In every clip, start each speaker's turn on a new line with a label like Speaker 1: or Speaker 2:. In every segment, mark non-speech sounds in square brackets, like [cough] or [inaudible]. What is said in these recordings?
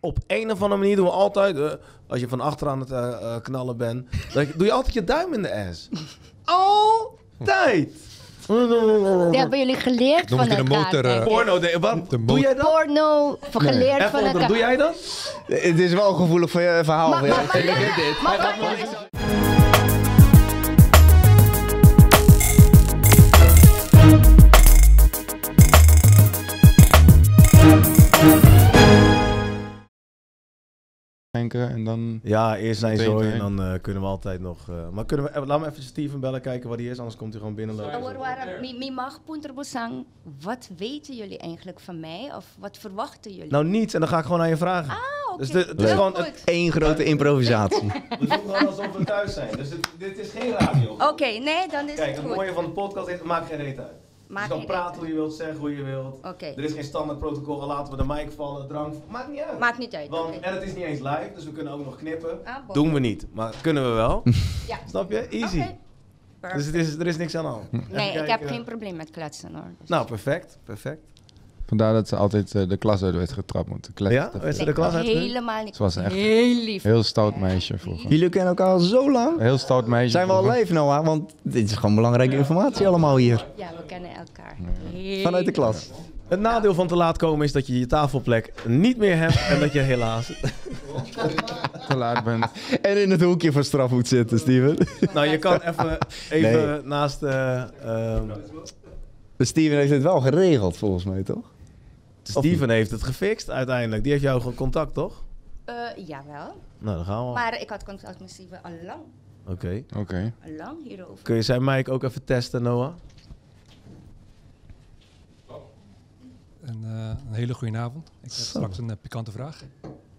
Speaker 1: op een of andere manier doen we altijd, eh, als je van achter aan het eh, eh, knallen bent, dan doe je altijd je duim in de ass. Altijd!
Speaker 2: Dat hebben jullie geleerd
Speaker 3: Noemen
Speaker 2: van
Speaker 3: ze de
Speaker 2: elkaar.
Speaker 3: motor, eh.
Speaker 2: denk ik.
Speaker 1: Porno, de- wat?
Speaker 3: De
Speaker 1: doe jij dat?
Speaker 2: Porno, geleerd
Speaker 1: Even
Speaker 2: van
Speaker 1: onder-
Speaker 2: elkaar.
Speaker 1: doe jij dat?
Speaker 4: Het is wel een gevoelig ver- verhaal.
Speaker 2: Maar-
Speaker 4: ja.
Speaker 2: maar- maar- maar- maar-
Speaker 4: denken en dan...
Speaker 1: Ja, eerst zijn
Speaker 4: Meteen,
Speaker 1: zooi
Speaker 4: hè?
Speaker 1: en dan eh, kunnen we altijd nog... eh, maar kunnen we, eh, laat me even Steven bellen, kijken waar hij is, anders komt hij gewoon
Speaker 2: Hoor,
Speaker 1: binnenlopen.
Speaker 2: waarom- mi- mi mag Poenterbosang, wat weten jullie eigenlijk van mij? Of wat verwachten jullie?
Speaker 1: Nou, niets. En dan ga ik gewoon aan je vragen.
Speaker 2: Ah, oké.
Speaker 1: dus dit- het is
Speaker 2: Heel
Speaker 1: gewoon-
Speaker 2: goed.
Speaker 1: het-
Speaker 4: Eén grote improvisatie.
Speaker 1: [laughs] We doen gewoon alsof we thuis zijn. Dus dit, dit is geen radio.
Speaker 2: Oké, nee, dan is
Speaker 1: Kijk,
Speaker 2: het
Speaker 1: het
Speaker 2: goed.
Speaker 1: mooie van de podcast is, het maakt geen reet uit.
Speaker 2: Maakt
Speaker 1: dus
Speaker 2: geen
Speaker 1: dan
Speaker 2: reet
Speaker 1: praat
Speaker 2: uit.
Speaker 1: hoe je wilt, zeg hoe je wilt.
Speaker 2: Oké.
Speaker 1: Er is geen standaard protocol, laten we de mic vallen, drank... Maakt niet uit.
Speaker 2: Maakt niet uit.
Speaker 1: Want,
Speaker 2: oké.
Speaker 1: En het is niet eens live, dus we kunnen ook nog knippen.
Speaker 2: Ah, bon.
Speaker 1: Doen we niet, maar kunnen we wel.
Speaker 2: [laughs] Ja.
Speaker 1: Snap je? Easy.
Speaker 2: Oké.
Speaker 1: Dus het is, er is niks aan de hand. Even
Speaker 2: Nee, ik
Speaker 1: kijken.
Speaker 2: heb geen probleem met kletsen hoor. Dus-
Speaker 1: Nou, perfect. Perfect.
Speaker 3: Vandaar dat ze altijd eh, de klas uit werd getrapt. Want de klas
Speaker 1: Ja? Werd ze de
Speaker 2: ik
Speaker 1: klas
Speaker 2: was
Speaker 1: uit?
Speaker 2: helemaal niet.
Speaker 3: Ze was echt
Speaker 2: heel lief.
Speaker 3: heel stout meisje vroeger.
Speaker 4: Jullie kennen elkaar al zo lang.
Speaker 3: Een heel stout meisje.
Speaker 4: Zijn we al
Speaker 3: vroeger.
Speaker 4: live, Noah? Want dit is gewoon belangrijke informatie allemaal hier.
Speaker 2: Ja, we kennen elkaar.
Speaker 4: Vanuit de klas.
Speaker 1: Het nadeel van te laat komen is dat je je tafelplek niet meer hebt en dat je helaas...
Speaker 2: [laughs]
Speaker 3: Te laat
Speaker 4: [laughs]
Speaker 3: bent.
Speaker 4: En in het hoekje van straf moet zitten, Steven.
Speaker 1: Nou, je kan even, even naast... eh, ehm,
Speaker 4: Dus Steven heeft het wel geregeld, volgens mij, toch?
Speaker 1: Steven heeft het gefixt uiteindelijk. Die heeft jou gewoon contact, toch?
Speaker 2: Eh, jawel,
Speaker 1: Nou, dan gaan we.
Speaker 2: maar ik had contact met Steven al lang,
Speaker 1: Oké.
Speaker 3: Oké.
Speaker 2: al lang hierover.
Speaker 1: Kun je zijn mic ook even testen, Noah?
Speaker 5: En, eh, een hele goede avond. Ik heb straks een eh, pikante vraag.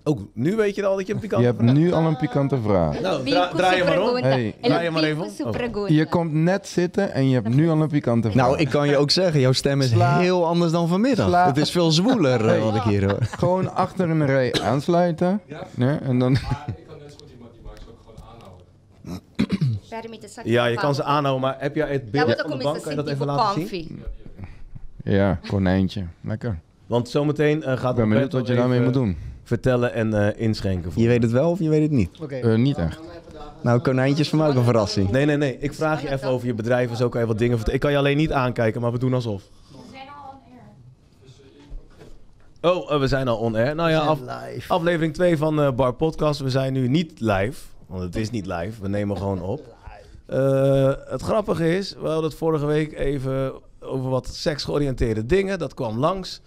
Speaker 1: Ook nu weet je al dat je een pikant
Speaker 3: Je hebt nu al een pikante vraag.
Speaker 1: Nou,
Speaker 2: Wie
Speaker 1: dra-
Speaker 2: koe
Speaker 1: draai je
Speaker 2: su
Speaker 1: maar om.
Speaker 2: pregunta?
Speaker 3: Hey,
Speaker 2: El
Speaker 1: draai je maar
Speaker 2: wie
Speaker 1: even
Speaker 2: koe
Speaker 1: om.
Speaker 2: su
Speaker 1: Oh.
Speaker 2: pregunta?
Speaker 3: Je komt net zitten en je hebt nu al een pikante vraag.
Speaker 4: Nou, ik kan [laughs] je ook zeggen, jouw stem is
Speaker 3: Sla-
Speaker 4: heel anders dan vanmiddag.
Speaker 3: Sla-
Speaker 4: Het is veel zwoeler eh, [laughs]
Speaker 3: Hey.
Speaker 4: wat ik hier hoor.
Speaker 3: Gewoon achter een rij aansluiten.
Speaker 5: Ja.
Speaker 3: Nee, en dan... [laughs]
Speaker 2: Permite, zal ik
Speaker 1: Ja, je
Speaker 2: even
Speaker 1: kan ze
Speaker 2: houden?
Speaker 1: aanhouden, maar heb jij het
Speaker 2: Dat
Speaker 1: beeld
Speaker 2: moet
Speaker 1: van
Speaker 2: ook
Speaker 1: de
Speaker 2: om
Speaker 1: bank?
Speaker 2: eens
Speaker 1: Kan
Speaker 2: te
Speaker 1: je dat
Speaker 2: zien,
Speaker 1: even
Speaker 2: tipo
Speaker 1: laten zien?
Speaker 2: comfy.
Speaker 3: Ja, konijntje. Lekker.
Speaker 1: Want zometeen eh, gaat
Speaker 3: Ik ben benieuwd
Speaker 1: Roberto
Speaker 3: wat je daarmee
Speaker 1: even
Speaker 3: moet doen.
Speaker 1: Vertellen en eh, inschenken. voor
Speaker 4: Je weet het wel of je weet het niet.
Speaker 3: Eh, niet echt.
Speaker 4: Nou, konijntjes voor mij ook een verrassing.
Speaker 1: Nee, nee, nee. Ik vraag je even over je bedrijf en zo kan je wat dingen vertellen. Ik kan je alleen niet aankijken, maar we doen alsof. We zijn al on air. Oh, eh, we zijn al on air. Nou ja, af- aflevering 2 van eh, Bar Podcast. We zijn nu niet live, want het is niet live. We nemen gewoon op. Eh, het grappige is, we hadden het vorige week even over wat seksgeoriënteerde dingen. Dat kwam langs.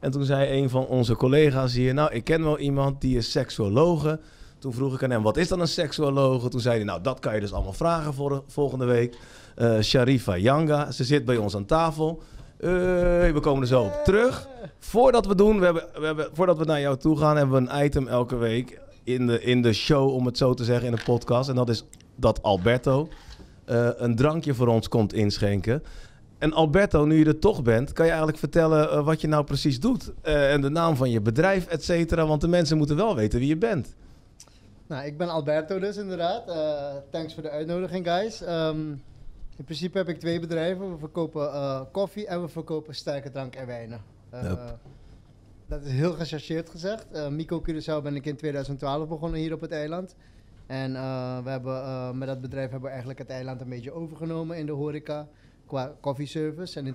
Speaker 1: En toen zei een van onze collega's hier... Nou, ik ken wel iemand die is seksuologe. Toen vroeg ik aan hem, wat is dan een seksuoloog? Toen zei hij, nou, dat kan je dus allemaal vragen voor, volgende week. Eh, Sharifa Yanga, ze zit bij ons aan tafel. Eh, we komen er zo op terug. Voordat we, doen, we hebben, we hebben, voordat we naar jou toe gaan, hebben we een item elke week in de, in de show, om het zo te zeggen, in de podcast. En dat is dat Alberto eh, een drankje voor ons komt inschenken. En Alberto, nu je er toch bent, kan je eigenlijk vertellen eh, wat je nou precies doet. Eh, en de naam van je bedrijf, et cetera. Want de mensen moeten wel weten wie je bent.
Speaker 6: Nou, ik ben Alberto dus inderdaad. Eh, thanks voor de uitnodiging, guys. Ehm, in principe heb ik twee bedrijven. We verkopen eh, koffie en we verkopen sterke drank en wijnen. Eh,
Speaker 1: Nope.
Speaker 6: Dat is heel gechargeerd gezegd. Eh, Mico Curaçao ben ik in 2012 begonnen hier op het eiland. En eh, we hebben, eh, met dat bedrijf hebben we eigenlijk het eiland een beetje overgenomen in de horeca. Qua koffieservice. En in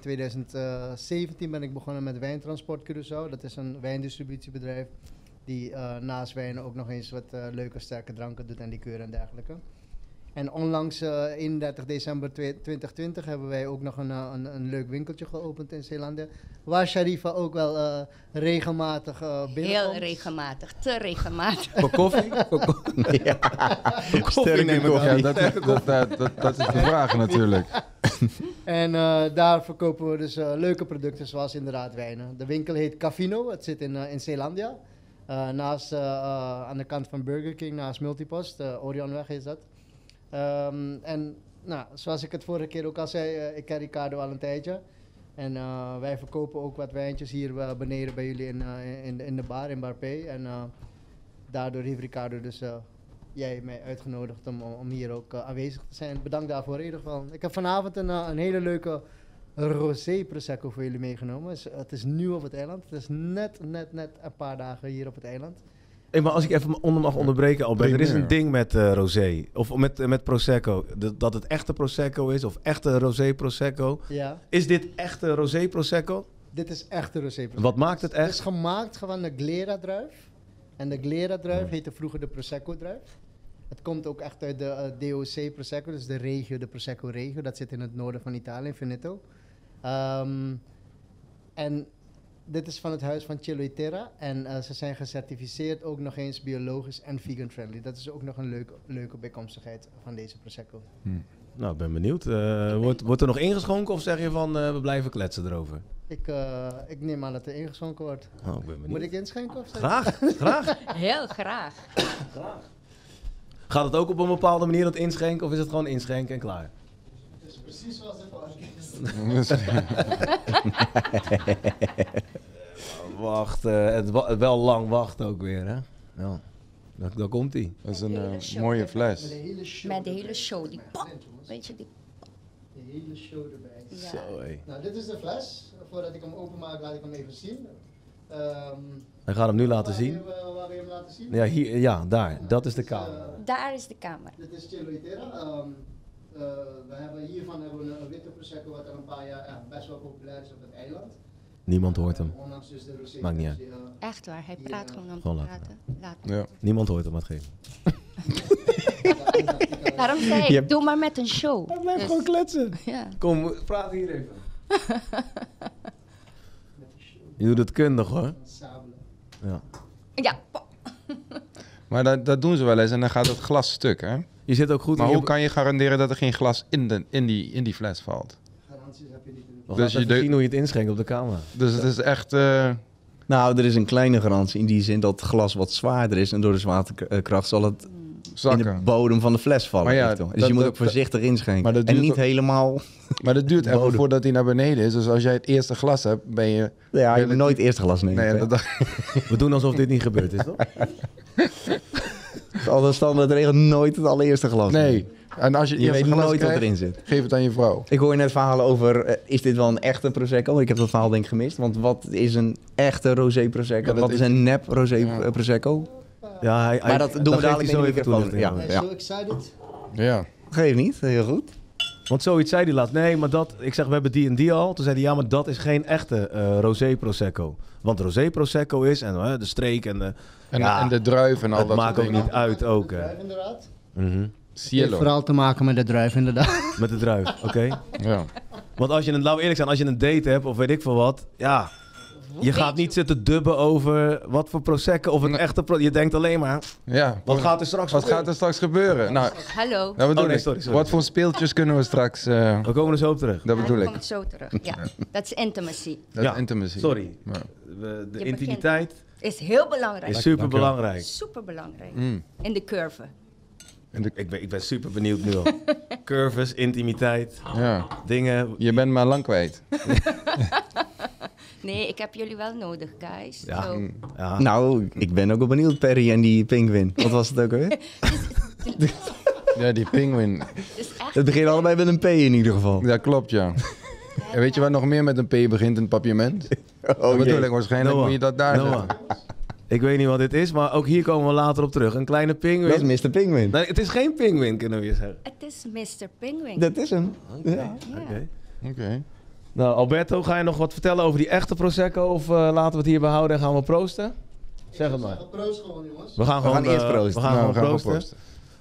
Speaker 6: 2017 ben ik begonnen met Wijntransport Curaçao. Dat is een wijndistributiebedrijf die eh, naast wijnen ook nog eens wat eh, leuke sterke dranken doet en liqueur en dergelijke. En onlangs, eh, 31 december twee- 2020, hebben wij ook nog een, eh, een, een leuk winkeltje geopend in Zeelanden. Waar Sharifa ook wel eh, regelmatig eh binnenkomt.
Speaker 2: Heel regelmatig, te regelmatig.
Speaker 1: Voor
Speaker 4: [laughs]
Speaker 1: koffie?
Speaker 4: Ja.
Speaker 1: Koffie neem ik
Speaker 3: Ja,
Speaker 1: aan.
Speaker 3: dat, dat, dat, dat, dat is de vraag
Speaker 4: [laughs]
Speaker 3: natuurlijk.
Speaker 6: En eh, daar verkopen we dus eh, leuke producten zoals inderdaad wijnen. De winkel heet Cafino, het zit in, eh, in Zeelandia. Eh, naast, eh, eh, aan de kant van Burger King, naast Multipost, eh, Orionweg is dat. Ehm, en nou, zoals ik het vorige keer ook al zei, eh, ik ken Ricardo al een tijdje. En eh, wij verkopen ook wat wijntjes hier eh, beneden bij jullie in, eh, in, in de bar, in Bar P. En eh, daardoor heeft Ricardo dus eh, jij mij uitgenodigd om, om om hier ook eh, aanwezig te zijn. Bedankt daarvoor in ieder geval. Ik heb vanavond een, eh, een hele leuke rosé prosecco voor jullie meegenomen. Dus, eh, het is nieuw op het eiland. Het is net, net, net een paar dagen hier op het eiland.
Speaker 1: Hey, maar als ik even onder mag onderbreken, Albert. Er is een
Speaker 3: Primair.
Speaker 1: ding met eh, rosé. Of met, eh, met prosecco. Dat- dat het echte prosecco is. Of echte rosé prosecco.
Speaker 6: Ja,
Speaker 1: Is dit echte rosé prosecco?
Speaker 6: dit is echt de rosé.
Speaker 1: Wat maakt het
Speaker 6: Het is
Speaker 1: echt?
Speaker 6: gemaakt van de Glera-druif. En de Glera-druif heette vroeger de Prosecco-druif. Het komt ook echt uit de eh, DOC Prosecco, dus de regio, de Prosecco-regio. Dat zit in het noorden van Italië, in Veneto. Ehm, en dit is van het huis van Cielo e Terra. En eh, ze zijn gecertificeerd ook nog eens biologisch en vegan-friendly. Dat is ook nog een leuke, leuke bijkomstigheid van deze Prosecco.
Speaker 1: Nou, ik ben benieuwd. Eh, wordt, wordt er nog ingeschonken of zeg je van eh, we blijven kletsen erover?
Speaker 6: Ik, eh, ik neem aan dat er ingeschonken wordt.
Speaker 1: Oh, ik ben benieuwd.
Speaker 6: Moet ik inschenken of zo?
Speaker 1: Graag, [laughs] graag.
Speaker 2: [laughs] Heel graag.
Speaker 1: Gaat het ook op een bepaalde manier dat inschenken of is het gewoon inschenken en klaar?
Speaker 6: Het is precies zoals de podcast.
Speaker 1: Wacht, eh, het wa- wel lang wachten ook weer, hè? Ja. Daar, daar komt hij.
Speaker 3: Dat is een
Speaker 2: Hele
Speaker 3: eh,
Speaker 2: show.
Speaker 3: mooie fles.
Speaker 6: hele show.
Speaker 2: Met de hele show, die pop. Weet je, die...
Speaker 6: De hele show erbij.
Speaker 2: Ja.
Speaker 1: Zo, hé.
Speaker 6: Nou, dit is de fles. Voordat ik hem openmaak, laat ik hem even zien. Ehm,
Speaker 1: Hij gaat hem nu laten
Speaker 6: waar
Speaker 1: zien.
Speaker 6: wil je- eh, waar wil je hem laten zien?
Speaker 1: Ja, hier, ja, daar. Dat is de
Speaker 6: Dus, eh,
Speaker 1: camera.
Speaker 2: Daar is de kamer.
Speaker 6: dit is Cheloitera. Ehm eh, we hebben hiervan hebben we een witte prosecco wat er een paar jaar echt best wel populair is op het eiland.
Speaker 1: Niemand hoort hem.
Speaker 6: Ondanks dus de rosé.
Speaker 1: Maakt niet uit.
Speaker 6: die, eh,
Speaker 2: Echt waar, hij praat gewoon om te
Speaker 1: Gewoon laten.
Speaker 2: praten. Laat maar.
Speaker 3: Ja.
Speaker 1: Niemand hoort hem, maar het geeft.
Speaker 2: Daarom zei ik,
Speaker 4: Je hebt-
Speaker 2: doe maar met een show.
Speaker 1: Blijf gewoon kletsen.
Speaker 2: Ja.
Speaker 1: Kom, praat hier even. [laughs] Je doet het kundig hoor.
Speaker 6: sabelen.
Speaker 1: Ja.
Speaker 2: Ja, pop.
Speaker 3: Maar dat, dat doen ze wel eens en dan gaat het glas stuk, hè?
Speaker 1: Je zit ook goed
Speaker 3: Maar
Speaker 1: in
Speaker 3: hoe kan je garanderen dat er geen glas in, de, in, die, in die fles valt?
Speaker 6: Garanties heb je niet. in de-
Speaker 1: We gaan
Speaker 3: Dus je
Speaker 1: even
Speaker 3: de-
Speaker 1: zien hoe je het inschenkt op de camera.
Speaker 3: Dus het is echt... eh,
Speaker 4: Nou, er is een kleine garantie in die zin dat het glas wat zwaarder is en door de zwaartekracht zal het in de
Speaker 3: zakken.
Speaker 4: bodem van de fles vallen.
Speaker 3: Maar ja,
Speaker 4: eventueel. dus
Speaker 3: dat-
Speaker 4: je moet
Speaker 3: dat-
Speaker 4: ook voorzichtig inschenken.
Speaker 3: maar dat
Speaker 4: en
Speaker 3: duurt
Speaker 4: niet
Speaker 3: ook-
Speaker 4: helemaal.
Speaker 3: Maar dat duurt even
Speaker 4: Bodem.
Speaker 3: voordat hij naar beneden is. Dus als jij het eerste glas hebt, ben je...
Speaker 4: Ja, je moet
Speaker 3: Relatief-
Speaker 4: nooit het eerste glas nemen.
Speaker 3: Nee,
Speaker 4: Nee,
Speaker 3: dat, dat-
Speaker 1: We doen alsof dit niet gebeurd
Speaker 4: [laughs]
Speaker 1: is, toch?
Speaker 4: Altijd standaard regel nooit het allereerste glas.
Speaker 3: nee.
Speaker 4: nemen.
Speaker 3: En als je het
Speaker 4: Je
Speaker 3: eerste
Speaker 4: weet
Speaker 3: glas
Speaker 4: nooit wat
Speaker 3: krijgt,
Speaker 4: erin zit.
Speaker 3: geef het aan je vrouw.
Speaker 4: Ik hoor net verhalen over, eh, is dit wel een echte Prosecco? Ik heb dat verhaal denk ik gemist. Want wat is een echte Rosé Prosecco?
Speaker 3: Ja, dat
Speaker 4: wat is
Speaker 3: is-
Speaker 4: een nep Rosé
Speaker 3: Ja.
Speaker 4: eh, Prosecco?
Speaker 1: Ja, hij, hij-
Speaker 4: dat doen we
Speaker 1: dan geeft
Speaker 4: dadelijk
Speaker 1: hij
Speaker 4: in
Speaker 1: zo
Speaker 4: de
Speaker 1: even
Speaker 4: microfoon.
Speaker 1: toelichting
Speaker 4: Ja.
Speaker 1: over.
Speaker 6: Hij is zo excited.
Speaker 3: Ja.
Speaker 4: Geef niet, heel goed.
Speaker 1: Want zoiets zei hij laat. Nee, maar dat... Ik zeg, we hebben die en die al. Toen zei hij, ja, maar dat is geen echte eh, rosé prosecco. Want rosé prosecco is, en eh, de streek en de...
Speaker 3: En,
Speaker 1: Ja.
Speaker 3: en de druif en al
Speaker 1: het
Speaker 3: dat
Speaker 1: maakt
Speaker 3: soort
Speaker 1: ook
Speaker 3: dingen.
Speaker 1: niet uit, ook. hè.
Speaker 6: Druif inderdaad.
Speaker 1: Mhm.
Speaker 6: Heeft
Speaker 3: Cielo.
Speaker 6: vooral te maken met de druif inderdaad.
Speaker 1: Met de druif, oké?
Speaker 3: [laughs] Ja.
Speaker 1: Want als je een, laten we eerlijk zijn, als je een date hebt of weet ik veel wat, ja, je gaat niet zitten dubben over wat voor prosecco of een
Speaker 3: Nee.
Speaker 1: echte pro Je denkt alleen maar,
Speaker 3: ja.
Speaker 1: wat gaat er straks
Speaker 3: Wat gaat er straks gebeuren? Nou,
Speaker 2: Hallo.
Speaker 3: dat bedoel
Speaker 1: nee,
Speaker 3: ik.
Speaker 1: sorry, sorry.
Speaker 3: Wat voor speeltjes kunnen we straks... eh,
Speaker 1: We komen er zo op terug.
Speaker 3: dat bedoel
Speaker 2: Hij
Speaker 3: ik.
Speaker 2: komt zo terug. Ja, dat is intimacy.
Speaker 3: Dat
Speaker 1: Ja,
Speaker 3: is intimacy.
Speaker 1: Sorry,
Speaker 3: Ja.
Speaker 1: We- de
Speaker 2: Je
Speaker 1: intimiteit
Speaker 2: Is heel belangrijk.
Speaker 1: is
Speaker 2: Is...
Speaker 1: super belangrijk.
Speaker 2: Super belangrijk.
Speaker 3: Mm.
Speaker 2: In de curve.
Speaker 1: Ik ben, ik ben super benieuwd nu al. Curves, intimiteit,
Speaker 3: Ja.
Speaker 1: dingen.
Speaker 3: Je bent maar lang kwijt.
Speaker 2: Nee, ik heb jullie wel nodig, guys.
Speaker 1: Ja. Mm.
Speaker 2: Zo.
Speaker 1: Ja.
Speaker 4: Nou, ik ben ook wel benieuwd, Perry en die pinguin. Wat was het ook alweer?
Speaker 3: Ja, die pinguïn.
Speaker 2: Het is echt...
Speaker 4: Het begint allebei met een P in ieder geval.
Speaker 3: Dat klopt, ja. En weet je wat nog meer met een P begint in het papierment? dat
Speaker 4: Oh, jee. Nou,
Speaker 3: bedoel ik, waarschijnlijk
Speaker 1: Oh, Noah,
Speaker 3: moet je dat daar
Speaker 1: Noah.
Speaker 3: zetten.
Speaker 1: Ik weet niet wat dit is, maar ook hier komen we later op terug. Een kleine
Speaker 4: Dat
Speaker 1: pinguïn.
Speaker 4: is Mr. Penguin.
Speaker 1: Nee, het is geen pinguïn, kunnen we je zeggen.
Speaker 2: Het is Mr. Penguin.
Speaker 4: Dat is hem. Ja.
Speaker 2: Ja.
Speaker 1: Oké.
Speaker 3: Oké.
Speaker 1: Nou, Alberto, ga je nog wat vertellen over die echte Prosecco? Of eh, laten we het hierbij houden en gaan we proosten? Zeg het maar.
Speaker 6: Proost gewoon jongens.
Speaker 1: We gaan, gewoon,
Speaker 4: gaan eerst
Speaker 1: eh,
Speaker 4: proosten.
Speaker 1: We gaan
Speaker 3: Nou, we
Speaker 1: gewoon
Speaker 3: gaan
Speaker 1: proosten.
Speaker 3: proosten.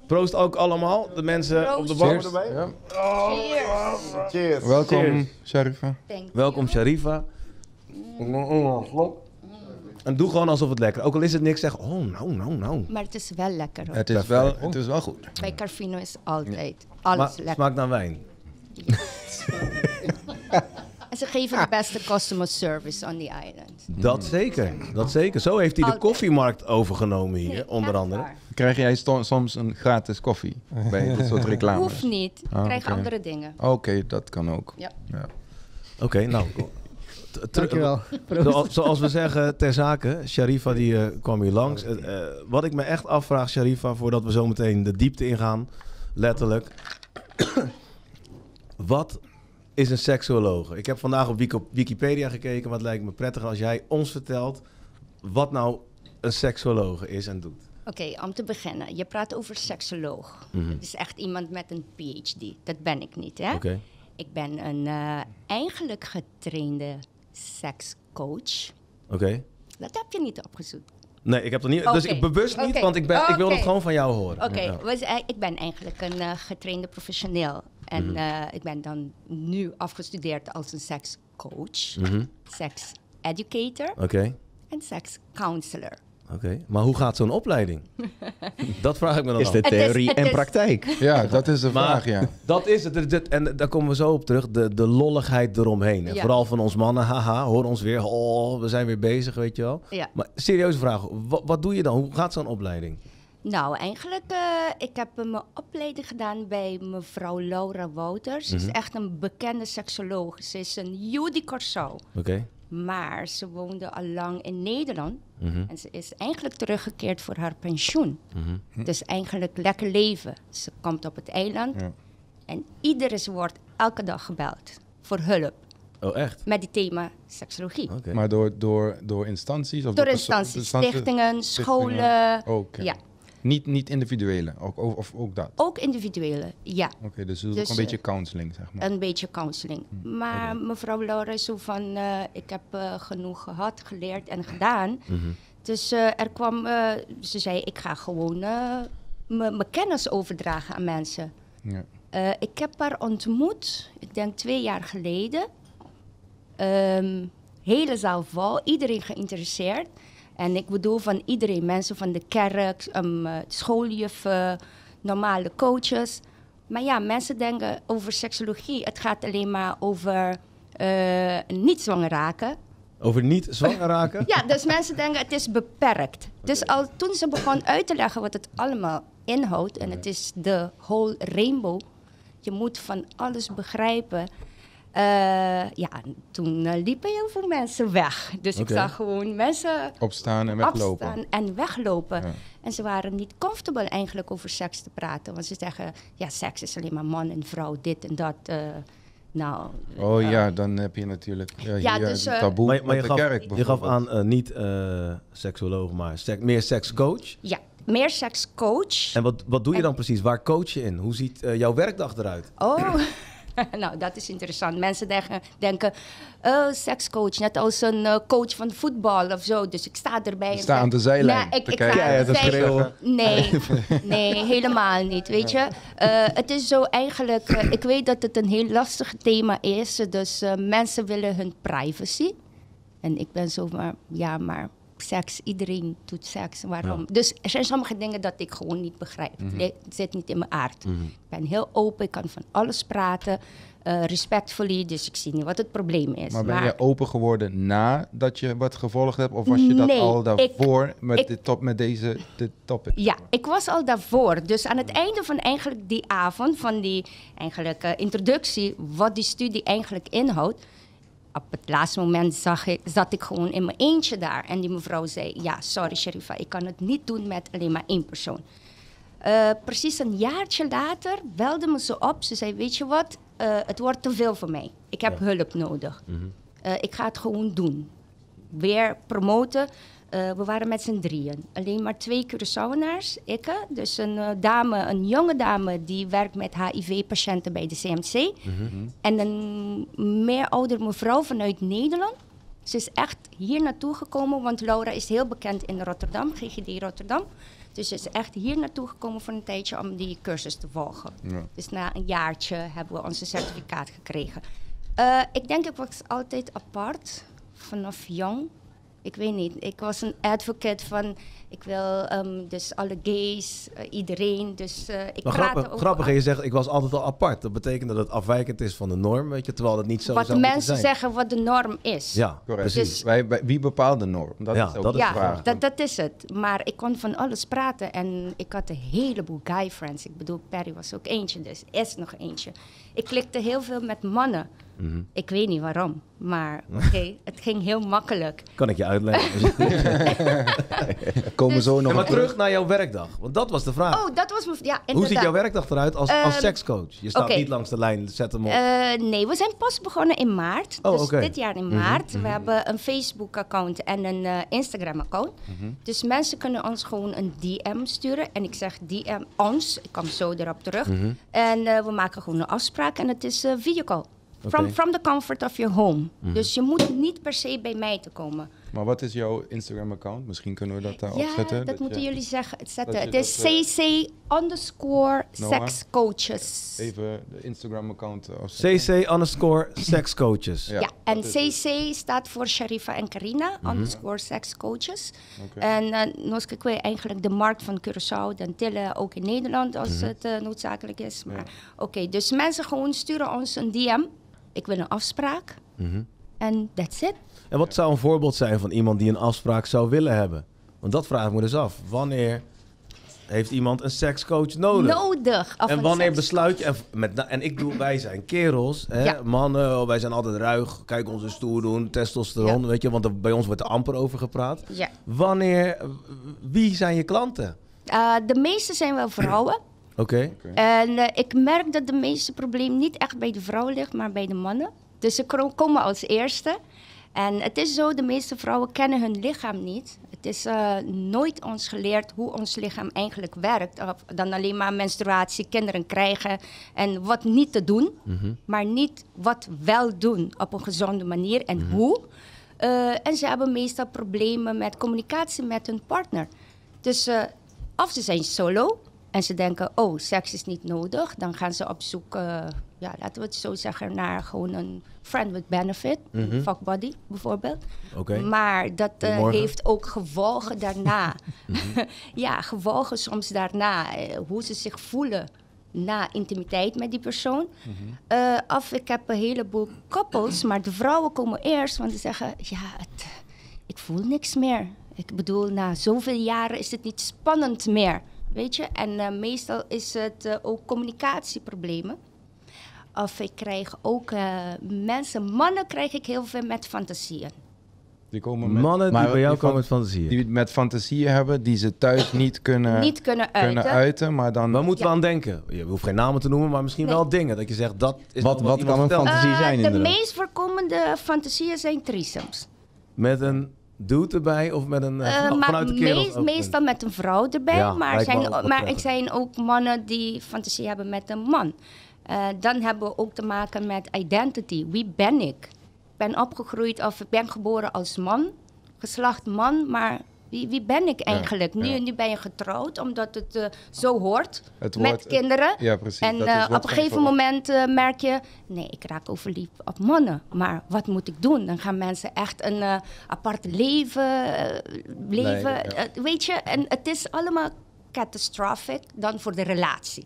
Speaker 1: Proost ook allemaal, de mensen op de bank.
Speaker 2: Proost.
Speaker 3: Ja.
Speaker 2: Cheers.
Speaker 3: Welkom,
Speaker 1: Cheers.
Speaker 3: Sharifa.
Speaker 2: Thank
Speaker 1: Welkom
Speaker 2: you.
Speaker 1: Sharifa. En doe gewoon alsof het lekker. Ook al is het niks, zeg oh nou nou nou.
Speaker 2: Maar het is wel lekker hoor.
Speaker 3: Het is, wel, het is wel goed.
Speaker 2: Bij Carvino is altijd alles
Speaker 1: Maar
Speaker 2: lekker.
Speaker 1: smaakt naar wijn.
Speaker 2: En ze geven
Speaker 1: Ah.
Speaker 2: de beste customer service on the island.
Speaker 1: Dat zeker, dat zeker. Zo heeft hij de
Speaker 2: Altijd.
Speaker 1: koffiemarkt overgenomen hier,
Speaker 2: Nee,
Speaker 1: onder
Speaker 2: Oh, echt
Speaker 1: andere.
Speaker 2: waar.
Speaker 3: Krijg jij sto- soms een gratis koffie bij dit soort reclames?
Speaker 2: Hoeft niet. Ik krijg
Speaker 3: oké.
Speaker 2: andere dingen.
Speaker 3: Oké, dat kan ook.
Speaker 2: Ja.
Speaker 1: Oké,
Speaker 2: [laughs]
Speaker 1: nou. t- ter-
Speaker 6: Dankjewel.
Speaker 1: [laughs] Zoals, zoals we zeggen, ter zake. Sharifa die eh, kwam hier langs. Eh, eh, wat ik me echt afvraag, Sharifa, voordat we zo meteen de diepte ingaan, letterlijk. [coughs] wat is een seksuoloog? Ik heb vandaag op Wiki- Wikipedia gekeken, maar het lijkt me prettig als jij ons vertelt wat nou een seksoloog is en doet.
Speaker 2: Oké, om te beginnen. Je praat over seksoloog.
Speaker 1: Mhm.
Speaker 2: Dat is echt iemand met een PhD. Dat ben ik niet, hè?
Speaker 1: Oké.
Speaker 2: Ik ben een eh, eigenlijk getrainde sekscoach.
Speaker 1: Oké.
Speaker 2: Dat heb je niet opgezocht.
Speaker 1: Nee, ik heb dat niet. Dus
Speaker 2: Oké.
Speaker 1: ik bewust niet,
Speaker 2: Oké.
Speaker 1: want ik, ben, ik wil
Speaker 2: Oké.
Speaker 1: dat gewoon van jou horen.
Speaker 2: Oké,
Speaker 1: Ja.
Speaker 2: was ei- ik ben eigenlijk een eh, getrainde professioneel. En
Speaker 1: Mhm.
Speaker 2: eh, ik ben dan nu afgestudeerd als een sekscoach,
Speaker 1: Mhm.
Speaker 2: seks educator
Speaker 1: Oké,
Speaker 2: en sekscounselor.
Speaker 1: oké. Maar hoe gaat zo'n
Speaker 2: [laughs]
Speaker 1: opleiding? dat vraag ik me dan
Speaker 4: Is
Speaker 1: af.
Speaker 4: dit
Speaker 2: Het is-
Speaker 4: theorie
Speaker 2: het
Speaker 4: en
Speaker 2: is-
Speaker 4: praktijk?
Speaker 3: Ja, dat is de
Speaker 1: Maar-
Speaker 3: vraag, ja.
Speaker 1: Dat is het. Er zit- En daar komen we zo op terug. De, de lolligheid eromheen. En
Speaker 2: Ja.
Speaker 1: vooral van ons mannen. Haha, hoor ons weer. Oh, we zijn weer bezig, weet je wel.
Speaker 2: Ja.
Speaker 1: Maar serieuze vraag. Wat, wat doe je dan? Hoe gaat zo'n opleiding?
Speaker 2: Nou, eigenlijk, eh, ik heb eh, mijn opleiding gedaan bij mevrouw Laura Wouters. Ze is
Speaker 3: Mhm.
Speaker 2: echt een bekende seksoloog. Ze is een Judy Corso.
Speaker 1: Oké.
Speaker 2: Maar ze woonde al lang in Nederland.
Speaker 1: Mhm.
Speaker 2: En ze is eigenlijk teruggekeerd voor haar pensioen.
Speaker 3: Mhm.
Speaker 2: Dus eigenlijk lekker leven. Ze komt op het eiland.
Speaker 3: Ja.
Speaker 2: En iedereen wordt elke dag gebeld voor hulp.
Speaker 1: Oh, echt?
Speaker 2: Met het thema seksologie.
Speaker 1: Oké.
Speaker 3: Maar door, door, door instanties? Of
Speaker 2: Door
Speaker 3: perso-
Speaker 2: instanties, stichtingen,
Speaker 3: stichtingen?
Speaker 2: scholen.
Speaker 3: Ook, ja.
Speaker 2: Ja,
Speaker 3: Niet, niet individuele, ook, of, of ook dat.
Speaker 2: ook individuele. Ja.
Speaker 3: Oké, dus, het is
Speaker 2: Dus,
Speaker 3: ook een beetje
Speaker 2: eh,
Speaker 3: counseling, zeg maar.
Speaker 2: Een beetje counseling. Maar mevrouw Laura is zo van, eh, ik heb eh, genoeg gehad, geleerd en gedaan. Dus eh, er kwam, eh, ze zei, ik ga gewoon eh, m- mijn kennis overdragen aan mensen.
Speaker 3: Ja.
Speaker 2: Eh, ik heb haar ontmoet, ik denk twee jaar geleden. Ehm, hele zaal vol, iedereen geïnteresseerd. En ik bedoel van iedereen, mensen van de kerk, ehm eh, schooljuffen, normale coaches. Maar ja, mensen denken over seksologie, het gaat alleen maar over eh, niet zwanger raken.
Speaker 1: Over niet zwanger raken?
Speaker 2: Ja, dus mensen denken het is beperkt. Dus al toen ze begon uit te leggen wat het allemaal inhoudt, en het is de whole rainbow, je moet van alles begrijpen. Eh, ja, toen eh, liepen heel veel mensen weg. Dus
Speaker 1: Oké.
Speaker 2: ik zag gewoon mensen
Speaker 3: Opstaan en weglopen.
Speaker 2: afstaan en weglopen.
Speaker 3: Ja.
Speaker 2: En ze waren niet comfortable eigenlijk over seks te praten. Want ze zeggen, ja, seks is alleen maar man en vrouw, dit en dat. eh, nou,
Speaker 3: Oh
Speaker 2: eh,
Speaker 3: ja, dan heb je natuurlijk eh,
Speaker 2: Ja,
Speaker 3: hier
Speaker 2: dus,
Speaker 3: een
Speaker 2: eh,
Speaker 3: taboe
Speaker 1: Maar, maar je,
Speaker 3: met de
Speaker 1: gaf,
Speaker 3: kerk
Speaker 1: je gaf
Speaker 3: bijvoorbeeld.
Speaker 1: aan eh, niet eh seksoloog, maar sek- meer sekscoach.
Speaker 2: Ja, meer sekscoach.
Speaker 1: En wat, wat doe je dan precies? Waar coach je in? Hoe ziet eh, jouw werkdag eruit?
Speaker 2: Oh,
Speaker 3: [laughs]
Speaker 2: nou dat is interessant. Mensen denken, denken oh, sekscoach, net als een eh, coach van voetbal of zo. Dus ik sta erbij. en
Speaker 3: sta aan de zijlijn
Speaker 2: Nee, ik,
Speaker 3: te
Speaker 2: ik
Speaker 3: kijken.
Speaker 2: sta aan
Speaker 4: Keihard
Speaker 2: de
Speaker 4: aan het
Speaker 2: zijlijn.
Speaker 4: schreeuwen.
Speaker 2: Nee, nee, helemaal niet. Weet je, Eh, het is zo eigenlijk. eh, ik weet dat het een heel lastig thema is. Dus eh, mensen willen hun privacy. En ik ben zo maar, ja, maar seks, iedereen doet seks. Waarom? Dus er zijn sommige dingen dat ik gewoon niet begrijp.
Speaker 3: Mhm.
Speaker 2: Het zit niet in mijn aard. Ik ben heel open, ik kan van alles praten. eh respectfully, dus ik zie niet wat het probleem is.
Speaker 3: Maar ben je open geworden nadat je wat gevolgd hebt? Of was je dat
Speaker 2: Nee,
Speaker 3: al
Speaker 2: ik-
Speaker 3: daarvoor met,
Speaker 2: ik-
Speaker 3: dit top, met deze dit topic?
Speaker 2: Ja, ik was al daarvoor. Dus aan het einde van eigenlijk die avond, van die eigenlijk, eh, introductie, wat die studie eigenlijk inhoudt. Op het laatste moment zag ik, zat ik gewoon in mijn eentje daar. En die mevrouw zei, ja, sorry Sherifa, ik kan het niet doen met alleen maar één persoon. Eh, precies een jaartje later belde me ze op. Ze zei, weet je wat, Eh, het wordt te veel voor mij. Ik heb hulp nodig. Eh, ik ga het gewoon doen weer promoten. Eh, we waren met z'n drieën. Alleen maar twee Curaçaoenaars, ik. eh, Dus een eh, dame, een jonge dame, die werkt met HIV-patiënten bij de CMC. En een meer ouder mevrouw vanuit Nederland. Ze is echt hier naartoe gekomen, want Laura is heel bekend in Rotterdam, GGD Rotterdam. Dus ze is echt hier naartoe gekomen voor een tijdje om die cursus te volgen. Dus na een jaartje hebben we onze certificaat gekregen. Eh, ik denk, ik was altijd apart vanaf jong. Ik weet niet. Ik was een advocate van, ik wil ehm, dus alle gays, eh, iedereen. Dus eh, ik
Speaker 1: Maar
Speaker 2: praat
Speaker 1: grappig,
Speaker 2: over
Speaker 1: grappig, je zegt ik was altijd al apart. Dat betekent dat het afwijkend is van de norm, weet je, terwijl het niet zo
Speaker 2: wat
Speaker 1: zou moeten
Speaker 2: mensen
Speaker 1: zijn.
Speaker 2: zeggen wat de norm is.
Speaker 1: Ja,
Speaker 3: Correct.
Speaker 1: precies.
Speaker 2: Dus-
Speaker 3: Wij, wij- wie bepaalt de norm? Dat
Speaker 1: Ja,
Speaker 3: is ook
Speaker 1: dat
Speaker 3: de
Speaker 1: is
Speaker 2: ja,
Speaker 1: de
Speaker 3: vraag.
Speaker 2: Dat, dat is het. Maar ik kon van alles praten en ik had een heleboel guy friends. Ik bedoel, Perry was ook eentje, dus is nog eentje. Ik klikte heel veel met mannen.
Speaker 1: Mhm.
Speaker 2: Ik weet niet waarom,
Speaker 1: [laughs]
Speaker 2: [laughs] maar oké, het ging heel makkelijk.
Speaker 1: Dus Kan ik je uitleggen?
Speaker 3: Komen
Speaker 2: Dus-
Speaker 3: zo nog
Speaker 1: En maar
Speaker 3: op terug.
Speaker 1: terug naar jouw werkdag, want dat was de vraag.
Speaker 2: Oh, dat was mijn... Ja, inderdaad.
Speaker 1: Ah. Hoe ziet jouw werkdag eruit als, als
Speaker 2: Ehm,
Speaker 1: sekscoach? Je staat
Speaker 2: oké.
Speaker 1: niet langs de lijn, zet hem op.
Speaker 2: Eh, nee, we zijn pas begonnen in maart.
Speaker 1: Oh,
Speaker 2: dus
Speaker 1: oké.
Speaker 2: dit jaar in maart. We hebben een Facebook-account en een eh, Instagram-account. Dus mensen kunnen ons gewoon een DM sturen. En ik zeg DM ons, ik kom zo erop terug. En eh, we maken gewoon een afspraak en het is eh videocall. From,
Speaker 1: Oké.
Speaker 2: from the comfort of your home. Dus je moet niet per se bij mij te komen.
Speaker 3: Maar wat is jouw Instagram-account? Misschien kunnen we dat daar
Speaker 2: ja,
Speaker 3: opzetten.
Speaker 2: dat, moeten
Speaker 3: je
Speaker 2: jullie zeggen, het zetten.
Speaker 3: dat je
Speaker 2: Het is
Speaker 3: dat, eh,
Speaker 2: cc underscore
Speaker 3: Noah?
Speaker 2: sexcoaches.
Speaker 3: Even de eh, Instagram-account opzetten.
Speaker 2: Ehm,
Speaker 1: CC underscore sekscoaches.
Speaker 3: Ja,
Speaker 2: Ja, en
Speaker 3: dat is het. Mhm.
Speaker 2: CC staat voor Sharifa en Carina, underscore sex coaches.
Speaker 3: Oké.
Speaker 2: En uh, Noskekwe eigenlijk de markt van Curaçao, de Antillen, ook in Nederland als
Speaker 3: Mhm.
Speaker 2: het eh, noodzakelijk is. Maar oké, dus mensen gewoon sturen ons een DM. Ik wil een afspraak.
Speaker 3: Mhm.
Speaker 2: En that's it.
Speaker 1: En wat zou een voorbeeld zijn van iemand die een afspraak zou willen hebben? Want dat vraag ik me dus af. Wanneer heeft iemand een sekscoach nodig?
Speaker 2: Nodig. Of
Speaker 1: en
Speaker 2: een
Speaker 1: wanneer
Speaker 2: seks-
Speaker 1: besluit je... En, met, na- en ik bedoel, wij zijn kerels, hè?
Speaker 2: Ja.
Speaker 1: mannen, oh, wij zijn altijd ruig. Kijk ons eens stoer doen, testosteron,
Speaker 2: Ja.
Speaker 1: weet je. Want er- bij ons wordt er amper over gepraat.
Speaker 2: Ja.
Speaker 1: Wanneer... Wie zijn je klanten?
Speaker 2: Eh, de meeste zijn wel vrouwen.
Speaker 1: Oké.
Speaker 2: En eh, ik merk dat de meeste probleem niet echt bij de vrouw ligt, maar bij de mannen. Dus ze kro- komen als eerste. En het is zo, de meeste vrouwen kennen hun lichaam niet. Het is eh, nooit ons geleerd hoe ons lichaam eigenlijk werkt. Of dan alleen maar menstruatie, kinderen krijgen en wat niet te doen. Maar niet wat wel doen op een gezonde manier en hoe. Eh, en ze hebben meestal problemen met communicatie met hun partner. Dus eh, of ze zijn solo en ze denken, oh, seks is niet nodig. Dan gaan ze op zoek, eh, ja, laten we het zo zeggen, naar gewoon een friend with benefit. een Fuckbody bijvoorbeeld.
Speaker 1: Oké.
Speaker 2: Maar dat eh,
Speaker 1: Goedemorgen.
Speaker 2: heeft ook gevolgen daarna. [laughs] ja, gevolgen soms daarna. eh, hoe ze zich voelen na intimiteit met die persoon. Eh, of ik heb een heleboel koppels, maar de vrouwen komen eerst, want die zeggen: Ja, het, ik voel niks meer. Ik bedoel, na zoveel jaren is het niet spannend meer. Weet je? En eh, meestal is het eh, ook communicatieproblemen. Of ik krijg ook eh, mensen, mannen krijg ik heel veel met fantasieën.
Speaker 3: Die komen met,
Speaker 1: Mannen
Speaker 3: Maar
Speaker 1: die bij jou
Speaker 3: die van-
Speaker 1: komen met fantasieën.
Speaker 3: die met fantasieën hebben die ze thuis niet kunnen,
Speaker 2: niet kunnen uiten.
Speaker 3: kunnen uiten, maar dan...
Speaker 1: Waar moeten
Speaker 2: Ja.
Speaker 1: we aan denken? Je hoeft geen namen te noemen, maar misschien
Speaker 2: Nee.
Speaker 1: wel dingen. Dat je zegt, dat is
Speaker 4: Wat-
Speaker 1: nog
Speaker 4: wat
Speaker 1: iemand
Speaker 4: kan een
Speaker 1: vertelt.
Speaker 4: fantasie- fantasie
Speaker 2: Eh,
Speaker 4: zijn,
Speaker 2: de
Speaker 4: inderdaad.
Speaker 2: meest voorkomende fantasieën zijn threesomes.
Speaker 1: Met een dude erbij of met een... eh,
Speaker 2: Eh,
Speaker 1: van-
Speaker 2: maar
Speaker 1: vanuit de Oh, kerel
Speaker 2: meest- meestal met een vrouw erbij.
Speaker 1: Ja,
Speaker 2: maar,
Speaker 1: lijkt me
Speaker 2: zijn,
Speaker 1: ook wat
Speaker 2: maar er
Speaker 1: prettig.
Speaker 2: zijn ook mannen die fantasie hebben met een man. Eh, dan hebben we ook te maken met identity. Wie ben ik? Ik ben opgegroeid of ik ben geboren als man. Geslacht man, maar wie, wie ben ik eigenlijk? nu,
Speaker 3: ja.
Speaker 2: nu ben je getrouwd omdat het eh, zo hoort.
Speaker 3: Het
Speaker 2: met
Speaker 3: wordt-
Speaker 2: kinderen.
Speaker 3: Ja, precies.
Speaker 2: En
Speaker 3: dat
Speaker 2: eh,
Speaker 3: is wat
Speaker 2: op een
Speaker 3: zij
Speaker 2: gegeven
Speaker 3: verwachten.
Speaker 2: moment eh, merk je, nee, ik raak overliefd op mannen. Maar wat moet ik doen? Dan gaan mensen echt een eh, apart leven eh, leven.
Speaker 3: ja.
Speaker 2: eh, weet je, en het is allemaal catastrophic dan voor de relatie.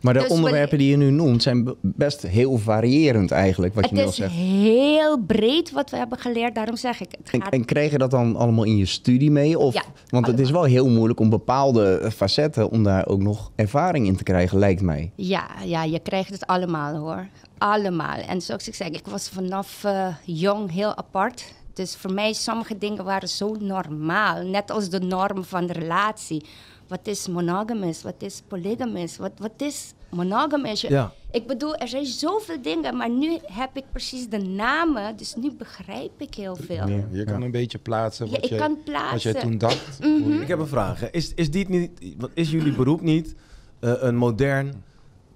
Speaker 4: Maar de
Speaker 2: Dus we-
Speaker 4: onderwerpen die je nu noemt zijn be- best heel variërend eigenlijk, wat je
Speaker 2: het
Speaker 4: nu al
Speaker 2: is
Speaker 4: zegt.
Speaker 2: heel breed wat we hebben geleerd, daarom zeg ik het.
Speaker 4: En,
Speaker 2: Gaat,
Speaker 4: en kreeg je dat dan allemaal in je studie mee? Of,
Speaker 2: Ja,
Speaker 4: want het is wel heel moeilijk om bepaalde eh, facetten, om daar ook nog ervaring in te krijgen, lijkt mij.
Speaker 2: ja, ja, je krijgt het allemaal hoor. Allemaal. En zoals ik zeg, ik was vanaf eh, jong heel apart. Dus voor mij sommige dingen waren zo normaal. Net als de norm van de relatie. Wat is monogamous? Wat is polygamous? Wat, wat is monogamous? Je-
Speaker 1: Ja.
Speaker 2: Ik bedoel, er zijn zoveel dingen, maar nu heb ik precies de namen, dus nu begrijp ik heel veel.
Speaker 3: Je kan een beetje plaatsen
Speaker 2: Ja,
Speaker 3: wat,
Speaker 2: ik
Speaker 3: jij,
Speaker 2: kan plaatsen. Mm.
Speaker 3: wat jij toen
Speaker 2: [laughs]
Speaker 3: dacht.
Speaker 2: Mhm.
Speaker 1: Ik heb een vraag. hè. Is, is, dit niet, want is jullie beroep niet eh, een modern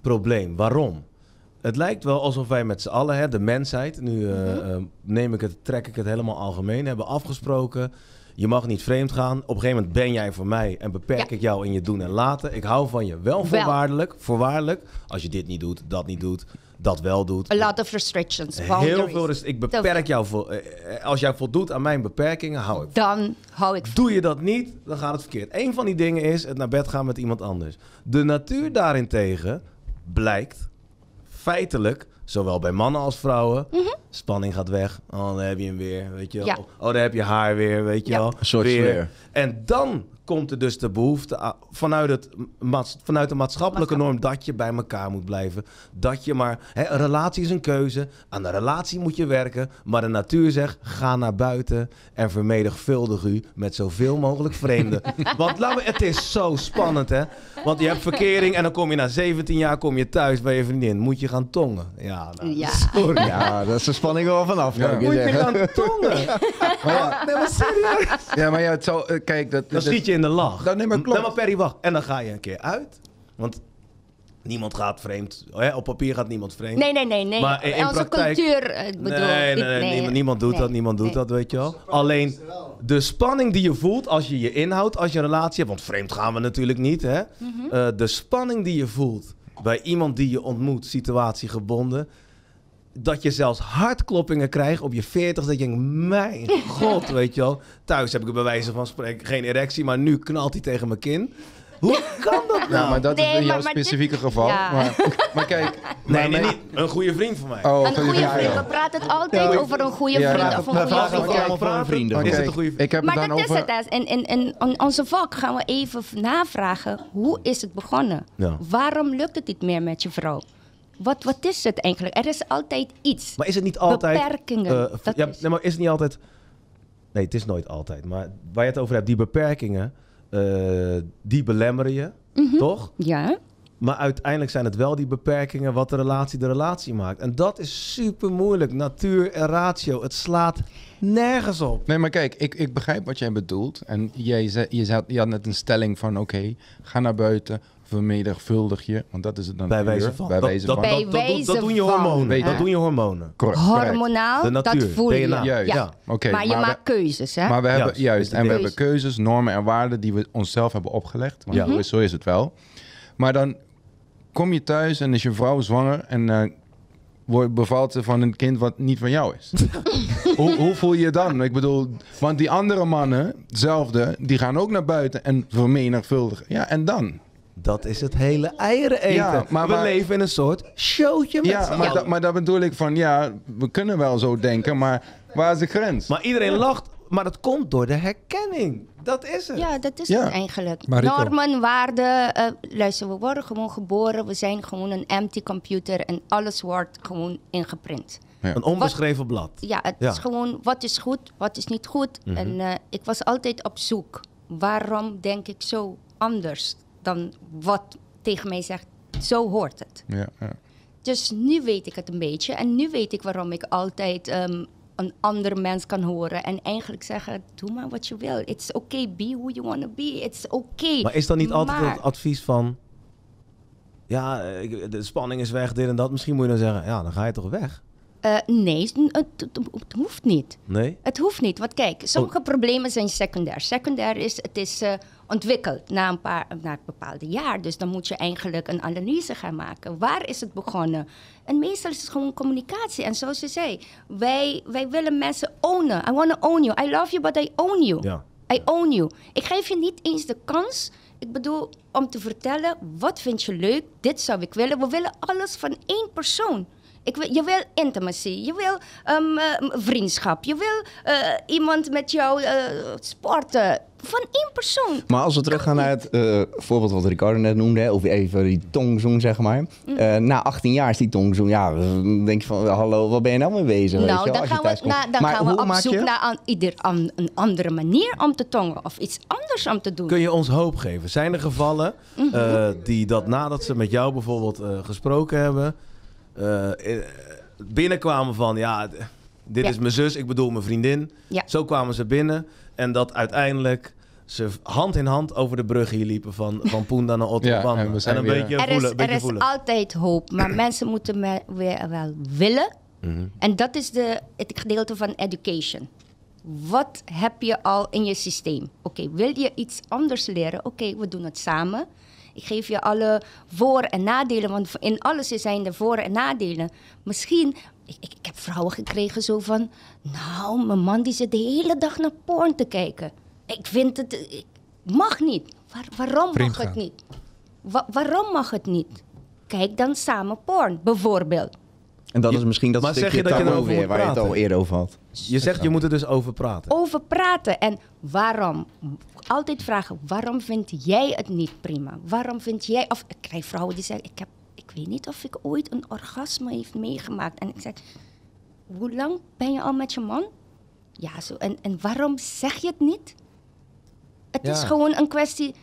Speaker 1: probleem? Waarom? Het lijkt wel alsof wij met z'n allen, hè, de mensheid, nu eh,
Speaker 2: Mhm.
Speaker 1: eh, neem ik het, trek ik het helemaal algemeen, hebben afgesproken. Je mag niet vreemd gaan. Op een gegeven moment ben jij voor mij en beperk
Speaker 2: Ja.
Speaker 1: ik jou in je doen en laten. Ik hou van je wel voorwaardelijk. Voorwaardelijk. Als je dit niet doet, dat niet doet, dat wel doet.
Speaker 2: A lot of restrictions.
Speaker 1: Heel
Speaker 2: boundaries.
Speaker 1: veel rust. Ik beperk jou. Voor, eh, eh, als jij voldoet aan mijn beperkingen, hou ik
Speaker 2: Dan hou ik
Speaker 1: Doe je dat niet, dan gaat het verkeerd. Eén van die dingen is het naar bed gaan met iemand anders. De natuur daarentegen blijkt feitelijk, zowel bij mannen als vrouwen, Spanning gaat weg. Oh, dan heb je hem weer, weet je wel.
Speaker 2: Mhm. Ja.
Speaker 1: Oh, dan heb je haar weer, weet je
Speaker 2: Ja.
Speaker 1: wel.
Speaker 4: Een soort sleur.
Speaker 1: En dan komt er dus de behoefte a- vanuit, het, maats- vanuit de maatschappelijke norm dat je bij elkaar moet blijven. Dat je maar, hè, een relatie is een keuze, aan de relatie moet je werken. Maar de natuur zegt, ga naar buiten en vermenigvuldig u met zoveel mogelijk [laughs] vreemden. Want laat me, het is zo spannend hè. Want je hebt verkering en dan kom je na 17 jaar kom je thuis bij je vriendin. Moet je gaan tongen. Ja, nou,
Speaker 2: Ja.
Speaker 1: sorry.
Speaker 4: Ja, dat is de spanning wel vanaf, kan
Speaker 3: Ja.
Speaker 4: ik je
Speaker 1: Moet je
Speaker 4: zeggen.
Speaker 1: gaan
Speaker 4: [laughs]
Speaker 1: tongen? Oh, Nee, maar serieus.
Speaker 3: Ja, maar ja, het zou... eh, Kijk, dat...
Speaker 1: Dan
Speaker 3: dat-
Speaker 1: schiet je in de lach.
Speaker 3: Dat- nee, maar klopt.
Speaker 1: Dan maar Perry, wacht. En dan ga je een keer uit. Want niemand gaat vreemd. Hè? Op papier gaat niemand vreemd.
Speaker 2: Nee, nee, nee. nee.
Speaker 1: Maar in- in
Speaker 2: Onze
Speaker 1: praktijk-
Speaker 2: cultuur, eh, ik bedoel...
Speaker 1: nee, nee,
Speaker 2: ik-
Speaker 1: nee, niemand- niemand doet
Speaker 2: nee,
Speaker 1: dat, niemand doet
Speaker 2: nee.
Speaker 1: dat, weet je wel. Alleen de spanning die je voelt als je je inhoudt, als je een relatie hebt, want vreemd gaan we natuurlijk niet, hè. Eh, de spanning die je voelt bij iemand die je ontmoet, situatie gebonden, dat je zelfs hartkloppingen krijgt op je 40, dat je denkt, mijn god, weet je wel. Thuis heb ik bij wijze van spreken geen erectie, maar nu knalt hij tegen mijn kin. Hoe kan dat nou?
Speaker 3: Ja, maar dat
Speaker 2: Nee,
Speaker 3: is in
Speaker 2: maar-
Speaker 3: jouw
Speaker 2: maar dit-
Speaker 3: specifieke geval.
Speaker 2: Ja.
Speaker 3: Maar, maar kijk...
Speaker 1: nee,
Speaker 2: [laughs]
Speaker 3: maar
Speaker 1: nee,
Speaker 3: mijn-
Speaker 1: niet. Een goede vriend van mij.
Speaker 3: Oh,
Speaker 2: Een goede
Speaker 3: ja, ja.
Speaker 2: vriend, we praten het altijd over een goede
Speaker 3: Ja,
Speaker 2: vriend
Speaker 3: vraag-
Speaker 2: of een
Speaker 4: vraag-
Speaker 2: goede
Speaker 4: vraag-
Speaker 2: vriendin.
Speaker 4: allemaal van vrienden.
Speaker 3: Maar
Speaker 1: Is het
Speaker 3: kijk,
Speaker 1: een goede vriend?
Speaker 3: Ik heb
Speaker 2: Maar
Speaker 3: het
Speaker 2: dat
Speaker 3: dan
Speaker 2: is
Speaker 3: over...
Speaker 2: het. En in, in, in onze volk gaan we even v- navragen. Hoe is het begonnen?
Speaker 1: Ja.
Speaker 2: Waarom lukt het niet meer met je vrouw? Wat, wat is het eigenlijk? Er is altijd iets.
Speaker 1: Maar is het niet altijd...
Speaker 2: Beperkingen,
Speaker 1: eh,
Speaker 2: dat
Speaker 1: ja,
Speaker 2: is-
Speaker 1: nee, maar is het niet altijd... Nee, het is nooit altijd. Maar waar je het over hebt, die beperkingen, eh, die belemmeren je,
Speaker 2: Mhm.
Speaker 1: toch?
Speaker 2: Ja,
Speaker 1: Maar uiteindelijk zijn het wel die beperkingen wat de relatie de relatie maakt. En dat is super moeilijk. Natuur en ratio, het slaat nergens op.
Speaker 3: Nee, maar kijk, ik, ik begrijp wat jij bedoelt. En jij zei, je, zei- je had net een stelling van, oké, ga naar buiten, vermenigvuldig je. Want dat is het dan
Speaker 1: Bij
Speaker 3: puur,
Speaker 1: wijze van.
Speaker 3: Bij
Speaker 1: Dat-
Speaker 3: wijze
Speaker 1: dat,
Speaker 3: van.
Speaker 2: Bij
Speaker 1: dat- dat doen-
Speaker 2: wijze
Speaker 1: dat doen je
Speaker 2: van.
Speaker 1: hormonen.
Speaker 3: Weet
Speaker 1: Dat
Speaker 3: je.
Speaker 1: doen je hormonen.
Speaker 3: Correct, correct.
Speaker 1: De
Speaker 2: hormonaal, dat
Speaker 1: natuur,
Speaker 2: voel je.
Speaker 1: DNA.
Speaker 3: Juist.
Speaker 2: Ja.
Speaker 3: Oké,
Speaker 2: maar je
Speaker 3: maar we-
Speaker 2: maakt keuzes, hè?
Speaker 3: Maar we hebben
Speaker 1: Juist, met
Speaker 3: juist,
Speaker 1: de
Speaker 3: en we
Speaker 2: keuze.
Speaker 3: hebben keuzes, normen en waarden die we onszelf hebben opgelegd. Want
Speaker 1: Ja.
Speaker 3: zo, is, zo is het wel. Maar dan kom je thuis en is je vrouw zwanger en eh, wordt bevalt ze van een kind wat niet van jou is. hoe, hoe voel je je dan? Ik bedoel, want die andere mannen, zelfde, die gaan ook naar buiten en vermenigvuldigen. Ja, en dan?
Speaker 1: Dat is het hele eieren eten.
Speaker 3: Ja, maar
Speaker 1: We
Speaker 3: waar-
Speaker 1: leven in een soort showtje met z'n
Speaker 3: Ja, maar,
Speaker 1: allen.
Speaker 3: dat maar dat bedoel ik van, ja, we kunnen wel zo denken, maar waar is de grens?
Speaker 1: Maar iedereen lacht, maar dat komt door de herkenning. Dat is het.
Speaker 2: Ja, dat is
Speaker 3: Ja.
Speaker 2: het eigenlijk.
Speaker 5: Maar Rico-
Speaker 2: Normen, waarden. eh, luister, we worden gewoon geboren. We zijn gewoon een empty computer. En alles wordt gewoon ingeprint.
Speaker 1: Een onbeschreven blad.
Speaker 2: Ja, het
Speaker 1: Ja.
Speaker 2: is gewoon wat is goed, wat is niet goed. En eh, ik was altijd op zoek. Waarom denk ik zo anders dan wat tegen mij zegt, zo hoort het.
Speaker 3: Ja, ja.
Speaker 2: Dus nu weet ik het een beetje. En nu weet ik waarom ik altijd ehm, een ander mens kan horen. En eigenlijk zeggen, doe maar wat je wil. It's okay, be who you wanna be. It's okay.
Speaker 1: Maar is dat niet altijd
Speaker 2: Maar-
Speaker 1: het advies van... Ja, eh, ik- de spanning is weg, dit en dat. Misschien moet je dan zeggen, ja, dan ga je toch weg?
Speaker 2: Eh, nee, het, het- het hoeft niet.
Speaker 1: Nee?
Speaker 2: Het hoeft niet, want kijk, sommige problemen zijn secundair. Secundair is, het is eh, ontwikkeld na een, paar, na een bepaalde jaar. Dus dan moet je eigenlijk een analyse gaan maken. Waar is het begonnen? En meestal is het gewoon communicatie. En zoals je zei, wij, wij willen mensen ownen. I want to own you. I love you, but I own you.
Speaker 1: Ja.
Speaker 2: I own you. Ik geef je niet eens de kans, ik bedoel, om te vertellen wat vind je leuk, dit zou ik willen. We willen alles van één persoon. Ik wil, je wil intimacy, je wil ehm, eh, vriendschap, je wil eh, iemand met jou eh, sporten. Van één persoon.
Speaker 4: Maar als we teruggaan naar het eh, voorbeeld wat Ricardo net noemde, hè, of even die tongzoen, zeg maar.
Speaker 2: Mm.
Speaker 4: Eh, na 18 jaar is die tongzoen, ja, dan denk je van, hallo, wat ben je nou mee bezig? weet je
Speaker 2: Nou,
Speaker 4: wel,
Speaker 2: dan
Speaker 4: als je
Speaker 2: gaan we,
Speaker 4: thuiskomt.
Speaker 2: na- dan
Speaker 4: Maar
Speaker 2: gaan we
Speaker 4: hoe
Speaker 2: op
Speaker 4: maak
Speaker 2: zoek
Speaker 4: je-
Speaker 2: naar aan, ieder aan, een andere manier om te tongen of iets anders om te doen.
Speaker 1: Kun je ons hoop geven? Zijn er gevallen
Speaker 2: Mhm.
Speaker 1: eh, die dat nadat ze met jou bijvoorbeeld eh, gesproken hebben... eh, eh, binnenkwamen van, ja, d- dit
Speaker 2: Ja.
Speaker 1: is mijn zus, ik bedoel mijn vriendin.
Speaker 2: Ja.
Speaker 1: Zo kwamen ze binnen. En dat uiteindelijk ze hand in hand over de brug hier liepen van, van Poenda naar
Speaker 3: Ja,
Speaker 1: Otterband.
Speaker 3: en we
Speaker 1: en
Speaker 3: zijn
Speaker 1: een
Speaker 3: weer-
Speaker 1: beetje
Speaker 2: er is,
Speaker 1: voelen. een beetje
Speaker 2: er is
Speaker 1: voelen.
Speaker 2: altijd hoop, maar [clears throat] mensen moeten me weer wel willen.
Speaker 1: Mhm.
Speaker 2: En dat is de, het gedeelte van education. Wat heb je al in je systeem? Oké, wil je iets anders leren? Oké, we doen het samen. Ik geef je alle voor- en nadelen, want in alles zijn er voor- en nadelen. Misschien, ik, ik, ik heb vrouwen gekregen zo van... Nou, mijn man die zit de hele dag naar porn te kijken. Ik vind het... Ik, mag niet. Waar- waarom
Speaker 5: Vreemd
Speaker 2: mag het
Speaker 5: gaan.
Speaker 2: niet? Wa- waarom mag het niet? Kijk dan samen porn, bijvoorbeeld.
Speaker 4: En dat
Speaker 1: Je-
Speaker 4: is misschien dat
Speaker 1: maar zeg
Speaker 4: stukje
Speaker 1: je dat je
Speaker 4: taco
Speaker 1: erover
Speaker 4: weer
Speaker 1: moet
Speaker 4: waar je het al
Speaker 1: praten?
Speaker 4: eerder over had.
Speaker 1: Je zegt, je moet er dus over praten.
Speaker 2: Over praten en waarom. Altijd vragen, waarom vind jij het niet prima? Waarom vind jij... Of ik krijg vrouwen die zeggen, ik, heb, ik weet niet of ik ooit een orgasme heeft meegemaakt. En ik zeg, hoe lang ben je al met je man? Ja, zo. En, en waarom zeg je het niet? Het is gewoon een kwestie...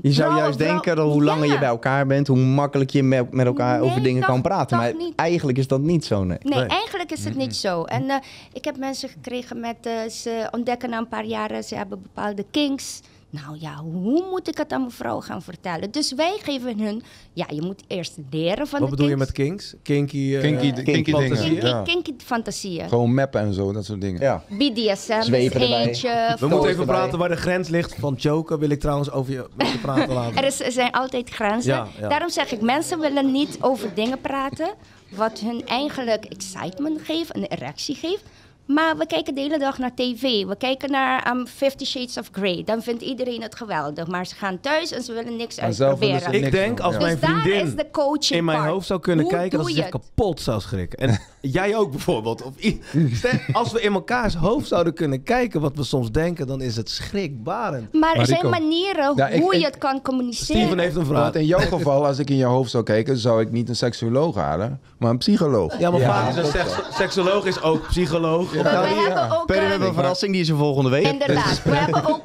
Speaker 4: Je zou
Speaker 2: Vrouwen-
Speaker 4: juist
Speaker 2: vrouw-
Speaker 4: denken dat hoe langer
Speaker 2: Nou, Ja.
Speaker 4: je bij elkaar bent, hoe makkelijk je met, met elkaar
Speaker 2: Nee,
Speaker 4: over dingen
Speaker 2: toch-
Speaker 4: kan
Speaker 2: toch
Speaker 4: praten. Maar
Speaker 2: niet.
Speaker 4: eigenlijk is dat niet zo, nee.
Speaker 2: Nee,
Speaker 1: Nee.
Speaker 2: eigenlijk is het niet zo. En eh, ik heb mensen gekregen met, eh, ze ontdekken na een paar jaren, ze hebben bepaalde kinks. Nou ja, hoe moet ik het aan mijn vrouw gaan vertellen? Dus wij geven hun, ja, je moet eerst leren van
Speaker 1: Wat
Speaker 2: de
Speaker 1: bedoel je
Speaker 2: kinks.
Speaker 1: met kinks? Kinky... eh,
Speaker 3: Kinky, kinky dingen.
Speaker 1: fantasie.
Speaker 2: kinky,
Speaker 3: Ja.
Speaker 2: kinky fantasieën?
Speaker 3: Gewoon mappen en zo, dat soort dingen.
Speaker 4: Ja.
Speaker 2: BDSM is
Speaker 4: Zweven erbij.
Speaker 2: eentje.
Speaker 1: We
Speaker 4: Toos
Speaker 1: moeten even
Speaker 4: erbij.
Speaker 1: praten waar de grens ligt van choken. Wil ik trouwens over je, met je
Speaker 2: [laughs]
Speaker 1: praten laten.
Speaker 2: Er, is, er zijn altijd grenzen.
Speaker 1: Ja, ja.
Speaker 2: Daarom zeg ik, mensen willen niet over dingen praten wat hun eigenlijk excitement geeft, een erectie geeft. Maar we kijken de hele dag naar tv. We kijken naar ehm, Fifty Shades of Grey. Dan vindt iedereen het geweldig. Maar ze gaan thuis en ze willen niks
Speaker 3: En zelf willen ze
Speaker 2: uitproberen.
Speaker 3: niks
Speaker 1: Ik denk
Speaker 3: doen,
Speaker 1: als
Speaker 3: ja.
Speaker 1: mijn
Speaker 2: Dus daar is
Speaker 1: vriendin
Speaker 2: de coaching
Speaker 1: in mijn
Speaker 2: part.
Speaker 1: hoofd zou kunnen
Speaker 2: Hoe
Speaker 1: kijken, dat
Speaker 2: doe
Speaker 1: ze
Speaker 2: je
Speaker 1: zich
Speaker 2: het?
Speaker 1: kapot zou schrikken.
Speaker 2: [laughs]
Speaker 1: En jij ook bijvoorbeeld. Of i- Stel, als we in mekaars hoofd zouden kunnen kijken wat we soms denken, dan is het schrikbarend.
Speaker 2: Maar er
Speaker 3: Mariko.
Speaker 2: zijn manieren
Speaker 3: Ja, ik-
Speaker 2: hoe
Speaker 3: ik-
Speaker 2: je het kan communiceren.
Speaker 1: Steven heeft een vraag.
Speaker 3: Want in jouw geval, als ik in je hoofd zou kijken, zou ik niet een seksuoloog halen, maar een psycholoog.
Speaker 1: Ja, maar vaak is een seks- [laughs] seksoloog is ook psycholoog. Op
Speaker 2: we
Speaker 1: jou-
Speaker 2: hebben ook
Speaker 4: Peter, we
Speaker 2: eh,
Speaker 4: hebben een verrassing die is er volgende week.
Speaker 2: Inderdaad, we hebben ook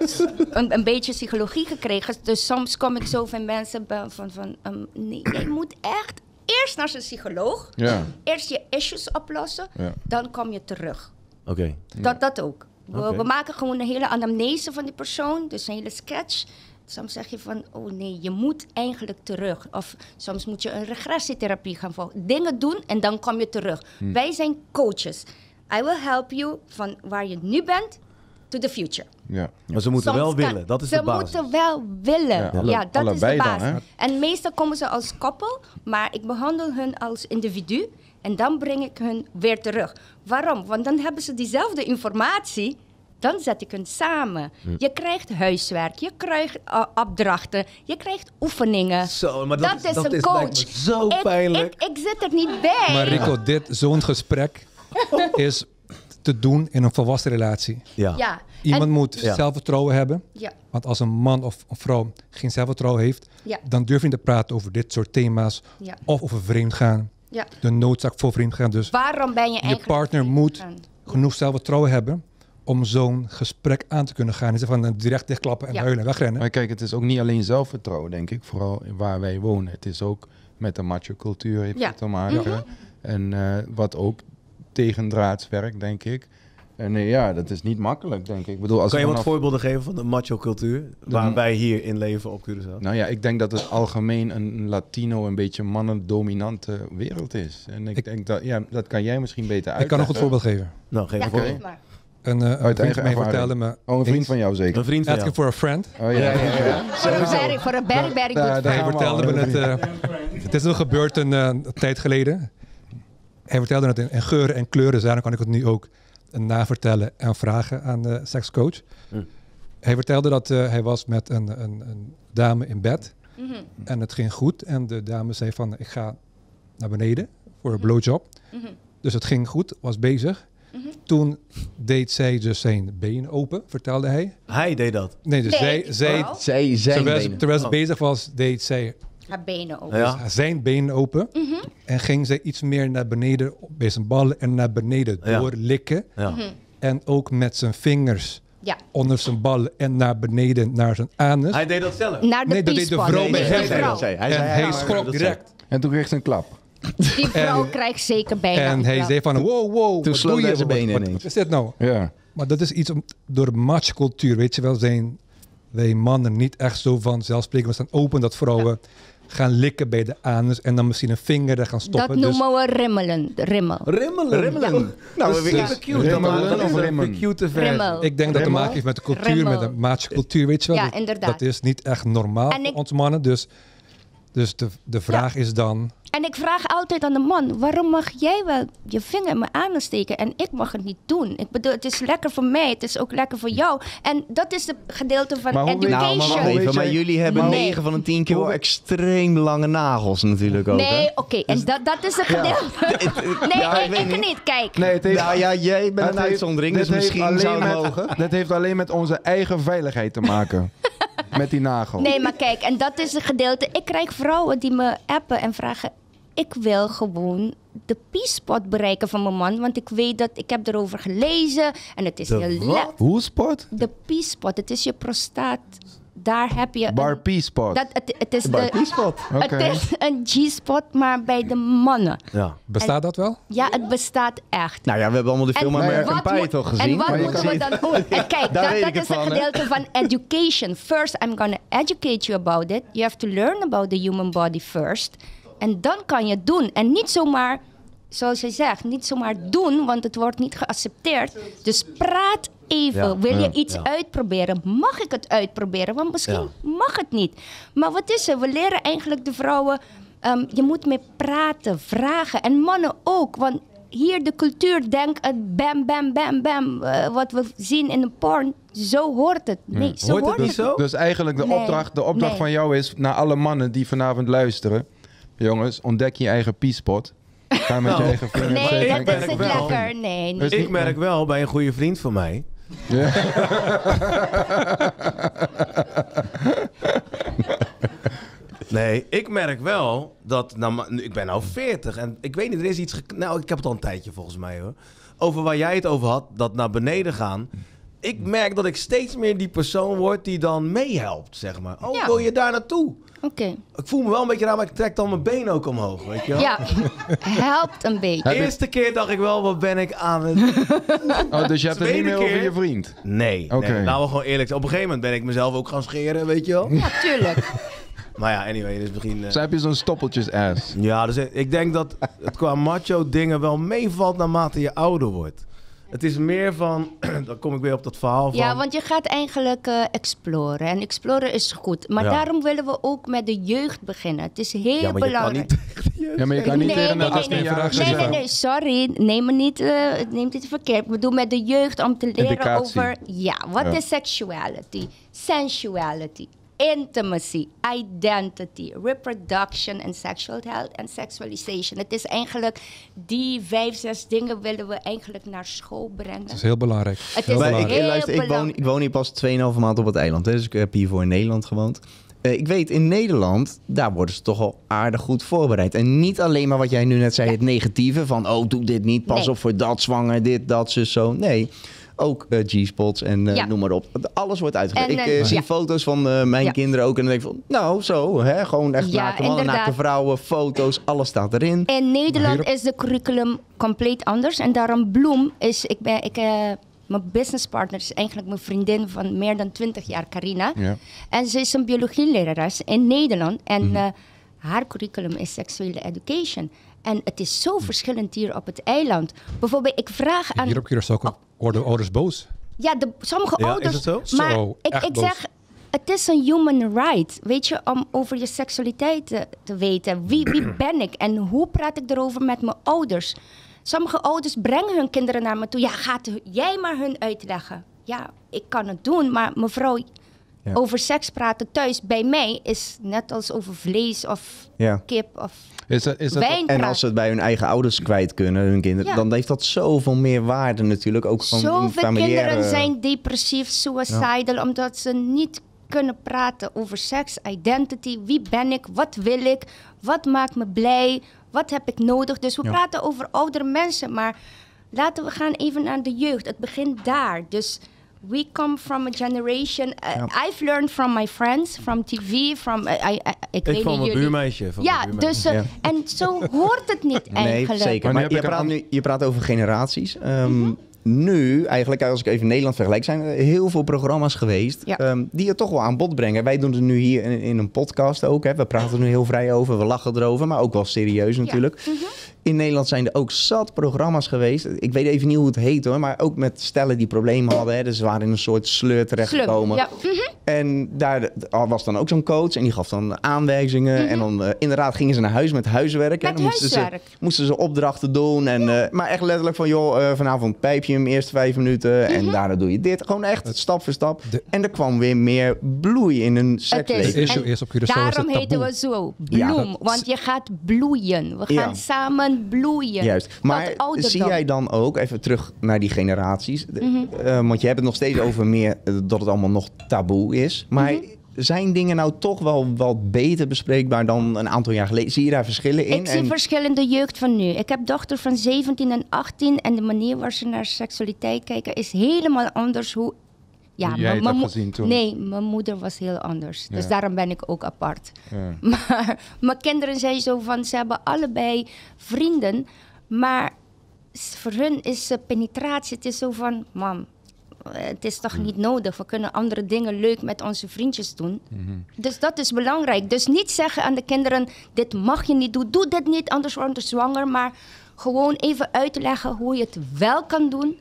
Speaker 2: een, een beetje psychologie gekregen. Dus soms kom ik zo van mensen be- van, van ehm, nee, je moet echt eerst naar zo'n psycholoog.
Speaker 3: Ja.
Speaker 2: Eerst je issues oplossen,
Speaker 3: Ja.
Speaker 2: dan kom je terug.
Speaker 1: Oké.
Speaker 2: Dat, dat ook. We,
Speaker 1: Oké.
Speaker 2: we maken gewoon een hele anamnese van die persoon, dus een hele sketch. Soms zeg je van, oh nee, je moet eigenlijk terug. Of soms moet je een regressietherapie gaan volgen. Dingen doen en dan kom je terug. Wij zijn coaches. I will help you van waar je nu bent to the future.
Speaker 3: Ja.
Speaker 1: Maar ze moeten
Speaker 2: Soms
Speaker 1: wel
Speaker 2: kan-
Speaker 1: willen. Dat is
Speaker 2: ze
Speaker 1: de basis.
Speaker 2: moeten wel willen.
Speaker 3: Ja,
Speaker 2: Ja,
Speaker 3: alle-
Speaker 2: dat is
Speaker 3: allebei
Speaker 2: de
Speaker 3: dan,
Speaker 2: basis. en meestal komen ze als koppel, maar ik behandel hun als individu. En dan breng ik hun weer terug. Waarom? Want dan hebben ze diezelfde informatie. Dan zet ik hun samen. Je krijgt huiswerk, je krijgt eh, opdrachten, je krijgt oefeningen.
Speaker 1: Zo, maar dat,
Speaker 2: dat is een
Speaker 1: lijkt me
Speaker 2: coach.
Speaker 1: Zo
Speaker 2: ik,
Speaker 1: pijnlijk.
Speaker 2: Ik, ik zit er niet bij.
Speaker 5: Maar Rico, dit, zo'n
Speaker 2: [laughs]
Speaker 5: gesprek is te doen in een volwassen relatie.
Speaker 1: ja.
Speaker 2: ja.
Speaker 5: Iemand
Speaker 2: en-
Speaker 5: moet
Speaker 1: Ja.
Speaker 5: zelfvertrouwen hebben.
Speaker 2: Ja.
Speaker 5: Want als een man of een vrouw geen zelfvertrouwen heeft,
Speaker 2: Ja.
Speaker 5: dan durf je niet te praten over dit soort thema's.
Speaker 2: Ja.
Speaker 5: Of over vreemdgaan.
Speaker 2: Ja.
Speaker 5: De noodzaak voor vreemdgaan. Dus
Speaker 2: Waarom ben je
Speaker 5: je
Speaker 2: eigenlijk...
Speaker 5: partner moet
Speaker 2: gaan?
Speaker 5: genoeg zelfvertrouwen hebben om zo'n gesprek aan te kunnen gaan. In steeds van eh, direct dichtklappen en
Speaker 2: Ja.
Speaker 5: huilen en wegrennen.
Speaker 3: Maar kijk, het is ook niet alleen zelfvertrouwen, denk ik. Vooral waar wij wonen. Het is ook met de macho-cultuur heeft
Speaker 2: Ja.
Speaker 3: het te maken. En eh, wat ook tegendraads werkt, denk ik. En eh, ja, dat is niet makkelijk, denk ik. ik bedoel, als
Speaker 1: Kan je wat
Speaker 3: vanaf-
Speaker 1: voorbeelden geven van de macho-cultuur? Waar wij hier in leven op Curaçao.
Speaker 3: Nou ja, ik denk dat het algemeen een Latino een beetje mannendominante wereld is. En ik,
Speaker 5: Ik-
Speaker 3: denk dat, ja, dat kan jij misschien beter
Speaker 5: Ik kan
Speaker 3: uitleggen.
Speaker 5: nog een voorbeeld geven.
Speaker 1: Nou, geef
Speaker 2: Ja,
Speaker 1: een
Speaker 2: geef
Speaker 1: voorbeeld.
Speaker 2: maar.
Speaker 5: Een, eh, een
Speaker 3: Uit
Speaker 5: vriend
Speaker 3: eigen
Speaker 5: van mij
Speaker 3: ervaring.
Speaker 5: vertelde me...
Speaker 3: Oh, een vriend
Speaker 5: eens-
Speaker 3: van jou zeker?
Speaker 1: Een vriend van jou.
Speaker 5: Asking for a friend.
Speaker 3: Oh ja, ja, ja.
Speaker 2: Voor een berry, voor een berry, berry
Speaker 3: Daar-
Speaker 2: good
Speaker 3: daar-
Speaker 5: Hij
Speaker 3: gaan we
Speaker 5: vertelde
Speaker 3: al.
Speaker 5: me het. eh, [laughs] het is nog gebeurd een eh, een tijd geleden. Hij vertelde het in, in geuren en kleuren zijn. Dan kan ik het nu ook navertellen en vragen aan de sekscoach.
Speaker 4: Hm.
Speaker 5: Hij vertelde dat eh, hij was met een, een, een dame in bed.
Speaker 4: Mhm.
Speaker 5: En het ging goed. En de dame zei van ik ga naar beneden voor
Speaker 4: Mhm.
Speaker 5: een blowjob. Dus het ging goed, was bezig. Toen deed zij dus zijn been open, vertelde hij.
Speaker 1: Hij deed dat.
Speaker 5: Nee, dus
Speaker 2: Nee,
Speaker 5: zij,
Speaker 2: die
Speaker 5: zij
Speaker 2: vrouw.
Speaker 4: Zij zijn
Speaker 5: terwijl, ze-
Speaker 4: benen. Oh.
Speaker 5: terwijl ze bezig was, deed zij
Speaker 2: haar benen open.
Speaker 1: Ja.
Speaker 5: zijn benen open en ging zij iets meer naar beneden op- bij zijn ballen en naar beneden
Speaker 1: Ja.
Speaker 5: doorlikken.
Speaker 1: Ja.
Speaker 5: En ook met zijn vingers
Speaker 2: Ja.
Speaker 5: onder zijn ballen en naar beneden naar zijn anus.
Speaker 1: Hij deed dat zelf.
Speaker 2: Naar de
Speaker 5: Nee, dat deed de
Speaker 2: peacepot.
Speaker 5: vrouw bij
Speaker 2: Die
Speaker 5: hem.
Speaker 2: vrouw-
Speaker 4: Dat zei hij.
Speaker 5: en
Speaker 4: zei,
Speaker 5: hij
Speaker 4: ja, maar
Speaker 5: schrok
Speaker 4: dat
Speaker 5: direct.
Speaker 3: En toen kreeg ze een klap.
Speaker 2: Die vrouw krijgt zeker bijna.
Speaker 5: En
Speaker 2: een
Speaker 5: hij
Speaker 2: klap.
Speaker 5: zei van, wow, wow, wat
Speaker 4: sloot
Speaker 5: doe je?
Speaker 4: hij zijn
Speaker 5: Wat-
Speaker 4: benen
Speaker 5: wat-
Speaker 4: ineens.
Speaker 5: Wat is dit nou?
Speaker 3: Ja.
Speaker 5: Maar dat is iets om, door matchcultuur, weet je wel, zijn wij mannen niet echt zo vanzelfsprekend. We staan open dat vrouwen gaan likken bij de anus en dan misschien een vinger er gaan
Speaker 2: Dat
Speaker 5: stoppen. Dus-
Speaker 2: noemen we rimmelen. Rimmel.
Speaker 1: Rimmelen. Rimmelen. Nou,
Speaker 5: Dus-
Speaker 1: we hebben
Speaker 5: dus-
Speaker 1: cute. Dat
Speaker 3: Rimmelen
Speaker 1: dat
Speaker 3: of
Speaker 1: is een
Speaker 3: rimmen?
Speaker 1: cute versie.
Speaker 2: Rimmel.
Speaker 5: Ik denk dat het te
Speaker 3: Remmel?
Speaker 5: maken heeft met de cultuur, met de
Speaker 2: Remmel.
Speaker 5: maatcultuur, weet je wel.
Speaker 2: Ja,
Speaker 5: Dat-
Speaker 2: inderdaad.
Speaker 5: Dat is niet echt normaal
Speaker 2: En
Speaker 5: voor
Speaker 2: ik-
Speaker 5: ons mannen. Dus, dus de, de vraag is dan,
Speaker 2: En ik vraag altijd aan de man, waarom mag jij wel je vinger in mijn anus steken en ik mag het niet doen? Ik bedoel, het is lekker voor mij, het is ook lekker voor jou. En dat is het gedeelte van
Speaker 3: Maar hoe weet-
Speaker 4: Nou,
Speaker 2: education.
Speaker 4: maar wacht
Speaker 3: Weet
Speaker 4: even.
Speaker 3: jij-
Speaker 4: Maar jullie hebben
Speaker 2: Maar-
Speaker 4: 9 van de 10 keer wel extreem lange nagels natuurlijk ook, hè?
Speaker 2: nee, oké,
Speaker 5: Dus-
Speaker 2: en dat, dat is het
Speaker 5: [laughs]
Speaker 2: gedeelte. Nee,
Speaker 4: Ja, ik
Speaker 2: ik,
Speaker 4: weet
Speaker 2: ik
Speaker 4: niet.
Speaker 2: niet, kijk.
Speaker 3: Nee, het heeft,
Speaker 4: Nou ja, jij
Speaker 3: het
Speaker 4: bent een
Speaker 3: heeft-
Speaker 4: uitzondering,
Speaker 3: dit
Speaker 4: dus
Speaker 3: heeft
Speaker 4: misschien
Speaker 3: alleen
Speaker 4: zou het
Speaker 3: met-
Speaker 4: mogen.
Speaker 3: Dat heeft alleen met onze eigen veiligheid te maken.
Speaker 2: [laughs]
Speaker 3: met die nagel.
Speaker 2: Nee, maar kijk, en dat is het gedeelte. Ik krijg vrouwen die me appen en vragen: ik wil gewoon de peacepot bereiken van mijn man, want ik weet dat ik heb erover gelezen en het is
Speaker 1: De
Speaker 2: heel
Speaker 1: wat?
Speaker 2: lekker.
Speaker 3: Hoe spot?
Speaker 2: De peacepot, het is je prostaat. Daar heb je een-
Speaker 3: Bar P spot.
Speaker 2: dat het, het is de
Speaker 3: Oké.
Speaker 2: het is een G-spot, maar bij de mannen.
Speaker 1: Ja.
Speaker 5: Bestaat dat wel?
Speaker 2: Ja, het bestaat echt.
Speaker 4: Nou ja, we hebben allemaal de film American
Speaker 2: wat
Speaker 4: Pie
Speaker 2: moet-
Speaker 4: toch gezien?
Speaker 2: En wat
Speaker 4: Maar je
Speaker 2: moeten
Speaker 4: kan-
Speaker 2: we dan
Speaker 4: [laughs]
Speaker 2: doen? En kijk,
Speaker 4: weet
Speaker 2: dat,
Speaker 4: ik
Speaker 2: dat
Speaker 4: het
Speaker 2: is
Speaker 4: van,
Speaker 2: een
Speaker 4: hè?
Speaker 2: gedeelte van education. First, I'm gonna educate you about it. You have to learn about the human body first. En dan kan je het doen. En niet zomaar, zoals je zegt, niet zomaar doen, want het wordt niet geaccepteerd. Dus praat even.
Speaker 1: Ja,
Speaker 2: Wil
Speaker 1: ja,
Speaker 2: je iets
Speaker 1: ja.
Speaker 2: uitproberen? Mag ik het uitproberen? Want misschien
Speaker 1: Ja.
Speaker 2: mag het niet. Maar wat is er? We leren eigenlijk de vrouwen, ehm, je moet mee praten, vragen. En mannen ook, want hier de cultuur denkt het bam, bam, bam, bam. eh, wat we zien in de porn, zo hoort het. Nee, zo
Speaker 1: Hoort
Speaker 2: hoort,
Speaker 1: het niet zo?
Speaker 3: Dus eigenlijk de
Speaker 2: Nee.
Speaker 3: opdracht, de opdracht
Speaker 2: Nee.
Speaker 3: van jou is naar alle mannen die vanavond luisteren. Jongens, ontdek je eigen P-spot. Ga met
Speaker 1: Oh.
Speaker 3: je eigen vrienden.
Speaker 2: Nee,
Speaker 3: zeker
Speaker 2: dat
Speaker 3: kijken.
Speaker 2: is
Speaker 1: ik
Speaker 2: het
Speaker 1: wel.
Speaker 2: lekker. Nee, nee.
Speaker 3: Dus-
Speaker 1: Ik merk wel bij een goede vriend van mij. [laughs] Nee, ik merk wel dat. Nou, maar- ik ben nou 40 en ik weet niet, er is iets. gek- Nou, ik heb het al een tijdje volgens mij hoor. Over waar jij het over had, dat naar beneden gaan. Ik merk dat ik steeds meer die persoon word die dan meehelpt, zeg maar. Oh,
Speaker 2: Ja.
Speaker 1: wil je daar naartoe?
Speaker 2: Oké,
Speaker 1: Ik voel me wel een beetje raar, maar ik trek dan mijn been ook omhoog, weet je wel?
Speaker 2: ja. [laughs] Helpt een beetje.
Speaker 1: De eerste keer dacht ik wel, wat ben ik aan het...
Speaker 3: Oh, dus je hebt het niet
Speaker 1: Tweede
Speaker 3: meer over
Speaker 1: keer.
Speaker 3: je vriend.
Speaker 1: Nee,
Speaker 3: Oké.
Speaker 1: nee, laten we gewoon eerlijk zijn. Op een gegeven moment ben ik mezelf ook gaan scheren, weet je wel?
Speaker 2: Ja, tuurlijk.
Speaker 1: Maar ja, anyway, dus misschien... eh,
Speaker 3: Zo heb je zo'n stoppeltjes ass.
Speaker 1: Ja, dus ik denk dat het qua macho dingen wel meevalt naarmate je ouder wordt. Het is meer van, [clears throat] dan kom ik weer op dat verhaal van...
Speaker 2: Ja, want je gaat eigenlijk eh, exploren. En exploren is goed. Maar
Speaker 1: Ja.
Speaker 2: daarom willen we ook met de jeugd beginnen. Het is heel
Speaker 1: Ja, maar je kan
Speaker 2: belangrijk.
Speaker 1: niet tegen de jeugd
Speaker 3: Ja, maar je kan
Speaker 1: zeggen.
Speaker 3: niet
Speaker 2: Nee,
Speaker 3: tegen
Speaker 2: nee,
Speaker 3: een
Speaker 2: nee, nee.
Speaker 3: 18-jarige
Speaker 2: Nee, nee,
Speaker 3: zeggen.
Speaker 2: nee, sorry. Neem me niet, eh, neem dit verkeerd. Ik bedoel met de jeugd om te leren
Speaker 3: Educatie.
Speaker 2: over... Ja, wat
Speaker 3: Ja.
Speaker 2: is sexuality? Sensuality. Intimacy. Identity. Reproduction en sexual health en sexualization. Het is eigenlijk... Die vijf, zes dingen willen we eigenlijk naar school brengen.
Speaker 5: Dat is heel belangrijk.
Speaker 2: Het
Speaker 5: heel
Speaker 2: is-
Speaker 4: Maar
Speaker 5: belangrijk.
Speaker 4: ik, eh,
Speaker 2: Heel
Speaker 4: luister, ik, woon,
Speaker 2: belangrijk.
Speaker 4: ik woon hier pas 2,5 maand op het eiland. Hè, dus ik heb hiervoor in Nederland gewoond. Eh, ik weet, in Nederland, daar worden ze toch al aardig goed voorbereid. En niet alleen maar wat jij nu net zei, het negatieve van... oh, doe dit niet, pas
Speaker 2: Nee.
Speaker 4: op voor dat, zwanger, dit, dat, zus, zo. Nee, ook eh, G-spots en eh,
Speaker 2: Ja.
Speaker 4: noem maar op. Alles wordt uitgelegd.
Speaker 2: En,
Speaker 4: ik
Speaker 2: eh,
Speaker 4: eh, zie
Speaker 2: ja.
Speaker 4: foto's van eh, mijn
Speaker 2: Ja.
Speaker 4: kinderen ook en dan denk ik van... nou, zo, hè, gewoon echt
Speaker 2: Ja,
Speaker 4: naakte mannen,
Speaker 2: inderdaad.
Speaker 4: naakte vrouwen, foto's, alles staat erin.
Speaker 2: In Nederland
Speaker 5: Maar hier-
Speaker 2: is de curriculum compleet anders. En daarom Bloem is... Ik ben, ik, eh, mijn businesspartner is eigenlijk mijn vriendin van meer dan 20 jaar, Carina.
Speaker 3: Ja.
Speaker 2: En ze is een biologielerares in Nederland. En
Speaker 5: Mhm.
Speaker 2: eh, haar curriculum is seksuele education. En het is zo verschillend hier op het eiland. Bijvoorbeeld, ik Oh. vraag aan...
Speaker 5: Hier op Curaçao ook worden ouders boos.
Speaker 2: Ja, de, sommige
Speaker 1: Ja, is
Speaker 2: ouders.
Speaker 1: het zo?
Speaker 2: Maar
Speaker 5: Zo,
Speaker 2: ik,
Speaker 5: echt
Speaker 2: ik
Speaker 5: boos.
Speaker 2: zeg, het is een human right. Weet je, om over je seksualiteit te, te weten. Wie,
Speaker 5: [clears throat]
Speaker 2: wie ben ik en hoe praat ik erover met mijn ouders? Sommige ouders brengen hun kinderen naar me toe. Ja, gaat jij maar hun uitleggen. Ja, ik kan het doen, maar mevrouw, over seks praten thuis bij mij is net als over vlees of
Speaker 4: Ja.
Speaker 2: kip of
Speaker 3: Is dat, is dat,
Speaker 2: wijn
Speaker 4: En
Speaker 2: praten.
Speaker 4: als ze het bij hun eigen ouders kwijt kunnen, hun kinderen,
Speaker 2: Ja.
Speaker 4: dan heeft dat zoveel meer waarde natuurlijk. Ook van
Speaker 2: Zoveel
Speaker 4: familiaire...
Speaker 2: kinderen zijn depressief, suicidal, omdat ze niet kunnen praten over seks, identity, wie ben ik, wat wil ik, wat maakt me blij, wat heb ik nodig. Dus we praten over oudere mensen, maar laten we gaan even naar de jeugd. Het begint daar. Dus we come from a generation. uh, I've learned from my friends, from TV, from. uh, I, I, ik
Speaker 1: Ik
Speaker 2: weet
Speaker 1: van
Speaker 2: niet
Speaker 1: mijn
Speaker 2: jullie.
Speaker 1: buurmeisje. Van
Speaker 2: Ja,
Speaker 1: mijn buurmeisje.
Speaker 2: dus eh, en zo hoort het niet eigenlijk.
Speaker 4: [laughs]
Speaker 2: Mhm.
Speaker 4: Nee, zeker.
Speaker 3: Maar nu
Speaker 4: Maar,
Speaker 3: heb
Speaker 4: je,
Speaker 3: ik een
Speaker 4: praat
Speaker 3: an-
Speaker 4: nu, je praat over generaties. Ehm, Nu, eigenlijk als ik even Nederland vergelijk, zijn er heel veel programma's geweest
Speaker 2: Ja.
Speaker 4: ehm, die het toch wel aan bod brengen. Wij doen het nu hier in, in een podcast ook. Hè. We praten er nu heel vrij over, we lachen erover, maar ook wel serieus natuurlijk.
Speaker 2: Mhm.
Speaker 4: In Nederland zijn er ook zat programma's geweest. Ik weet even niet hoe het heet hoor. Maar ook met stellen die problemen hadden. Hè. Dus ze waren in een soort sleur terechtgekomen.
Speaker 2: Ja. mhm.
Speaker 4: En daar was dan ook zo'n coach en die gaf dan aanwijzingen. En dan eh, inderdaad gingen ze naar huis met huiswerk. en
Speaker 2: Met
Speaker 4: dan moesten ze,
Speaker 2: huiswerk.
Speaker 4: moesten ze opdrachten doen. En, eh, maar echt letterlijk van, joh, eh, vanavond pijp je hem eerst vijf minuten. En daarna doe je dit. Gewoon echt stap voor stap.
Speaker 5: De-
Speaker 4: En er kwam weer meer bloei in hun
Speaker 5: Het
Speaker 4: seksleven.
Speaker 5: issue
Speaker 2: en
Speaker 5: is op Curaçao is het
Speaker 2: Daarom
Speaker 5: taboe.
Speaker 2: heten we zo
Speaker 4: Ja,
Speaker 2: bloem,
Speaker 4: dat-
Speaker 2: want je gaat bloeien. We
Speaker 4: Ja.
Speaker 2: gaan samen bloeien.
Speaker 4: Juist. Maar
Speaker 2: Tot ouderdom.
Speaker 4: zie jij dan ook, even terug naar die generaties. de- eh, want je hebt het nog steeds over meer eh, dat het allemaal nog taboe is. Maar zijn dingen nou toch wel wat beter bespreekbaar dan een aantal jaar geleden? Zie je daar verschillen in?
Speaker 2: Ik zie
Speaker 4: En-
Speaker 2: verschillende jeugd van nu. Ik heb dochter van 17 en 18 en de manier waarop ze naar seksualiteit kijken is helemaal anders hoe... Ja,
Speaker 3: Hoe jij
Speaker 2: mijn-
Speaker 3: het
Speaker 2: mijn
Speaker 3: hebt
Speaker 2: mo-
Speaker 3: gezien toen.
Speaker 2: Nee, mijn moeder was heel anders. Dus
Speaker 3: Ja.
Speaker 2: daarom ben ik ook apart.
Speaker 3: Ja.
Speaker 2: [laughs] Maar mijn kinderen zijn zo van, ze hebben allebei vrienden, maar s- voor hun is eh, penetratie, het is zo van, mam, eh, het is toch niet nodig, we kunnen andere dingen leuk met onze vriendjes doen. Dus dat is belangrijk. Dus niet zeggen aan de kinderen, dit mag je niet doen, doe dit niet, anders word je zwanger, maar gewoon even uitleggen hoe je het wel kan doen,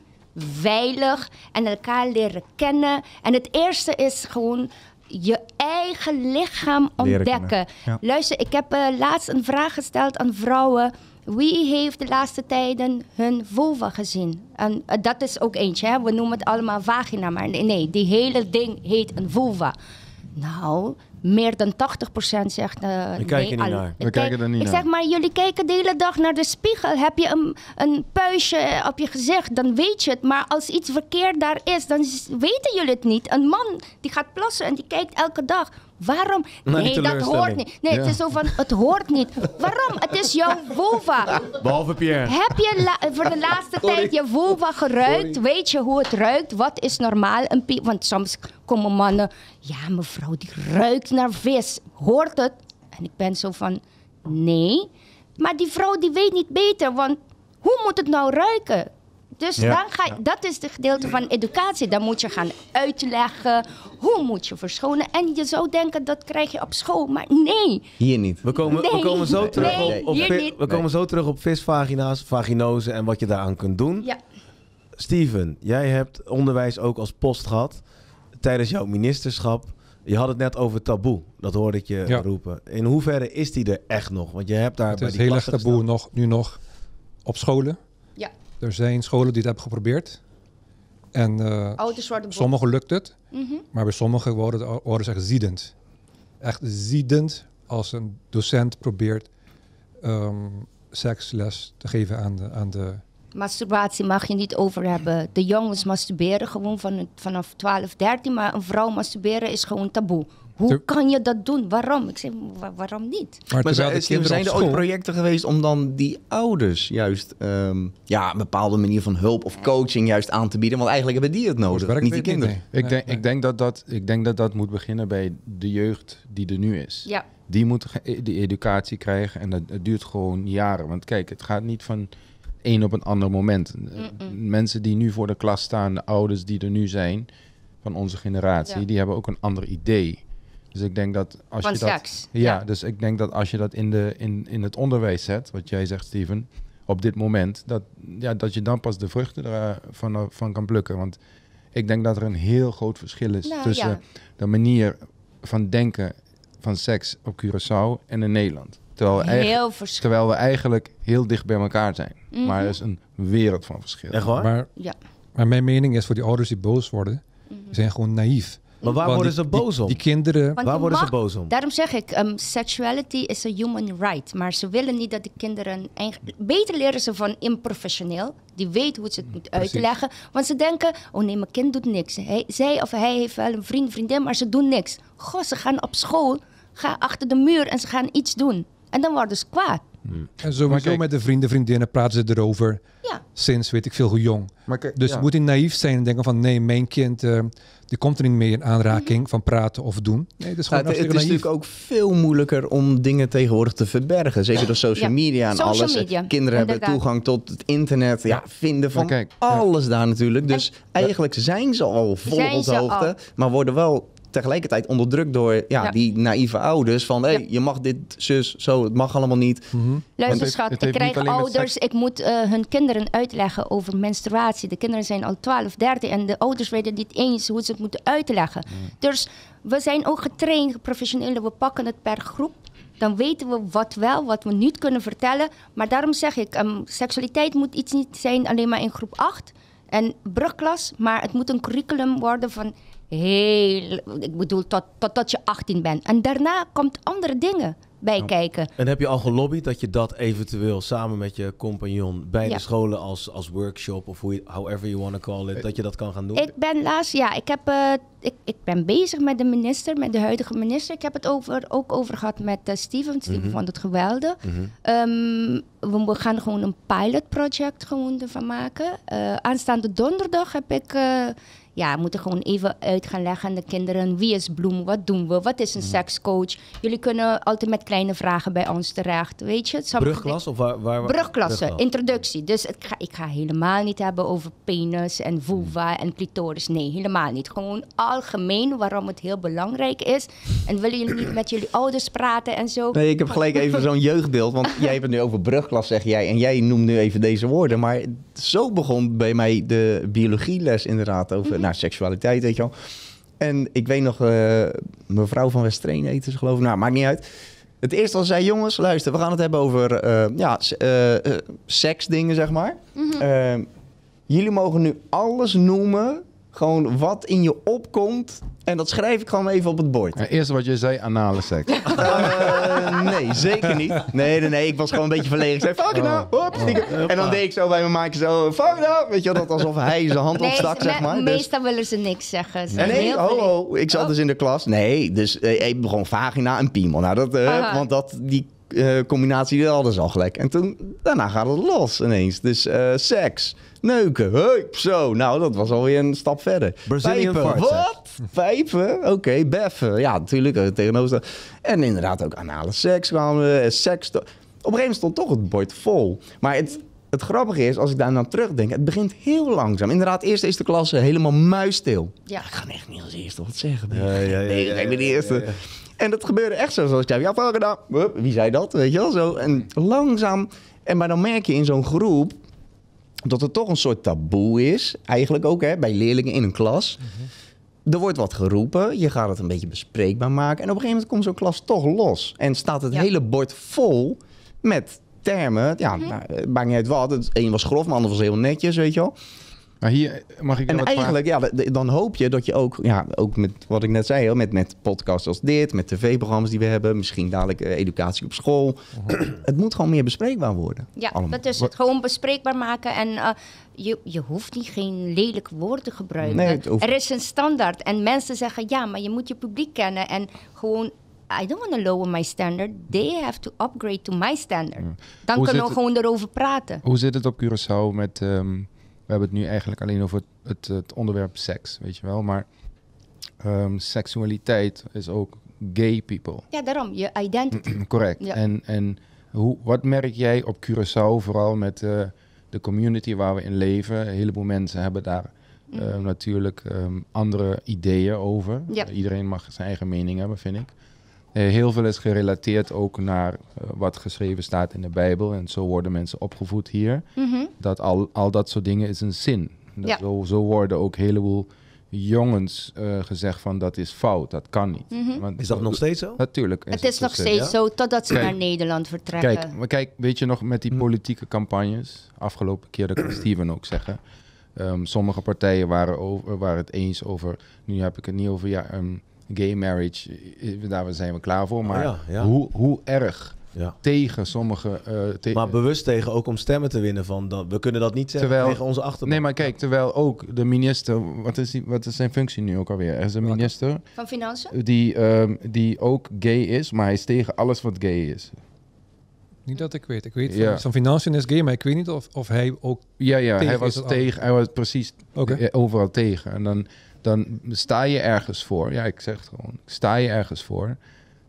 Speaker 2: veilig en elkaar leren kennen. En het eerste is gewoon je eigen lichaam
Speaker 4: Leren kennen.
Speaker 2: ontdekken.
Speaker 4: Ja.
Speaker 2: Luister, ik heb eh, laatst een vraag gesteld aan vrouwen. Wie heeft de laatste tijden hun vulva gezien? En eh, dat is ook eentje, hè? we noemen het allemaal vagina, maar nee, nee, die hele ding heet een vulva. Nou, meer dan 80% zegt... eh,
Speaker 1: We kijken
Speaker 2: nee,
Speaker 1: niet naar.
Speaker 2: ik
Speaker 3: We kijken er niet
Speaker 2: ik
Speaker 3: naar.
Speaker 2: zeg maar, jullie kijken de hele dag naar de spiegel. Heb je een, een puistje eh, op je gezicht, dan weet je het. Maar als iets verkeerd daar is, dan s- weten jullie het niet. Een man die gaat plassen en die kijkt elke dag. Waarom?
Speaker 1: Naar die
Speaker 2: Nee, dat hoort
Speaker 1: teleurstelling.
Speaker 2: niet. Nee, het is zo van, het hoort niet. Waarom? Het is jouw vulva.
Speaker 1: Behalve Pierre.
Speaker 2: Heb je la- voor de laatste tijd je vulva geruikt? Weet je hoe het ruikt? Wat is normaal? Een pie- Want soms komen mannen... Ja, mevrouw, die ruikt naar vis. Hoort het? En ik ben zo van... Nee. Maar die vrouw die weet niet beter, want hoe moet het nou ruiken? Dus dan ga je, dat is het gedeelte van educatie. Dan moet je gaan uitleggen, hoe moet je verschonen. En je zou denken, dat krijg je op school. Maar nee,
Speaker 4: Hier niet.
Speaker 1: We komen, we
Speaker 2: Nee.
Speaker 1: komen zo
Speaker 2: Nee,
Speaker 1: terug
Speaker 2: nee,
Speaker 1: op, op,
Speaker 2: hier
Speaker 1: vi-
Speaker 2: niet.
Speaker 1: we komen zo terug op visvagina's, vaginozen en wat je daaraan kunt doen.
Speaker 2: ja.
Speaker 1: Steven, jij hebt onderwijs ook als post gehad tijdens jouw ministerschap. Je had het net over taboe, dat hoorde ik je
Speaker 5: Ja.
Speaker 1: roepen. In hoeverre is die er echt nog? Want je hebt daar
Speaker 5: Het
Speaker 1: bij
Speaker 5: is
Speaker 1: die
Speaker 5: heel erg
Speaker 1: klassen
Speaker 5: taboe
Speaker 1: gestaan.
Speaker 5: nog, nu nog op scholen.
Speaker 2: Ja.
Speaker 5: Er zijn scholen die het hebben geprobeerd. En eh,
Speaker 2: ouders worden bo-
Speaker 5: sommigen lukt het. Maar bij sommigen worden de o- ouders echt ziedend. Echt ziedend als een docent probeert ehm, seksles te geven aan de, aan de
Speaker 2: Masturbatie mag je niet over hebben. De jongens masturberen gewoon van, vanaf 12, 13, maar een vrouw masturberen is gewoon taboe. Hoe
Speaker 5: Ter-
Speaker 2: kan je dat doen? Waarom? Ik zeg, wa- waarom niet?
Speaker 4: Maar
Speaker 5: terwijl
Speaker 4: zijn,
Speaker 5: de kinderen
Speaker 4: zijn
Speaker 5: op
Speaker 4: er
Speaker 5: school-
Speaker 4: ooit projecten geweest om dan die ouders juist ehm, ja, een bepaalde manier van hulp of coaching juist aan te bieden? Want eigenlijk hebben die het
Speaker 5: het
Speaker 4: nodig,
Speaker 5: werkt,
Speaker 4: niet die
Speaker 5: weet ik
Speaker 4: kinderen.
Speaker 5: nee.
Speaker 3: Ik, denk, ik, denk dat dat, ik denk dat dat moet beginnen bij de jeugd die er nu is.
Speaker 2: Ja,
Speaker 3: Die moet ge- eh, die educatie krijgen en dat, het duurt gewoon jaren. Want kijk, het gaat niet van een op een ander moment. Eh, Mensen die nu voor de klas staan, de ouders die er nu zijn van onze generatie,
Speaker 2: Ja.
Speaker 3: die hebben ook een ander idee. Dus ik denk dat als
Speaker 2: van
Speaker 3: je dat
Speaker 2: seks.
Speaker 3: ja, dus ik denk dat als je dat in, de, in, in het onderwijs zet, wat jij zegt, Steven, op dit moment, dat, ja, dat je dan pas de vruchten ervan van, van kan plukken. Want ik denk dat er een heel groot verschil is
Speaker 2: Nou,
Speaker 3: tussen
Speaker 2: ja.
Speaker 3: de manier van denken van seks op Curaçao en in Nederland. Terwijl, we eigen-
Speaker 2: Heel verschil.
Speaker 3: terwijl we eigenlijk heel dicht bij elkaar zijn. Maar er is een wereld van verschil.
Speaker 1: Echt waar? Maar,
Speaker 5: Maar,
Speaker 2: Ja.
Speaker 5: maar mijn mening is voor die ouders die boos worden, die zijn gewoon naïef.
Speaker 1: waar
Speaker 5: Want
Speaker 1: worden
Speaker 5: die-
Speaker 1: ze boos
Speaker 5: die,
Speaker 1: om?
Speaker 5: Die kinderen,
Speaker 2: Want
Speaker 1: Waar
Speaker 2: je
Speaker 1: worden ze
Speaker 2: mag-
Speaker 1: boos om?
Speaker 2: Daarom zeg ik, ehm, sexuality is een human right. Maar ze willen niet dat de kinderen... eigen- Beter leren ze van een professioneel. Die weet hoe ze het moet uitleggen. Want ze denken, oh nee, mijn kind doet niks. Hij, zij of hij heeft wel een vriend, vriendin, maar ze doen niks. Goh, ze gaan op school, gaan achter de muur en ze gaan iets doen. En dan worden ze kwaad.
Speaker 5: en sowieso
Speaker 3: kijk-
Speaker 5: met de vrienden, vriendinnen praten ze erover.
Speaker 2: Ja.
Speaker 5: Sinds weet ik veel hoe jong.
Speaker 3: Maar kijk,
Speaker 5: Dus
Speaker 3: ja.
Speaker 5: je moet niet naïef zijn en denken van nee, mijn kind eh, die komt er niet mee in aanraking van praten of doen. Nee, dat is
Speaker 4: Nou,
Speaker 5: gewoon
Speaker 4: het, het is
Speaker 5: hartstikke naïef.
Speaker 4: natuurlijk ook veel moeilijker om dingen tegenwoordig te verbergen. Zeker door social
Speaker 2: Ja,
Speaker 4: media en
Speaker 2: social
Speaker 4: alles.
Speaker 2: media,
Speaker 4: Kinderen hebben
Speaker 2: inderdaad.
Speaker 4: toegang tot het internet. Ja, vinden van
Speaker 3: Maar kijk, ja.
Speaker 4: alles daar natuurlijk. Dus eigenlijk zijn ze al vol
Speaker 2: Zijn
Speaker 4: op de
Speaker 2: ze
Speaker 4: hoogte.
Speaker 2: al.
Speaker 4: Maar worden wel tegelijkertijd onderdrukt door ja,
Speaker 2: Ja.
Speaker 4: die naïeve ouders. Van hé, hey,
Speaker 2: Ja.
Speaker 4: je mag dit zus, zo, het mag allemaal niet.
Speaker 3: het
Speaker 2: Luister
Speaker 3: heeft-
Speaker 2: schat,
Speaker 3: het
Speaker 2: ik
Speaker 3: heeft niet
Speaker 2: krijg
Speaker 3: alleen met
Speaker 2: ouders, ik moet eh, hun kinderen uitleggen over menstruatie. De kinderen zijn al 12, 13 en de ouders weten niet eens hoe ze het moeten uitleggen. Dus we zijn ook getraind, professionelen, we pakken het per groep. Dan weten we wat wel, wat we niet kunnen vertellen. Maar daarom zeg ik, ehm, seksualiteit moet iets niet zijn alleen maar in groep 8 en brugklas. Maar het moet een curriculum worden van heel, ik bedoel tot, tot, tot je 18 bent. En daarna komt andere dingen bij kijken.
Speaker 1: En heb je al gelobbyd dat je dat eventueel samen met je compagnon bij
Speaker 2: Ja.
Speaker 1: de scholen als, als workshop of hoe je, however you want to call it, dat je dat kan gaan doen?
Speaker 2: Eh, Ik ben laatst, ja, ik, heb, eh, ik, ik ben bezig met de minister, met de huidige minister. Ik heb het over, ook over gehad met eh, Steven. Steven
Speaker 1: Mhm.
Speaker 2: vond het geweldig. Ehm, we, we gaan gewoon een pilotproject gewoon ervan maken. Eh, aanstaande donderdag heb ik, eh, ja, we moeten gewoon even uit gaan leggen aan de kinderen. Wie is Bloem? Wat doen we? Wat
Speaker 1: Mhm.
Speaker 2: is een sekscoach? Jullie kunnen altijd met kleine vragen bij ons terecht, weet je? Sommige
Speaker 1: Brugklas of waar? waar, waar-
Speaker 2: Brugklasse,
Speaker 1: brugklas.
Speaker 2: introductie. Dus ik ga, ik ga helemaal niet hebben over penis en vulva en clitoris. Nee, helemaal niet. Gewoon algemeen waarom het heel belangrijk is. En willen jullie niet met jullie ouders praten en zo?
Speaker 4: Nee, ik heb gelijk even zo'n jeugdbeeld. Want jij hebt het nu over brugklas, zeg jij. En jij noemt nu even deze woorden. Maar zo begon bij mij de biologieles inderdaad over nou, seksualiteit, weet je wel. En ik weet nog, eh, mevrouw van Westreen heette ze geloof ik. Nou, maakt niet uit. Het eerste was zij, jongens, luister, we gaan het hebben over eh, ja, s- eh, eh, seksdingen, zeg maar. Eh, jullie mogen nu alles noemen, gewoon wat in je opkomt. En dat schrijf ik gewoon even op het bord.
Speaker 3: Ja, Eerst wat je zei, anale seks.
Speaker 4: Eh, nee, zeker niet. Nee, nee, nee. Ik was gewoon een beetje verlegen. Ik zei, fuck it nou.
Speaker 1: Oh.
Speaker 4: Hop, stiekem. En dan deed ik zo bij mijn maatje zo, fuck it nou. Weet je wel, dat alsof hij zijn hand opstak,
Speaker 2: me-
Speaker 4: zeg maar. Dus,
Speaker 2: meestal willen ze niks zeggen. Ze
Speaker 4: en
Speaker 2: zijn
Speaker 4: nee,
Speaker 2: heel
Speaker 4: ho,
Speaker 2: verlegen. Oh.
Speaker 4: ho. Ik zat dus in de klas. Nee, dus eh, ik begon vagina en piemel. Nou, dat, eh,
Speaker 2: Aha.
Speaker 4: want dat, die eh, combinatie die hadden ze al gelijk. En toen, daarna gaat het los ineens. Dus eh, seks, neuken, hey, zo. Nou, dat was alweer een stap verder.
Speaker 1: Brazilian
Speaker 4: Pijpen,
Speaker 1: fart,
Speaker 4: wat? Pijpen? Oké, beffen. Ja, natuurlijk, eh, tegenover. En inderdaad ook anale seks kwamen, we, eh, seks. Op een gegeven moment stond toch het bord vol. Maar het, het grappige is, als ik daar naar terugdenk, het begint heel langzaam. Inderdaad, eerst is de klas helemaal muisstil.
Speaker 2: Ja.
Speaker 4: Ik ga echt niet als eerste wat zeggen.
Speaker 1: Ja, ja, ja,
Speaker 4: nee,
Speaker 1: ja,
Speaker 4: ik ben de
Speaker 1: ja,
Speaker 4: eerste.
Speaker 1: ja, ja.
Speaker 4: En dat gebeurde echt zo, zoals ik zei. Ja, fuck it up. Hup, Wie zei dat? Weet je wel, zo. En langzaam. En maar dan merk je in zo'n groep dat er toch een soort taboe is. Eigenlijk ook hè, bij leerlingen in een klas.
Speaker 2: Mhm.
Speaker 4: Er wordt wat geroepen, je gaat het een beetje bespreekbaar maken. En op een gegeven moment komt zo'n klas toch los. En staat het
Speaker 2: Ja.
Speaker 4: hele bord vol met termen. Ja,
Speaker 2: Mhm.
Speaker 4: nou, eh, maakt niet uit wat. Het een was grof, maar ander was heel netjes, weet je wel.
Speaker 3: Maar hier mag ik dan
Speaker 4: En
Speaker 3: wat vragen?
Speaker 4: eigenlijk, ja, d- d- dan hoop je dat je ook, ja, ook met wat ik net zei, hoor, met, met podcasts als dit, met tv-programma's die we hebben, misschien dadelijk eh, educatie op school. het moet gewoon meer bespreekbaar worden.
Speaker 2: Mhm. Ja,
Speaker 4: allemaal.
Speaker 2: dat is het. Gewoon bespreekbaar maken. En eh, je, je hoeft niet geen lelijke woorden te gebruiken.
Speaker 4: Nee, het hoeft-
Speaker 2: Er is een standaard. En mensen zeggen, ja, maar je moet je publiek kennen. En gewoon, I don't want to lower my standard. They have to upgrade to my standard. Dan
Speaker 3: Hoe zit
Speaker 2: kunnen we
Speaker 3: het-
Speaker 2: gewoon erover praten.
Speaker 3: Hoe zit het op Curaçao met... ehm, we hebben het nu eigenlijk alleen over het, het, het onderwerp seks, weet je wel. Maar ehm, seksualiteit is ook gay people.
Speaker 2: Ja, daarom. Je identity.
Speaker 3: Correct.
Speaker 2: Ja.
Speaker 3: En, en hoe, wat merk jij op Curaçao, vooral met eh, de community waar we in leven? Een heleboel mensen hebben daar
Speaker 2: Mhm.
Speaker 3: eh, natuurlijk ehm, andere ideeën over.
Speaker 2: Ja.
Speaker 3: Iedereen mag zijn eigen mening hebben, vind ik. Eh, heel veel is gerelateerd ook naar eh, wat geschreven staat in de Bijbel. En zo worden mensen opgevoed hier.
Speaker 2: Mhm.
Speaker 3: Dat al, al dat soort dingen is een zin. Dat
Speaker 2: Ja.
Speaker 3: Zo, zo worden ook een heleboel jongens eh, gezegd van dat is fout, dat kan niet. Want-
Speaker 1: Is dat nog steeds zo?
Speaker 3: Natuurlijk.
Speaker 2: Mhm. Het is
Speaker 3: dat
Speaker 2: nog
Speaker 3: zo.
Speaker 2: steeds zo, totdat ze
Speaker 3: Kijk.
Speaker 2: naar Nederland vertrekken.
Speaker 3: Kijk, maar kijk, weet je nog, met
Speaker 1: Hm.
Speaker 3: die politieke campagnes, afgelopen keer, dat kan Steven ook zeggen. ehm, sommige partijen waren, over, waren het eens over, nu heb ik het niet over, ja, ehm, gay marriage, eh, daar zijn we klaar voor. Maar
Speaker 1: Oh ja, ja.
Speaker 3: Hoe, hoe erg
Speaker 1: Ja.
Speaker 3: tegen sommige... eh, te-
Speaker 1: Maar bewust tegen ook om stemmen te winnen van dat, we kunnen dat niet zeggen
Speaker 3: Terwijl-
Speaker 1: tegen onze achterban.
Speaker 3: nee, maar kijk, terwijl ook de minister, wat is, die, wat is zijn functie nu ook alweer? Er is een minister
Speaker 2: Van financiën?
Speaker 3: die, ehm, die ook gay is, maar hij is tegen alles wat gay is.
Speaker 5: Niet dat ik weet. Ik weet
Speaker 3: Ja.
Speaker 5: van, van financiën is game, maar ik weet niet of, of hij ook...
Speaker 3: Ja, ja,
Speaker 5: Tegen
Speaker 3: hij
Speaker 5: is
Speaker 3: was
Speaker 5: het
Speaker 3: tegen, hij was precies
Speaker 5: Oké.
Speaker 3: eh, overal tegen. En dan, dan sta je ergens voor. Ja, ik zeg het gewoon. Sta je ergens voor.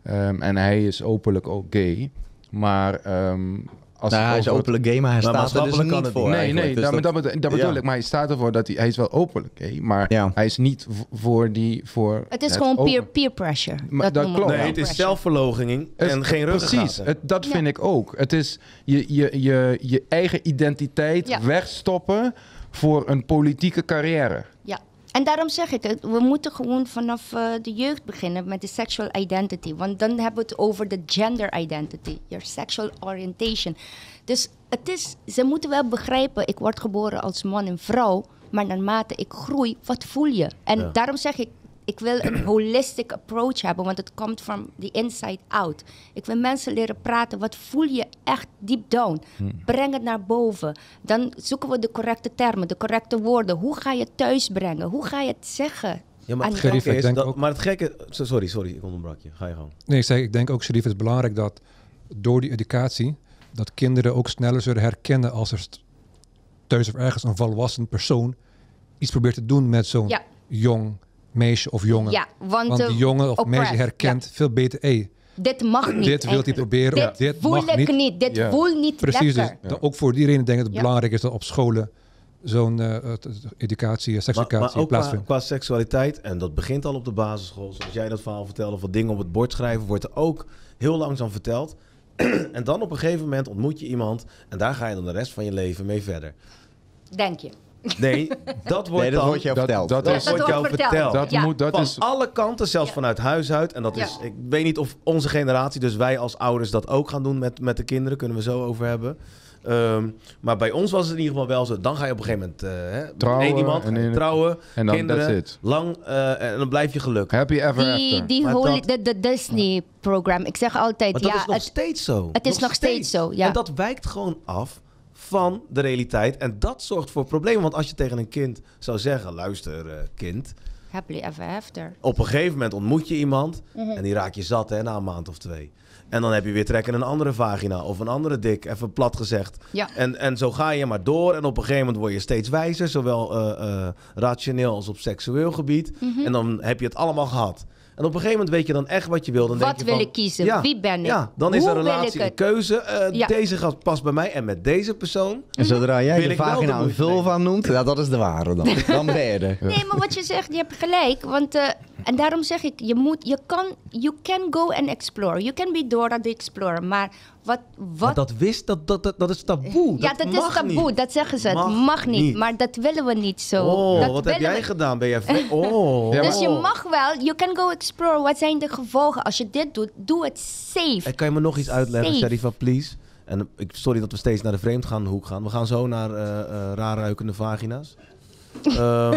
Speaker 3: Ehm, en hij is openlijk ook gay. Maar ehm, Als
Speaker 4: Nou, hij is
Speaker 3: over-
Speaker 4: openlijk gamer, hij
Speaker 1: Maar
Speaker 4: staat er dus
Speaker 1: maatschappelijk kan
Speaker 4: niet
Speaker 1: het
Speaker 4: voor
Speaker 1: niet.
Speaker 3: Nee,
Speaker 4: eigenlijk.
Speaker 3: nee,
Speaker 4: Dus
Speaker 3: dat,
Speaker 4: dat-
Speaker 3: dat, bedo- dat bedoel
Speaker 4: ja.
Speaker 3: ik. Maar hij staat ervoor dat hij... Hij is wel openlijk, hè, maar
Speaker 4: Ja.
Speaker 3: hij is niet v- voor die... Voor
Speaker 2: Het is gewoon
Speaker 3: open-
Speaker 2: peer, peer pressure.
Speaker 3: Maar dat
Speaker 2: noemen we
Speaker 3: klopt.
Speaker 2: peer
Speaker 1: Nee, het is
Speaker 2: pressure.
Speaker 1: zelfverloging
Speaker 3: Het-
Speaker 1: en geen ruggengraat.
Speaker 3: Precies, het- dat
Speaker 2: Ja.
Speaker 3: vind ik ook. Het is je, je, je, je eigen identiteit
Speaker 2: Ja.
Speaker 3: wegstoppen voor een politieke carrière.
Speaker 2: Ja. En daarom zeg ik, het, we moeten gewoon vanaf eh, de jeugd beginnen met de sexual identity. Want dan hebben we het over de gender identity, your sexual orientation. Dus het is, ze moeten wel begrijpen, ik word geboren als man en vrouw, maar naarmate ik groei, wat voel je? En
Speaker 1: Ja.
Speaker 2: daarom zeg ik, ik wil een [clears throat] holistic approach hebben, want het komt van the inside out. Ik wil mensen leren praten, wat voel je echt deep down?
Speaker 5: Hmm.
Speaker 2: Breng het naar boven. Dan zoeken we de correcte termen, de correcte woorden. Hoe ga je het thuis brengen? Hoe ga je het zeggen?
Speaker 1: Ja, maar het
Speaker 2: Aan-
Speaker 5: Gerief,
Speaker 1: gekke
Speaker 5: ik
Speaker 1: is
Speaker 5: denk
Speaker 1: dat-
Speaker 5: ook-
Speaker 1: Maar het gekke... so- Sorry, sorry, ik onderbrak je. Ga je gang.
Speaker 5: Nee, ik zeg, ik denk ook, Sharif, het is belangrijk dat door die educatie, dat kinderen ook sneller zullen herkennen als er st- thuis of ergens een volwassen persoon iets probeert te doen met zo'n
Speaker 2: Ja.
Speaker 5: jong meisje of jongen.
Speaker 2: Ja, want,
Speaker 5: Want
Speaker 2: eh,
Speaker 5: die jongen of
Speaker 2: oppressed,
Speaker 5: meisje herkent veel beter, hé,
Speaker 2: Dit mag niet.
Speaker 5: dit wil hij
Speaker 2: eigenlijk.
Speaker 5: proberen,
Speaker 2: Dit,
Speaker 5: of dit
Speaker 2: voel
Speaker 5: mag
Speaker 2: ik niet.
Speaker 5: niet.
Speaker 2: Dit
Speaker 3: Ja.
Speaker 2: voel niet
Speaker 5: Precies, dus
Speaker 2: lekker.
Speaker 5: dan ook voor die reden denk ik dat het
Speaker 2: Ja.
Speaker 5: belangrijk is dat op scholen zo'n eh, eh, t- educatie, eh,
Speaker 1: Maar,
Speaker 5: sekseducatie
Speaker 1: maar ook qua,
Speaker 5: plaatsvindt.
Speaker 1: qua seksualiteit, en dat begint al op de basisschool. Zoals jij dat verhaal vertelde, van dingen op het bord schrijven, wordt er ook heel langzaam verteld. [clears throat] en dan op een gegeven moment ontmoet je iemand en daar ga je dan de rest van je leven mee verder.
Speaker 5: dus
Speaker 2: Denk je.
Speaker 3: [laughs]
Speaker 1: Nee, dat wordt
Speaker 4: Nee, dat
Speaker 1: dan...
Speaker 4: wordt jou
Speaker 3: dat-
Speaker 4: verteld.
Speaker 3: dat-
Speaker 1: dat
Speaker 2: Ja,
Speaker 1: wordt jou
Speaker 4: Oh.
Speaker 1: verteld.
Speaker 3: Dat,
Speaker 2: Ja.
Speaker 3: moet, dat
Speaker 1: van
Speaker 3: is
Speaker 1: alle kanten, zelfs
Speaker 2: Ja.
Speaker 1: vanuit huis uit. En dat
Speaker 2: Ja.
Speaker 1: is, ik weet niet of onze generatie, dus wij als ouders, dat ook gaan doen met, met de kinderen. Kunnen we zo over hebben. Ehm, maar bij ons was het in ieder geval wel zo. Dan ga je op een gegeven moment eh, hè, met
Speaker 3: Trouwen
Speaker 1: één iemand
Speaker 3: en
Speaker 1: ga je
Speaker 3: in-
Speaker 1: trouwen,
Speaker 3: en dan
Speaker 1: kinderen,
Speaker 3: that's it.
Speaker 1: lang eh, en dan blijf je gelukkig.
Speaker 3: happy ever
Speaker 2: Die,
Speaker 3: after.
Speaker 2: die
Speaker 1: Maar
Speaker 2: holy,
Speaker 1: dat-
Speaker 2: de, de Disney-program. Ik zeg altijd,
Speaker 1: Maar dat
Speaker 2: ja,
Speaker 1: is nog
Speaker 2: het-
Speaker 1: steeds zo.
Speaker 2: het is nog steeds zo, ja.
Speaker 1: En dat wijkt gewoon af van de realiteit. En dat zorgt voor problemen. Want als je tegen een kind zou zeggen, luister eh, kind,
Speaker 2: happily ever after.
Speaker 1: op een gegeven moment ontmoet je iemand
Speaker 2: Mhm.
Speaker 1: en die raak je zat hè, na een maand of twee. En dan heb je weer trek in een andere vagina of een andere dik, even plat gezegd.
Speaker 2: Ja.
Speaker 1: En, en zo ga je maar door. En op een gegeven moment word je steeds wijzer, zowel eh, eh, rationeel als op seksueel gebied.
Speaker 2: Mhm.
Speaker 1: En dan heb je het allemaal gehad. En op een gegeven moment weet je dan echt wat je wil. Dan denk
Speaker 2: Wat
Speaker 1: je
Speaker 2: wil
Speaker 1: van,
Speaker 2: ik kiezen?
Speaker 1: ja,
Speaker 2: Wie ben ik?
Speaker 1: Ja, dan is
Speaker 2: Hoe
Speaker 1: een
Speaker 2: wil ik
Speaker 1: relatie een
Speaker 2: het?
Speaker 1: keuze. Eh,
Speaker 2: Ja.
Speaker 1: Deze gast past bij mij en met deze persoon.
Speaker 4: En zodra jij
Speaker 1: Wil
Speaker 4: de
Speaker 1: ik wel de
Speaker 4: vagina een
Speaker 1: moeite
Speaker 4: vulva noemt, ja, dat is de ware dan. Dan ben je er.
Speaker 2: Nee, maar wat je zegt, je hebt gelijk. Want, eh, en daarom zeg ik, je moet, je kan, you can go and explore. You can be Dora the Explorer. Maar wat,
Speaker 1: Maar
Speaker 2: wat
Speaker 1: dat wist, dat, dat, dat, dat is taboe.
Speaker 2: ja, dat
Speaker 1: mag
Speaker 2: is taboe,
Speaker 1: niet.
Speaker 2: dat zeggen ze.
Speaker 1: Mag
Speaker 2: het mag niet,
Speaker 1: niet.
Speaker 2: maar dat willen we niet zo.
Speaker 1: Oh,
Speaker 2: dat
Speaker 1: wat heb
Speaker 2: willen
Speaker 1: jij
Speaker 2: we-
Speaker 1: gedaan? Ben jij... vre- Oh.
Speaker 3: Ja,
Speaker 2: [laughs] Dus je mag wel, you can go explore. Wat zijn de gevolgen als je dit doet? Doe het safe.
Speaker 1: Hey, kan je me nog iets uitleggen,
Speaker 2: Safe.
Speaker 1: Sharifa, please? En eh, ik, sorry dat we steeds naar de vreemd gaan hoek gaan. We gaan zo naar eh, eh, raar ruikende
Speaker 2: [laughs]
Speaker 1: vagina's. Ehm,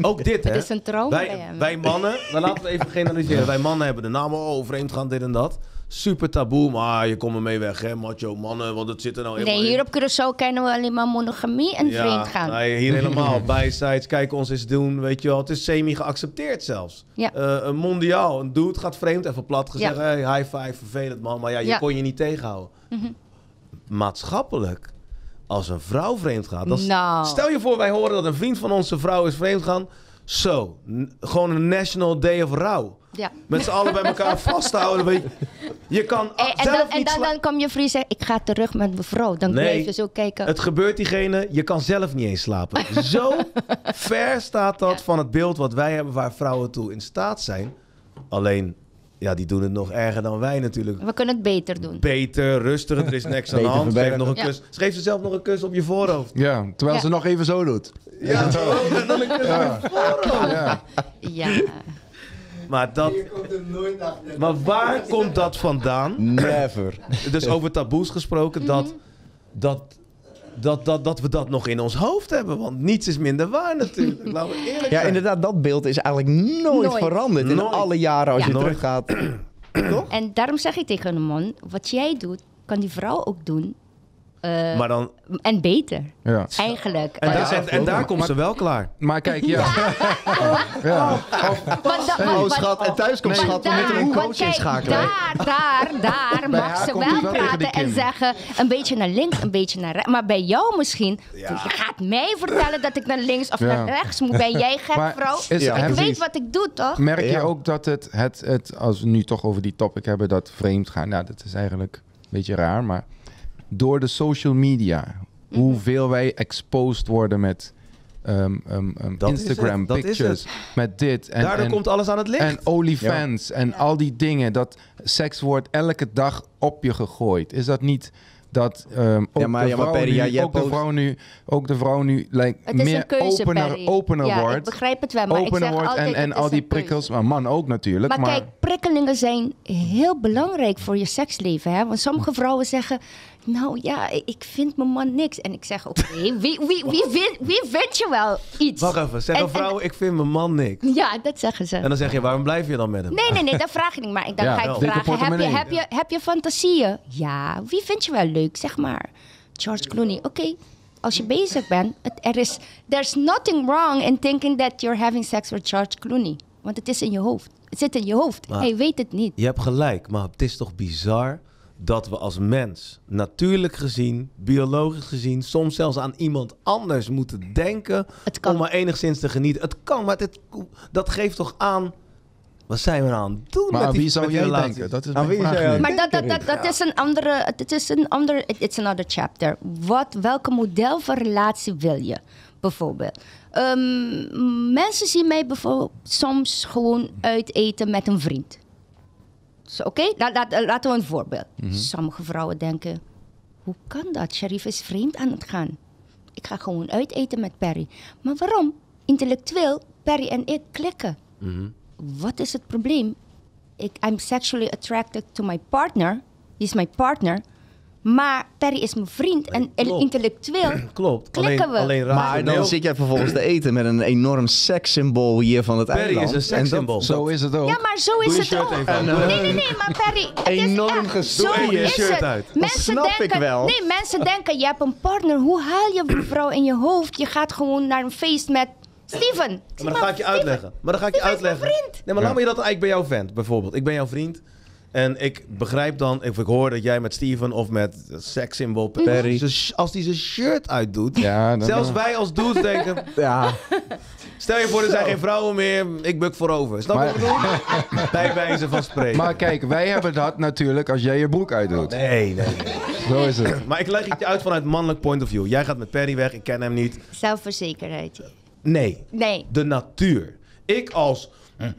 Speaker 1: ook dit, hè?
Speaker 2: Het is een trauma bij
Speaker 1: wij,
Speaker 2: hem.
Speaker 1: wij mannen, maar laten we even generaliseren. Wij mannen hebben de naam, oh, vreemd gaan, dit en dat. Super taboe, maar je komt ermee weg, hè, macho mannen, want het zit er nou helemaal
Speaker 2: nee,
Speaker 1: in.
Speaker 2: hier op Curaçao kennen we alleen maar monogamie en vreemd gaan.
Speaker 1: nee, nou, hier helemaal. [laughs] Bijsides, kijk ons eens doen. Weet je wel, het is semi-geaccepteerd zelfs.
Speaker 2: Ja.
Speaker 1: Eh, een mondiaal, een dude gaat vreemd, even plat gezegd.
Speaker 2: Ja.
Speaker 1: Hey, high five, vervelend man. Maar ja, je
Speaker 2: Ja. Mhm.
Speaker 1: kon je niet tegenhouden. Maatschappelijk, als een vrouw vreemd gaat. dat is-
Speaker 2: Nou.
Speaker 1: Stel je voor, wij horen dat een vriend van onze vrouw is vreemd gaan. Zo, n- gewoon een national day of rouw.
Speaker 2: Ja.
Speaker 1: Met z'n allen bij
Speaker 2: [laughs]
Speaker 1: elkaar vasthouden. weet je. Je kan
Speaker 2: Eh, En, en
Speaker 1: Ah, zelf
Speaker 2: dan, en
Speaker 1: niet
Speaker 2: dan,
Speaker 1: sla-
Speaker 2: dan kom je vriend zeggen, ik ga terug met mijn vrouw. Dan
Speaker 1: Nee.
Speaker 2: blijf je zo kijken.
Speaker 1: Het gebeurt diegene, je kan zelf niet eens slapen. Zo ver staat dat van het beeld wat wij hebben waar vrouwen toe in staat zijn. Alleen, ja, die doen het nog erger dan wij natuurlijk.
Speaker 2: We kunnen het beter doen.
Speaker 1: Beter, rustiger, er is niks aan de
Speaker 4: Beter
Speaker 1: hand. Geef,
Speaker 4: verbergen.
Speaker 1: nog een
Speaker 2: Ja.
Speaker 1: kus. Dus geef ze zelf nog een kus op je voorhoofd.
Speaker 3: Ja, terwijl
Speaker 2: Ja.
Speaker 3: ze nog even zo doet.
Speaker 1: Ja, dan een kus op je voorhoofd.
Speaker 3: Ja.
Speaker 2: Ja.
Speaker 1: Maar, dat,
Speaker 6: Hier komt er nooit achter.
Speaker 1: maar waar komt dat vandaan?
Speaker 4: Never.
Speaker 1: Dus over taboes gesproken, dat, dat, dat, dat, dat we dat nog in ons hoofd hebben. Want niets is minder waar natuurlijk. Laten we eerlijk
Speaker 4: Ja,
Speaker 1: zijn.
Speaker 4: inderdaad, dat beeld is eigenlijk nooit,
Speaker 2: Nooit.
Speaker 4: veranderd. In
Speaker 1: Nooit.
Speaker 4: alle jaren als
Speaker 2: Ja.
Speaker 4: je
Speaker 1: Nooit.
Speaker 4: teruggaat. [clears throat]
Speaker 2: En daarom zeg ik tegen een man, wat jij doet, kan die vrouw ook doen. Eh,
Speaker 1: Maar dan,
Speaker 2: en beter,
Speaker 3: Ja.
Speaker 2: eigenlijk.
Speaker 1: En,
Speaker 2: Want-
Speaker 1: daar, en, en daar komt ze wel klaar.
Speaker 3: Maar kijk, ja. [laughs] ja.
Speaker 2: want da- want-
Speaker 4: Oh,
Speaker 2: want-
Speaker 4: schat. En thuis komt
Speaker 2: want
Speaker 4: schat om
Speaker 2: daar-
Speaker 4: met een
Speaker 2: want
Speaker 4: coach
Speaker 2: kijk,
Speaker 4: inschakelen.
Speaker 2: Daar, daar, daar
Speaker 3: Bij
Speaker 2: mag
Speaker 3: haar
Speaker 2: ze
Speaker 3: komt
Speaker 2: wel
Speaker 3: hij wel tegen
Speaker 2: praten
Speaker 3: de
Speaker 2: en
Speaker 3: kin.
Speaker 2: zeggen een beetje naar links, een beetje naar rechts. Maar bij jou misschien, je gaat mij vertellen dat ik naar links of
Speaker 3: Ja.
Speaker 2: naar rechts moet. Ben jij gek,
Speaker 3: Maar
Speaker 2: vrouw?
Speaker 3: is-
Speaker 4: Ja,
Speaker 2: ik
Speaker 3: precies.
Speaker 2: weet wat ik doe, toch?
Speaker 3: Merk je
Speaker 4: Ja.
Speaker 3: ook dat het, het, het, als we nu toch over die topic hebben, dat vreemd gaan, nou dat is eigenlijk een beetje raar, maar door de social media. Hoeveel wij exposed worden met ehm, ehm, ehm,
Speaker 1: Dat is
Speaker 3: Instagram
Speaker 1: het, dat is
Speaker 3: pictures. Met dit. En,
Speaker 1: Daardoor
Speaker 3: en,
Speaker 1: komt alles aan het licht.
Speaker 3: en OnlyFans en al die dingen. Dat seks wordt elke dag op je gegooid. Is dat niet dat ehm, ook,
Speaker 4: Ja, maar-
Speaker 3: de
Speaker 4: ja, maar
Speaker 3: vrouw
Speaker 4: Perry,
Speaker 3: nu,
Speaker 4: jij- jij
Speaker 3: ook de
Speaker 4: post-
Speaker 3: vrouw nu, ook de vrouw nu like,
Speaker 2: Het is
Speaker 3: meer
Speaker 2: een keuze,
Speaker 3: opener,
Speaker 2: Perry.
Speaker 3: opener
Speaker 2: ja, Ik
Speaker 3: wordt?
Speaker 2: begrijp het wel, maar ik
Speaker 3: opener
Speaker 2: zeg
Speaker 3: wordt
Speaker 2: altijd,
Speaker 3: en, en
Speaker 2: het is
Speaker 3: al die
Speaker 2: een keuze.
Speaker 3: prikkels. Maar man ook natuurlijk.
Speaker 2: Maar,
Speaker 3: Maar,
Speaker 2: kijk, prikkelingen zijn heel belangrijk voor je seksleven. Hè? Want sommige vrouwen zeggen, nou ja, ik vind mijn man niks. En ik zeg, oké,
Speaker 1: [laughs]
Speaker 2: wie, wie, wie, vind- wie vindt je wel iets?
Speaker 1: Wacht even, zeg
Speaker 2: En-
Speaker 1: een vrouw, ik vind mijn man niks.
Speaker 2: [laughs] Ja, dat zeggen ze.
Speaker 1: En dan zeg je, waarom blijf je dan met hem?
Speaker 2: Nee, nee, nee, dat vraag ik niet. Maar ik, dan
Speaker 3: Ja,
Speaker 2: ga ik
Speaker 3: dikke
Speaker 2: vragen, heb je,
Speaker 3: portemonnee.
Speaker 2: heb, je, heb je fantasieën? Ja, wie vind je wel leuk, zeg maar? George Clooney, oké. Als je bezig bent, het- er is, there's nothing wrong in thinking that you're having sex with George Clooney. Want het is in je hoofd. Het zit in je hoofd.
Speaker 1: Maar-
Speaker 2: Hij weet het niet.
Speaker 1: Je hebt gelijk, maar het is toch bizar dat we als mens, natuurlijk gezien, biologisch gezien, soms zelfs aan iemand anders moeten denken
Speaker 2: Het kan.
Speaker 1: om maar enigszins te genieten. Het kan, maar dit, dat geeft toch aan, wat zijn we nou aan het doen
Speaker 3: maar
Speaker 1: met
Speaker 3: aan
Speaker 1: die
Speaker 3: wie zou
Speaker 1: met die
Speaker 3: jij
Speaker 1: relaties?
Speaker 3: denken? Dat is
Speaker 4: Aan
Speaker 3: mijn
Speaker 4: Ah, wie zou
Speaker 3: vraag
Speaker 4: jij-
Speaker 3: nu.
Speaker 2: Maar dat, dat, dat, dat is een andere, het- het is een ander, it- it's another chapter. Wat, welke model van relatie wil je, bijvoorbeeld? Ehm, mensen zien mij bijvoorbeeld soms gewoon uit eten met een vriend. Zo, Oké, La- laat- eh, laten we een voorbeeld. Sommige vrouwen denken, hoe kan dat? Sharif is vreemd aan het gaan. Ik ga gewoon uit eten met Perry. Maar waarom? Intellectueel, Perry en ik klikken. Wat is het probleem? ik, I'm sexually attracted to my partner. Die is mijn partner. Maar Perry is mijn vriend en, en
Speaker 1: klopt.
Speaker 2: intellectueel.
Speaker 1: Klopt, alleen,
Speaker 2: Klikken we.
Speaker 1: alleen raar
Speaker 4: Maar dan
Speaker 1: vermeld.
Speaker 4: zit jij vervolgens te eten met een enorm sekssymbool hier van het
Speaker 1: Perry
Speaker 4: eiland.
Speaker 1: is een sekssymbool.
Speaker 3: Zo is het ook.
Speaker 2: Ja, maar zo is
Speaker 1: je
Speaker 2: het
Speaker 1: shirt
Speaker 2: ook.
Speaker 1: even aan.
Speaker 2: nee, nee, nee, maar Perry. het is
Speaker 4: Enorm
Speaker 2: echt-
Speaker 4: gestoord.
Speaker 2: Zo
Speaker 1: Doe eh, je
Speaker 2: is
Speaker 1: shirt
Speaker 2: het.
Speaker 1: uit. Dat
Speaker 2: Mensen
Speaker 4: snap ik
Speaker 2: denken,
Speaker 4: wel.
Speaker 2: Nee, mensen denken, je hebt een partner. Hoe haal je een vrouw in je hoofd? Je gaat gewoon naar een feest met Steven. Ik zeg,
Speaker 1: Maar dan ga ik je
Speaker 2: Steven-
Speaker 1: uitleggen. Maar dan ga ik je
Speaker 2: Die is mijn
Speaker 1: uitleggen.
Speaker 2: vriend.
Speaker 1: Nee, maar laat me je dat eigenlijk bij jouw vent, bijvoorbeeld. Ik ben jouw vriend. En ik begrijp dan, of ik hoor dat jij met Steven of met dat sekssymbool
Speaker 2: Mm.
Speaker 1: Perry. zijn sh- Als die zijn shirt uitdoet. [laughs]
Speaker 3: Ja, dan-
Speaker 1: zelfs
Speaker 3: dan-
Speaker 1: wij als dudes [laughs] denken.
Speaker 4: Ja,
Speaker 1: Stel je voor, er zijn geen vrouwen meer. Ik buk voorover. Snap je
Speaker 3: Maar-
Speaker 1: wat ik [laughs] bedoel? Bij wijze van spreken.
Speaker 3: Maar kijk, wij hebben dat natuurlijk als jij je broek uitdoet.
Speaker 1: Nee, nee, nee.
Speaker 3: Zo is het.
Speaker 1: Maar ik leg het je uit vanuit mannelijk point of view. Jij gaat met Perry weg, ik ken hem niet.
Speaker 2: Zelfverzekerdheid.
Speaker 1: Nee,
Speaker 2: Nee.
Speaker 1: de natuur. Ik als. hm,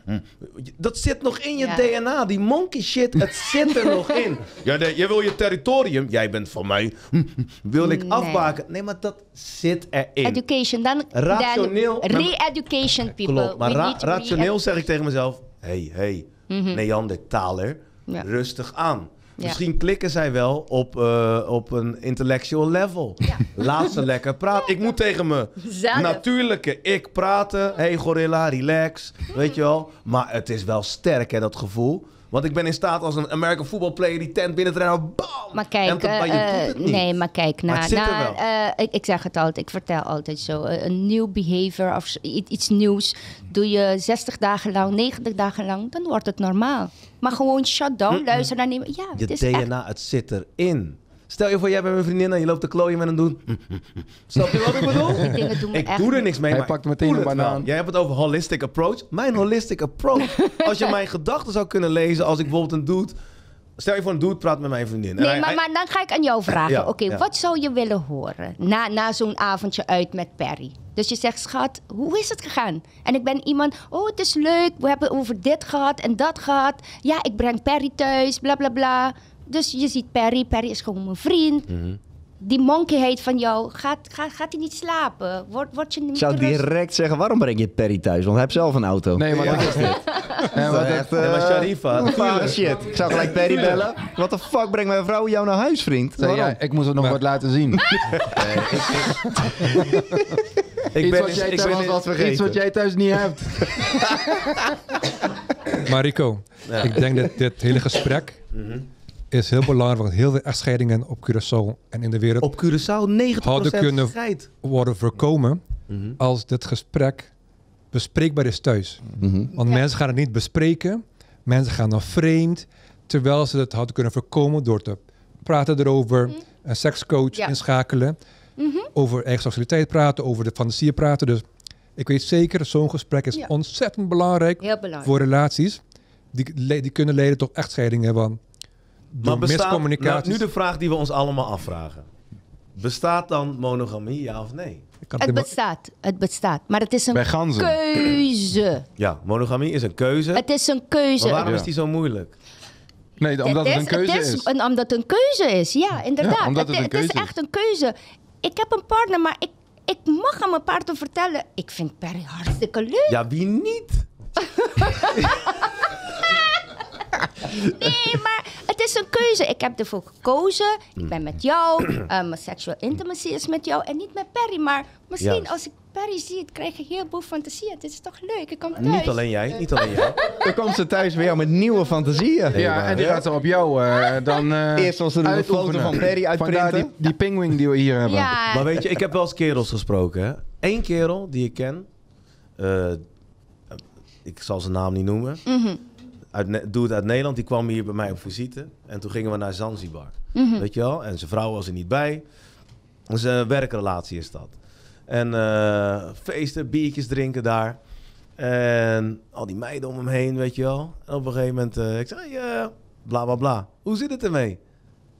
Speaker 1: Dat zit nog in je
Speaker 2: Ja.
Speaker 1: DNA, die monkey shit. Het zit er nog
Speaker 2: [laughs]
Speaker 1: in. Ja, nee, jij wil je territorium. Jij bent van mij. hm, Wil ik
Speaker 2: Nee.
Speaker 1: afbaken? Nee, maar dat zit erin.
Speaker 2: Education. Dan,
Speaker 1: Rationeel.
Speaker 2: dan re-education people.
Speaker 1: Klopt. Maar
Speaker 2: We
Speaker 1: ra-
Speaker 2: need to Mhm.
Speaker 1: rationeel zeg ik tegen mezelf: hé, hey, hey, Neandertaler,
Speaker 2: Ja.
Speaker 1: rustig aan.
Speaker 2: Ja.
Speaker 1: Misschien klikken zij wel op, eh, op een intellectual level. [laughs] Laat ze lekker praten. Ik moet tegen me
Speaker 2: Zelf.
Speaker 1: natuurlijke ik praten. Hey gorilla,
Speaker 2: [laughs]
Speaker 1: relax. Weet je wel. Maar het is wel sterk hè, dat gevoel. Want ik ben in staat als een American voetbalplayer die tent binnen te rennen. Bam!
Speaker 2: Maar
Speaker 1: En
Speaker 2: kijk,
Speaker 1: dat- maar je
Speaker 2: eh,
Speaker 1: doet het
Speaker 2: eh,
Speaker 1: niet.
Speaker 2: nee, maar kijk,
Speaker 1: Maar
Speaker 2: na,
Speaker 1: het zit er
Speaker 2: na,
Speaker 1: wel.
Speaker 2: eh, ik, ik zeg het altijd, ik vertel altijd zo, eh, een nieuw behavior of zo, i- iets nieuws, doe je 60 dagen lang, 90 dagen lang, dan wordt het normaal. Maar gewoon shut down, luister naar niemand. Ja,
Speaker 1: Je
Speaker 2: het is echt.
Speaker 1: DNA, het zit erin. Stel je voor, jij bent mijn vriendin en je loopt te klooien met een doen. Snap je wat ik
Speaker 2: [laughs]
Speaker 1: bedoel?
Speaker 2: dingen doen me
Speaker 1: ik
Speaker 2: echt
Speaker 1: doe er
Speaker 2: niet.
Speaker 1: niks mee.
Speaker 3: Hij
Speaker 1: maar
Speaker 3: pakt
Speaker 1: ik
Speaker 3: meteen
Speaker 1: voel
Speaker 3: een
Speaker 1: het
Speaker 3: banaan.
Speaker 1: wel. Jij hebt het over holistic approach. Mijn holistic
Speaker 2: [laughs]
Speaker 1: approach. als je mijn gedachten zou kunnen lezen als ik bijvoorbeeld een dude... Stel je voor, een dude praat met mijn vriendin. En
Speaker 2: Nee,
Speaker 1: hij-
Speaker 2: maar,
Speaker 1: hij-
Speaker 2: maar dan ga ik aan jou vragen.
Speaker 1: Ja,
Speaker 2: Oké,
Speaker 1: ja.
Speaker 2: wat zou je willen horen na, na zo'n avondje uit met Perry? Dus je zegt, schat, hoe is het gegaan? En ik ben iemand, oh, het is leuk, we hebben over dit gehad en dat gehad. Ja, ik breng Perry thuis, bla bla bla. Dus je ziet Perry, Perry is gewoon mijn vriend.
Speaker 1: Mhm.
Speaker 2: Die monkeyheid van jou, gaat, gaat, gaat hij niet slapen? Wordt word je
Speaker 4: ik
Speaker 2: niet
Speaker 4: zou
Speaker 2: gerust?
Speaker 4: direct zeggen, waarom breng je Perry thuis? Want hij heeft zelf een auto.
Speaker 3: Nee, maar dat is dit.
Speaker 4: [laughs]
Speaker 3: En
Speaker 4: Dat
Speaker 3: wat
Speaker 4: is
Speaker 3: het-
Speaker 4: echt,
Speaker 1: Nee, maar
Speaker 4: eh,
Speaker 1: Sharifa,
Speaker 4: vage
Speaker 1: tuurlijk.
Speaker 4: shit. Ik zou gelijk Perry bellen. Wat de fuck brengt mijn vrouw jou naar huis, vriend?
Speaker 3: Nee,
Speaker 4: Waarom?
Speaker 3: ja, ik moest het nog
Speaker 5: Maar-
Speaker 3: wat laten zien.
Speaker 1: ik
Speaker 3: Iets
Speaker 1: ben,
Speaker 3: wat jij
Speaker 1: ik
Speaker 3: thuis-
Speaker 1: ben
Speaker 4: wat vergeten.
Speaker 3: Iets wat jij thuis niet hebt.
Speaker 5: Maar Rico, ik denk dat dit hele
Speaker 1: [laughs]
Speaker 5: gesprek
Speaker 1: Mhm.
Speaker 5: is heel belangrijk. Want heel veel echtscheidingen op Curaçao en in de wereld
Speaker 1: op Curaçao 90%
Speaker 5: Hadden kunnen-
Speaker 1: scheid.
Speaker 5: worden voorkomen
Speaker 1: Mhm.
Speaker 5: als dit gesprek bespreekbaar is thuis. Want mensen gaan het niet bespreken. Mensen gaan dan vreemd. Terwijl ze het hadden kunnen voorkomen door te praten erover. Een sekscoach
Speaker 2: Mhm. Ja. Mhm.
Speaker 5: inschakelen. Over eigen seksualiteit praten. Over de fantasieën praten. Dus ik weet zeker, zo'n gesprek is
Speaker 2: Ja.
Speaker 5: ontzettend belangrijk
Speaker 2: Heel belangrijk.
Speaker 5: voor relaties. Die, le- die kunnen leiden tot echtscheidingen. Want door miscommunicatie.
Speaker 1: nou, nu de vraag die we ons allemaal afvragen. Bestaat dan monogamie, ja of nee?
Speaker 5: Ik kan
Speaker 2: Het
Speaker 5: helemaal-
Speaker 2: bestaat, het bestaat. Maar het is een
Speaker 3: Bij ganzen.
Speaker 2: keuze.
Speaker 1: Ja, monogamie is een keuze.
Speaker 2: Het is een
Speaker 1: Eh? maar
Speaker 2: keuze.
Speaker 1: waarom
Speaker 3: Ja.
Speaker 1: is die zo moeilijk?
Speaker 3: Nee, omdat het een keuze
Speaker 2: is,
Speaker 3: is.
Speaker 2: een- omdat het een keuze is, ja, inderdaad.
Speaker 3: Ja, omdat
Speaker 2: het,
Speaker 3: het een
Speaker 2: het is
Speaker 3: keuze is.
Speaker 2: echt een keuze. Ik heb een partner, maar ik, ik mag aan mijn partner vertellen... Ik vind Perry hartstikke leuk.
Speaker 1: Ja, wie niet?
Speaker 3: [laughs]
Speaker 2: Nee, maar het is een keuze. Ik heb ervoor gekozen. Ik ben met jou. eh, mijn sexual intimacy is met jou en niet met Perry. Maar misschien
Speaker 1: Juist.
Speaker 2: als ik Perry zie, krijg ik een heleboel fantasieën. Dit is toch leuk? Ik kom thuis.
Speaker 1: Niet alleen jij, niet alleen
Speaker 2: [laughs]
Speaker 1: jij.
Speaker 4: Dan komt ze thuis weer met nieuwe fantasieën.
Speaker 3: Ja, en die gaat er op jou eh, dan eh,
Speaker 4: Eerst was er een
Speaker 3: uitoefenen.
Speaker 4: foto van Perry uitprinten.
Speaker 3: Vandaar die, die pinguïn die we hier hebben.
Speaker 2: Ja,
Speaker 1: Maar weet je, ik heb wel eens kerels gesproken. Hè? Eén kerel die ik ken. eh, ik zal zijn naam niet noemen.
Speaker 2: Mhm.
Speaker 1: Uit, Ne- doe het uit Nederland. Die kwam hier bij mij op visite. En toen gingen we naar Zanzibar.
Speaker 2: Mhm.
Speaker 1: Weet je wel? En zijn vrouw was er niet bij. Zijn werkrelatie is dat. En eh, feesten, biertjes drinken daar. En al die meiden om hem heen, weet je wel. En op een gegeven moment, eh, ik zei, hey, eh, bla bla bla. Hoe zit het ermee?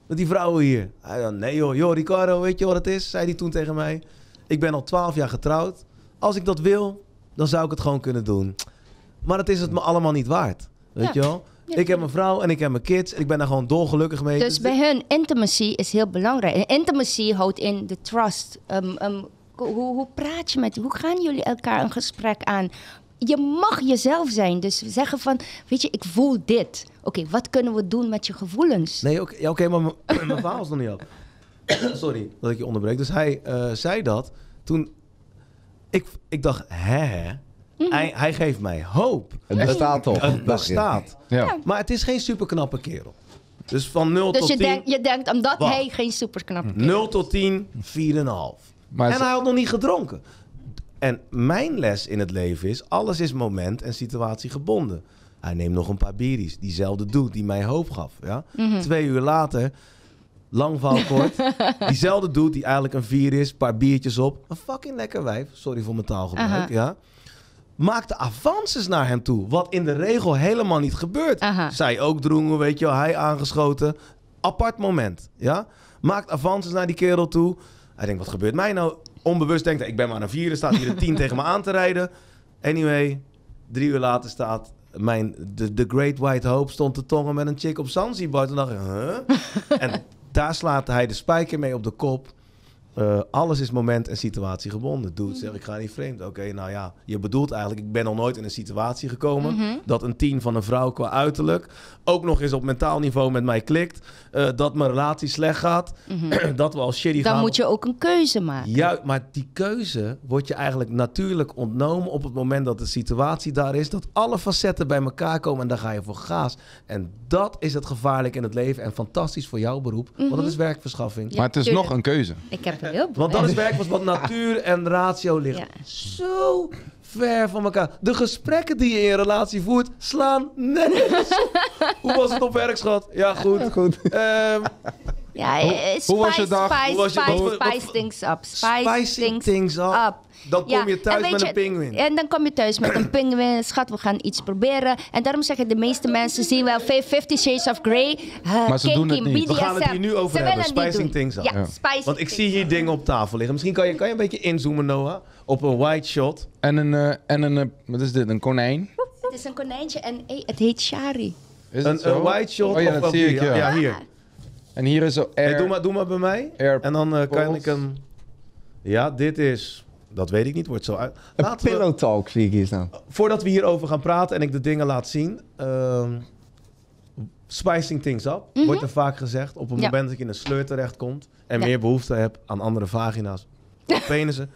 Speaker 1: Met die vrouwen hier. Hij dan, nee joh, joh Ricardo, weet je wat het is? Zei hij toen tegen mij. Ik ben al twaalf jaar getrouwd. Als ik dat wil, dan zou ik het gewoon kunnen doen. Maar het is het me allemaal niet waard. Weet
Speaker 2: Ja.
Speaker 1: je wel?
Speaker 2: Ja.
Speaker 1: Ik heb mijn vrouw en ik heb mijn kids. En ik ben daar gewoon dolgelukkig mee.
Speaker 2: Dus bij hun, intimacy is heel belangrijk. En intimacy houdt in de trust. Ehm, ehm, ko- hoe, hoe praat je met... Hoe gaan jullie elkaar een gesprek aan? Je mag jezelf zijn. Dus zeggen van, weet je, ik voel dit. Oké, wat kunnen we doen met je gevoelens?
Speaker 1: Nee, oké, ja, oké, maar [coughs] mijn mijn verhaal is nog niet af. [coughs] Sorry dat ik je onderbreek. Dus hij eh, zei dat. Toen, ik, ik dacht, hè, hè?
Speaker 2: Mhm.
Speaker 1: Hij, hij geeft mij hoop.
Speaker 4: Het bestaat toch?
Speaker 1: Het bestaat.
Speaker 3: Ja.
Speaker 1: Maar het is geen superknappe kerel. Dus van 0
Speaker 2: Dus
Speaker 1: tot
Speaker 2: je,
Speaker 1: 10...
Speaker 2: denkt, je denkt, omdat
Speaker 1: Wacht. Hmm.
Speaker 2: hij geen superknap is.
Speaker 1: 0 tot 10, 4,5.
Speaker 3: Maar
Speaker 1: en
Speaker 3: ze-
Speaker 1: hij had nog niet gedronken. En mijn les in het leven is: alles is moment en situatie gebonden. Hij neemt nog een paar bieries. Diezelfde doet die mij hoop gaf. Ja? Twee uur later, lang verhaal kort. diezelfde doet die eigenlijk een vier is, een paar biertjes op. Een fucking lekker wijf. Sorry voor mijn taalgebruik.
Speaker 2: Aha.
Speaker 1: Ja? Maakte avances naar hem toe. Wat in de regel helemaal niet gebeurt.
Speaker 2: Aha.
Speaker 1: Zij ook droegen, weet je wel. Hij aangeschoten. Apart moment. Ja? Maakt avances naar die kerel toe. Hij denkt, wat gebeurt mij nou? Onbewust denkt hij, ik ben maar een vier. Er staat hier een tien tegen me aan te rijden. Anyway, drie uur later staat mijn, de, de Great White Hope stond te tongen met een chick op Zanzibar. Toen dacht ik, huh? en daar slaat hij de spijker mee op de kop. Eh, alles is moment en situatie gebonden. Doe
Speaker 2: Mhm.
Speaker 1: het, zeg ik ga niet vreemd. Oké, nou ja, je bedoelt eigenlijk, ik ben nog nooit in een situatie gekomen
Speaker 2: Mhm.
Speaker 1: dat een tien van een vrouw qua uiterlijk ook nog eens op mentaal niveau met mij klikt, eh, dat mijn relatie slecht gaat, [clears throat] dat we al shitty
Speaker 2: Mhm. Dan
Speaker 1: gaan.
Speaker 2: moet je ook een keuze maken.
Speaker 1: Juist, maar die keuze wordt je eigenlijk natuurlijk ontnomen op het moment dat de situatie daar is. Dat alle facetten bij elkaar komen en daar ga je voor gaas. En dat is het gevaarlijk in het leven en fantastisch voor jouw beroep. Want dat is werkverschaffing.
Speaker 2: Mhm. Ja,
Speaker 3: Maar het is
Speaker 2: tuurlijk.
Speaker 3: nog een keuze.
Speaker 2: Ik heb er heel veel
Speaker 1: Want dat is werkvers wat natuur en ratio ligt.
Speaker 2: Ja.
Speaker 1: Zo ver van elkaar. De gesprekken die je in een relatie voert, slaan
Speaker 2: [laughs]
Speaker 1: nergens op. Hoe was het op werk, schat? Ja, goed.
Speaker 4: Goed.
Speaker 1: Ehm,
Speaker 2: Ja,
Speaker 3: Hoe-
Speaker 2: eh, spice,
Speaker 3: hoe was je dag?
Speaker 2: spice,
Speaker 1: Hoe was je-
Speaker 2: spice,
Speaker 1: wat- wat-
Speaker 2: spice things up. Spice
Speaker 1: spicing things up. Dan kom
Speaker 2: Ja,
Speaker 1: je
Speaker 2: en
Speaker 1: thuis
Speaker 2: weet
Speaker 1: met
Speaker 2: je,
Speaker 1: een pinguïn.
Speaker 2: En dan kom je thuis met een pinguïn. Schat, we gaan iets proberen. En daarom zeggen de meeste mensen, zien wel 50 Shades of Grey. eh,
Speaker 3: Maar ze doen
Speaker 2: kinky,
Speaker 3: het niet.
Speaker 1: We gaan het
Speaker 2: BDSM.
Speaker 1: hier nu over
Speaker 2: Ze
Speaker 1: hebben,
Speaker 2: willen het niet
Speaker 1: spicing
Speaker 2: doen.
Speaker 1: things up.
Speaker 2: Ja,
Speaker 3: Ja.
Speaker 2: spicing
Speaker 1: Want ik zie
Speaker 2: things
Speaker 1: hier
Speaker 2: up.
Speaker 1: dingen op tafel liggen. Misschien kan je, kan je een beetje inzoomen, Noah. Op een wide shot.
Speaker 3: En een, eh, en een eh, wat is dit, een konijn?
Speaker 2: Het is een konijntje en eh, het heet Shari.
Speaker 3: Is het
Speaker 1: Een,
Speaker 3: zo?
Speaker 1: een wide shot.
Speaker 3: Oh ja,
Speaker 1: of-
Speaker 3: dat
Speaker 1: of
Speaker 3: zie
Speaker 1: hier.
Speaker 3: ik, ja.
Speaker 1: ja hier.
Speaker 3: En hier is zo
Speaker 1: Hey,
Speaker 3: air.
Speaker 1: doe, maar, doe maar bij mij.
Speaker 3: Air
Speaker 1: en dan eh, kan
Speaker 3: balls.
Speaker 1: ik hem... Ja, dit is... Dat weet ik niet, wordt zo uit.
Speaker 4: Een
Speaker 1: Laten we,
Speaker 4: pillow talk zie ik hier staan.
Speaker 1: voordat we hierover gaan praten en ik de dingen laat zien... ehm, spicing things up, wordt er vaak gezegd. Op het
Speaker 2: Mhm. Ja.
Speaker 1: moment dat je in een sleur terechtkomt... en
Speaker 2: Ja.
Speaker 1: meer behoefte hebt aan andere vagina's.
Speaker 2: [laughs]
Speaker 1: Penissen.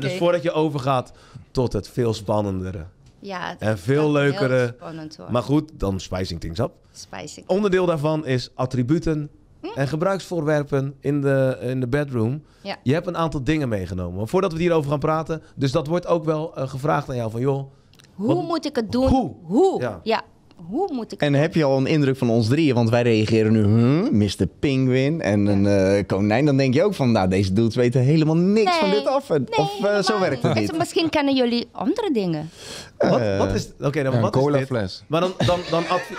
Speaker 1: Dus voordat je overgaat tot het veel spannendere.
Speaker 2: Ja, het
Speaker 1: En veel
Speaker 2: kan
Speaker 1: leukere-
Speaker 2: heel spannend hoor.
Speaker 1: Maar goed, dan spicing things up.
Speaker 2: Spicing.
Speaker 1: Onderdeel daarvan is attributen en gebruiksvoorwerpen in de, in de bedroom.
Speaker 2: Ja.
Speaker 1: Je hebt een aantal dingen meegenomen. Maar Voordat we het hierover gaan praten, dus dat wordt ook wel eh, gevraagd aan jou van joh.
Speaker 2: Hoe
Speaker 1: Wat-
Speaker 2: moet ik het doen?
Speaker 1: Hoe?
Speaker 2: Hoe?
Speaker 1: Ja.
Speaker 2: Ja. Hoe moet ik het
Speaker 4: En heb je al een indruk van ons drieën? Want wij reageren nu, huh, Mr. Penguin en een eh, konijn. Dan denk je ook van, nou, deze dudes weten helemaal niks van
Speaker 2: Nee.
Speaker 4: dit af. En-
Speaker 2: Nee,
Speaker 4: of eh,
Speaker 2: helemaal
Speaker 4: zo werkt het
Speaker 2: Is-
Speaker 4: niet.
Speaker 2: Misschien kennen jullie andere dingen.
Speaker 1: Wat, wat is. Oké, dan
Speaker 3: Eh. Ja, een
Speaker 1: wat is
Speaker 3: cola
Speaker 1: dit?
Speaker 3: fles.
Speaker 1: Maar dan. dan, dan adv-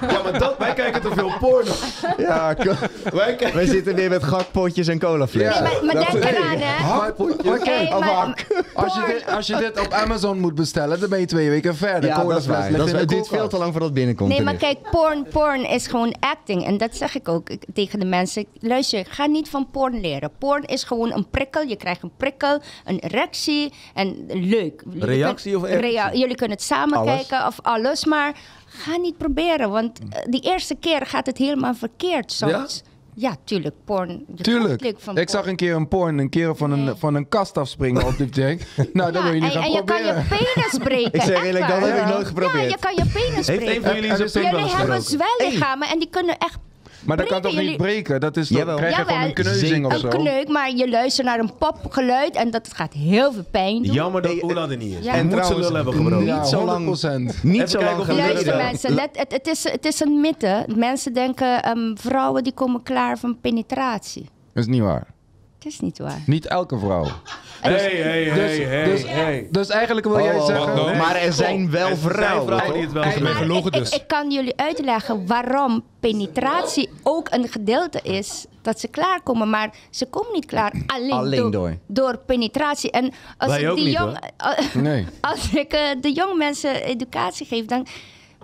Speaker 1: ja, maar dat, wij kijken te veel porno.
Speaker 4: Ja, ko-
Speaker 1: Wij kijken...
Speaker 4: we zitten weer met gakpotjes en colaflessen.
Speaker 2: Nee, maar- maar
Speaker 4: Dat-
Speaker 2: denk eraan, hè.
Speaker 4: Hakpotjes
Speaker 2: Oké,
Speaker 4: of
Speaker 2: maar-
Speaker 4: hak.
Speaker 3: Als je, dit, als je dit op Amazon moet bestellen, dan ben je twee weken verder.
Speaker 4: Ja,
Speaker 3: Cola
Speaker 4: dat is
Speaker 3: fles
Speaker 4: waar.
Speaker 3: ligt
Speaker 4: Dat
Speaker 3: in de
Speaker 4: is- Het duurt
Speaker 3: koelkast.
Speaker 4: veel te lang voordat het binnenkomt.
Speaker 2: Nee, maar
Speaker 4: nu.
Speaker 2: kijk, porn, porn is gewoon acting. En dat zeg ik ook ik- tegen de mensen. Luister, ga niet van porn leren. Porn is gewoon een prikkel. Je krijgt een prikkel, een erectie en leuk. Jullie
Speaker 1: Reactie
Speaker 2: kun-
Speaker 1: of erectie?
Speaker 2: Rea- jullie kunnen het samen
Speaker 4: Alles.
Speaker 2: kijken of alles. Maar ga niet proberen, want eh, die eerste keer gaat het helemaal verkeerd soms. Ja, tuurlijk, porn. Je
Speaker 3: Tuurlijk.
Speaker 2: komt leuk van
Speaker 3: Ik zag
Speaker 2: porn.
Speaker 3: een keer een porn, een kerel van een, van een kast afspringen
Speaker 2: [laughs]
Speaker 3: op die tank. Nou,
Speaker 2: Ja,
Speaker 3: dat wil je niet
Speaker 2: en,
Speaker 3: gaan
Speaker 2: en je kan
Speaker 3: proberen.
Speaker 2: je penis breken.
Speaker 4: Ik zeg
Speaker 2: echt
Speaker 4: eerlijk, dat
Speaker 2: waar.
Speaker 4: heb ik
Speaker 3: Ja.
Speaker 4: nooit
Speaker 2: Ja,
Speaker 4: geprobeerd.
Speaker 2: je kan je penis
Speaker 1: Heeft een
Speaker 2: breken.
Speaker 1: van jullie
Speaker 3: Er-
Speaker 1: zijn
Speaker 3: er is een-
Speaker 1: pink wel eens
Speaker 2: Jullie hebben
Speaker 1: geroken?
Speaker 2: zwellichamen en die kunnen echt
Speaker 3: maar dat kan toch
Speaker 2: breken
Speaker 3: niet breken? Dat is toch,
Speaker 4: Jawel.
Speaker 3: krijg je gewoon een
Speaker 2: Jawel.
Speaker 3: kneuzing of
Speaker 2: een
Speaker 3: zo?
Speaker 2: kneuk, maar je luistert naar een popgeluid en dat gaat heel veel pijn doen.
Speaker 1: Jammer dat
Speaker 4: Hey,
Speaker 1: Oela
Speaker 3: eh,
Speaker 1: er niet is.
Speaker 2: ja.
Speaker 1: En
Speaker 2: En
Speaker 1: moet ze
Speaker 4: trouwens,
Speaker 1: lul hebben gebroken.
Speaker 3: Ja,
Speaker 4: Niet zo lang.
Speaker 3: 100%.
Speaker 4: Niet
Speaker 1: Even
Speaker 4: zo
Speaker 1: kijken
Speaker 4: lang
Speaker 1: of het
Speaker 4: geleden.
Speaker 2: Luister
Speaker 1: Ja.
Speaker 2: mensen, let, het, het, is, het is een mythe. Mensen denken, ehm, vrouwen die komen klaar van penetratie.
Speaker 3: Dat is niet waar.
Speaker 2: Het is niet waar.
Speaker 3: Niet elke vrouw.
Speaker 1: Hey, hey, hey, hey,
Speaker 3: dus-
Speaker 1: hey.
Speaker 3: Dus eigenlijk wil jij
Speaker 4: Oh,
Speaker 3: zeggen...
Speaker 5: nou?
Speaker 4: Maar er zijn wel
Speaker 1: Er zijn
Speaker 4: vrouwen.
Speaker 1: vrouwen die het wel
Speaker 5: Eigenlijk-
Speaker 1: gebruiken.
Speaker 5: gelogen
Speaker 2: ik, ik,
Speaker 5: dus.
Speaker 2: ik kan jullie uitleggen waarom penetratie ook een gedeelte is dat ze klaarkomen. Maar ze komen niet klaar alleen,
Speaker 4: Alleen door.
Speaker 2: door penetratie. En als
Speaker 1: Wij
Speaker 2: ik
Speaker 1: ook
Speaker 2: die
Speaker 1: niet,
Speaker 2: jong, [laughs]
Speaker 3: Nee.
Speaker 2: als ik eh, de jonge mensen educatie geef, dan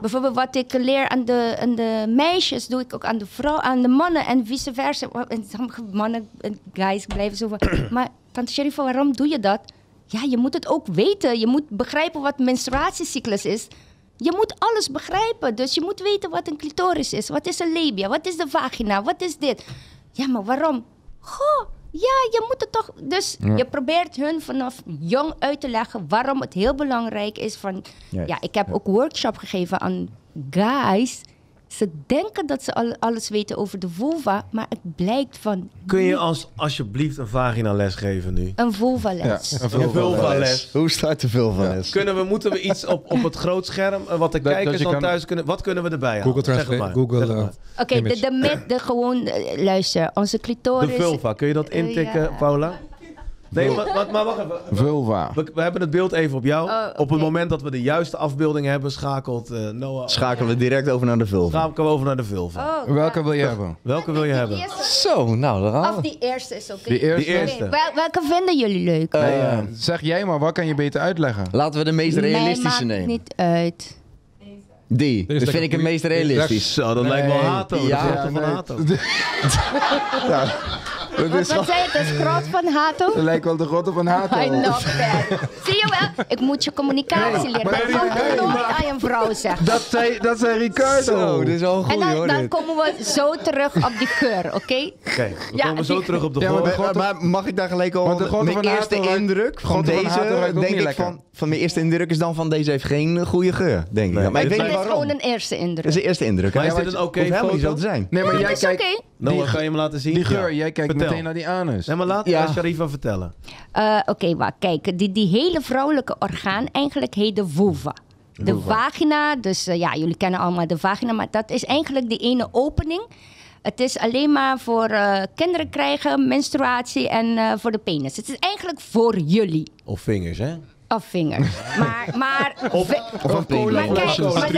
Speaker 2: bijvoorbeeld wat ik leer aan de, aan de meisjes, doe ik ook aan de vrouw, aan de mannen en vice versa. En sommige mannen en guys blijven zo van, maar tante Sherifa, waarom doe je dat? Ja, je moet het ook weten. Je moet begrijpen wat menstruatiecyclus is. Je moet alles begrijpen. Dus je moet weten wat een clitoris is. Wat is een labia? Wat is de vagina? Wat is dit? Ja, maar waarom? Goh, ja, je moet het toch. Dus je probeert hun vanaf jong uit te leggen waarom het heel belangrijk is. Van,
Speaker 4: Juist,
Speaker 2: ja, ik heb ook workshop gegeven aan guys. Ze denken dat ze al- alles weten over de vulva, maar het blijkt van
Speaker 1: Kun je als, alsjeblieft een vagina les geven nu?
Speaker 2: een vulva-les.
Speaker 3: Ja, een
Speaker 1: Een vulva les.
Speaker 4: Hoe start de veel van is?
Speaker 1: Kunnen we, moeten we iets op, op het grootscherm, eh, wat de
Speaker 3: Dat- dat
Speaker 1: kijkers
Speaker 3: je
Speaker 1: dan
Speaker 3: kan-
Speaker 1: thuis kunnen... Wat kunnen we erbij halen?
Speaker 5: Google
Speaker 1: Zeg het
Speaker 5: Translate,
Speaker 1: maar.
Speaker 5: Google...
Speaker 1: Zeg het
Speaker 5: eh,
Speaker 1: maar.
Speaker 2: Oké, de,
Speaker 5: image.
Speaker 2: de mythe, de gewoon, eh, luister, onze
Speaker 1: De
Speaker 2: clitoris.
Speaker 1: vulva, kun je dat
Speaker 2: Eh,
Speaker 1: intikken,
Speaker 2: ja.
Speaker 1: Paula? Nee, maar, maar, maar wacht even.
Speaker 3: Vulva.
Speaker 1: We, we hebben het beeld even op jou.
Speaker 2: Oh,
Speaker 1: Op het
Speaker 2: oké.
Speaker 1: moment dat we de juiste afbeelding hebben, schakelt eh, Noah...
Speaker 4: Schakelen we direct over naar de vulva.
Speaker 1: Gaan we over naar de vulva.
Speaker 2: Oh,
Speaker 3: Welke
Speaker 2: ja.
Speaker 3: wil je hebben?
Speaker 1: Welke wil je
Speaker 2: Die
Speaker 1: hebben?
Speaker 2: eerste-
Speaker 4: Zo, nou, daar gaan
Speaker 2: Of
Speaker 4: we.
Speaker 2: die eerste is oké.
Speaker 3: Die eerste?
Speaker 1: Die eerste.
Speaker 2: Oké, wel- welke vinden jullie leuk?
Speaker 3: Nee, eh, zeg jij maar, wat kan je beter uitleggen?
Speaker 4: Laten we de meest realistische
Speaker 2: Mij maakt
Speaker 4: nemen.
Speaker 2: niet uit.
Speaker 4: Die.
Speaker 5: is
Speaker 4: Dat vind
Speaker 5: lekker
Speaker 4: ik het
Speaker 5: goeie.
Speaker 4: meest
Speaker 5: Die
Speaker 4: realistisch.
Speaker 1: Zo, dat lijkt wel
Speaker 3: Nee.
Speaker 1: Hato.
Speaker 4: Ja,
Speaker 1: Ja, van
Speaker 3: nee.
Speaker 1: Hato.
Speaker 4: Dat
Speaker 2: Wat,
Speaker 4: is
Speaker 2: wat
Speaker 4: gewoon-
Speaker 2: zei je? Het is grot van Hato?
Speaker 3: Dat lijkt wel de grotte
Speaker 2: [laughs]
Speaker 3: van Hato.
Speaker 2: I know that. Zie je wel? Ik moet je communicatie leren.
Speaker 3: maar
Speaker 2: Dat
Speaker 3: jullie-
Speaker 2: moet je
Speaker 3: nee,
Speaker 2: nooit aan een vrouw zeggen.
Speaker 3: Dat zei, dat zei Ricardo.
Speaker 4: Zo, dit is wel
Speaker 2: en
Speaker 4: goed
Speaker 2: dan,
Speaker 4: hoor.
Speaker 2: dan
Speaker 4: dit.
Speaker 2: komen we zo terug op die geur, oké?
Speaker 1: Oké, we
Speaker 2: Ja,
Speaker 1: komen zo
Speaker 2: die-
Speaker 1: terug op de
Speaker 3: Ja,
Speaker 1: golf.
Speaker 3: maar-
Speaker 4: Maar, maar mag ik daar gelijk al...
Speaker 3: Want de
Speaker 4: mijn
Speaker 3: Grote van Hato
Speaker 4: eerste
Speaker 3: ruikt-
Speaker 4: indruk van
Speaker 3: Grote van
Speaker 4: deze...
Speaker 3: Hato ruikt ook
Speaker 4: denk
Speaker 3: niet
Speaker 4: ik
Speaker 3: lekker.
Speaker 4: van, van mijn eerste indruk is dan van deze heeft geen goede geur, denk ik.
Speaker 1: Nee.
Speaker 4: dan. Maar ik
Speaker 1: Dit
Speaker 4: weet
Speaker 2: Dit
Speaker 4: niet
Speaker 2: is
Speaker 4: waarom. Dus
Speaker 2: gewoon
Speaker 4: Dat
Speaker 2: een eerste indruk.
Speaker 4: is de eerste indruk.
Speaker 1: Maar
Speaker 4: hè?
Speaker 1: is dit een
Speaker 4: hoeft
Speaker 1: oké
Speaker 4: helemaal niet zo
Speaker 1: foto?
Speaker 4: te zijn.
Speaker 3: Nee, maar
Speaker 2: Ja,
Speaker 3: jij
Speaker 2: dat is
Speaker 3: kijkt...
Speaker 2: oké.
Speaker 4: Nou,
Speaker 1: Noah,
Speaker 3: Die-
Speaker 1: kan je hem laten zien?
Speaker 3: Die geur,
Speaker 1: Ja.
Speaker 3: jij kijkt
Speaker 1: Vertel.
Speaker 3: meteen naar die anus.
Speaker 1: Nee, maar laat
Speaker 4: Ja.
Speaker 1: eh, Sharifa vertellen.
Speaker 2: Eh, Oké, maar kijk, die, die hele vrouwelijke orgaan eigenlijk heet de vulva. De vagina, dus eh, ja, jullie kennen allemaal de vagina, maar dat is eigenlijk die ene opening. Het is alleen maar voor eh, kinderen krijgen, menstruatie en eh, voor de penis. Het is eigenlijk voor jullie.
Speaker 1: Of vingers, hè?
Speaker 2: Of vingers. Maar, maar, vi-
Speaker 4: Of een
Speaker 1: Maar
Speaker 2: maar
Speaker 4: pingel.
Speaker 2: kijk,
Speaker 1: Konijnen.
Speaker 2: maar luister,
Speaker 4: Konijnen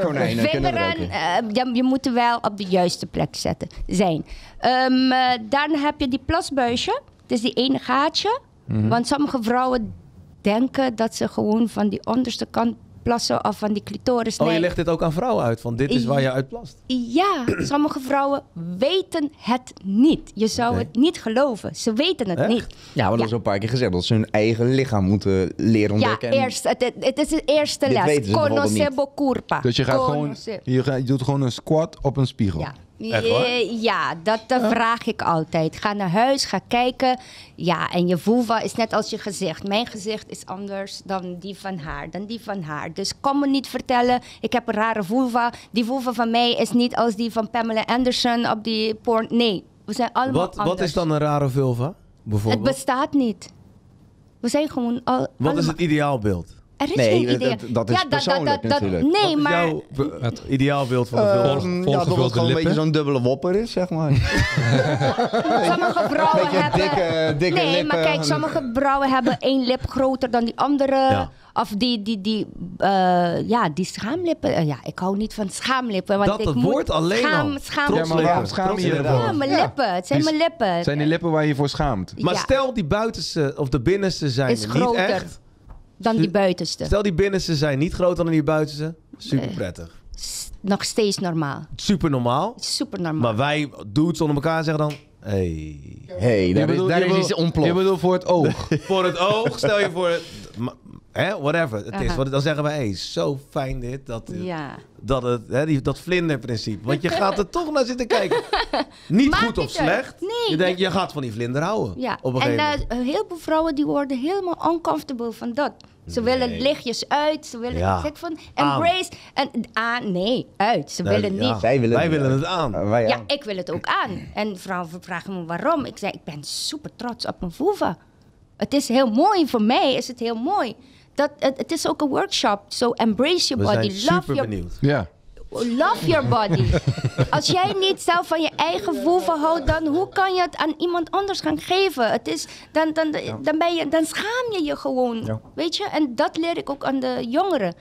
Speaker 4: kunnen we
Speaker 2: vingeren,
Speaker 4: roken.
Speaker 2: eh, ja, je moet er wel op de juiste plek zetten, zijn. Ehm, eh, dan heb je die plasbuisje. Het is die ene gaatje.
Speaker 4: Mhm.
Speaker 2: Want sommige vrouwen denken dat ze gewoon van die onderste kant plassen of van die clitoris.
Speaker 1: Oh, je
Speaker 2: Nee.
Speaker 1: legt dit ook aan vrouwen uit, van dit is waar je uit plast.
Speaker 2: Ja, sommige vrouwen weten het niet. Je zou het niet geloven. Ze weten het
Speaker 1: Echt?
Speaker 2: niet.
Speaker 4: Ja, maar dat is al een paar keer gezegd. Dat ze hun eigen lichaam moeten leren
Speaker 2: Ja,
Speaker 4: ontdekken. en-
Speaker 2: eerst, het, het- het is de eerste
Speaker 4: Dit
Speaker 2: les.
Speaker 4: weten ze bijvoorbeeld niet.
Speaker 2: Conoscebo curpa.
Speaker 3: Dus je, gaat gewoon,
Speaker 2: Conoscebo.
Speaker 3: je, gaat- je doet gewoon een squat op een spiegel.
Speaker 2: Ja.
Speaker 1: Echt waar?
Speaker 2: Eh, Ja, dat eh,
Speaker 1: Oh.
Speaker 2: vraag ik altijd. Ga naar huis, ga kijken. Ja, en je vulva is net als je gezicht. Mijn gezicht is anders dan die van haar, dan die van haar. Dus kom me niet vertellen, ik heb een rare vulva. Die vulva van mij is niet als die van Pamela Anderson op die porn. Nee, we zijn allemaal
Speaker 1: Wat,
Speaker 2: anders.
Speaker 1: wat is dan een rare vulva,
Speaker 2: Het
Speaker 1: bijvoorbeeld?
Speaker 2: bestaat niet. We zijn gewoon al
Speaker 1: Wat is
Speaker 2: allemaal-
Speaker 1: het ideaalbeeld?
Speaker 2: Er is
Speaker 4: Nee,
Speaker 2: geen
Speaker 4: dat-
Speaker 2: idee.
Speaker 4: dat- dat is persoonlijk natuurlijk.
Speaker 1: Wat
Speaker 2: Nee,
Speaker 1: is
Speaker 2: maar
Speaker 1: jouw be- het ideaalbeeld van een film?
Speaker 4: Ehm, ja, dat
Speaker 5: volgevulde
Speaker 4: het gewoon een beetje
Speaker 5: lippen.
Speaker 4: zo'n dubbele wopper is, zeg
Speaker 2: [laughs]
Speaker 4: maar.
Speaker 1: [laughs]
Speaker 2: sommige vrouwen
Speaker 4: beetje
Speaker 2: hebben...
Speaker 4: dikke- eh, dikke
Speaker 2: nee,
Speaker 4: lippen.
Speaker 2: maar kijk, sommige vrouwen hebben één lip groter dan die andere.
Speaker 1: Ja.
Speaker 2: Of die, die, die, eh, ja, die schaamlippen. Eh, ja, ik hou niet van schaamlippen. Want
Speaker 1: Dat
Speaker 2: ik
Speaker 1: het
Speaker 2: moet
Speaker 1: woord alleen
Speaker 2: schaam,
Speaker 1: al.
Speaker 2: Schaam,
Speaker 1: Trots
Speaker 4: Ja, maar waarom schaam je
Speaker 1: Trots
Speaker 4: je
Speaker 1: in de
Speaker 4: dan?
Speaker 1: boom.
Speaker 2: Ja, mijn lippen. Het zijn
Speaker 3: Dus
Speaker 2: mijn lippen.
Speaker 3: Zijn die lippen waar je je voor schaamt?
Speaker 1: Maar
Speaker 2: Ja,
Speaker 1: stel die buitenste of de binnenste zijn
Speaker 2: Is
Speaker 1: niet
Speaker 2: groter.
Speaker 1: echt.
Speaker 2: Dan die buitenste.
Speaker 1: Stel die binnenste zijn niet groter dan die buitenste. Super prettig.
Speaker 2: S- Nog steeds normaal.
Speaker 1: Super normaal.
Speaker 2: Super normaal.
Speaker 1: Maar wij dudes onder elkaar zeggen dan... Hey.
Speaker 4: hey, daar,
Speaker 3: Je
Speaker 4: is,
Speaker 3: bedoelt-
Speaker 4: daar
Speaker 3: je
Speaker 4: is
Speaker 3: bedoelt-
Speaker 4: iets ontploft.
Speaker 3: Je bedoelt voor het oog.
Speaker 1: voor het oog, stel je voor... Het, ma- hè, whatever het is.
Speaker 2: Aha.
Speaker 1: Want dan zeggen wij, hey, zo fijn dit. Dat,
Speaker 2: ja.
Speaker 1: dat, het, hè, die, dat vlinderprincipe. Want je gaat er toch naar zitten
Speaker 2: [laughs]
Speaker 1: kijken. Niet
Speaker 2: Maakt
Speaker 1: goed of
Speaker 2: niet uit.
Speaker 1: slecht.
Speaker 2: Nee,
Speaker 1: je denkt, je gaat van die vlinder houden.
Speaker 2: ja.
Speaker 1: Op een
Speaker 2: en
Speaker 1: gegeven
Speaker 2: eh,
Speaker 1: moment.
Speaker 2: heel veel vrouwen die worden helemaal uncomfortable van dat. Ze willen lichtjes uit. Ze willen
Speaker 1: Ja.
Speaker 2: ik zeg van embrace. En aan, nee, uit. Ze
Speaker 1: Nou,
Speaker 2: willen
Speaker 1: ja.
Speaker 2: niet.
Speaker 4: Zij willen
Speaker 1: Wij
Speaker 4: het
Speaker 1: willen
Speaker 4: wel.
Speaker 1: het aan.
Speaker 4: Eh, wij-
Speaker 2: Ja, ik wil het ook aan. En vrouwen vragen me waarom. Ik zei, ik ben super trots op mijn vulva. Het is heel mooi, voor mij is het heel mooi. Dat, het, het is ook een workshop. So embrace your
Speaker 1: We zijn
Speaker 2: body. Love
Speaker 1: super
Speaker 2: your,
Speaker 1: benieuwd.
Speaker 3: [laughs] Ja.
Speaker 2: love your
Speaker 1: [laughs]
Speaker 2: body. Als jij niet zelf van je eigen vulva houdt, dan hoe kan je het aan iemand anders gaan geven? Het is, dan, dan, dan, ben je, dan schaam je je gewoon.
Speaker 4: Ja.
Speaker 2: Weet je? En dat leer ik ook aan de jongeren.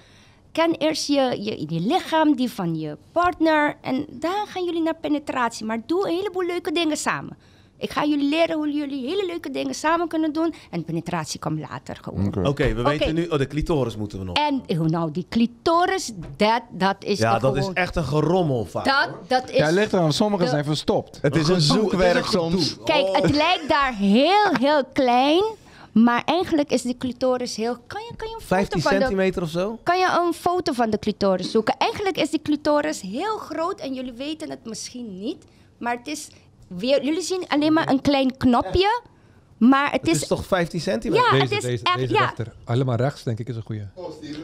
Speaker 2: Ken eerst je, je, je lichaam, die van je partner. En daar gaan jullie naar penetratie. Maar doe een heleboel leuke dingen samen. Ik ga jullie leren hoe jullie hele leuke dingen samen kunnen doen. En penetratie komt later gewoon.
Speaker 1: Oké, we
Speaker 2: Oké.
Speaker 1: weten nu... Oh, de clitoris moeten we nog.
Speaker 2: En oh, nou, die clitoris, dat, dat is
Speaker 1: Ja,
Speaker 2: er
Speaker 1: dat is
Speaker 2: gewoon...
Speaker 1: echt een gerommel vaak.
Speaker 2: dat, dat is
Speaker 3: Ja, ligt eraan. Sommigen
Speaker 2: de-
Speaker 3: zijn verstopt.
Speaker 4: Het is een zoekwerk soms.
Speaker 2: Kijk,
Speaker 1: Oh.
Speaker 2: het lijkt daar heel, heel klein. Maar eigenlijk is de clitoris heel... Kan je, kan je, een, foto
Speaker 1: 15
Speaker 2: van de,
Speaker 1: centimeter of zo?
Speaker 2: kan je een foto van de clitoris zoeken? Eigenlijk is de clitoris heel groot en jullie weten het misschien niet. Maar het is... Weer, jullie zien alleen maar een klein knopje. Maar het
Speaker 1: Het is
Speaker 2: is...
Speaker 1: Dus toch 15 centimeter?
Speaker 2: Ja, het
Speaker 5: Deze,
Speaker 2: is
Speaker 5: deze,
Speaker 2: echt...
Speaker 5: deze
Speaker 2: Ja,
Speaker 5: rechter. Helemaal rechts, denk ik, is een goede.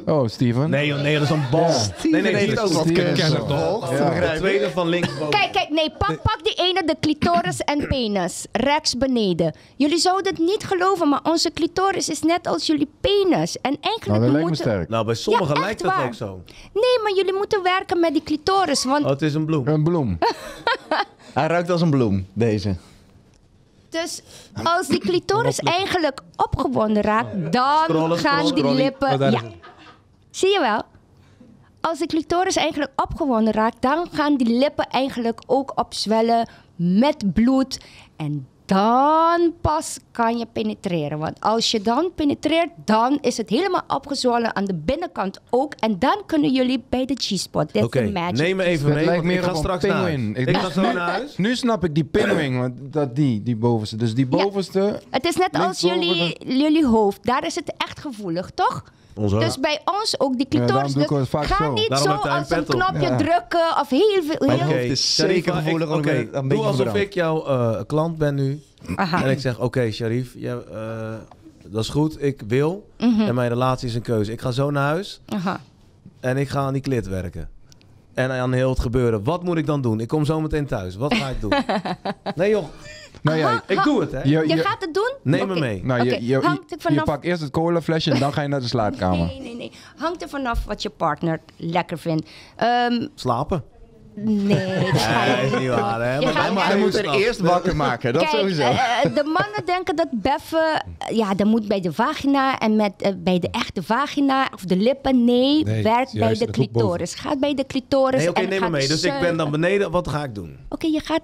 Speaker 3: Oh, Steven. Nou,
Speaker 1: Nee, joh, nee, dat is een bal. Nee, nee,
Speaker 4: heeft
Speaker 1: dat
Speaker 4: ook
Speaker 1: is
Speaker 4: wat
Speaker 1: een
Speaker 4: kennis.
Speaker 5: Kennelijk toch?
Speaker 1: De tweede van linksboven.
Speaker 2: Kijk, kijk, nee, pak, pak die ene, de clitoris en penis. Rechts beneden. Jullie zouden het niet geloven, maar onze clitoris is net als jullie penis. En
Speaker 3: Nou,
Speaker 2: eigenlijk
Speaker 3: dat lijkt me
Speaker 2: moeten...
Speaker 3: sterk.
Speaker 1: Nou, bij sommigen
Speaker 2: Ja, echt
Speaker 1: lijkt dat
Speaker 2: waar.
Speaker 1: ook zo.
Speaker 2: Nee, maar jullie moeten werken met die clitoris, want
Speaker 1: Oh, het is een bloem.
Speaker 3: Een
Speaker 2: [laughs]
Speaker 3: bloem.
Speaker 4: Hij ruikt als een bloem, deze.
Speaker 2: dus als die clitoris eigenlijk opgewonden raakt, dan
Speaker 1: Scrollen,
Speaker 2: gaan
Speaker 1: scrollen.
Speaker 2: die
Speaker 5: Oh,
Speaker 2: lippen...
Speaker 5: daar
Speaker 2: ja,
Speaker 5: is het.
Speaker 2: zie je wel? Als de clitoris eigenlijk opgewonden raakt, dan gaan die lippen eigenlijk ook opzwellen met bloed. En dan pas kan je penetreren. Want als je dan penetreert, dan is het helemaal opgezwollen aan de binnenkant ook. En dan kunnen jullie bij de G-spot. Dit
Speaker 1: Oké,
Speaker 2: is magic.
Speaker 1: neem me even
Speaker 3: Dat
Speaker 1: mee,
Speaker 3: lijkt
Speaker 1: want ik
Speaker 3: meer
Speaker 1: ga
Speaker 3: op een
Speaker 1: straks naar huis.
Speaker 3: pinguïn.
Speaker 1: Ik
Speaker 3: Ik-
Speaker 1: ga zo naar huis.
Speaker 3: Nu snap ik die pinwing, want dat die, die bovenste. Dus die bovenste,
Speaker 2: Het is net als
Speaker 3: Linksboven
Speaker 2: jullie, jullie hoofd. Daar is het echt gevoelig, toch?
Speaker 1: Ons hoofd.
Speaker 2: Dus bij ons ook die
Speaker 3: Ja, daarom
Speaker 2: clitoris.
Speaker 3: doe ik
Speaker 2: dus
Speaker 3: het vaak
Speaker 2: ga
Speaker 3: zo.
Speaker 2: niet
Speaker 1: Daarom
Speaker 2: zo
Speaker 1: heeft hij een
Speaker 2: als een
Speaker 1: pet op.
Speaker 2: knopje
Speaker 4: Ja.
Speaker 2: drukken of heel veel.
Speaker 4: Mijn
Speaker 2: heel-
Speaker 4: hoofd
Speaker 1: Oké,
Speaker 4: is zeker
Speaker 1: Sharifa,
Speaker 4: gevoelig,
Speaker 1: ik-
Speaker 4: want ik
Speaker 1: oké,
Speaker 4: ben een beetje
Speaker 1: Doe alsof
Speaker 4: verbrand.
Speaker 1: ik jouw eh, klant ben nu.
Speaker 2: Aha.
Speaker 1: En ik zeg, oké Sharif, jij, eh, dat is goed, ik wil.
Speaker 2: Mhm.
Speaker 1: En mijn relatie is een keuze. Ik ga zo naar huis
Speaker 2: Aha.
Speaker 1: en ik ga aan die klit werken. En aan heel het gebeuren. Wat moet ik dan doen? Ik kom zo meteen thuis. Wat ga
Speaker 2: [laughs]
Speaker 1: ik doen? nee joh,
Speaker 3: nou ja,
Speaker 1: ik doe het hè.
Speaker 3: je,
Speaker 2: Je
Speaker 3: je-
Speaker 2: gaat het doen?
Speaker 1: Neem me
Speaker 2: Oké.
Speaker 1: mee.
Speaker 3: nou, je,
Speaker 2: Oké,
Speaker 3: je,
Speaker 2: hangt er
Speaker 3: je,
Speaker 2: vanaf.
Speaker 3: pakt eerst het colaflesje en dan ga je naar de slaapkamer.
Speaker 2: Nee, nee, nee. Hangt er vanaf wat je partner lekker vindt. Ehm,
Speaker 1: Slapen.
Speaker 2: nee, dat ga
Speaker 1: Nee,
Speaker 2: je
Speaker 1: is
Speaker 2: niet
Speaker 1: niet
Speaker 2: doen.
Speaker 1: waar, hè?
Speaker 2: Je
Speaker 1: Maar
Speaker 2: gaat-
Speaker 1: wij
Speaker 4: Maar
Speaker 1: maken
Speaker 4: hij
Speaker 1: even
Speaker 4: moet er
Speaker 1: snap.
Speaker 4: eerst wakker maken, dat
Speaker 2: Kijk,
Speaker 4: sowieso.
Speaker 2: eh, eh, de mannen denken dat beffen, eh, ja, dat moet bij de vagina en met, eh, bij de echte vagina of de lippen. Nee,
Speaker 5: Nee,
Speaker 2: werkt bij
Speaker 5: juist,
Speaker 2: de
Speaker 5: dat moet boven.
Speaker 2: clitoris. Gaat bij de clitoris.
Speaker 1: Nee, oké,
Speaker 2: en
Speaker 1: neem me
Speaker 2: gaat eh,
Speaker 1: mee. Dus ik ben
Speaker 2: zuigen.
Speaker 1: dan beneden. Wat ga ik doen?
Speaker 2: Oké, je gaat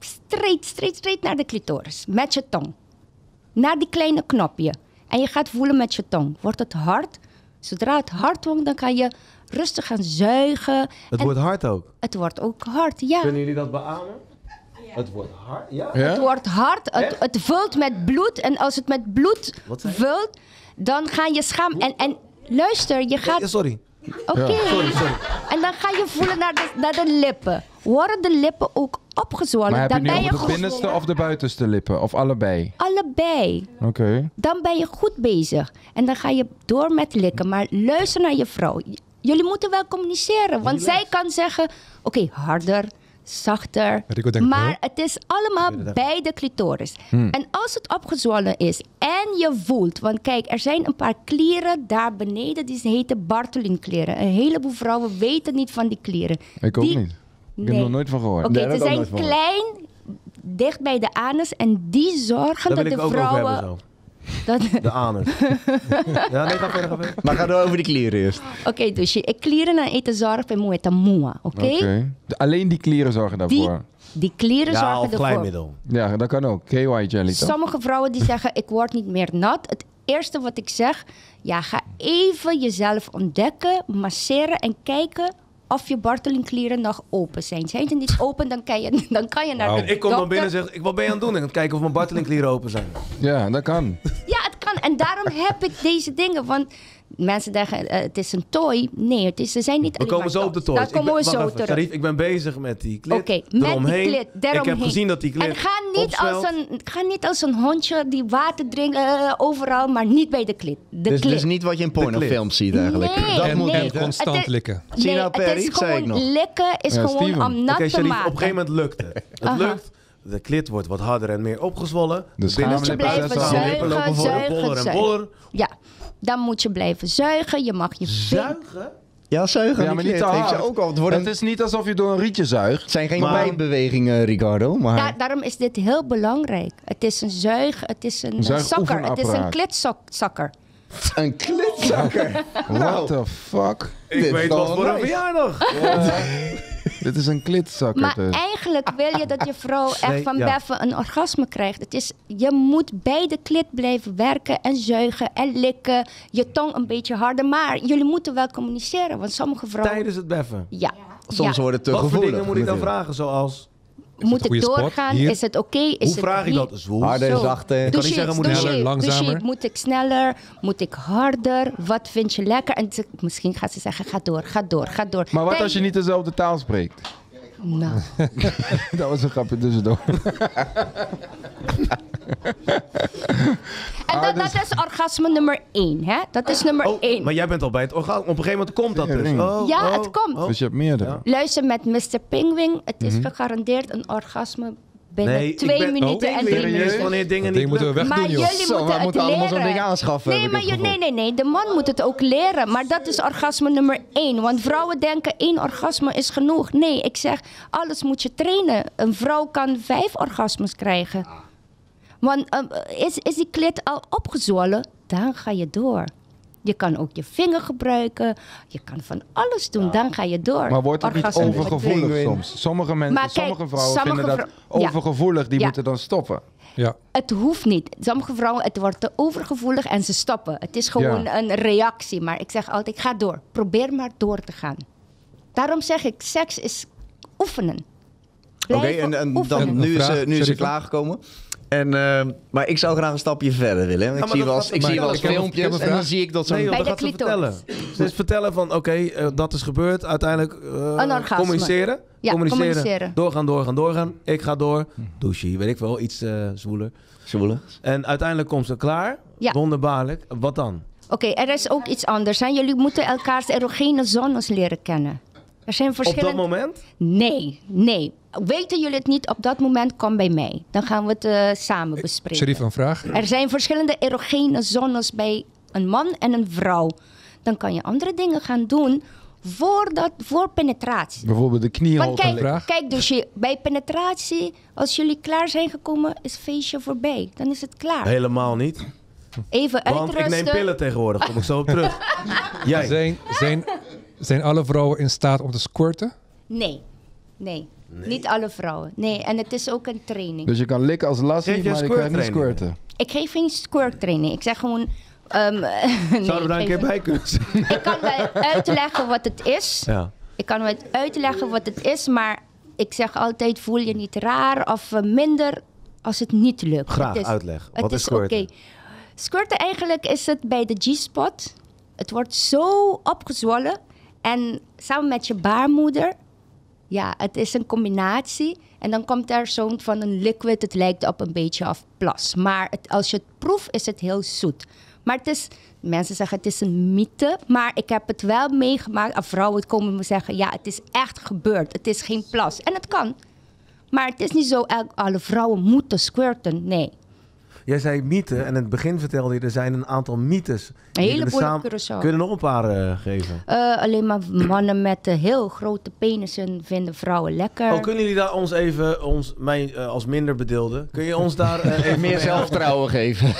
Speaker 2: straight, straight, straight naar de clitoris. Met je tong. Naar die kleine knopje. En je gaat voelen met je tong. Wordt het hard? Zodra het hard wordt, dan kan je rustig gaan zuigen.
Speaker 1: Het
Speaker 2: en
Speaker 1: wordt hard ook.
Speaker 2: het wordt ook hard, ja.
Speaker 1: Kunnen jullie dat beamen? Het wordt hard, ja?
Speaker 2: Het wordt hard, het, het vult met bloed. En als het met bloed
Speaker 1: Wat zei je?
Speaker 2: vult, dan ga je schaam... En, en luister, je
Speaker 1: Ja,
Speaker 2: gaat...
Speaker 1: Sorry.
Speaker 2: Oké.
Speaker 1: Sorry, sorry.
Speaker 2: En dan ga je voelen naar de, naar de lippen. Worden de lippen ook opgezwollen?
Speaker 3: Maar heb je
Speaker 2: dan
Speaker 3: nu
Speaker 2: ben je
Speaker 3: over de
Speaker 2: goed-
Speaker 3: binnenste of de buitenste lippen? Of allebei?
Speaker 2: Allebei.
Speaker 3: Oké.
Speaker 2: dan ben je goed bezig. En dan ga je door met likken. Maar luister naar je vrouw. J- Jullie moeten wel communiceren. Want zij kan zeggen, oké, harder, zachter.
Speaker 5: Ja, Rico denkt,
Speaker 2: maar
Speaker 5: huh?
Speaker 2: het is allemaal bij de clitoris.
Speaker 3: Hmm.
Speaker 2: En als het opgezwollen is en je voelt, want kijk, er zijn een paar klieren daar beneden, die heten Bartholin-klieren. Een heleboel vrouwen weten niet van die klieren.
Speaker 3: Ik ook
Speaker 2: Die-
Speaker 3: niet. Ik heb
Speaker 2: Nee.
Speaker 3: er nog nooit van gehoord.
Speaker 2: Oké,
Speaker 4: daar
Speaker 2: ze
Speaker 4: heb ik ook
Speaker 2: zijn
Speaker 4: nooit van
Speaker 2: klein, dicht bij de anus en die zorgen
Speaker 1: Daar
Speaker 2: dat
Speaker 1: wil ik
Speaker 2: de
Speaker 1: ook over hebben
Speaker 2: vrouwen.
Speaker 1: zo.
Speaker 2: [laughs] dat-
Speaker 1: De anus. ja, nee, ga verder, ga verder.
Speaker 4: Maar ga door over de klieren eerst.
Speaker 2: Oké, dus je klieren en eten zorgen moet het moe, oké?
Speaker 3: Oké. De- Alleen die klieren zorgen
Speaker 2: Die,
Speaker 3: daarvoor.
Speaker 2: die klieren
Speaker 1: Ja, of
Speaker 2: zorgen ervoor.
Speaker 1: glijmiddel.
Speaker 3: Ja, dat kan ook. KY jelly toch?
Speaker 2: Sommige vrouwen die zeggen, ik word niet meer nat. Het eerste wat ik zeg, ja, ga even jezelf ontdekken, masseren en kijken of je bartelinklieren nog open zijn. Zijn ze niet open, dan kan je, dan kan je naar de
Speaker 1: Ik kom dan
Speaker 2: dokter.
Speaker 1: binnen en zeg, ik, wat ben je aan het doen? Ik ga kijken of mijn bartelingklieren open zijn.
Speaker 3: Ja, dat kan. Dus
Speaker 2: Ja, het kan. En daarom heb ik deze dingen, want... Mensen denken, eh, het is een toy. Nee, het is, ze zijn niet
Speaker 1: We
Speaker 2: alleen
Speaker 1: komen
Speaker 2: maar
Speaker 1: zo op de
Speaker 2: toys.
Speaker 1: toys.
Speaker 2: Daar komen we
Speaker 1: ik ben, wacht
Speaker 2: zo
Speaker 1: even,
Speaker 2: terug.
Speaker 1: Sharif, ik ben bezig met die klit.
Speaker 2: Oké, met
Speaker 1: eromheen.
Speaker 2: die klit, daaromheen.
Speaker 1: Ik heb gezien dat die klit
Speaker 2: En ga niet,
Speaker 1: opzwelt.
Speaker 2: als een, ga niet als een hondje die water drinkt eh, overal, maar niet bij de klit. De
Speaker 4: Dus,
Speaker 2: klit.
Speaker 4: dus niet wat je in pornofilms ziet eigenlijk.
Speaker 2: Nee,
Speaker 4: dat
Speaker 5: en,
Speaker 4: moet
Speaker 2: nee.
Speaker 5: en
Speaker 4: niet, hè?
Speaker 5: constant
Speaker 2: Het is-
Speaker 5: likken.
Speaker 2: Nee,
Speaker 4: Sina
Speaker 2: het
Speaker 4: Perry,
Speaker 2: is
Speaker 4: zei ik
Speaker 2: gewoon
Speaker 4: nog.
Speaker 2: likken is
Speaker 3: Ja,
Speaker 2: gewoon
Speaker 3: Steven.
Speaker 2: om
Speaker 1: Oké,
Speaker 2: nat te
Speaker 1: Sharif, op
Speaker 2: maken.
Speaker 1: een gegeven moment lukt het. Het lukt. De klit wordt wat harder en meer opgezwollen.
Speaker 3: Dus
Speaker 1: binnen-
Speaker 3: gaan we
Speaker 2: je
Speaker 3: Lippen
Speaker 2: blijven
Speaker 3: zetten,
Speaker 1: Je
Speaker 2: zuigen,
Speaker 1: lippen lopen
Speaker 2: zuigen,
Speaker 1: vol, boller
Speaker 2: zuigen.
Speaker 1: en boller.
Speaker 2: Ja, dan moet je blijven zuigen. Je mag je vink-
Speaker 1: Zuigen?
Speaker 4: Ja, zuigen.
Speaker 3: Ja,
Speaker 4: aan
Speaker 3: maar
Speaker 4: die
Speaker 3: niet te
Speaker 4: klit. Heeft
Speaker 3: hard.
Speaker 4: ze ook al. Het, worden,
Speaker 3: Het is niet alsof je door een rietje zuigt.
Speaker 4: [laughs] het zijn geen
Speaker 1: Maar-
Speaker 4: pijnbewegingen, Ricardo. Maar
Speaker 2: Da- daarom is dit heel belangrijk. Het is een zuig, het is een, een zakker, het is een
Speaker 3: zuigoefenapparaat.
Speaker 2: klitzakker.
Speaker 4: een klitzakker. Nou.
Speaker 3: What the fuck?
Speaker 1: Ik
Speaker 4: Dit
Speaker 1: weet
Speaker 4: is wel
Speaker 1: wat voor een
Speaker 4: nice.
Speaker 1: verjaardag.
Speaker 3: Dit is een klitzakker
Speaker 2: Maar
Speaker 3: dus.
Speaker 2: eigenlijk wil je dat je vrouw echt
Speaker 1: Nee,
Speaker 2: van
Speaker 1: ja.
Speaker 2: beffen een orgasme krijgt. Het is, je moet bij de klit blijven werken en zuigen en likken. Je tong een beetje harder. Maar jullie moeten wel communiceren, want sommige vrouwen...
Speaker 1: Tijdens het beffen.
Speaker 2: Ja.
Speaker 4: Soms
Speaker 2: ja.
Speaker 4: wordt het te
Speaker 1: Wat voor
Speaker 4: gevoelig.
Speaker 1: dingen moet ik dan
Speaker 4: natuurlijk.
Speaker 1: vragen? Zoals,
Speaker 2: Moet
Speaker 5: een
Speaker 2: het
Speaker 5: goede spot?
Speaker 2: doorgaan?
Speaker 5: Hier?
Speaker 2: Is het oké? Is
Speaker 1: hoe
Speaker 2: het
Speaker 1: vraag je
Speaker 2: niet?
Speaker 1: dat? Zwoel?
Speaker 4: Harder,
Speaker 2: Zo.
Speaker 4: zachter.
Speaker 1: Kan
Speaker 2: Doe
Speaker 1: niet zeggen, moet
Speaker 2: doe
Speaker 1: sneller,
Speaker 2: shit, doe
Speaker 5: langzamer?
Speaker 2: shit. Moet ik sneller? Moet ik harder? Wat vind je lekker? En ze- misschien gaat ze zeggen, ga door, ga door, ga door.
Speaker 3: Maar wat
Speaker 2: Thank-
Speaker 3: als je niet dezelfde taal
Speaker 4: [laughs]
Speaker 3: spreekt?
Speaker 2: Nou,
Speaker 3: Dat was een grapje tussendoor.
Speaker 4: Oh.
Speaker 2: En dat, dat is orgasme nummer één, hè? Dat is nummer één.
Speaker 1: Oh, maar jij bent al bij het orgaan. Op een gegeven moment komt dat dus.
Speaker 3: Tering.
Speaker 1: Oh,
Speaker 2: Ja,
Speaker 1: oh,
Speaker 2: het komt.
Speaker 1: oh.
Speaker 3: Dus je hebt meerdere.
Speaker 1: Ja.
Speaker 2: Luister met Mr. Penguin. Het is gegarandeerd een orgasme binnen
Speaker 1: Mhm. Nee, ik
Speaker 2: twee
Speaker 1: ben- oh,
Speaker 2: minuten en drie
Speaker 1: Serieus,
Speaker 2: minuten.
Speaker 1: wanneer dingen
Speaker 5: Dat
Speaker 1: niet
Speaker 5: ding moeten we
Speaker 1: lukken.
Speaker 5: weg
Speaker 2: Maar
Speaker 5: doen, joh.
Speaker 2: jullie
Speaker 4: Zo,
Speaker 2: moeten
Speaker 4: wij
Speaker 2: het
Speaker 4: moeten allemaal zo'n
Speaker 2: leren.
Speaker 4: ding aanschaffen,
Speaker 2: Nee,
Speaker 4: heb ik
Speaker 2: maar
Speaker 4: het
Speaker 2: je-
Speaker 4: gevoel.
Speaker 2: nee, nee, nee. De man moet het ook leren. Maar dat is orgasme nummer één. Want vrouwen denken één orgasme is genoeg. Nee, ik zeg alles moet je trainen. Een vrouw kan vijf orgasmes krijgen. Want eh, is, is die klit al opgezwollen, dan ga je door. Je kan ook je vinger gebruiken. Je kan van alles doen. Dan ga je door.
Speaker 3: Maar wordt het niet
Speaker 2: Orgasme wordt
Speaker 3: overgevoelig
Speaker 4: Penguin.
Speaker 3: soms? Sommige, mensen,
Speaker 2: Maar kijk,
Speaker 3: sommige vrouwen
Speaker 2: sommige
Speaker 3: vinden dat
Speaker 2: vrou- ja.
Speaker 3: overgevoelig. Die
Speaker 2: Ja.
Speaker 3: moeten dan stoppen.
Speaker 5: Ja.
Speaker 2: Het hoeft niet. Sommige vrouwen, het wordt te overgevoelig en ze stoppen. Het is gewoon
Speaker 3: Ja.
Speaker 2: een reactie. Maar ik zeg altijd, ga door. Probeer maar door te gaan. Daarom zeg ik, seks is oefenen.
Speaker 4: Oké,
Speaker 2: Blijven
Speaker 4: en, en
Speaker 2: oefenen.
Speaker 4: dan, nu is
Speaker 5: Vraag,
Speaker 4: ze, nu is ze
Speaker 5: Sheriff.
Speaker 4: klaargekomen. En, ehm, maar ik zou graag een stapje verder willen. hè. Ik
Speaker 1: maar
Speaker 4: zie
Speaker 1: dat
Speaker 4: wel
Speaker 1: gaat-
Speaker 4: eens, ik
Speaker 1: maar
Speaker 4: zie wel
Speaker 1: ik
Speaker 4: eens
Speaker 1: heb een- ik
Speaker 5: heb een
Speaker 4: filmpjes en
Speaker 5: vraag.
Speaker 4: dan zie ik dat zo'n...
Speaker 1: Nee, joh,
Speaker 2: Bij
Speaker 1: dat
Speaker 2: de
Speaker 1: gaat ze
Speaker 2: clitoris.
Speaker 1: vertellen. Ze is vertellen van, oké, eh, dat is gebeurd. Uiteindelijk eh,
Speaker 2: orgasme.
Speaker 1: communiceren.
Speaker 2: Ja,
Speaker 1: communiceren.
Speaker 2: communiceren.
Speaker 1: Doorgaan, doorgaan, doorgaan. Ik ga door. Douche, weet ik wel, iets eh zwoeler.
Speaker 4: Zwoelig.
Speaker 1: En uiteindelijk komt ze klaar.
Speaker 2: Ja.
Speaker 1: Wonderbaarlijk. Wat dan?
Speaker 2: Oké, er is ook iets anders. Hè? Jullie moeten elkaars erogene zones leren kennen. Er zijn
Speaker 1: Op dat
Speaker 2: verschillende...
Speaker 1: moment?
Speaker 2: nee, nee. Weten jullie het niet op dat moment, kom bij mij. Dan gaan we het eh, samen bespreken.
Speaker 5: Sherif, een vraag.
Speaker 2: Er zijn verschillende erogene zones bij een man en een vrouw. Dan kan je andere dingen gaan doen voordat, voor penetratie.
Speaker 3: Bijvoorbeeld de
Speaker 2: Want
Speaker 3: knieholte.
Speaker 2: kijk,
Speaker 5: vraag.
Speaker 2: kijk dus je, bij penetratie, als jullie klaar zijn gekomen, is feestje voorbij. Dan is het klaar.
Speaker 1: Helemaal niet.
Speaker 2: Even
Speaker 1: Want ik neem
Speaker 2: uitrusten.
Speaker 1: pillen tegenwoordig. Kom ik zo op
Speaker 2: [laughs]
Speaker 1: terug. Jij.
Speaker 5: Zijn, zijn, zijn alle vrouwen in staat om te squirten?
Speaker 2: Nee. nee, Niet alle vrouwen. Nee, en het is ook een training.
Speaker 3: Dus je kan likken als
Speaker 1: Geef
Speaker 3: lassie,
Speaker 1: je
Speaker 3: maar je kan niet
Speaker 1: squirttraining?
Speaker 3: squirten.
Speaker 2: Ik geef geen squirt training. Ik zeg gewoon... ehm, [laughs] nee,
Speaker 1: Zouden we daar een
Speaker 2: ik
Speaker 1: keer
Speaker 2: geef-
Speaker 1: bij kunnen zijn?
Speaker 2: Ik kan wel uitleggen wat het is.
Speaker 1: Ja.
Speaker 2: Ik kan wel uitleggen wat het is, maar ik zeg altijd: voel je niet raar of eh, minder als het niet lukt.
Speaker 1: Graag,
Speaker 2: Het is-
Speaker 1: uitleg.
Speaker 2: Het
Speaker 1: Wat is
Speaker 2: is oké.
Speaker 1: squirten?
Speaker 2: Squirten eigenlijk is het bij de G-spot. Het wordt zo opgezwollen en samen met je baarmoeder Ja, het is een combinatie. En dan komt er zo'n van een liquid. Het lijkt op een beetje of plas. Maar het, als je het proeft, is het heel zoet. Maar het is, mensen zeggen het is een mythe. Maar ik heb het wel meegemaakt. Of vrouwen komen me zeggen, ja, het is echt gebeurd. Het is geen plas. En het kan. Maar het is niet zo, el- alle vrouwen moeten squirten. Nee.
Speaker 1: [laughs] Jij zei mythe en in het begin vertelde je, er zijn een aantal mythes.
Speaker 2: Een
Speaker 1: Die
Speaker 2: hele
Speaker 1: kunnen
Speaker 2: boeilijke
Speaker 1: samen-
Speaker 2: Curaçao.
Speaker 1: Kunnen nog een paar eh, geven?
Speaker 2: Eh, alleen maar mannen met eh, heel grote penissen vinden vrouwen lekker.
Speaker 1: Oh, kunnen jullie daar ons even, ons, mij eh, als minder bedeelde, kun je ons daar eh, [laughs] even mee
Speaker 4: Meer zelfvertrouwen geven.
Speaker 3: [laughs]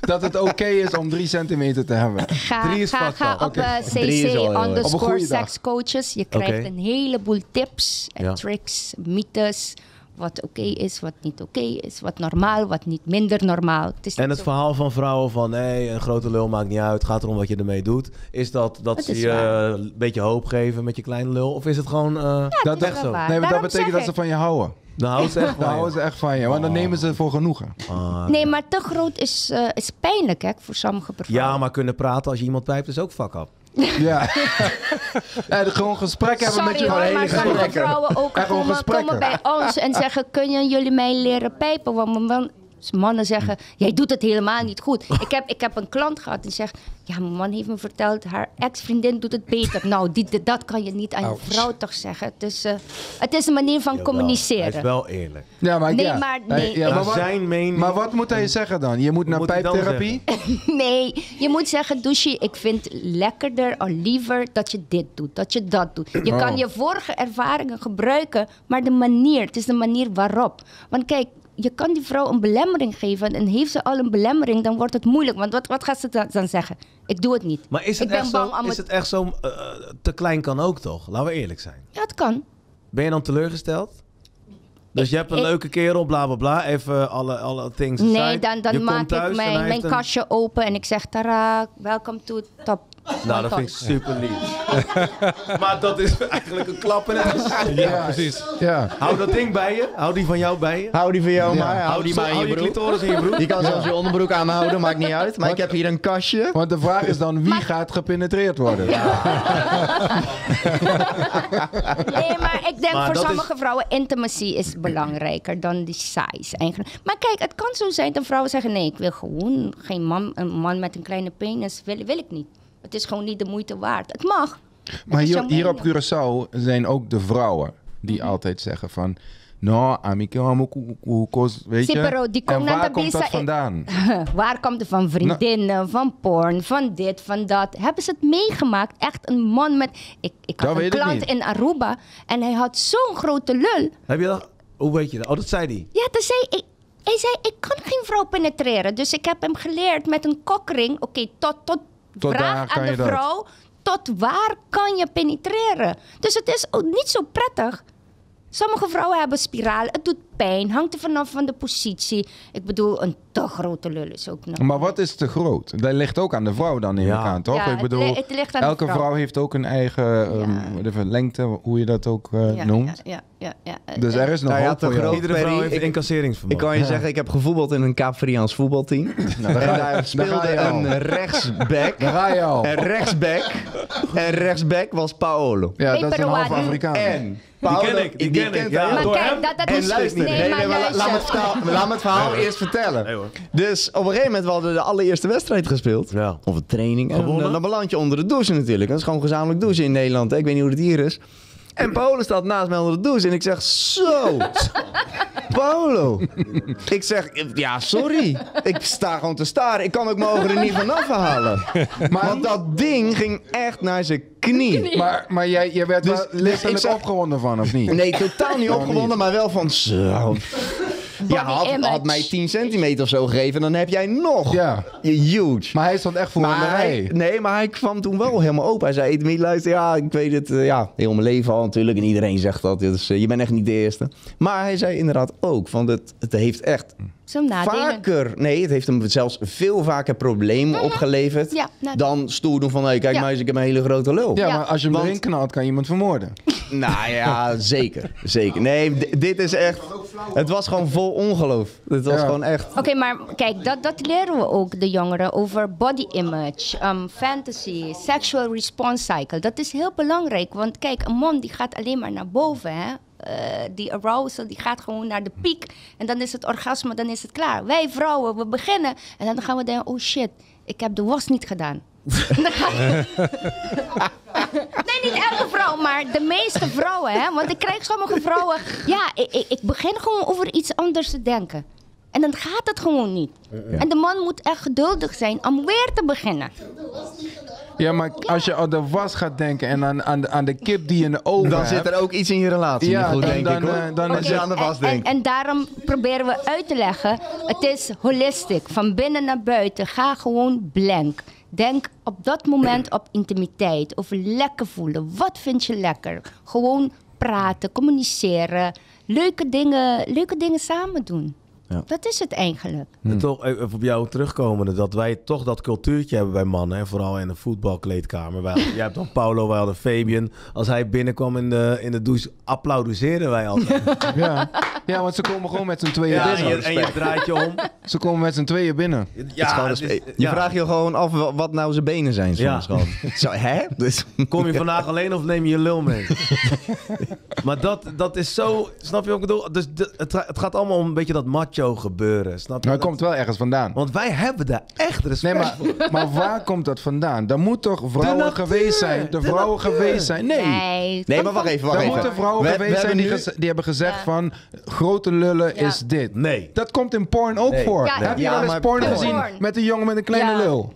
Speaker 3: Dat het oké is om drie centimeter te hebben.
Speaker 2: Ga,
Speaker 1: Drie is
Speaker 2: ga,
Speaker 1: vast
Speaker 2: ga
Speaker 1: al.
Speaker 2: op eh,
Speaker 4: Drie is
Speaker 2: cc
Speaker 4: al heel erg.
Speaker 3: Op een
Speaker 2: underscore
Speaker 3: goede dag.
Speaker 2: sekscoaches. Je krijgt
Speaker 1: Oké.
Speaker 2: een heleboel tips en
Speaker 1: Ja.
Speaker 2: tricks, mythes. Wat oké is, wat niet oké is. Wat normaal, wat niet minder normaal. Het is
Speaker 1: En
Speaker 2: niet
Speaker 1: het
Speaker 2: zo-
Speaker 1: verhaal van vrouwen van nee, een grote lul maakt niet uit, gaat erom wat je ermee doet. Is dat dat
Speaker 2: Dat
Speaker 1: ze
Speaker 2: is
Speaker 1: je
Speaker 2: waar.
Speaker 1: eh, een beetje hoop geven met je kleine lul? Of is het gewoon. eh,
Speaker 2: [laughs] dat is
Speaker 1: echt
Speaker 2: wel
Speaker 1: zo.
Speaker 2: waar.
Speaker 3: Nee, maar dat
Speaker 2: Daarom
Speaker 3: betekent
Speaker 2: zeg
Speaker 3: dat ze
Speaker 2: ik-
Speaker 3: van je houden.
Speaker 1: Dan houdt ze echt
Speaker 3: Dan
Speaker 1: van je.
Speaker 3: [laughs] houden ze echt van je.
Speaker 2: Oh.
Speaker 3: Want dan nemen ze voor
Speaker 2: [laughs]
Speaker 3: genoegen.
Speaker 1: Ah.
Speaker 2: Nee, maar te groot is, eh, is pijnlijk hè, voor sommige personen.
Speaker 1: Ja, maar kunnen praten als je iemand pijpt is ook fuck up.
Speaker 3: Ja. [laughs] ja gewoon gesprek hebben
Speaker 2: Sorry
Speaker 3: met je.
Speaker 2: hoor,
Speaker 3: Gewoon
Speaker 2: maar
Speaker 3: hele
Speaker 2: sommige
Speaker 3: gesprekken.
Speaker 2: vrouwen ook eh,
Speaker 3: Echt gewoon
Speaker 2: komen,
Speaker 3: gesprekken.
Speaker 2: komen bij ons en zeggen... kunnen jullie mij leren pijpen? Want mijn man- mannen zeggen, jij doet het helemaal niet goed. Ik heb, ik heb een klant gehad die zegt... ja, mijn man heeft me verteld, haar ex-vriendin doet het beter. Nou, die, die- dat kan je niet aan je
Speaker 5: Ouch.
Speaker 2: vrouw toch zeggen. Dus, eh, het is een manier van
Speaker 1: Jawel, Hij is
Speaker 2: communiceren.
Speaker 1: wel eerlijk.
Speaker 3: Ja, maar,
Speaker 2: Nee,
Speaker 3: ja.
Speaker 2: maar
Speaker 3: Hij-
Speaker 2: nee.
Speaker 3: ja, maar,
Speaker 1: maar
Speaker 3: wat,
Speaker 1: zijn mening.
Speaker 3: maar wat moet hij zeggen dan? Je moet naar
Speaker 1: moet hij dan
Speaker 3: pijptherapie?
Speaker 2: [laughs] Nee, je moet zeggen, douche, ik vind lekkerder of liever dat je dit doet, dat je dat doet. Je
Speaker 3: Oh.
Speaker 2: kan je vorige ervaringen gebruiken, maar de manier, het is de manier waarop. Want kijk, je kan die vrouw een belemmering geven en heeft ze al een belemmering, dan wordt het moeilijk. Want wat, wat gaat ze dan, dan zeggen? Ik doe het niet.
Speaker 1: Maar is het
Speaker 2: ik ben
Speaker 1: echt
Speaker 2: bang
Speaker 1: zo?
Speaker 2: om
Speaker 1: Is het echt zo? eh, te klein kan ook toch? Laten we eerlijk zijn.
Speaker 2: Ja, het kan.
Speaker 1: Ben je dan teleurgesteld? Dus je hebt een
Speaker 2: ik-
Speaker 1: leuke kerel, bla bla bla. Even alle, alle things aside.
Speaker 2: Nee, dan,
Speaker 1: Je
Speaker 2: dan
Speaker 1: komt
Speaker 2: maak
Speaker 1: thuis
Speaker 2: ik
Speaker 1: en
Speaker 2: mijn,
Speaker 1: hij
Speaker 2: mijn
Speaker 1: heeft een-
Speaker 2: kastje open en ik zeg, Tara, welcome to top.
Speaker 1: Nou, dat vind ik super lief. [laughs] maar dat is eigenlijk een klap in het gezicht.
Speaker 5: Ja, precies.
Speaker 3: Ja.
Speaker 1: Hou dat ding bij je. Hou die van jou bij je.
Speaker 4: Hou die van jou,
Speaker 3: Ja.
Speaker 4: maar hou die maar in
Speaker 1: hou
Speaker 4: je
Speaker 1: je
Speaker 4: broek.
Speaker 1: clitoris in je broek.
Speaker 4: Je kan zelfs je onderbroek aanhouden, maakt niet uit. Maar ik heb hier een kastje.
Speaker 3: Want de vraag is dan, wie gaat gepenetreerd worden?
Speaker 2: Nee, maar ik denk
Speaker 1: Maar
Speaker 2: voor
Speaker 1: dat
Speaker 2: sommige vrouwen intimacy is belangrijker dan die size eigenlijk. Maar kijk, het kan zo zijn dat vrouwen zeggen: nee, ik wil gewoon geen man, een man met een kleine penis. Wil, wil ik niet. Het is gewoon niet de moeite waard. Het mag. [laughs]
Speaker 3: Maar
Speaker 2: is
Speaker 3: hier,
Speaker 2: jouw
Speaker 3: hier op
Speaker 2: mening.
Speaker 3: Curaçao zijn ook de vrouwen die altijd zeggen van... No, amico, amo, cu- cu- cos, weet je.
Speaker 2: Sipero, die
Speaker 3: en
Speaker 2: komt naar
Speaker 3: waar
Speaker 2: de
Speaker 3: komt dat
Speaker 2: bisa-
Speaker 3: vandaan?
Speaker 2: Waar komt het van vriendinnen,
Speaker 3: Nou-
Speaker 2: van porn, van dit, van dat? Hebben ze het meegemaakt? Echt een man met. Ik, ik
Speaker 3: Dat
Speaker 2: had een
Speaker 3: weet ik
Speaker 2: klant
Speaker 3: niet.
Speaker 2: in Aruba en hij had zo'n grote lul.
Speaker 1: Heb je dat? Hoe weet je dat? Oh, dat zei hij.
Speaker 2: Ja, toen zei ik. Hij zei, ik kan geen vrouw penetreren. Dus ik heb hem geleerd met een kokring. Oké, tot, tot,
Speaker 3: Tot daar
Speaker 2: vraag
Speaker 3: kan
Speaker 2: aan
Speaker 3: je
Speaker 2: de
Speaker 3: dat.
Speaker 2: vrouw. Tot waar kan je penetreren? Dus het is ook niet zo prettig. Sommige vrouwen hebben spiralen. Het doet pijn. Hangt er vanaf van de positie. Ik bedoel, een te grote lul is ook nog.
Speaker 3: Maar wat is te groot? Dat ligt ook aan de vrouw dan neem
Speaker 1: Ja.
Speaker 3: ik aan, toch?
Speaker 2: Ja,
Speaker 3: ik
Speaker 2: het
Speaker 3: bedoel,
Speaker 2: li- het ligt aan de
Speaker 3: elke
Speaker 2: vrouw.
Speaker 3: heeft ook een eigen ehm, even lengte, hoe je dat ook eh,
Speaker 2: ja,
Speaker 3: noemt.
Speaker 2: Ja, ja, ja, ja. Eh,
Speaker 3: Dus er is nog
Speaker 4: Nou ja,
Speaker 3: hoop
Speaker 4: te
Speaker 3: voor jou.
Speaker 4: groot.
Speaker 3: [laughs]
Speaker 1: Iedere vrouw
Speaker 4: Perry,
Speaker 1: heeft
Speaker 4: ik-
Speaker 1: een
Speaker 4: Ik
Speaker 1: incasseringsvermogen.
Speaker 4: kan je zeggen, ik heb gevoetbald in een Capriaans voetbalteam. en daar
Speaker 3: Nou, ga
Speaker 4: speelde
Speaker 3: je al.
Speaker 4: een rechtsback.
Speaker 3: Daar ga je al.
Speaker 4: En rechtsback. En rechtsback was Paolo.
Speaker 3: Ja, dat is een
Speaker 2: Paperouani.
Speaker 3: half Afrikaan.
Speaker 4: En
Speaker 1: Die
Speaker 4: Paolo,
Speaker 1: ken ik, die ken ik.
Speaker 4: kent
Speaker 1: Ja,
Speaker 4: hij.
Speaker 2: maar
Speaker 1: door
Speaker 2: kijk,
Speaker 1: hem
Speaker 2: dat, dat
Speaker 4: En
Speaker 2: is
Speaker 4: luister,
Speaker 2: Nee,
Speaker 4: nee,
Speaker 2: maar
Speaker 4: nee, maar la-
Speaker 2: luister.
Speaker 4: laat me het verhaal, laat me het verhaal eerst vertellen.
Speaker 1: Nee, hoor.
Speaker 4: Dus op een gegeven moment we hadden we de allereerste wedstrijd gespeeld.
Speaker 1: Ja.
Speaker 4: Of een training. En
Speaker 1: Gewonnen?
Speaker 4: dan, dan beland je onder de douche natuurlijk. Dat is gewoon gezamenlijk douchen in Nederland. Hè? Ik weet niet hoe het hier is. En Paolo staat naast mij onder de douche. En ik zeg, zo. Paolo. Ik zeg, ja, sorry. Ik sta gewoon te staren. Ik kan ook mijn ogen er niet van afhalen. Maar Want dat ding ging echt naar zijn knie.
Speaker 3: Maar, maar jij, jij werd
Speaker 4: Dus-
Speaker 3: wel
Speaker 4: dus
Speaker 3: lichtelijk
Speaker 4: ik zag-
Speaker 3: opgewonden van, of niet?
Speaker 4: Nee, totaal niet opgewonden, maar wel van zo. Ja,
Speaker 2: Body
Speaker 4: had,
Speaker 2: image.
Speaker 4: had mij 10 centimeter of zo gegeven, dan heb jij nog.
Speaker 3: Ja.
Speaker 4: Je huge.
Speaker 3: Maar hij stond echt voor aan de
Speaker 4: Maar hij,
Speaker 3: rij.
Speaker 4: nee, maar hij kwam toen wel helemaal open. Hij zei, Edmie, luister, ja, ik weet het, eh, ja, heel mijn leven al natuurlijk. En iedereen zegt dat, dus eh, je bent echt niet de eerste. Maar hij zei inderdaad ook, want het, het heeft echt
Speaker 2: Zo'n
Speaker 3: Nou,
Speaker 2: nadelen.
Speaker 4: vaker, nee, het heeft hem zelfs veel vaker problemen
Speaker 3: Mhm.
Speaker 4: opgeleverd.
Speaker 2: Ja, nou-
Speaker 4: dan stoer doen van, hey, kijk
Speaker 2: Ja.
Speaker 4: maar eens, ik heb een hele grote lul.
Speaker 3: Ja,
Speaker 2: Ja.
Speaker 3: maar als je hem
Speaker 4: Want-
Speaker 3: erin knalt, kan je iemand vermoorden.
Speaker 4: Nou ja, zeker, zeker. Nee, d- dit is echt...
Speaker 7: ook
Speaker 4: Het was gewoon vol ongeloof. Het was
Speaker 3: Ja.
Speaker 4: gewoon echt.
Speaker 2: Oké, maar kijk, dat, dat leren we ook de jongeren over body image, um, fantasy, sexual response cycle. Dat is heel belangrijk, want kijk, een man die gaat alleen maar naar boven, hè. Eh, die arousal die gaat gewoon naar de piek en dan is het orgasme, dan is het klaar. Wij vrouwen, we beginnen en dan gaan we denken, oh shit, ik heb de was niet gedaan. En dan ga- Nee, niet elke vrouw, maar de meeste vrouwen, hè? Want ik krijg sommige vrouwen. Ja, ik, ik, ik begin gewoon over iets anders te denken. En dan gaat het gewoon niet. En de man moet echt geduldig zijn om weer te beginnen.
Speaker 3: Ja, maar als je aan de was gaat denken en aan, aan, de, aan de kip die je in de oven
Speaker 4: Dan
Speaker 3: hebt,
Speaker 4: zit er ook iets in je relatie.
Speaker 3: Ja,
Speaker 4: niet goed,
Speaker 3: dan-
Speaker 4: denk
Speaker 3: dan,
Speaker 4: ik. hoor.
Speaker 3: eh, dan
Speaker 4: Als
Speaker 3: is
Speaker 4: je
Speaker 3: het-
Speaker 4: aan de
Speaker 2: En-
Speaker 4: was
Speaker 2: en,
Speaker 4: denkt.
Speaker 2: En, daarom proberen we uit te leggen: het is holistic, van binnen naar buiten. Ga gewoon blank. Denk op dat moment op intimiteit, over lekker voelen. Wat vind je lekker? Gewoon praten, communiceren, leuke dingen, leuke dingen samen doen.
Speaker 4: Ja.
Speaker 2: Dat is het eigenlijk.
Speaker 1: En toch eh, even op jou terugkomende, dat wij toch dat cultuurtje hebben bij mannen. Hè? Vooral in de voetbalkleedkamer. Wij, jij hebt dan Paulo, wij hadden Fabian. Als hij binnenkwam in de, in de douche, applaudisseerden wij altijd.
Speaker 3: Ja. ja, want ze komen gewoon met z'n tweeën
Speaker 1: Ja, en,
Speaker 3: binnen.
Speaker 1: je, en je draait je om.
Speaker 3: Ze komen met z'n tweeën binnen.
Speaker 4: Het is
Speaker 1: Ja,
Speaker 4: gewoon
Speaker 1: het is-
Speaker 4: een spe- je
Speaker 1: ja.
Speaker 4: vraagt je gewoon af wa- wat nou zijn benen zijn soms
Speaker 1: Ja. [laughs]
Speaker 4: gewoon. Zo, hè? Dus,
Speaker 1: Kom
Speaker 4: [laughs]
Speaker 1: je vandaag alleen of neem je je lul mee? maar dat, dat is zo... Snap je wat ik bedoel? Dus de- het, het gaat allemaal om een beetje dat macho gebeuren. Snap je?
Speaker 3: Maar het
Speaker 1: Dat-
Speaker 3: Nou, komt wel ergens vandaan.
Speaker 1: Want wij hebben daar echt
Speaker 3: Nee,
Speaker 1: respect
Speaker 3: maar, maar waar komt dat vandaan? Daar moet toch vrouwen
Speaker 1: natuur,
Speaker 3: geweest zijn? De
Speaker 1: de
Speaker 3: vrouwen
Speaker 1: natuur.
Speaker 3: geweest zijn? Nee.
Speaker 4: nee, maar wacht even, wacht
Speaker 3: Daar
Speaker 4: even.
Speaker 3: moeten vrouwen
Speaker 4: We- we
Speaker 3: geweest zijn
Speaker 4: hebben
Speaker 3: die,
Speaker 4: nu-
Speaker 3: gez- die hebben gezegd
Speaker 2: Ja.
Speaker 3: van... Grote lullen
Speaker 2: Ja.
Speaker 3: is dit.
Speaker 1: Nee.
Speaker 3: Dat komt in porn ook
Speaker 1: Nee.
Speaker 3: voor.
Speaker 2: Ja,
Speaker 3: Heb je
Speaker 4: ja,
Speaker 3: wel eens
Speaker 4: maar
Speaker 3: porn
Speaker 2: porn.
Speaker 3: gezien met een jongen met een kleine
Speaker 2: Ja.
Speaker 3: lul?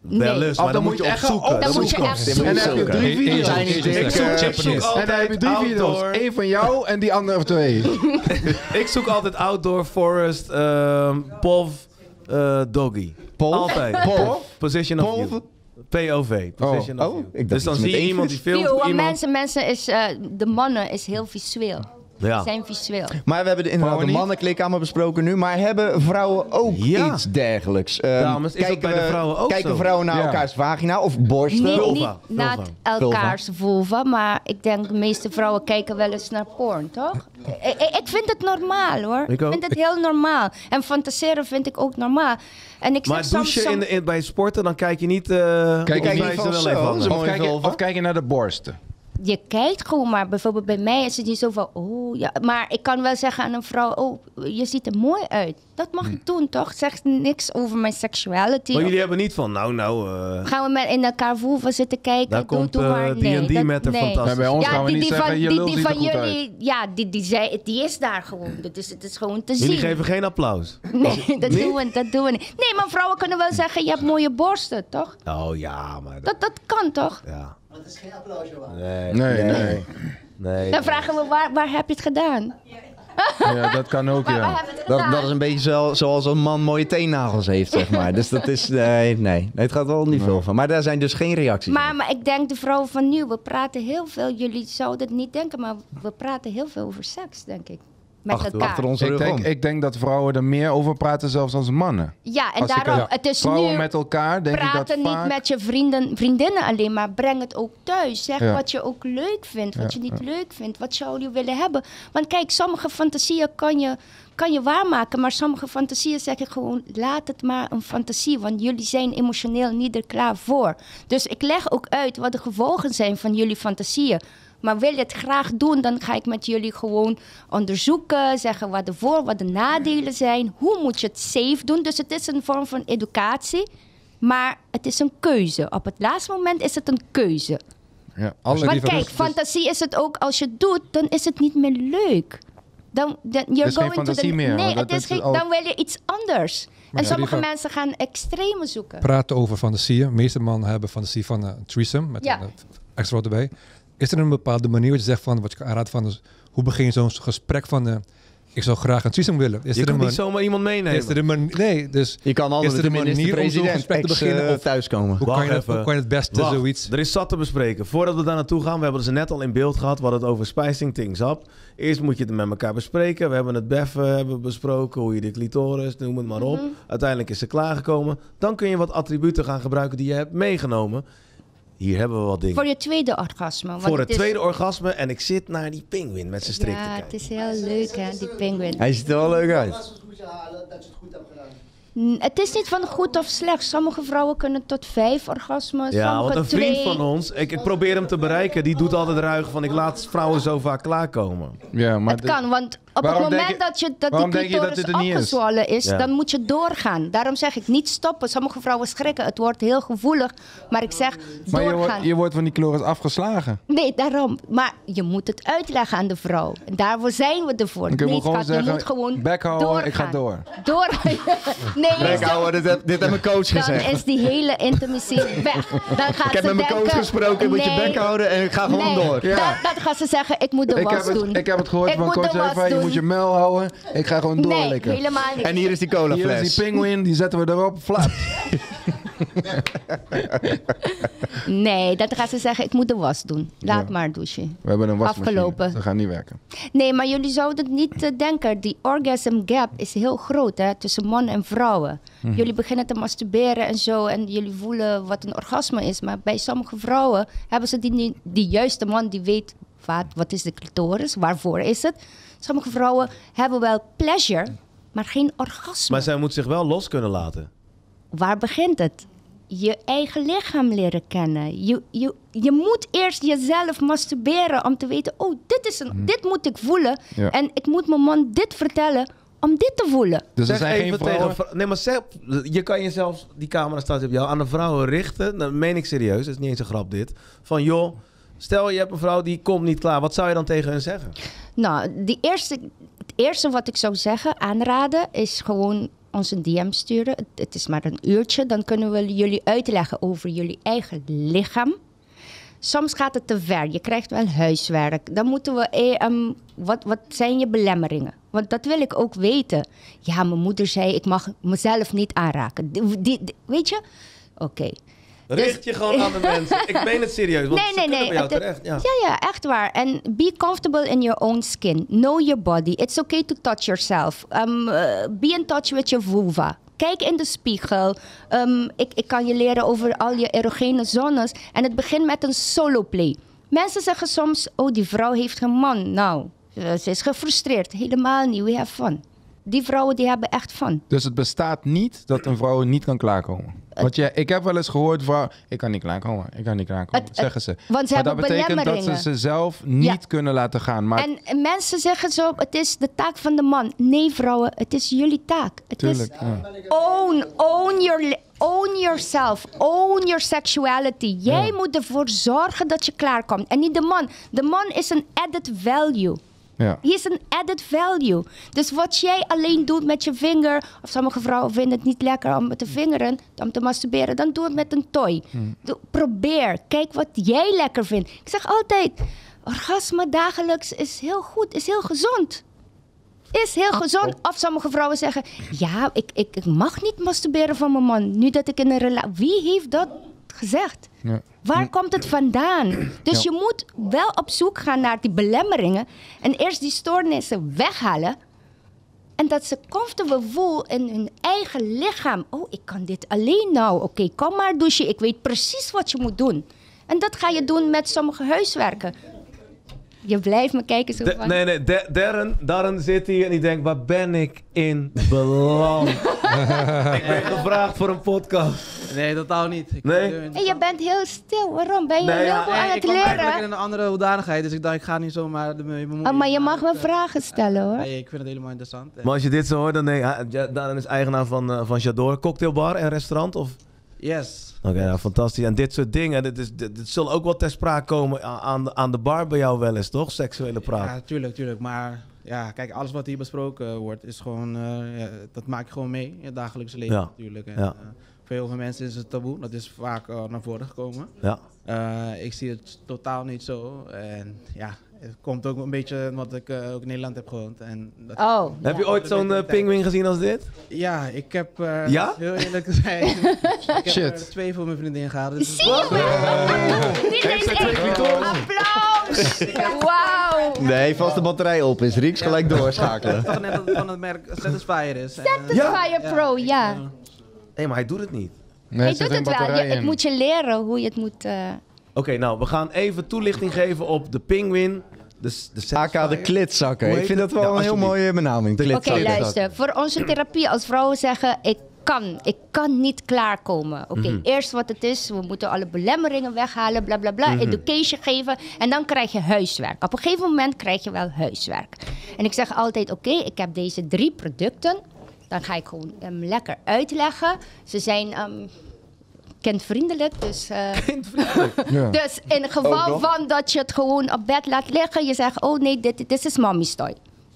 Speaker 1: Wel eens,
Speaker 3: Of
Speaker 1: maar dan, moet je
Speaker 3: echt gaan
Speaker 1: opzoeken.
Speaker 2: Dan moet je
Speaker 3: opzoeken.
Speaker 2: echt
Speaker 4: zoeken.
Speaker 3: En dan heb je
Speaker 1: Zoeken.
Speaker 3: drie
Speaker 5: Asian-
Speaker 3: video's.
Speaker 4: Asian-
Speaker 3: Ik zoek
Speaker 4: Ik zoek
Speaker 3: Japanese.
Speaker 5: Japanese.
Speaker 3: En dan heb je drie
Speaker 1: Eh, Altijd
Speaker 3: video's.
Speaker 1: outdoor.
Speaker 3: Eén van jou en die andere van twee.
Speaker 1: Ik zoek altijd outdoor, forest, ehm POV, eh, doggy.
Speaker 4: Pov?
Speaker 1: Altijd.
Speaker 4: Pov?
Speaker 1: Position of
Speaker 4: Pov?
Speaker 1: view. POV. Position
Speaker 4: Oh,
Speaker 1: of
Speaker 4: oh,
Speaker 1: view.
Speaker 4: ik dacht
Speaker 1: dus dan zie
Speaker 4: iets met
Speaker 1: je
Speaker 4: één
Speaker 1: iemand die
Speaker 4: vis.
Speaker 1: filmt.
Speaker 2: View, want
Speaker 1: iemand...
Speaker 2: mensen, mensen is, eh, de mannen is heel visueel.
Speaker 1: Ja.
Speaker 2: Zijn visueel.
Speaker 4: Maar we hebben de, inderdaad
Speaker 3: Vrouwen
Speaker 4: de
Speaker 3: niet?
Speaker 4: mannenklikkamer besproken nu. Maar hebben vrouwen ook
Speaker 1: Ja.
Speaker 4: iets dergelijks? Ehm,
Speaker 1: Dames, is dat
Speaker 4: kijken
Speaker 1: bij de
Speaker 4: we-
Speaker 1: vrouwen ook
Speaker 4: Kijken
Speaker 1: zo?
Speaker 4: vrouwen naar
Speaker 3: Ja.
Speaker 4: elkaars vagina of borsten?
Speaker 2: Nee,
Speaker 4: Of-
Speaker 1: vulva,
Speaker 2: niet naar
Speaker 1: vulva.
Speaker 2: elkaars vulva, maar ik denk de meeste vrouwen kijken wel eens naar porn, toch? I- I- ik vind het normaal hoor.
Speaker 1: Ik ook.
Speaker 2: vind het heel normaal. En fantaseren vind ik ook normaal. En ik
Speaker 1: Maar
Speaker 2: zeg soms...
Speaker 1: douchen in,
Speaker 2: soms-
Speaker 1: de- in, bij sporten, dan kijk je niet... eh,
Speaker 3: Kijk
Speaker 1: of
Speaker 3: je
Speaker 1: wij
Speaker 4: niet
Speaker 1: ze
Speaker 4: van
Speaker 1: wel
Speaker 4: zo,
Speaker 1: even hangen.
Speaker 4: zo.
Speaker 3: Of
Speaker 4: Mooi
Speaker 3: kijk, je,
Speaker 4: vulva.
Speaker 3: of kijk je naar de borsten?
Speaker 2: Je kijkt gewoon maar. Bijvoorbeeld bij mij is het niet zo van... Oh, ja. Maar ik kan wel zeggen aan een vrouw... Oh, je ziet er mooi uit. Dat mag ik doen, toch? Zegt niks over mijn sexuality.
Speaker 1: Hm. Maar jullie hebben niet van, nou, nou... eh,
Speaker 2: Gaan we met in elkaar voeven zitten kijken?
Speaker 1: Daar
Speaker 2: doe,
Speaker 1: komt,
Speaker 2: doe
Speaker 1: eh,
Speaker 2: maar.
Speaker 1: D&D
Speaker 2: nee, dat-
Speaker 1: met een
Speaker 2: nee.
Speaker 1: fantastisch-
Speaker 3: Maar bij ons gaan we niet zeggen, je
Speaker 2: die,
Speaker 3: lul
Speaker 2: die
Speaker 3: ziet er
Speaker 2: van
Speaker 3: goed
Speaker 2: jullie, ja, die, die, zei, die is daar gewoon. Dat is, het is gewoon te
Speaker 1: jullie
Speaker 2: zien.
Speaker 1: geven geen applaus.
Speaker 2: Nee, dat doen, we, dat doen we niet. Nee, maar vrouwen kunnen wel zeggen, je hebt mooie borsten, toch?
Speaker 1: Oh ja, maar... Dat,
Speaker 2: Dat, dat kan toch?
Speaker 1: ja.
Speaker 6: Maar het is geen applausje waard.
Speaker 1: Nee,
Speaker 3: Nee, nee.
Speaker 1: nee.
Speaker 2: Dan vragen we, waar, waar heb je het gedaan?
Speaker 3: [laughs] Ja, dat kan ook,
Speaker 2: Waar, waar
Speaker 3: ja.
Speaker 2: heb je het
Speaker 4: Dat,
Speaker 2: gedaan?
Speaker 4: dat is een beetje zo, zoals een man mooie teennagels heeft, zeg maar. Dus dat is... Nee, nee. nee het gaat wel niet veel van. Maar daar zijn dus geen reacties
Speaker 2: maar, maar ik denk, de vrouwen van nu, we praten heel veel. Jullie zouden het niet denken, maar we praten heel veel over seks, denk ik. Met
Speaker 4: achter,
Speaker 2: elkaar.
Speaker 4: achter onze
Speaker 3: Ik
Speaker 4: rug
Speaker 3: denk,
Speaker 4: om.
Speaker 3: ik denk dat vrouwen er meer over praten zelfs als mannen.
Speaker 2: Ja, en
Speaker 3: Als ik-
Speaker 2: daarom,
Speaker 3: ja.
Speaker 2: het is
Speaker 3: vrouwen
Speaker 2: Dus nu...
Speaker 3: met elkaar, denk ik dat
Speaker 2: praten niet
Speaker 3: vaak...
Speaker 2: met je vrienden, vriendinnen alleen, maar breng het ook thuis. Zeg
Speaker 3: Ja.
Speaker 2: wat je ook leuk vindt, wat je niet leuk vindt, wat zou je willen hebben. Want kijk, sommige fantasieën kan je, kan je waarmaken, maar sommige fantasieën zeg ik gewoon, laat het maar een fantasie, want jullie zijn emotioneel niet er klaar voor. Dus ik leg ook uit wat de gevolgen zijn van jullie fantasieën. Maar wil je het graag doen, dan ga ik met jullie gewoon onderzoeken, zeggen wat de voor, wat de nadelen zijn, hoe moet je het safe doen. Dus het is een vorm van educatie. Maar het is een keuze. Op het laatste moment is het een keuze.
Speaker 3: Ja, alle-
Speaker 5: Maar
Speaker 2: Want
Speaker 5: liever-
Speaker 2: kijk,
Speaker 5: dus-
Speaker 2: fantasie is het ook als je het doet, dan is het niet meer leuk. Dan, dan you're
Speaker 3: is geen
Speaker 2: going to
Speaker 3: fantasie
Speaker 2: the,
Speaker 3: meer,
Speaker 2: Nee,
Speaker 3: want
Speaker 2: het
Speaker 3: dat
Speaker 2: is
Speaker 3: is
Speaker 2: geen,
Speaker 3: al-
Speaker 2: dan wil je iets anders. En
Speaker 5: ja,
Speaker 2: sommige
Speaker 5: liever-
Speaker 2: mensen gaan extreme zoeken.
Speaker 5: praten over fantasieën. De meeste mannen hebben fantasie van eh, een threesome met
Speaker 2: Ja.
Speaker 5: een eh, extra rot erbij. Is er een bepaalde manier wat je zegt van wat je aanraadt van dus hoe begin je zo'n gesprek van eh, ik zou graag een threesome willen. Is
Speaker 1: Je
Speaker 5: er een
Speaker 1: kan niet
Speaker 5: man-
Speaker 1: zomaar iemand meenemen.
Speaker 5: is er een man- nee, dus
Speaker 4: Je kan altijd
Speaker 5: Is er
Speaker 4: de
Speaker 5: een manier om zo'n
Speaker 4: minister-president
Speaker 5: gesprek te
Speaker 4: ex,
Speaker 5: beginnen
Speaker 4: eh,
Speaker 5: of-
Speaker 4: thuiskomen.
Speaker 5: hoe
Speaker 1: Wacht
Speaker 5: kan, je dat, hoe
Speaker 1: even.
Speaker 5: kan je het beste
Speaker 1: Wacht,
Speaker 5: zoiets?
Speaker 1: Er is zat te bespreken. Voordat we daar naartoe gaan, we hebben ze net al in beeld gehad. We hadden het over spijsing, tingsap. Eerst moet je het met elkaar bespreken. We hebben het beffen hebben we besproken, hoe je de clitoris, noem het maar op.
Speaker 2: Mhm.
Speaker 1: Uiteindelijk is ze klaargekomen. Dan kun je wat attributen gaan gebruiken die je hebt meegenomen. Hier hebben we wat dingen.
Speaker 2: Voor je tweede orgasme. want
Speaker 1: Voor het
Speaker 2: is-
Speaker 1: tweede orgasme en ik zit naar die pinguïn met zijn strik te
Speaker 2: Ja, het
Speaker 1: kijken.
Speaker 2: is heel leuk hè, die penguin.
Speaker 4: Hij ziet er wel leuk
Speaker 6: Als
Speaker 4: uit.
Speaker 6: ze het moet je halen, dat je het goed hebt gedaan.
Speaker 2: N- Het is niet van goed of slecht. Sommige vrouwen kunnen tot vijf orgasmen,
Speaker 1: Ja, want
Speaker 2: sommige
Speaker 1: een
Speaker 2: twee.
Speaker 1: vriend van ons, ik, ik probeer hem te bereiken, die doet altijd ruig van ik laat vrouwen zo vaak klaarkomen.
Speaker 3: Ja, maar
Speaker 2: het
Speaker 3: dit-
Speaker 2: kan, want op het
Speaker 3: Waarom denk
Speaker 2: moment
Speaker 3: je-
Speaker 2: dat, je, dat die
Speaker 3: waarom denk je dat
Speaker 2: clitoris
Speaker 3: dit er niet is?
Speaker 2: opgezwollen is,
Speaker 1: Ja.
Speaker 2: dan moet je doorgaan. Daarom zeg ik niet stoppen. Sommige vrouwen schrikken, het wordt heel gevoelig. Maar ik zeg
Speaker 3: maar je,
Speaker 2: doorgaan.
Speaker 3: wordt, je wordt van die kloris afgeslagen.
Speaker 2: Nee, daarom. Maar je moet het uitleggen aan de vrouw. Daarvoor zijn we ervoor.
Speaker 3: Dan kun je
Speaker 2: Niet,
Speaker 3: gewoon
Speaker 2: schat,
Speaker 3: zeggen,
Speaker 2: je moet gewoon
Speaker 3: bek houden,
Speaker 2: doorgaan.
Speaker 3: ik ga door.
Speaker 2: Door.
Speaker 3: [laughs]
Speaker 2: nee,
Speaker 4: dit, heb, dit mijn coach
Speaker 2: dan is die hele intimacy weg. Dan gaat ze denken, nee,
Speaker 4: en ik ga
Speaker 2: nee, dan, dan gaat ze zeggen, ik moet de
Speaker 3: Ik
Speaker 2: was
Speaker 3: heb,
Speaker 2: doen.
Speaker 3: het, ik heb het gehoord
Speaker 2: Ik
Speaker 3: van
Speaker 2: moet
Speaker 3: coach
Speaker 2: de was
Speaker 3: Eva, je
Speaker 2: doen.
Speaker 3: moet je mel houden. Ik ga gewoon
Speaker 2: Nee,
Speaker 3: doorlikken.
Speaker 2: helemaal niet.
Speaker 4: En hier is die
Speaker 3: Hier
Speaker 4: colafles.
Speaker 3: is die pinguïn, die zetten we erop.
Speaker 2: [laughs]
Speaker 3: Flap.
Speaker 2: Nee, dan gaat ze zeggen, ik moet de was doen. Laat maar douchen.
Speaker 3: We hebben een wasmachine.
Speaker 2: Afgelopen.
Speaker 3: Ze gaan niet werken.
Speaker 2: Nee, maar jullie zouden het niet eh, denken. Die orgasm gap is heel groot hè, tussen mannen en vrouwen. Jullie beginnen te masturberen en zo. En jullie voelen wat een orgasme is. Maar bij sommige vrouwen hebben ze die, niet- die juiste man die weet... Wat, wat is de clitoris? Waarvoor is het? Sommige vrouwen hebben wel pleasure, maar geen orgasme.
Speaker 1: Maar zij moet zich wel los kunnen laten.
Speaker 2: waar begint het? Je eigen lichaam leren kennen. Je, je, je moet eerst jezelf masturberen om te weten: oh, dit, is een, dit moet ik voelen.
Speaker 3: Ja.
Speaker 2: En ik moet mijn man dit vertellen om dit te voelen.
Speaker 3: Dus
Speaker 1: Zeg
Speaker 3: er zijn geen
Speaker 1: even
Speaker 3: vrouwen.
Speaker 1: tegen vrou- Nee, maar zeg, je kan jezelf, die camera staat op jou, aan de vrouwen richten. Dat meen ik serieus, dat is niet eens een grap dit. Van joh, stel je hebt een vrouw die komt niet klaar. Wat zou je dan tegen hun zeggen?
Speaker 2: Nou, die eerste, het eerste wat ik zou zeggen, aanraden, is gewoon ons een DM sturen. Het, het is maar een uurtje. Dan kunnen we jullie uitleggen over jullie eigen lichaam. Soms gaat het te ver. Je krijgt wel huiswerk. Dan moeten we... eh, ehm, wat, wat zijn je belemmeringen? Want dat wil ik ook weten. Ja, mijn moeder zei, ik mag mezelf niet aanraken. Die, die- die- weet je? Oké.
Speaker 1: Richt je gewoon
Speaker 2: [laughs]
Speaker 1: aan de mensen. Ik meen het serieus, want
Speaker 2: Dus- Nee,
Speaker 1: ze kunnen
Speaker 2: nee, nee.
Speaker 1: bij jou
Speaker 2: Het-
Speaker 1: terecht. Ja.
Speaker 2: Ja, ja, echt waar. En be comfortable in your own skin. Know your body. It's okay to touch yourself. Um, eh, be in touch with your vulva. Kijk in de spiegel. Um, ik, ik kan je leren over al je erogene zones. En het begint met een solo play. Mensen zeggen soms, oh, die vrouw heeft een man. Nou, eh, ze is gefrustreerd. Helemaal niet. We have fun. Die vrouwen die hebben echt fun.
Speaker 3: Dus het bestaat niet dat een vrouw niet kan klaarkomen. Want ja, ik heb wel eens gehoord vrouw, ik kan niet klaarkomen, ik kan niet klaarkomen,
Speaker 2: Het- het-
Speaker 3: zeggen ze.
Speaker 2: want ze hebben
Speaker 3: maar dat betekent dat ze
Speaker 2: belemmeringen.
Speaker 3: ze zelf niet
Speaker 2: Ja.
Speaker 3: kunnen laten gaan. Maar
Speaker 2: En eh, mensen zeggen zo, het is de taak van de man. Nee, vrouwen, het is jullie taak. Het
Speaker 3: tuurlijk,
Speaker 2: is
Speaker 3: ja.
Speaker 2: own, own, your, li- own yourself, own your sexuality. Jij moet ervoor zorgen dat je klaarkomt. En niet de man. De man is een added value.
Speaker 3: Ja.
Speaker 2: Hier is een added value. Dus wat jij alleen doet met je vinger, of sommige vrouwen vinden het niet lekker om met de vingeren, om te masturberen, dan doe het met een toy. Doe- probeer, kijk wat jij lekker vindt. Ik zeg altijd, orgasme dagelijks is heel goed, is heel gezond. Is heel gezond. Of sommige vrouwen zeggen, ja, ik, ik, ik mag niet masturberen van mijn man, nu dat ik in een relatie... Wie heeft dat gezegd?
Speaker 3: Ja.
Speaker 1: Hm.
Speaker 2: Waar komt het vandaan? Dus je
Speaker 3: Ja.
Speaker 2: moet wel op zoek gaan naar die belemmeringen en eerst die stoornissen weghalen. En dat ze comfortable voel in hun eigen lichaam. Oh, ik kan dit alleen nou. Oké, kom maar douchen. Ik weet precies wat je moet doen. En dat ga je doen met sommige huiswerken. Je blijft me kijken zo
Speaker 1: De-
Speaker 2: van...
Speaker 1: nee, nee, De- Darren, Darren zit hier en die denkt, waar ben ik in beland? [laughs] ik ben gevraagd voor een podcast.
Speaker 7: Nee, totaal niet. Ik
Speaker 1: Nee?
Speaker 7: Ik-
Speaker 2: Hé, je bent heel stil. Waarom? Ben je
Speaker 1: Nee,
Speaker 2: heel
Speaker 1: ja,
Speaker 2: veel
Speaker 7: nee,
Speaker 2: aan
Speaker 7: ik
Speaker 2: het
Speaker 7: kwam eigenlijk in
Speaker 2: leren?
Speaker 7: een andere hoedanigheid, dus ik dacht ik ga niet zomaar de- me bemoeien.
Speaker 2: Oh, maar je mag
Speaker 7: Maar
Speaker 2: me
Speaker 7: dat, eh,
Speaker 2: vragen stellen hoor.
Speaker 7: Nee, ik vind het helemaal interessant. En-
Speaker 1: Maar als je dit zo hoort, dan denk ik, ah, Ja- Darren is eigenaar van, eh, van Jador Cocktailbar en restaurant, of...
Speaker 7: Yes.
Speaker 1: Oké, nou, fantastisch. En dit soort dingen, dit, is, dit, dit zullen ook wel ter sprake komen a- aan, de- aan de bar bij jou wel eens, toch? Seksuele praat.
Speaker 7: Ja, tuurlijk, tuurlijk. Maar ja, kijk, alles wat hier besproken wordt, is gewoon, eh, ja, dat maak je gewoon mee in het dagelijkse leven
Speaker 1: Ja.
Speaker 7: natuurlijk. En,
Speaker 1: Ja.
Speaker 7: eh, voor heel veel mensen is het taboe, dat is vaak eh, naar voren gekomen.
Speaker 1: Ja.
Speaker 7: Eh, ik zie het totaal niet zo. En ja, het komt ook een beetje omdat ik eh, ook in Nederland heb gewoond. En dat-
Speaker 2: Oh,
Speaker 1: Heb je ooit zo'n eh, pinguïn gezien als dit?
Speaker 7: Ja, ik heb eh,
Speaker 1: Ja?
Speaker 7: heel eerlijk te
Speaker 2: [laughs]
Speaker 7: zijn. ik heb
Speaker 3: Shit.
Speaker 7: er twee voor mijn vriendin gehad. Dus
Speaker 2: Zie je wel? [laughs] Dit is echt... Applaus! Wauw!
Speaker 4: Nee, vast de batterij op is. Rieks gelijk doorschakelen.
Speaker 7: [laughs] toch net dat het van het merk Satisfyer is. En,
Speaker 2: De Fire Pro,
Speaker 7: ik,
Speaker 2: ja.
Speaker 7: eh,
Speaker 1: Nee, maar hij doet het niet.
Speaker 3: Nee,
Speaker 2: Je
Speaker 3: er zit
Speaker 2: doet
Speaker 3: geen
Speaker 2: het wel.
Speaker 3: batterij
Speaker 2: Je, het
Speaker 3: in.
Speaker 2: moet je leren hoe je het moet... eh,
Speaker 1: nou, we gaan even toelichting geven op de Penguin. De, s- de
Speaker 4: AK de klitzakken.
Speaker 1: Hoe
Speaker 4: Ik vind
Speaker 1: heet
Speaker 4: dat
Speaker 1: het?
Speaker 4: wel
Speaker 1: Ja,
Speaker 4: een heel
Speaker 1: alsjeblieft.
Speaker 4: mooie benaming.
Speaker 2: Oké,
Speaker 4: Klitzakken.
Speaker 2: luister. Voor onze therapie, als vrouwen zeggen: ik kan, ik kan niet klaarkomen. Oké, eerst wat het is, we moeten alle belemmeringen weghalen, bla bla bla, education geven en dan krijg je huiswerk. Op een gegeven moment krijg je wel huiswerk. En ik zeg altijd: oké, ik heb deze drie producten. Dan ga ik gewoon hem lekker uitleggen. Ze zijn ehm, kindvriendelijk, dus. eh,
Speaker 1: [laughs]
Speaker 2: dus in het geval van dat je het gewoon op bed laat liggen, je zegt: Oh nee, dit, dit is mommy's toy.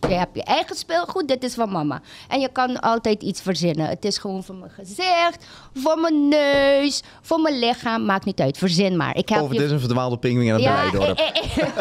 Speaker 2: Je hebt je eigen speelgoed, dit is van mama. En je kan altijd iets verzinnen. Het is gewoon voor mijn gezicht, voor mijn neus, voor mijn lichaam. Maakt niet uit, verzin maar. Ik heb
Speaker 4: Of het
Speaker 2: je...
Speaker 4: Oh, is een verdwaalde pinguïn en een
Speaker 2: [laughs] ik,
Speaker 4: blijdorp.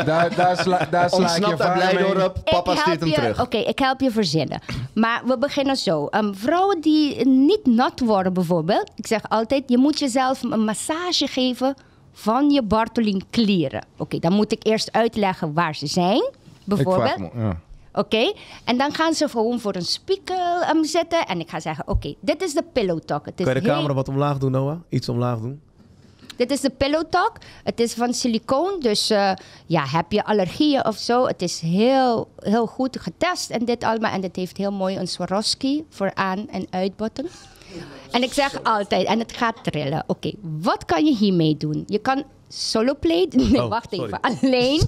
Speaker 3: Daar, daar sla, daar sla ik je
Speaker 4: Ontsnapt aan
Speaker 3: vader mee.
Speaker 4: blijdorp. Papa
Speaker 2: help
Speaker 4: stuurt hem
Speaker 2: je- Oh,
Speaker 4: terug.
Speaker 2: Oké, ik help je verzinnen. Maar we beginnen zo. Ehm, vrouwen die niet nat worden bijvoorbeeld. Ik zeg altijd, je moet jezelf een massage geven van je Bartolin klieren. Oké, dan moet ik eerst uitleggen waar ze zijn.
Speaker 3: Ik vraag
Speaker 2: Bijvoorbeeld.
Speaker 3: hem, ja.
Speaker 2: Oké, en dan gaan ze gewoon voor een spiegel ehm, zitten. En ik ga zeggen, oké, dit is de pillow talk. Het is
Speaker 1: Kan je de
Speaker 2: heel-
Speaker 1: camera wat omlaag doen, Noah? Iets omlaag doen?
Speaker 2: dit is de Pillow Talk. Het is van silicoon, dus eh, ja, heb je allergieën of zo? Het is heel, heel goed getest en dit allemaal. En dit heeft heel mooi een Swarovski voor aan- en uitbotten. En ik zeg altijd, en het gaat trillen. Oké, wat kan je hiermee doen? Je kan solo play. [laughs] Nee,
Speaker 1: Oh,
Speaker 2: wacht
Speaker 1: sorry.
Speaker 2: even.
Speaker 1: [laughs]
Speaker 2: Alleen,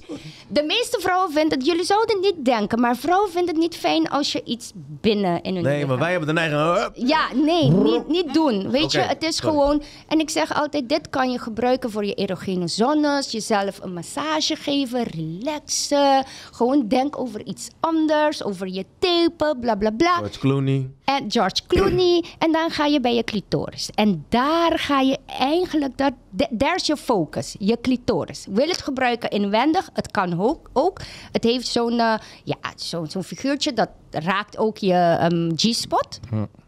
Speaker 2: de meeste vrouwen vinden het, jullie zouden niet denken, maar vrouwen vinden het niet fijn als je iets binnen in hun
Speaker 1: Nee, maar
Speaker 2: lichaam-
Speaker 1: wij hebben de neiging... oh, hup.
Speaker 2: ja, nee, niet, niet doen. Weet
Speaker 1: Oké,
Speaker 2: je, het is
Speaker 1: sorry.
Speaker 2: gewoon. En ik zeg altijd: dit kan je gebruiken voor je erogene zones. Jezelf een massage geven, relaxen. Gewoon denk over iets anders, over je tepel, bla bla bla.
Speaker 1: George Clooney.
Speaker 2: En George Clooney. En dan ga je bij je clitoris. En daar ga je eigenlijk, dat, da- there's je focus, je clitoris. Wil het gebruiken inwendig? Het kan ook. ook. Het heeft zo'n eh, ja, zo'n zo'n figuurtje dat raakt ook je ehm, G-spot.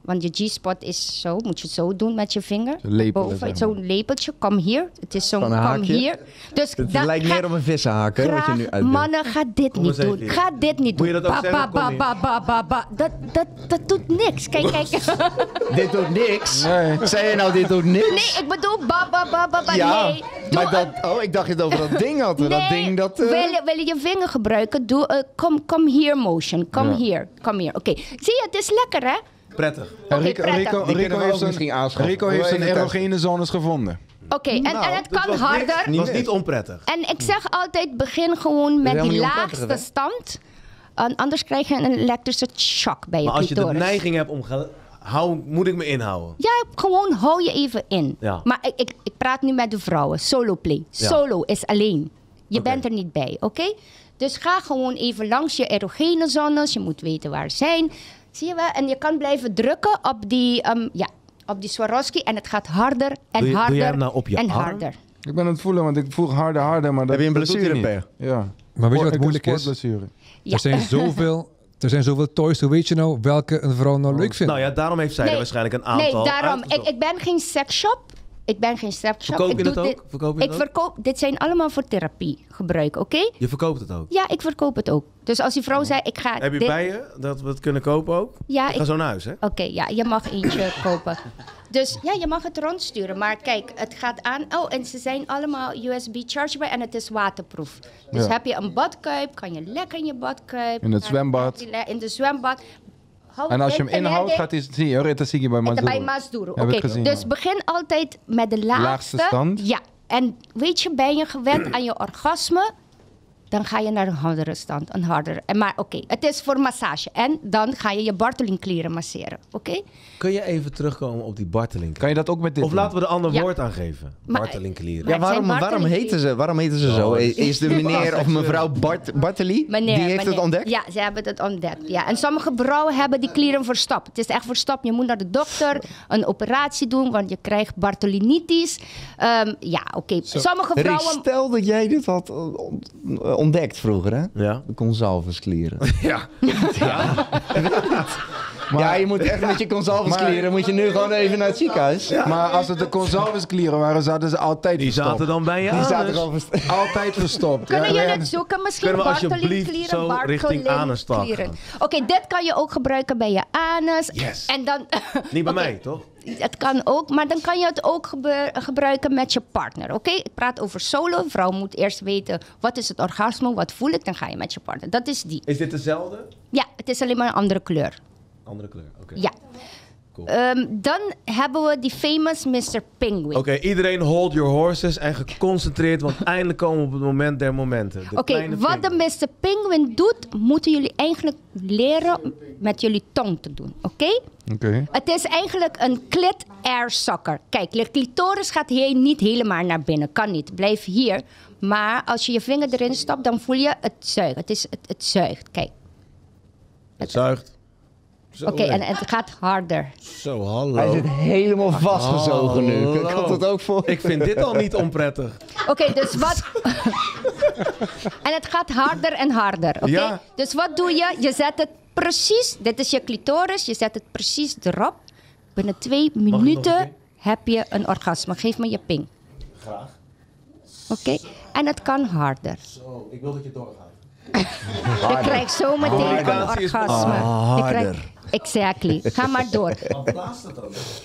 Speaker 2: Want je G-spot is zo, moet je zo doen met je vinger.
Speaker 3: Zo'n lepel, zeg maar.
Speaker 2: zo'n lepeltje, kom hier. Het is zo'n
Speaker 4: Van een
Speaker 2: kom
Speaker 4: haakje.
Speaker 2: hier. Dus
Speaker 4: Het
Speaker 2: dat
Speaker 4: lijkt
Speaker 2: ga-
Speaker 4: meer op een vissenhaken, wat je
Speaker 2: Graag,
Speaker 4: nu uitbeeldt.
Speaker 2: mannen, ga dit
Speaker 1: Kom
Speaker 2: niet
Speaker 1: eens
Speaker 2: doen.
Speaker 1: even.
Speaker 2: Ga dit niet
Speaker 1: Moet
Speaker 2: doen.
Speaker 1: je dat ook
Speaker 2: Ba,
Speaker 1: zeggen,
Speaker 2: ba,
Speaker 1: Connie?
Speaker 2: ba, ba, ba, ba. Dat, dat, dat doet niks. Kijk, kijk.
Speaker 4: Dit doet niks. Zei je nou, dit doet niks?
Speaker 2: Nee, ik bedoel ba, ba, ba, ba, ba.
Speaker 4: ja,
Speaker 2: Nee. Doe
Speaker 4: maar
Speaker 2: een-
Speaker 4: dat, oh, ik dacht je het over dat ding had. dat
Speaker 2: Nee,
Speaker 4: ding dat... eh,
Speaker 2: wil, je- wil je je vinger gebruiken? Doe, eh, kom, kom hier motion. Kom hier. Kom hier. Oké. Zie je, het is lekker, hè?
Speaker 1: Prettig.
Speaker 3: En Rico,
Speaker 2: prettig.
Speaker 3: Rico,
Speaker 4: Die kunnen
Speaker 3: Rico
Speaker 4: we ook
Speaker 3: heeft
Speaker 4: misschien
Speaker 3: zijn,
Speaker 4: aanschaffen.
Speaker 3: Rico heeft
Speaker 4: Wil je
Speaker 3: zijn
Speaker 4: even
Speaker 3: erogene zones gevonden.
Speaker 2: Oké, en, en het kan
Speaker 1: was
Speaker 2: harder.
Speaker 1: Nou, dus Niks, was niet onprettig.
Speaker 2: En ik zeg altijd, begin gewoon met
Speaker 4: helemaal
Speaker 2: die
Speaker 4: niet onprettig,
Speaker 2: laagste stand. En anders krijg je een elektrische shock bij je
Speaker 1: Maar als je de
Speaker 2: clitoris.
Speaker 1: neiging hebt om... ge- Hou, moet ik me inhouden?
Speaker 2: Ja, gewoon hou je even in.
Speaker 1: Ja.
Speaker 2: Maar ik, ik, ik praat nu met de vrouwen. Solo play.
Speaker 1: Ja.
Speaker 2: Solo is alleen. Je
Speaker 1: Oké.
Speaker 2: bent er niet bij, oké? Dus ga gewoon even langs je erogene zones. Je moet weten waar ze zijn. Zie je wel? En je kan blijven drukken op die, ehm, ja, op die Swarovski. En het gaat harder
Speaker 1: Doe
Speaker 2: en
Speaker 1: je- doe
Speaker 2: harder
Speaker 1: jij hem nou op je
Speaker 2: en
Speaker 1: arm?
Speaker 2: harder.
Speaker 3: Ik ben aan het voelen, want ik vroeg harder, harder, maar dat
Speaker 4: Heb je een
Speaker 3: dat doet hij
Speaker 4: blessure,
Speaker 3: niet. Ja. Oh,
Speaker 5: Maar weet je wat
Speaker 3: Ik
Speaker 5: moeilijk
Speaker 3: heb
Speaker 5: is?
Speaker 3: sportblessure.
Speaker 2: Ja.
Speaker 5: Er, zijn zoveel, er zijn zoveel toys, hoe weet je nou welke een vrouw nou leuk vindt?
Speaker 1: Nou ja, daarom heeft zij er waarschijnlijk een aantal
Speaker 2: Nee, daarom. Ik,
Speaker 1: uitgezocht.
Speaker 2: ik ben geen seksshop. Ik ben geen seksshop.
Speaker 1: Verkoop je
Speaker 2: ik
Speaker 1: het ook?
Speaker 2: Dit,
Speaker 1: Verkoop je
Speaker 2: ik
Speaker 1: het ook?
Speaker 2: verkoop... Dit zijn allemaal voor therapie gebruik, oké?
Speaker 1: Je verkoopt het ook.
Speaker 2: Ja, ik verkoop het ook. Dus als die vrouw
Speaker 3: Oh.
Speaker 2: zei, ik ga...
Speaker 1: Heb je
Speaker 2: dit-
Speaker 1: bij je dat we het kunnen kopen ook?
Speaker 2: Ja,
Speaker 1: Ik
Speaker 2: ik
Speaker 1: ga zo naar huis, hè?
Speaker 2: Oké, ja, je mag eentje [laughs] kopen. Dus ja, je mag het rondsturen. Maar kijk, het gaat aan. Oh, en ze zijn allemaal USB chargeable en het is waterproof. Dus
Speaker 3: Ja.
Speaker 2: heb je een badkuip, kan je lekker in je badkuip.
Speaker 3: In het
Speaker 2: Ja,
Speaker 3: zwembad.
Speaker 2: In de zwembad. Hou
Speaker 3: En als je
Speaker 2: het
Speaker 3: hem inhoudt,
Speaker 2: lekker.
Speaker 3: gaat hij... Zie je, hoor, dat zie je bij
Speaker 2: En
Speaker 3: Mazur.
Speaker 2: daarbij Maasdoeren.
Speaker 3: Heb
Speaker 2: Oké,
Speaker 3: ik gezien,
Speaker 2: dus
Speaker 3: ja.
Speaker 2: begin altijd met de laagste.
Speaker 3: Laagste stand?
Speaker 2: Ja. En weet je, ben je gewend aan je orgasme, dan ga je naar een hardere stand, een harder. En maar oké, het is voor massage. En dan ga je je bartelinklieren masseren, oké?
Speaker 1: Kun je even terugkomen op die barteling?
Speaker 3: Kan je dat ook met dit
Speaker 1: Of
Speaker 3: doen?
Speaker 1: laten we er een ander
Speaker 2: Ja.
Speaker 1: woord aan geven.
Speaker 2: Maar-
Speaker 1: Bartelinklieren.
Speaker 2: Maar
Speaker 4: Ja,
Speaker 2: het zijn
Speaker 4: waarom, waarom,
Speaker 2: Bartoli.
Speaker 4: heten ze, waarom heten ze zo? Eh,
Speaker 1: Oh, dat [laughs]
Speaker 4: Is de meneer of mevrouw Bart, Bartoli,
Speaker 2: Meneer,
Speaker 4: die heeft
Speaker 2: meneer.
Speaker 4: het ontdekt?
Speaker 2: Ja, ze hebben het ontdekt. Ja. En sommige vrouwen hebben die klieren verstopt. Het is echt verstopt. Je moet naar de dokter een operatie doen, want je krijgt bartolinitis. Ehm, ja, oké. Sommige
Speaker 4: Ries,
Speaker 2: vrouwen...
Speaker 4: stel dat jij dit had eh, on- eh, ontdekt vroeger, hè?
Speaker 1: [laughs] Ja.
Speaker 4: [laughs] De consalvesklieren.
Speaker 1: Ja.
Speaker 4: ja, je moet echt met je consalvenskleren, moet je nu gewoon even naar het ziekenhuis.
Speaker 3: Maar als het de conservusklieren waren, zaten ze altijd
Speaker 1: Die
Speaker 3: verstopt.
Speaker 1: zaten dan bij je dus-
Speaker 4: Die
Speaker 1: anus.
Speaker 4: staat er al verst-
Speaker 3: Altijd verstopt.
Speaker 2: Kunnen
Speaker 3: Ja,
Speaker 2: jullie
Speaker 3: en-
Speaker 2: het zoeken? Misschien
Speaker 1: Kunnen we
Speaker 2: bartelinklieren,
Speaker 1: alsjeblieft
Speaker 2: klieren,
Speaker 1: zo richting anustak gaan?
Speaker 2: Oké, dit kan je ook gebruiken bij je anus.
Speaker 1: Yes.
Speaker 2: En dan, [laughs]
Speaker 1: Niet bij
Speaker 2: Oké,
Speaker 1: mij, toch?
Speaker 2: Het kan ook, maar dan kan je het ook gebe- gebruiken met je partner. Oké, ik praat over solo. Een vrouw moet eerst weten wat is het orgasme, wat voel ik. Dan ga je met je partner. Dat is die.
Speaker 1: Is dit dezelfde?
Speaker 2: Ja, het is alleen maar een andere kleur.
Speaker 1: Andere kleur, oké.
Speaker 2: Ja.
Speaker 1: Cool.
Speaker 2: Ehm, dan hebben we die famous Mr. Penguin.
Speaker 1: Oké, iedereen hold your horses en geconcentreerd, want [laughs] eindelijk komen we op het moment der momenten. De
Speaker 2: Oké,
Speaker 1: kleine
Speaker 2: wat de
Speaker 1: vinger.
Speaker 2: Mr. Penguin doet, moeten jullie eigenlijk leren met jullie tong te doen. Oké?
Speaker 3: Oké.
Speaker 2: Het is eigenlijk een clit air sucker. Kijk, de clitoris gaat hier niet helemaal naar binnen. Kan niet. Blijf hier. Maar als je je vinger erin stopt, dan voel je het zuigt. Het, is, het, het zuigt. Kijk.
Speaker 1: Het zuigt. Zo,
Speaker 2: Oké,
Speaker 1: hé.
Speaker 2: en, en het gaat harder.
Speaker 1: Zo, hallo.
Speaker 4: Hij zit helemaal vastgezogen nu.
Speaker 1: Hallo.
Speaker 4: Komt dat ook voor?
Speaker 1: Ik vind dit al niet onprettig.
Speaker 2: Oké, dus wat... en het gaat harder en harder, oké?
Speaker 1: Ja.
Speaker 2: Dus wat doe je? Je zet het precies... Dit is je clitoris. Je zet het precies erop. Binnen twee
Speaker 1: nog een keer?
Speaker 2: minuten heb je een orgasme. Geef me je ping. Graag. Oké, en het kan harder.
Speaker 1: ik wil dat je doorgaat.
Speaker 2: [laughs] Ik krijg zo meteen een
Speaker 1: Communicatie is
Speaker 2: orgasme. Ik
Speaker 4: Harder.
Speaker 2: krijg, exactly. Ga maar
Speaker 1: [laughs]
Speaker 2: door.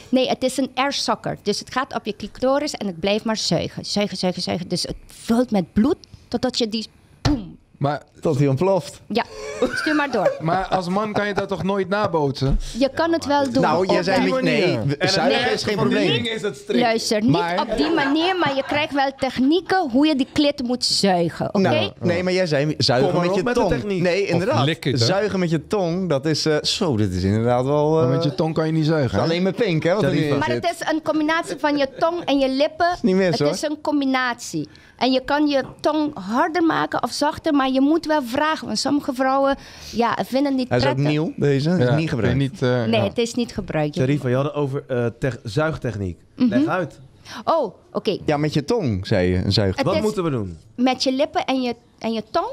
Speaker 2: Nee, het is een airsocker. Dus het gaat op je clitoris en het blijft maar zuigen. Zuigen, zuigen, zuigen. Dus het vult met bloed totdat je die... Boem.
Speaker 3: Maar,
Speaker 4: Tot hij ontploft.
Speaker 2: Ja, stuur maar door.
Speaker 3: maar als man kan je dat toch nooit nabootsen?
Speaker 2: Je kan het wel doen.
Speaker 4: Nou, jij
Speaker 2: Op
Speaker 4: zei
Speaker 2: die-
Speaker 4: niet nee. we- Zuigen is geen probleem.
Speaker 1: is het strik.
Speaker 2: Luister, niet
Speaker 4: Maar-
Speaker 2: op die manier, maar je krijgt wel technieken hoe je die klit moet zuigen. Oké?
Speaker 4: Nou, nee, maar jij zei zuigen
Speaker 1: maar
Speaker 4: met
Speaker 1: op
Speaker 4: je
Speaker 1: met de
Speaker 4: tong.
Speaker 1: techniek.
Speaker 4: Nee, inderdaad.
Speaker 5: likken, hè?
Speaker 4: Zuigen met je tong, dat is... eh, zo, dit is inderdaad wel... eh,
Speaker 3: Want met je tong kan je niet zuigen. hè?
Speaker 4: alleen met pink, hè? Wat er nu
Speaker 1: Tarifa.
Speaker 4: in
Speaker 2: Maar het
Speaker 4: zit.
Speaker 2: is een combinatie van je tong en je lippen.
Speaker 4: niet mis,
Speaker 2: het
Speaker 4: hoor.
Speaker 2: is een combinatie. En je kan je tong harder maken of zachter, maar je moet wel vragen. Want sommige vrouwen ja, vinden het niet
Speaker 4: Hij is ook
Speaker 2: prettig.
Speaker 4: nieuw, deze. Is
Speaker 3: Ja,
Speaker 4: niet gebruikt.
Speaker 3: kun je Niet, eh,
Speaker 2: Nee,
Speaker 3: ja.
Speaker 2: het is niet gebruikt. Je-
Speaker 1: Sharifa, je had het over eh, tech- zuigtechniek.
Speaker 2: Mhm.
Speaker 1: Leg uit.
Speaker 2: Oh, oké.
Speaker 4: Ja, met je tong, zei je. Een zuig.
Speaker 2: Het
Speaker 1: Wat
Speaker 2: is
Speaker 1: moeten we doen?
Speaker 2: met je lippen en je, en je tong.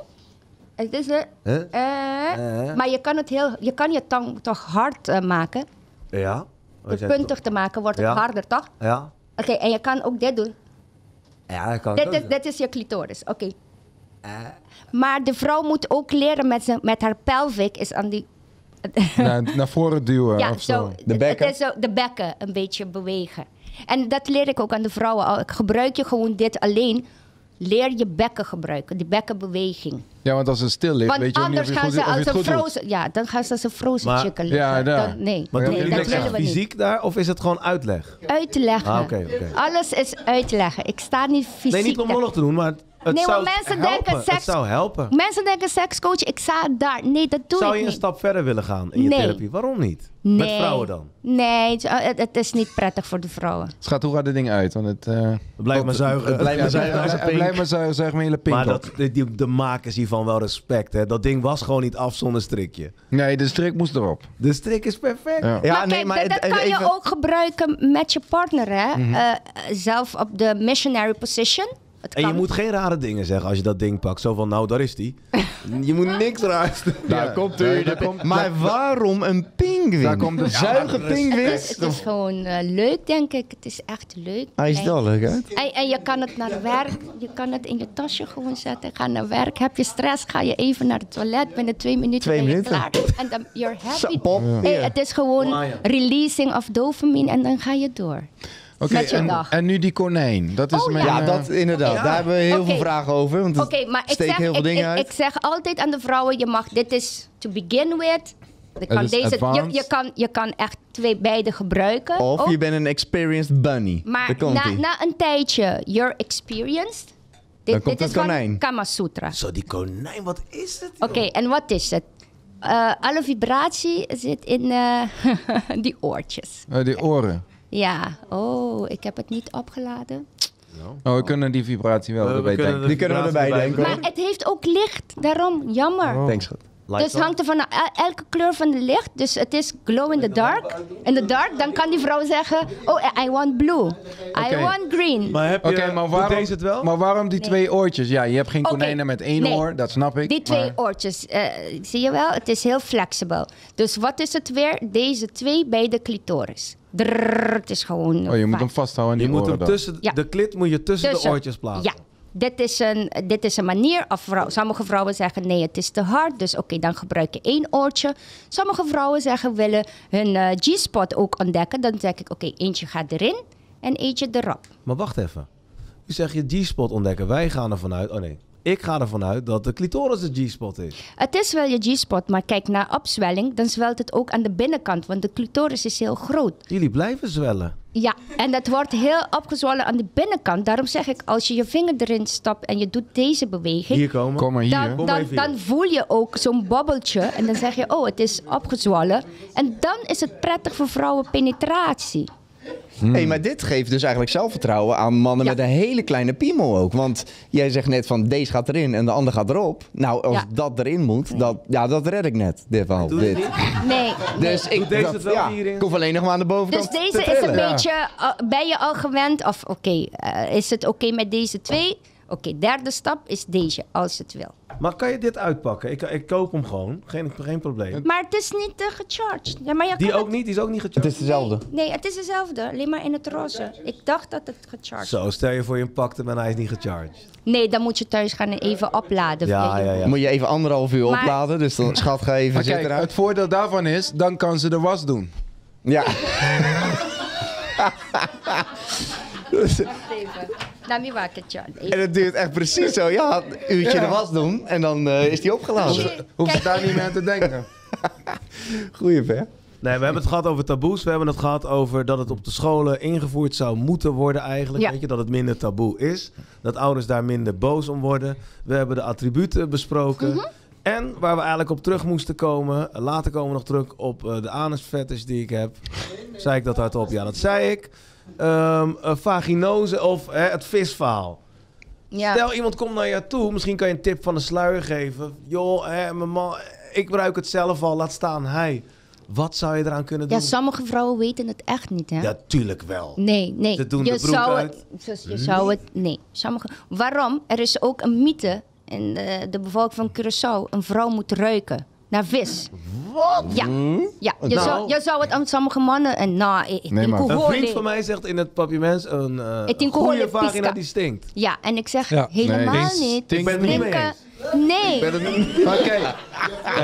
Speaker 2: Het is er.
Speaker 1: Huh?
Speaker 2: eh, Maar je kan, het heel, je kan je tong toch hard eh, maken.
Speaker 1: Ja?
Speaker 3: Oh,
Speaker 2: Door puntig te maken wordt het
Speaker 1: Ja.
Speaker 2: harder, toch?
Speaker 1: Ja?
Speaker 2: Oké, en je kan ook dit doen.
Speaker 3: Oh,
Speaker 1: Ja, dat kan
Speaker 2: Dat is, dat is je clitoris, oké.
Speaker 3: Eh?
Speaker 2: Maar de vrouw moet ook leren met, zijn- met haar pelvic is aan
Speaker 3: [laughs]
Speaker 2: die...
Speaker 3: Naar, naar voren duwen
Speaker 2: ja,
Speaker 3: of zo.
Speaker 2: zo. het-
Speaker 4: bekken.
Speaker 2: Het is zo, de bekken een beetje bewegen. En dat leer ik ook aan de vrouwen. al. Ik gebruik je gewoon dit alleen. Leer je bekken gebruiken, die bekkenbeweging.
Speaker 3: Ja, want als het stil ligt, weet
Speaker 2: Want
Speaker 3: je ook niet
Speaker 2: anders
Speaker 3: of je
Speaker 2: gaan
Speaker 3: goed,
Speaker 2: ze
Speaker 3: of je
Speaker 2: als
Speaker 3: het
Speaker 2: een
Speaker 3: goed doet.
Speaker 2: frozen... Ja, dan gaan ze als een frozen
Speaker 1: Maar-
Speaker 2: chicken
Speaker 3: ja,
Speaker 2: liggen.
Speaker 3: daar.
Speaker 2: Dan- nee,
Speaker 1: Maar doen
Speaker 2: nee
Speaker 1: jullie
Speaker 2: dat
Speaker 1: niks
Speaker 2: willen
Speaker 1: aan
Speaker 2: we niet.
Speaker 1: fysiek daar of is het gewoon uitleg?
Speaker 2: Uitleggen.
Speaker 1: Ah, oké, oké.
Speaker 2: Alles is uitleggen. Ik sta niet fysiek...
Speaker 1: Nee, niet om
Speaker 2: daar.
Speaker 1: oorlog te doen, maar het
Speaker 2: Nee,
Speaker 1: zou
Speaker 2: want mensen
Speaker 1: helpen.
Speaker 2: denken
Speaker 1: Het
Speaker 2: seks-
Speaker 1: zou helpen.
Speaker 2: Mensen denken sekscoach, ik sta daar. Nee, dat doe
Speaker 1: zou
Speaker 2: ik
Speaker 1: je een
Speaker 2: niet.
Speaker 1: stap verder willen gaan in je
Speaker 2: Nee.
Speaker 1: therapie? Waarom niet? Met
Speaker 2: Nee.
Speaker 1: vrouwen dan?
Speaker 2: Nee, het, het- het is niet prettig voor de vrouwen.
Speaker 3: Schat, hoe gaat dit ding uit? Want het, eh
Speaker 1: Blijf maar zuigen.
Speaker 4: het blijft maar
Speaker 1: Ja,
Speaker 4: zuigen.
Speaker 1: ja, ja.
Speaker 4: als een
Speaker 3: Blijf
Speaker 4: pink.
Speaker 3: maar zuigen, zuig mijn hele pink
Speaker 1: Maar
Speaker 3: op.
Speaker 1: dat, die, die- de makers hiervan wel respect. Hè? Dat ding was gewoon niet af zonder strikje.
Speaker 3: Nee, de strik moest erop.
Speaker 1: De strik is perfect.
Speaker 3: Ja.
Speaker 4: Ja,
Speaker 2: maar kijk, dat,
Speaker 4: het-
Speaker 2: dat kan
Speaker 4: even-
Speaker 2: je ook gebruiken met je partner, hè?
Speaker 1: Mhm.
Speaker 2: Eh, zelf op de missionary position. Het
Speaker 1: En je
Speaker 2: kan.
Speaker 1: moet geen rare dingen zeggen als je dat ding pakt. Zo van, nou, daar is die.
Speaker 4: Je moet niks raars doen.
Speaker 3: Ja.
Speaker 4: Daar komt u.
Speaker 3: Daar- daar komt-
Speaker 4: maar waarom een pinguïn?
Speaker 3: Daar komt de-
Speaker 4: zuige
Speaker 2: het,
Speaker 4: pinguïn.
Speaker 2: is, het is gewoon eh, leuk, denk ik. Het is echt leuk.
Speaker 4: Hij is
Speaker 2: En-
Speaker 4: wel leuk, hè?
Speaker 2: En, en je kan het naar werk, je kan het in je tasje gewoon zetten. Ga naar werk, heb je stress, ga je even naar het toilet. Binnen twee minuten
Speaker 4: Twee
Speaker 2: ben je
Speaker 4: minuten.
Speaker 2: klaar. En dan, you're happy.
Speaker 4: Zo, pop.
Speaker 2: Hey,
Speaker 4: Ja.
Speaker 2: het is gewoon releasing of dopamine en dan ga je door.
Speaker 3: Oké,
Speaker 2: Met je
Speaker 3: en,
Speaker 2: dag.
Speaker 3: en nu die konijn. Dat is
Speaker 2: Oh,
Speaker 3: mijn...
Speaker 4: Ja,
Speaker 3: eh,
Speaker 4: dat inderdaad. Daar hebben we heel
Speaker 2: Oké.
Speaker 4: veel vragen over. Want het
Speaker 2: Oké, maar ik
Speaker 4: steekt
Speaker 2: zeg,
Speaker 4: heel veel
Speaker 2: ik,
Speaker 4: dingen
Speaker 2: ik,
Speaker 4: uit.
Speaker 2: ik zeg altijd aan de vrouwen, je mag, dit is to begin with. Je kan,
Speaker 3: is
Speaker 2: deze, je,
Speaker 3: advanced.
Speaker 2: je kan, je kan echt twee beide gebruiken.
Speaker 4: of
Speaker 2: ook.
Speaker 4: je bent een experienced bunny.
Speaker 2: Oh. maar
Speaker 4: Daar komt
Speaker 2: na,
Speaker 4: ie.
Speaker 2: na een tijdje, you're experienced. Dit, dit
Speaker 4: komt het
Speaker 2: is van
Speaker 4: konijn.
Speaker 2: Kama Sutra.
Speaker 1: Zo, die konijn, wat is het?
Speaker 2: Oké, en wat is het? Eh, alle vibratie zit in eh, [laughs] die oortjes.
Speaker 3: eh, die oren.
Speaker 2: Ja, oh, ik heb het niet opgeladen.
Speaker 3: Oh, we kunnen die
Speaker 4: Eh,
Speaker 3: vibratie wel erbij denken.
Speaker 4: Die kunnen we erbij denken.
Speaker 2: Maar het heeft ook licht, daarom jammer.
Speaker 3: Oh.
Speaker 4: Thanks, schat.
Speaker 2: Dus
Speaker 4: Lights on.
Speaker 2: hangt er van el- elke kleur van het licht. Dus het is glow in the dark. In the dark, dan kan die vrouw zeggen: Oh, I want blue. I
Speaker 3: Oké.
Speaker 2: want green.
Speaker 1: Maar heb je,
Speaker 3: Oké, maar waarom,
Speaker 1: doet deze het wel?
Speaker 3: Maar waarom die twee oortjes? Ja, je hebt geen
Speaker 2: Oké,
Speaker 3: konijnen met één
Speaker 2: nee.
Speaker 3: oor, dat snap ik.
Speaker 2: Die twee
Speaker 3: maar-
Speaker 2: oortjes, eh, zie je wel? Het is heel flexibel. Dus wat is het weer? Deze twee bij de clitoris. Drrrr, het is gewoon...
Speaker 3: Oh, je moet
Speaker 2: fijn.
Speaker 3: hem vasthouden aan
Speaker 1: je
Speaker 3: die
Speaker 1: moet hem
Speaker 3: oren dan.
Speaker 1: tussen,
Speaker 2: Ja.
Speaker 1: de klit moet je tussen,
Speaker 2: Tussen.
Speaker 1: de oortjes plaatsen.
Speaker 2: Ja, dit is een, dit is een manier. Of vrou- sommige vrouwen zeggen nee, het is te hard. Dus oké, dan gebruik je één oortje. Sommige vrouwen zeggen willen hun eh, G-spot ook ontdekken. Dan zeg ik oké, eentje gaat erin en eentje erop.
Speaker 1: Maar wacht even. U zegt je G-spot ontdekken. Wij gaan ervan uit. Oh nee. Ik ga ervan uit dat de clitoris de G-spot is.
Speaker 2: Het is wel je G-spot, maar kijk naar opzwelling. Dan zwelt het ook aan de binnenkant, want de clitoris is heel groot.
Speaker 1: Jullie blijven zwellen.
Speaker 2: Ja, en dat wordt heel opgezwollen aan de binnenkant. Daarom zeg ik, als je je vinger erin stapt en je doet deze beweging...
Speaker 1: Hier komen.
Speaker 3: Kom maar hier.
Speaker 2: dan,
Speaker 1: Kom
Speaker 2: dan,
Speaker 1: even hier.
Speaker 2: dan voel je ook zo'n bobbeltje en dan zeg je, oh, het is opgezwollen. En dan is het prettig voor vrouwen penetratie.
Speaker 4: Hey, maar dit geeft dus eigenlijk zelfvertrouwen aan mannen
Speaker 2: Ja.
Speaker 4: met een hele kleine piemel ook. Want jij zegt net van deze gaat erin en de ander gaat erop. Nou, als
Speaker 2: Ja.
Speaker 4: dat erin moet, dat, ja, dat red ik net. Dit wel.
Speaker 1: Doe je
Speaker 4: Dit.
Speaker 2: Nee.
Speaker 4: Dus ik,
Speaker 1: deze
Speaker 4: dat-
Speaker 1: het wel
Speaker 4: ja,
Speaker 1: hierin?
Speaker 4: ik hoef alleen nog maar aan de
Speaker 2: Dus
Speaker 4: bovenkant
Speaker 2: deze
Speaker 4: te
Speaker 2: is een
Speaker 4: trillen.
Speaker 2: beetje, eh, ben je al gewend? Of oké, eh, is het oké met deze twee? Oké, derde stap is deze, als het wil.
Speaker 1: Maar kan je dit uitpakken? Ik, ik koop hem gewoon. Geen, geen probleem.
Speaker 2: Maar het is niet eh, gecharged. Ja, maar je
Speaker 1: Die
Speaker 2: kan
Speaker 1: ook niet? Die is ook niet
Speaker 4: Het
Speaker 1: gecharged?
Speaker 4: is dezelfde.
Speaker 2: Nee, het is hetzelfde, alleen maar in het roze. Ik dacht dat het gecharged
Speaker 1: Zo, stel je voor je pakt hem en hij is niet gecharged.
Speaker 2: Nee, dan moet je thuis gaan en even opladen.
Speaker 1: Ja,
Speaker 2: via je
Speaker 1: ja, ja.
Speaker 4: Moet je even anderhalf uur
Speaker 2: Maar-
Speaker 4: opladen. Dus dan, schat, ga even
Speaker 3: Maar
Speaker 4: zitten.
Speaker 3: kijk, het voordeel daarvan is, dan kan ze de was doen.
Speaker 5: [laughs]
Speaker 4: Ja.
Speaker 2: Even. Nami waketje.
Speaker 4: Dus, En het duurt echt precies zo. Ja, een uurtje de was doen en dan eh, is die opgeladen.
Speaker 3: Hoef ze daar niet meer aan te denken.
Speaker 2: [laughs]
Speaker 4: Goeie ver.
Speaker 1: Nee, we hebben het gehad over taboes. We hebben het gehad over dat het op de scholen ingevoerd zou moeten worden eigenlijk.
Speaker 2: Ja.
Speaker 1: Weet je, dat het minder taboe is. Dat ouders daar minder boos om worden. We hebben de attributen besproken. En waar we eigenlijk op terug moesten komen. Later komen we nog terug op eh, de anusfetish die ik heb. Zei ik dat hardop? Ja, dat zei ik. Ehm eh, vaginose of hè, het visverhaal.
Speaker 2: Ja.
Speaker 1: Stel, iemand komt naar jou toe. Misschien kan je een tip van de sluier geven. Joh, hè, mijn man, ik gebruik het zelf al. Laat staan hij. Wat zou je eraan kunnen doen?
Speaker 2: ja, sommige vrouwen weten het echt niet, hè?
Speaker 1: Hmm. Ja, tuurlijk wel.
Speaker 2: Nee, nee.
Speaker 1: Ze doen
Speaker 2: je
Speaker 1: de broek
Speaker 2: zou
Speaker 1: uit. Hmm.
Speaker 2: Het, dus je zou het... Nee. Sommige, waarom? Er is ook een mythe in eh, de, de bevolking van Curaçao. Een vrouw moet ruiken naar vis. Wat? Ja. ja. Je,
Speaker 1: Nou.
Speaker 2: zou, je zou het aan sommige mannen... En, nou, ik, ik,
Speaker 3: Nee,
Speaker 2: ik
Speaker 3: maar- Een
Speaker 1: Een
Speaker 2: hoor
Speaker 1: vriend
Speaker 2: dit.
Speaker 1: van mij zegt in het papiermens een, eh
Speaker 2: Ik denk, hoor
Speaker 1: goede
Speaker 2: je
Speaker 1: vagina
Speaker 2: piska.
Speaker 1: die stinkt.
Speaker 2: Ja, en ik zeg
Speaker 5: Ja.
Speaker 2: helemaal
Speaker 3: Nee.
Speaker 2: niet.
Speaker 3: Ik ben
Speaker 1: het niet mee
Speaker 2: Drinken- Nee.
Speaker 3: Maar kijk,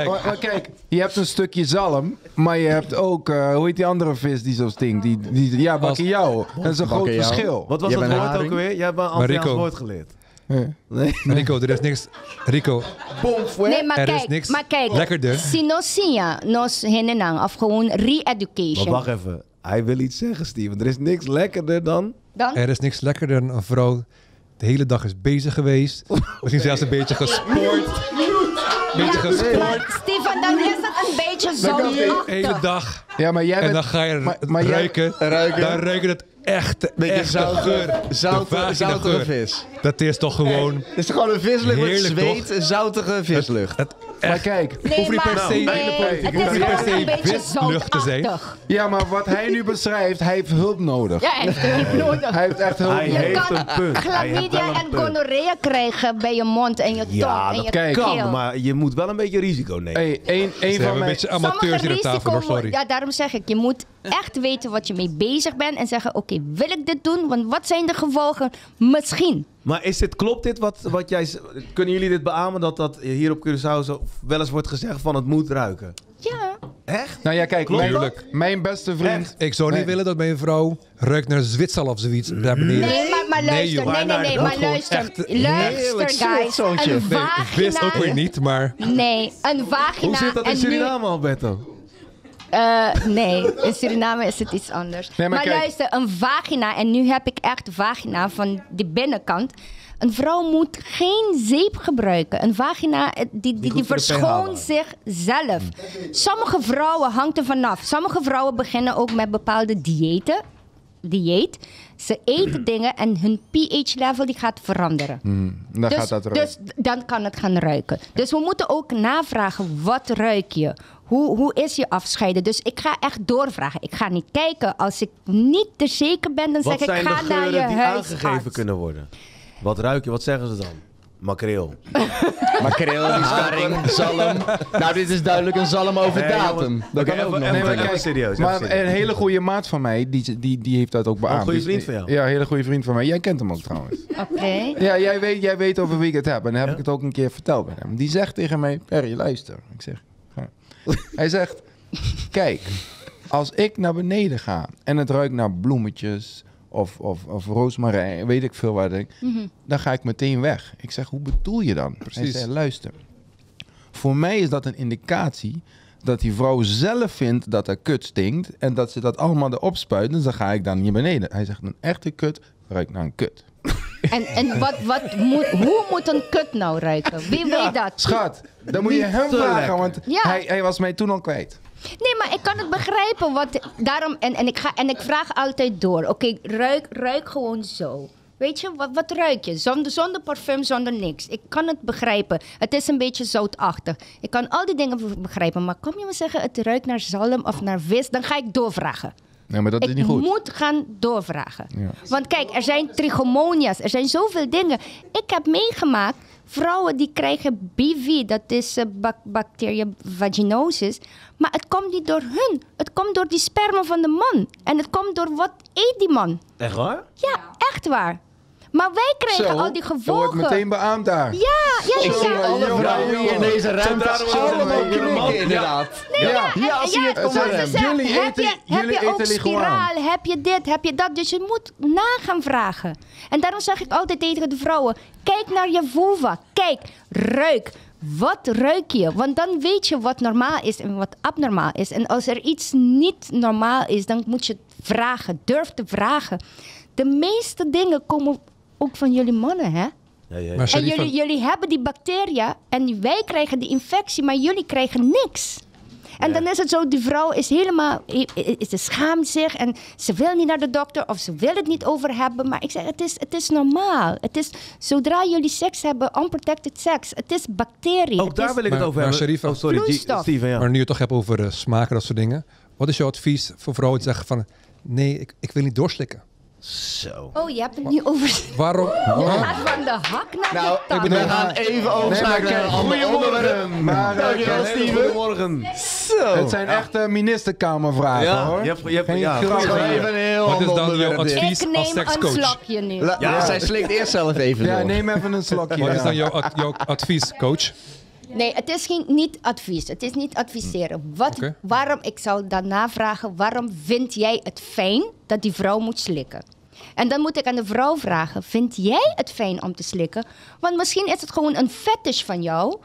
Speaker 3: maar- maar kijk, je hebt een stukje zalm, maar je hebt ook, eh, hoe heet die andere vis die zo stinkt? Die, die, ja, bakkiao. Dat is een groot
Speaker 4: Bakkiao.
Speaker 3: verschil.
Speaker 1: Wat was
Speaker 4: Jij
Speaker 1: dat
Speaker 4: bent
Speaker 1: woord
Speaker 4: haring?
Speaker 1: ook alweer? Jij hebt een Antilliaans
Speaker 5: Rico.
Speaker 1: woord geleerd.
Speaker 5: Rico, er is niks. Rico,
Speaker 2: Nee, maar
Speaker 5: Er is
Speaker 2: kijk,
Speaker 5: niks
Speaker 2: maar kijk.
Speaker 5: lekkerder.
Speaker 2: Sinosia, nos henenang. Of gewoon
Speaker 1: Maar
Speaker 2: re-education.
Speaker 1: wacht even. Hij wil iets zeggen, Steven. Er is niks lekkerder dan...
Speaker 2: Dan?
Speaker 5: er is niks lekkerder dan een vrouw de hele dag is bezig geweest. Misschien zelfs een beetje gespoord. Een beetje gespoord.
Speaker 2: maar Stefan, dan is het een beetje zo
Speaker 5: De hele dag.
Speaker 3: Ja, maar jij
Speaker 5: En
Speaker 3: bent...
Speaker 5: dan ga je
Speaker 3: maar- maar jij-
Speaker 5: ruiken.
Speaker 4: ruiken.
Speaker 5: Dan ruiken het echte,
Speaker 4: Beetje
Speaker 5: echte
Speaker 4: zout-
Speaker 5: geur.
Speaker 4: zout-
Speaker 5: de vagina
Speaker 4: zoutige
Speaker 5: geur.
Speaker 4: vis.
Speaker 5: Dat is toch gewoon...
Speaker 4: Het is gewoon een vislucht met
Speaker 5: Heerlijk,
Speaker 4: zweet, zoutige vislucht.
Speaker 5: Het,
Speaker 3: Maar kijk,
Speaker 2: Nee,
Speaker 5: hoeft niet per
Speaker 2: maar-
Speaker 5: se-
Speaker 2: nee, het is
Speaker 5: hoeft niet per
Speaker 2: gewoon een beetje
Speaker 5: se witlucht te zijn.
Speaker 2: zoutachtig.
Speaker 3: ja, maar wat hij nu beschrijft, hij heeft hulp nodig.
Speaker 2: Ja, echt heel nodig.
Speaker 3: Hij heeft echt hulp
Speaker 1: Hij
Speaker 3: nodig.
Speaker 2: Je
Speaker 1: heeft
Speaker 2: kan
Speaker 1: een punt. Hij heeft wel
Speaker 2: chlamydia
Speaker 1: een
Speaker 2: en
Speaker 1: punt.
Speaker 2: gonorrea krijgen bij je mond en je tong
Speaker 1: Ja,
Speaker 2: en
Speaker 1: dat
Speaker 2: je
Speaker 3: kijk,
Speaker 2: keel.
Speaker 1: Kan, maar je moet wel een beetje risico nemen.
Speaker 3: Hey, één, één
Speaker 5: ze
Speaker 3: van
Speaker 5: hebben een
Speaker 3: mijn...
Speaker 5: beetje
Speaker 2: Sommige
Speaker 5: amateurs hier aan tafel, hoor,
Speaker 2: risico-
Speaker 5: sorry.
Speaker 2: Ja, daarom zeg ik, je moet echt weten wat je mee bezig bent en zeggen, oké, wil ik dit doen? Want wat zijn de gevolgen? Misschien.
Speaker 1: Maar is dit, klopt dit wat, wat jij... z- Kunnen jullie dit beamen dat dat hier op Curaçao zo wel eens wordt gezegd van het moet ruiken?
Speaker 2: Ja.
Speaker 1: Echt?
Speaker 3: Nou ja, kijk, mijn,
Speaker 5: Tuurlijk.
Speaker 3: mijn beste vriend...
Speaker 5: Ik zou niet
Speaker 3: Nee.
Speaker 5: willen dat mijn vrouw ruikt naar Zwitserland of zoiets. Daar beneden.
Speaker 2: Nee, maar, maar
Speaker 5: Nee,
Speaker 2: luister,
Speaker 5: joh.
Speaker 2: nee, nee, nee,
Speaker 5: Dat
Speaker 2: maar
Speaker 5: gewoon
Speaker 2: luister,
Speaker 5: echt
Speaker 2: luister
Speaker 4: heerlijk
Speaker 2: guys,
Speaker 4: zoetzoontje.
Speaker 2: een
Speaker 5: Nee, wist ook weer
Speaker 2: vagina,
Speaker 5: niet, maar...
Speaker 2: nee, een vagina
Speaker 1: Hoe zit dat in
Speaker 2: en nu-
Speaker 1: Suriname, Alberto?
Speaker 2: Eh,
Speaker 1: [laughs]
Speaker 2: nee, in Suriname is het iets anders.
Speaker 3: Nee, maar
Speaker 2: maar
Speaker 3: kijk.
Speaker 2: luister, een vagina, en nu heb ik echt vagina van de binnenkant. Een vrouw moet geen zeep gebruiken. Een vagina, eh, die, die,
Speaker 1: goed
Speaker 2: die
Speaker 1: voor de
Speaker 2: verschoont
Speaker 1: pH
Speaker 2: zichzelf. Sommige vrouwen hangt er vanaf. Sommige vrouwen beginnen ook met bepaalde diëten. dieet. Ze
Speaker 1: [clears throat]
Speaker 2: eten dingen en hun pH-level die gaat veranderen.
Speaker 3: Dan
Speaker 2: dus,
Speaker 3: gaat dat eruit.
Speaker 2: dus dan kan het gaan ruiken. Dus we moeten ook navragen, wat ruik je? Hoe, hoe is je afscheiden? Dus ik ga echt doorvragen. Ik ga niet kijken. Als ik niet te zeker ben, dan
Speaker 1: Wat
Speaker 2: zeg ik,
Speaker 1: zijn de
Speaker 2: ga naar je
Speaker 1: geuren die
Speaker 2: huisarts.
Speaker 1: aangegeven kunnen worden? Wat ruik je? Wat zeggen ze dan? Makreel.
Speaker 4: Makreel,
Speaker 5: [laughs]
Speaker 4: sparring, zalm. Nou, dit is duidelijk een zalm over datum. Dat kan
Speaker 1: even-
Speaker 4: ook nog.
Speaker 1: even-
Speaker 4: Maar
Speaker 1: even
Speaker 4: kijk,
Speaker 1: serieus. even
Speaker 3: Maar
Speaker 1: serieus.
Speaker 3: een hele goede maat van mij, die, die, die heeft dat ook beaamd.
Speaker 1: goede
Speaker 3: Die-
Speaker 1: vriend van jou?
Speaker 3: Ja, een hele goede vriend van mij. Jij kent hem ook trouwens.
Speaker 2: Oké.
Speaker 3: Ja, jij weet, jij weet over wie ik het heb. En dan heb ik het ook een keer verteld bij hem. Die zegt tegen mij, Perry, luister. Ik zeg, ga. Hij zegt, kijk, als ik naar beneden ga en het ruikt naar bloemetjes of, of, of roosmarijn, weet ik veel wat, ik, dan ga ik meteen weg. Ik zeg, hoe bedoel je dan? Hij
Speaker 5: Precies.
Speaker 3: zei, luister, voor mij is dat een indicatie dat die vrouw zelf vindt dat haar kut stinkt en dat ze dat allemaal erop spuit, dus dan ga ik dan hier beneden. Hij zegt, een echte kut ruikt naar een kut.
Speaker 2: En, en wat, wat moet, hoe moet een kut nou ruiken? Wie weet dat?
Speaker 3: Schat, dan moet je hem
Speaker 1: te
Speaker 3: vragen,
Speaker 1: lekker.
Speaker 3: want
Speaker 2: Ja.
Speaker 3: hij, hij was mij toen al kwijt.
Speaker 2: Nee, maar ik kan het begrijpen. Wat, daarom, en, en, ik ga, en ik vraag altijd door. Oké, ruik, ruik gewoon zo. Weet je, wat, wat ruik je? Zonder, zonder parfum, zonder niks. Ik kan het begrijpen. Het is een beetje zoutachtig. Ik kan al die dingen be- begrijpen. Maar kom je me zeggen, het ruikt naar zalm of naar vis? Dan ga ik doorvragen.
Speaker 3: Nee, maar dat
Speaker 2: ik moet gaan doorvragen.
Speaker 3: Ja.
Speaker 2: Want kijk, er zijn trichomonia's, er zijn zoveel dingen. Ik heb meegemaakt, vrouwen die krijgen BV, dat is eh, bac- bacteria vaginosis. Maar het komt niet door hun, het komt door die sperma van de man. En het komt door wat eet die man.
Speaker 1: Echt waar?
Speaker 2: Ja, echt waar. Maar wij krijgen al die
Speaker 3: Je wordt
Speaker 2: gevolgen.
Speaker 3: meteen beaamd daar.
Speaker 2: Ja, ja, ja. ja.
Speaker 4: alle vrouwen hier in deze ruimte
Speaker 1: Centraal
Speaker 4: allemaal
Speaker 1: Europa.
Speaker 4: knikken, inderdaad.
Speaker 2: Eh, Ja,
Speaker 3: Ja,
Speaker 2: en-
Speaker 3: ja,
Speaker 2: en
Speaker 3: zie je het
Speaker 2: en
Speaker 3: komen.
Speaker 2: zoals ze zeggen,
Speaker 3: Jullie
Speaker 2: heb
Speaker 3: eten-
Speaker 2: je, heb
Speaker 3: jullie
Speaker 2: je ook
Speaker 3: eten leguaan.
Speaker 2: spiraal, heb je dit, heb je dat. Dus je moet na gaan vragen. En daarom zeg ik altijd tegen de vrouwen, kijk naar je vulva. Kijk, ruik. Wat ruik je? Want dan weet je wat normaal is en wat abnormaal is. En als er iets niet normaal is, dan moet je het vragen. Durf te vragen. De meeste dingen komen ook van jullie mannen, hè?
Speaker 1: Ja, ja, ja.
Speaker 5: Maar
Speaker 2: En
Speaker 5: Sheriff,
Speaker 2: jullie, jullie hebben die bacteriën en wij krijgen die infectie, maar jullie krijgen niks. En dan is het zo, die vrouw is helemaal, i- i- i- ze schaamt zich en ze wil niet naar de dokter of ze wil het niet over hebben. Maar ik zeg, het is, het is normaal. Het is, zodra jullie seks hebben, unprotected seks, het is bacterie.
Speaker 1: Ook
Speaker 2: Het
Speaker 1: daar
Speaker 2: is-
Speaker 1: wil ik het
Speaker 5: Maar-
Speaker 1: over
Speaker 5: maar
Speaker 1: hebben.
Speaker 5: Sharifa-
Speaker 1: oh, sorry, G-
Speaker 2: Vloeistof.
Speaker 1: Steven, ja.
Speaker 5: Maar nu je het toch hebt over eh, smaken, dat soort dingen. Wat is jouw advies voor vrouwen die zeggen van... Nee, ik, ik wil niet doorslikken.
Speaker 1: Zo.
Speaker 2: Oh, je hebt het nu over...
Speaker 5: Waarom?
Speaker 2: Je
Speaker 5: waarom-
Speaker 2: gaat van de hak naar
Speaker 4: Nou,
Speaker 2: de tang.
Speaker 4: we gaan even overschakelen naar een ander onderwerp.
Speaker 3: Maar, eh,
Speaker 4: Dankjewel,
Speaker 3: Kenneth,
Speaker 4: Steven.
Speaker 1: Goedemorgen.
Speaker 3: Het zijn echte ministerkamervragen,
Speaker 1: Ja,
Speaker 3: hoor.
Speaker 1: je hebt- je hebt-
Speaker 3: Geen
Speaker 1: ja,
Speaker 3: grap.
Speaker 1: goed
Speaker 4: Gewoon
Speaker 1: gedaan.
Speaker 4: even een heel
Speaker 5: Wat is
Speaker 4: ander
Speaker 5: dan jouw
Speaker 4: onderwerp dit.
Speaker 5: advies
Speaker 2: Ik
Speaker 5: als
Speaker 2: neem een
Speaker 5: sekscoach?
Speaker 2: slokje nu.
Speaker 4: La-
Speaker 1: Ja.
Speaker 4: Zij slikt eerst zelf even
Speaker 3: Ja,
Speaker 4: door.
Speaker 3: neem even een slokje.
Speaker 5: Wat
Speaker 3: ja.
Speaker 5: is dan jouw, ad- jouw advies, coach?
Speaker 2: Nee, het is geen, niet advies. Het is niet adviseren. Wat,
Speaker 5: Hm. Oké.
Speaker 2: Waarom, ik zou daarna vragen, waarom vind jij het fijn dat die vrouw moet slikken? En dan moet ik aan de vrouw vragen, vind jij het fijn om te slikken? Want misschien is het gewoon een fetish van jou,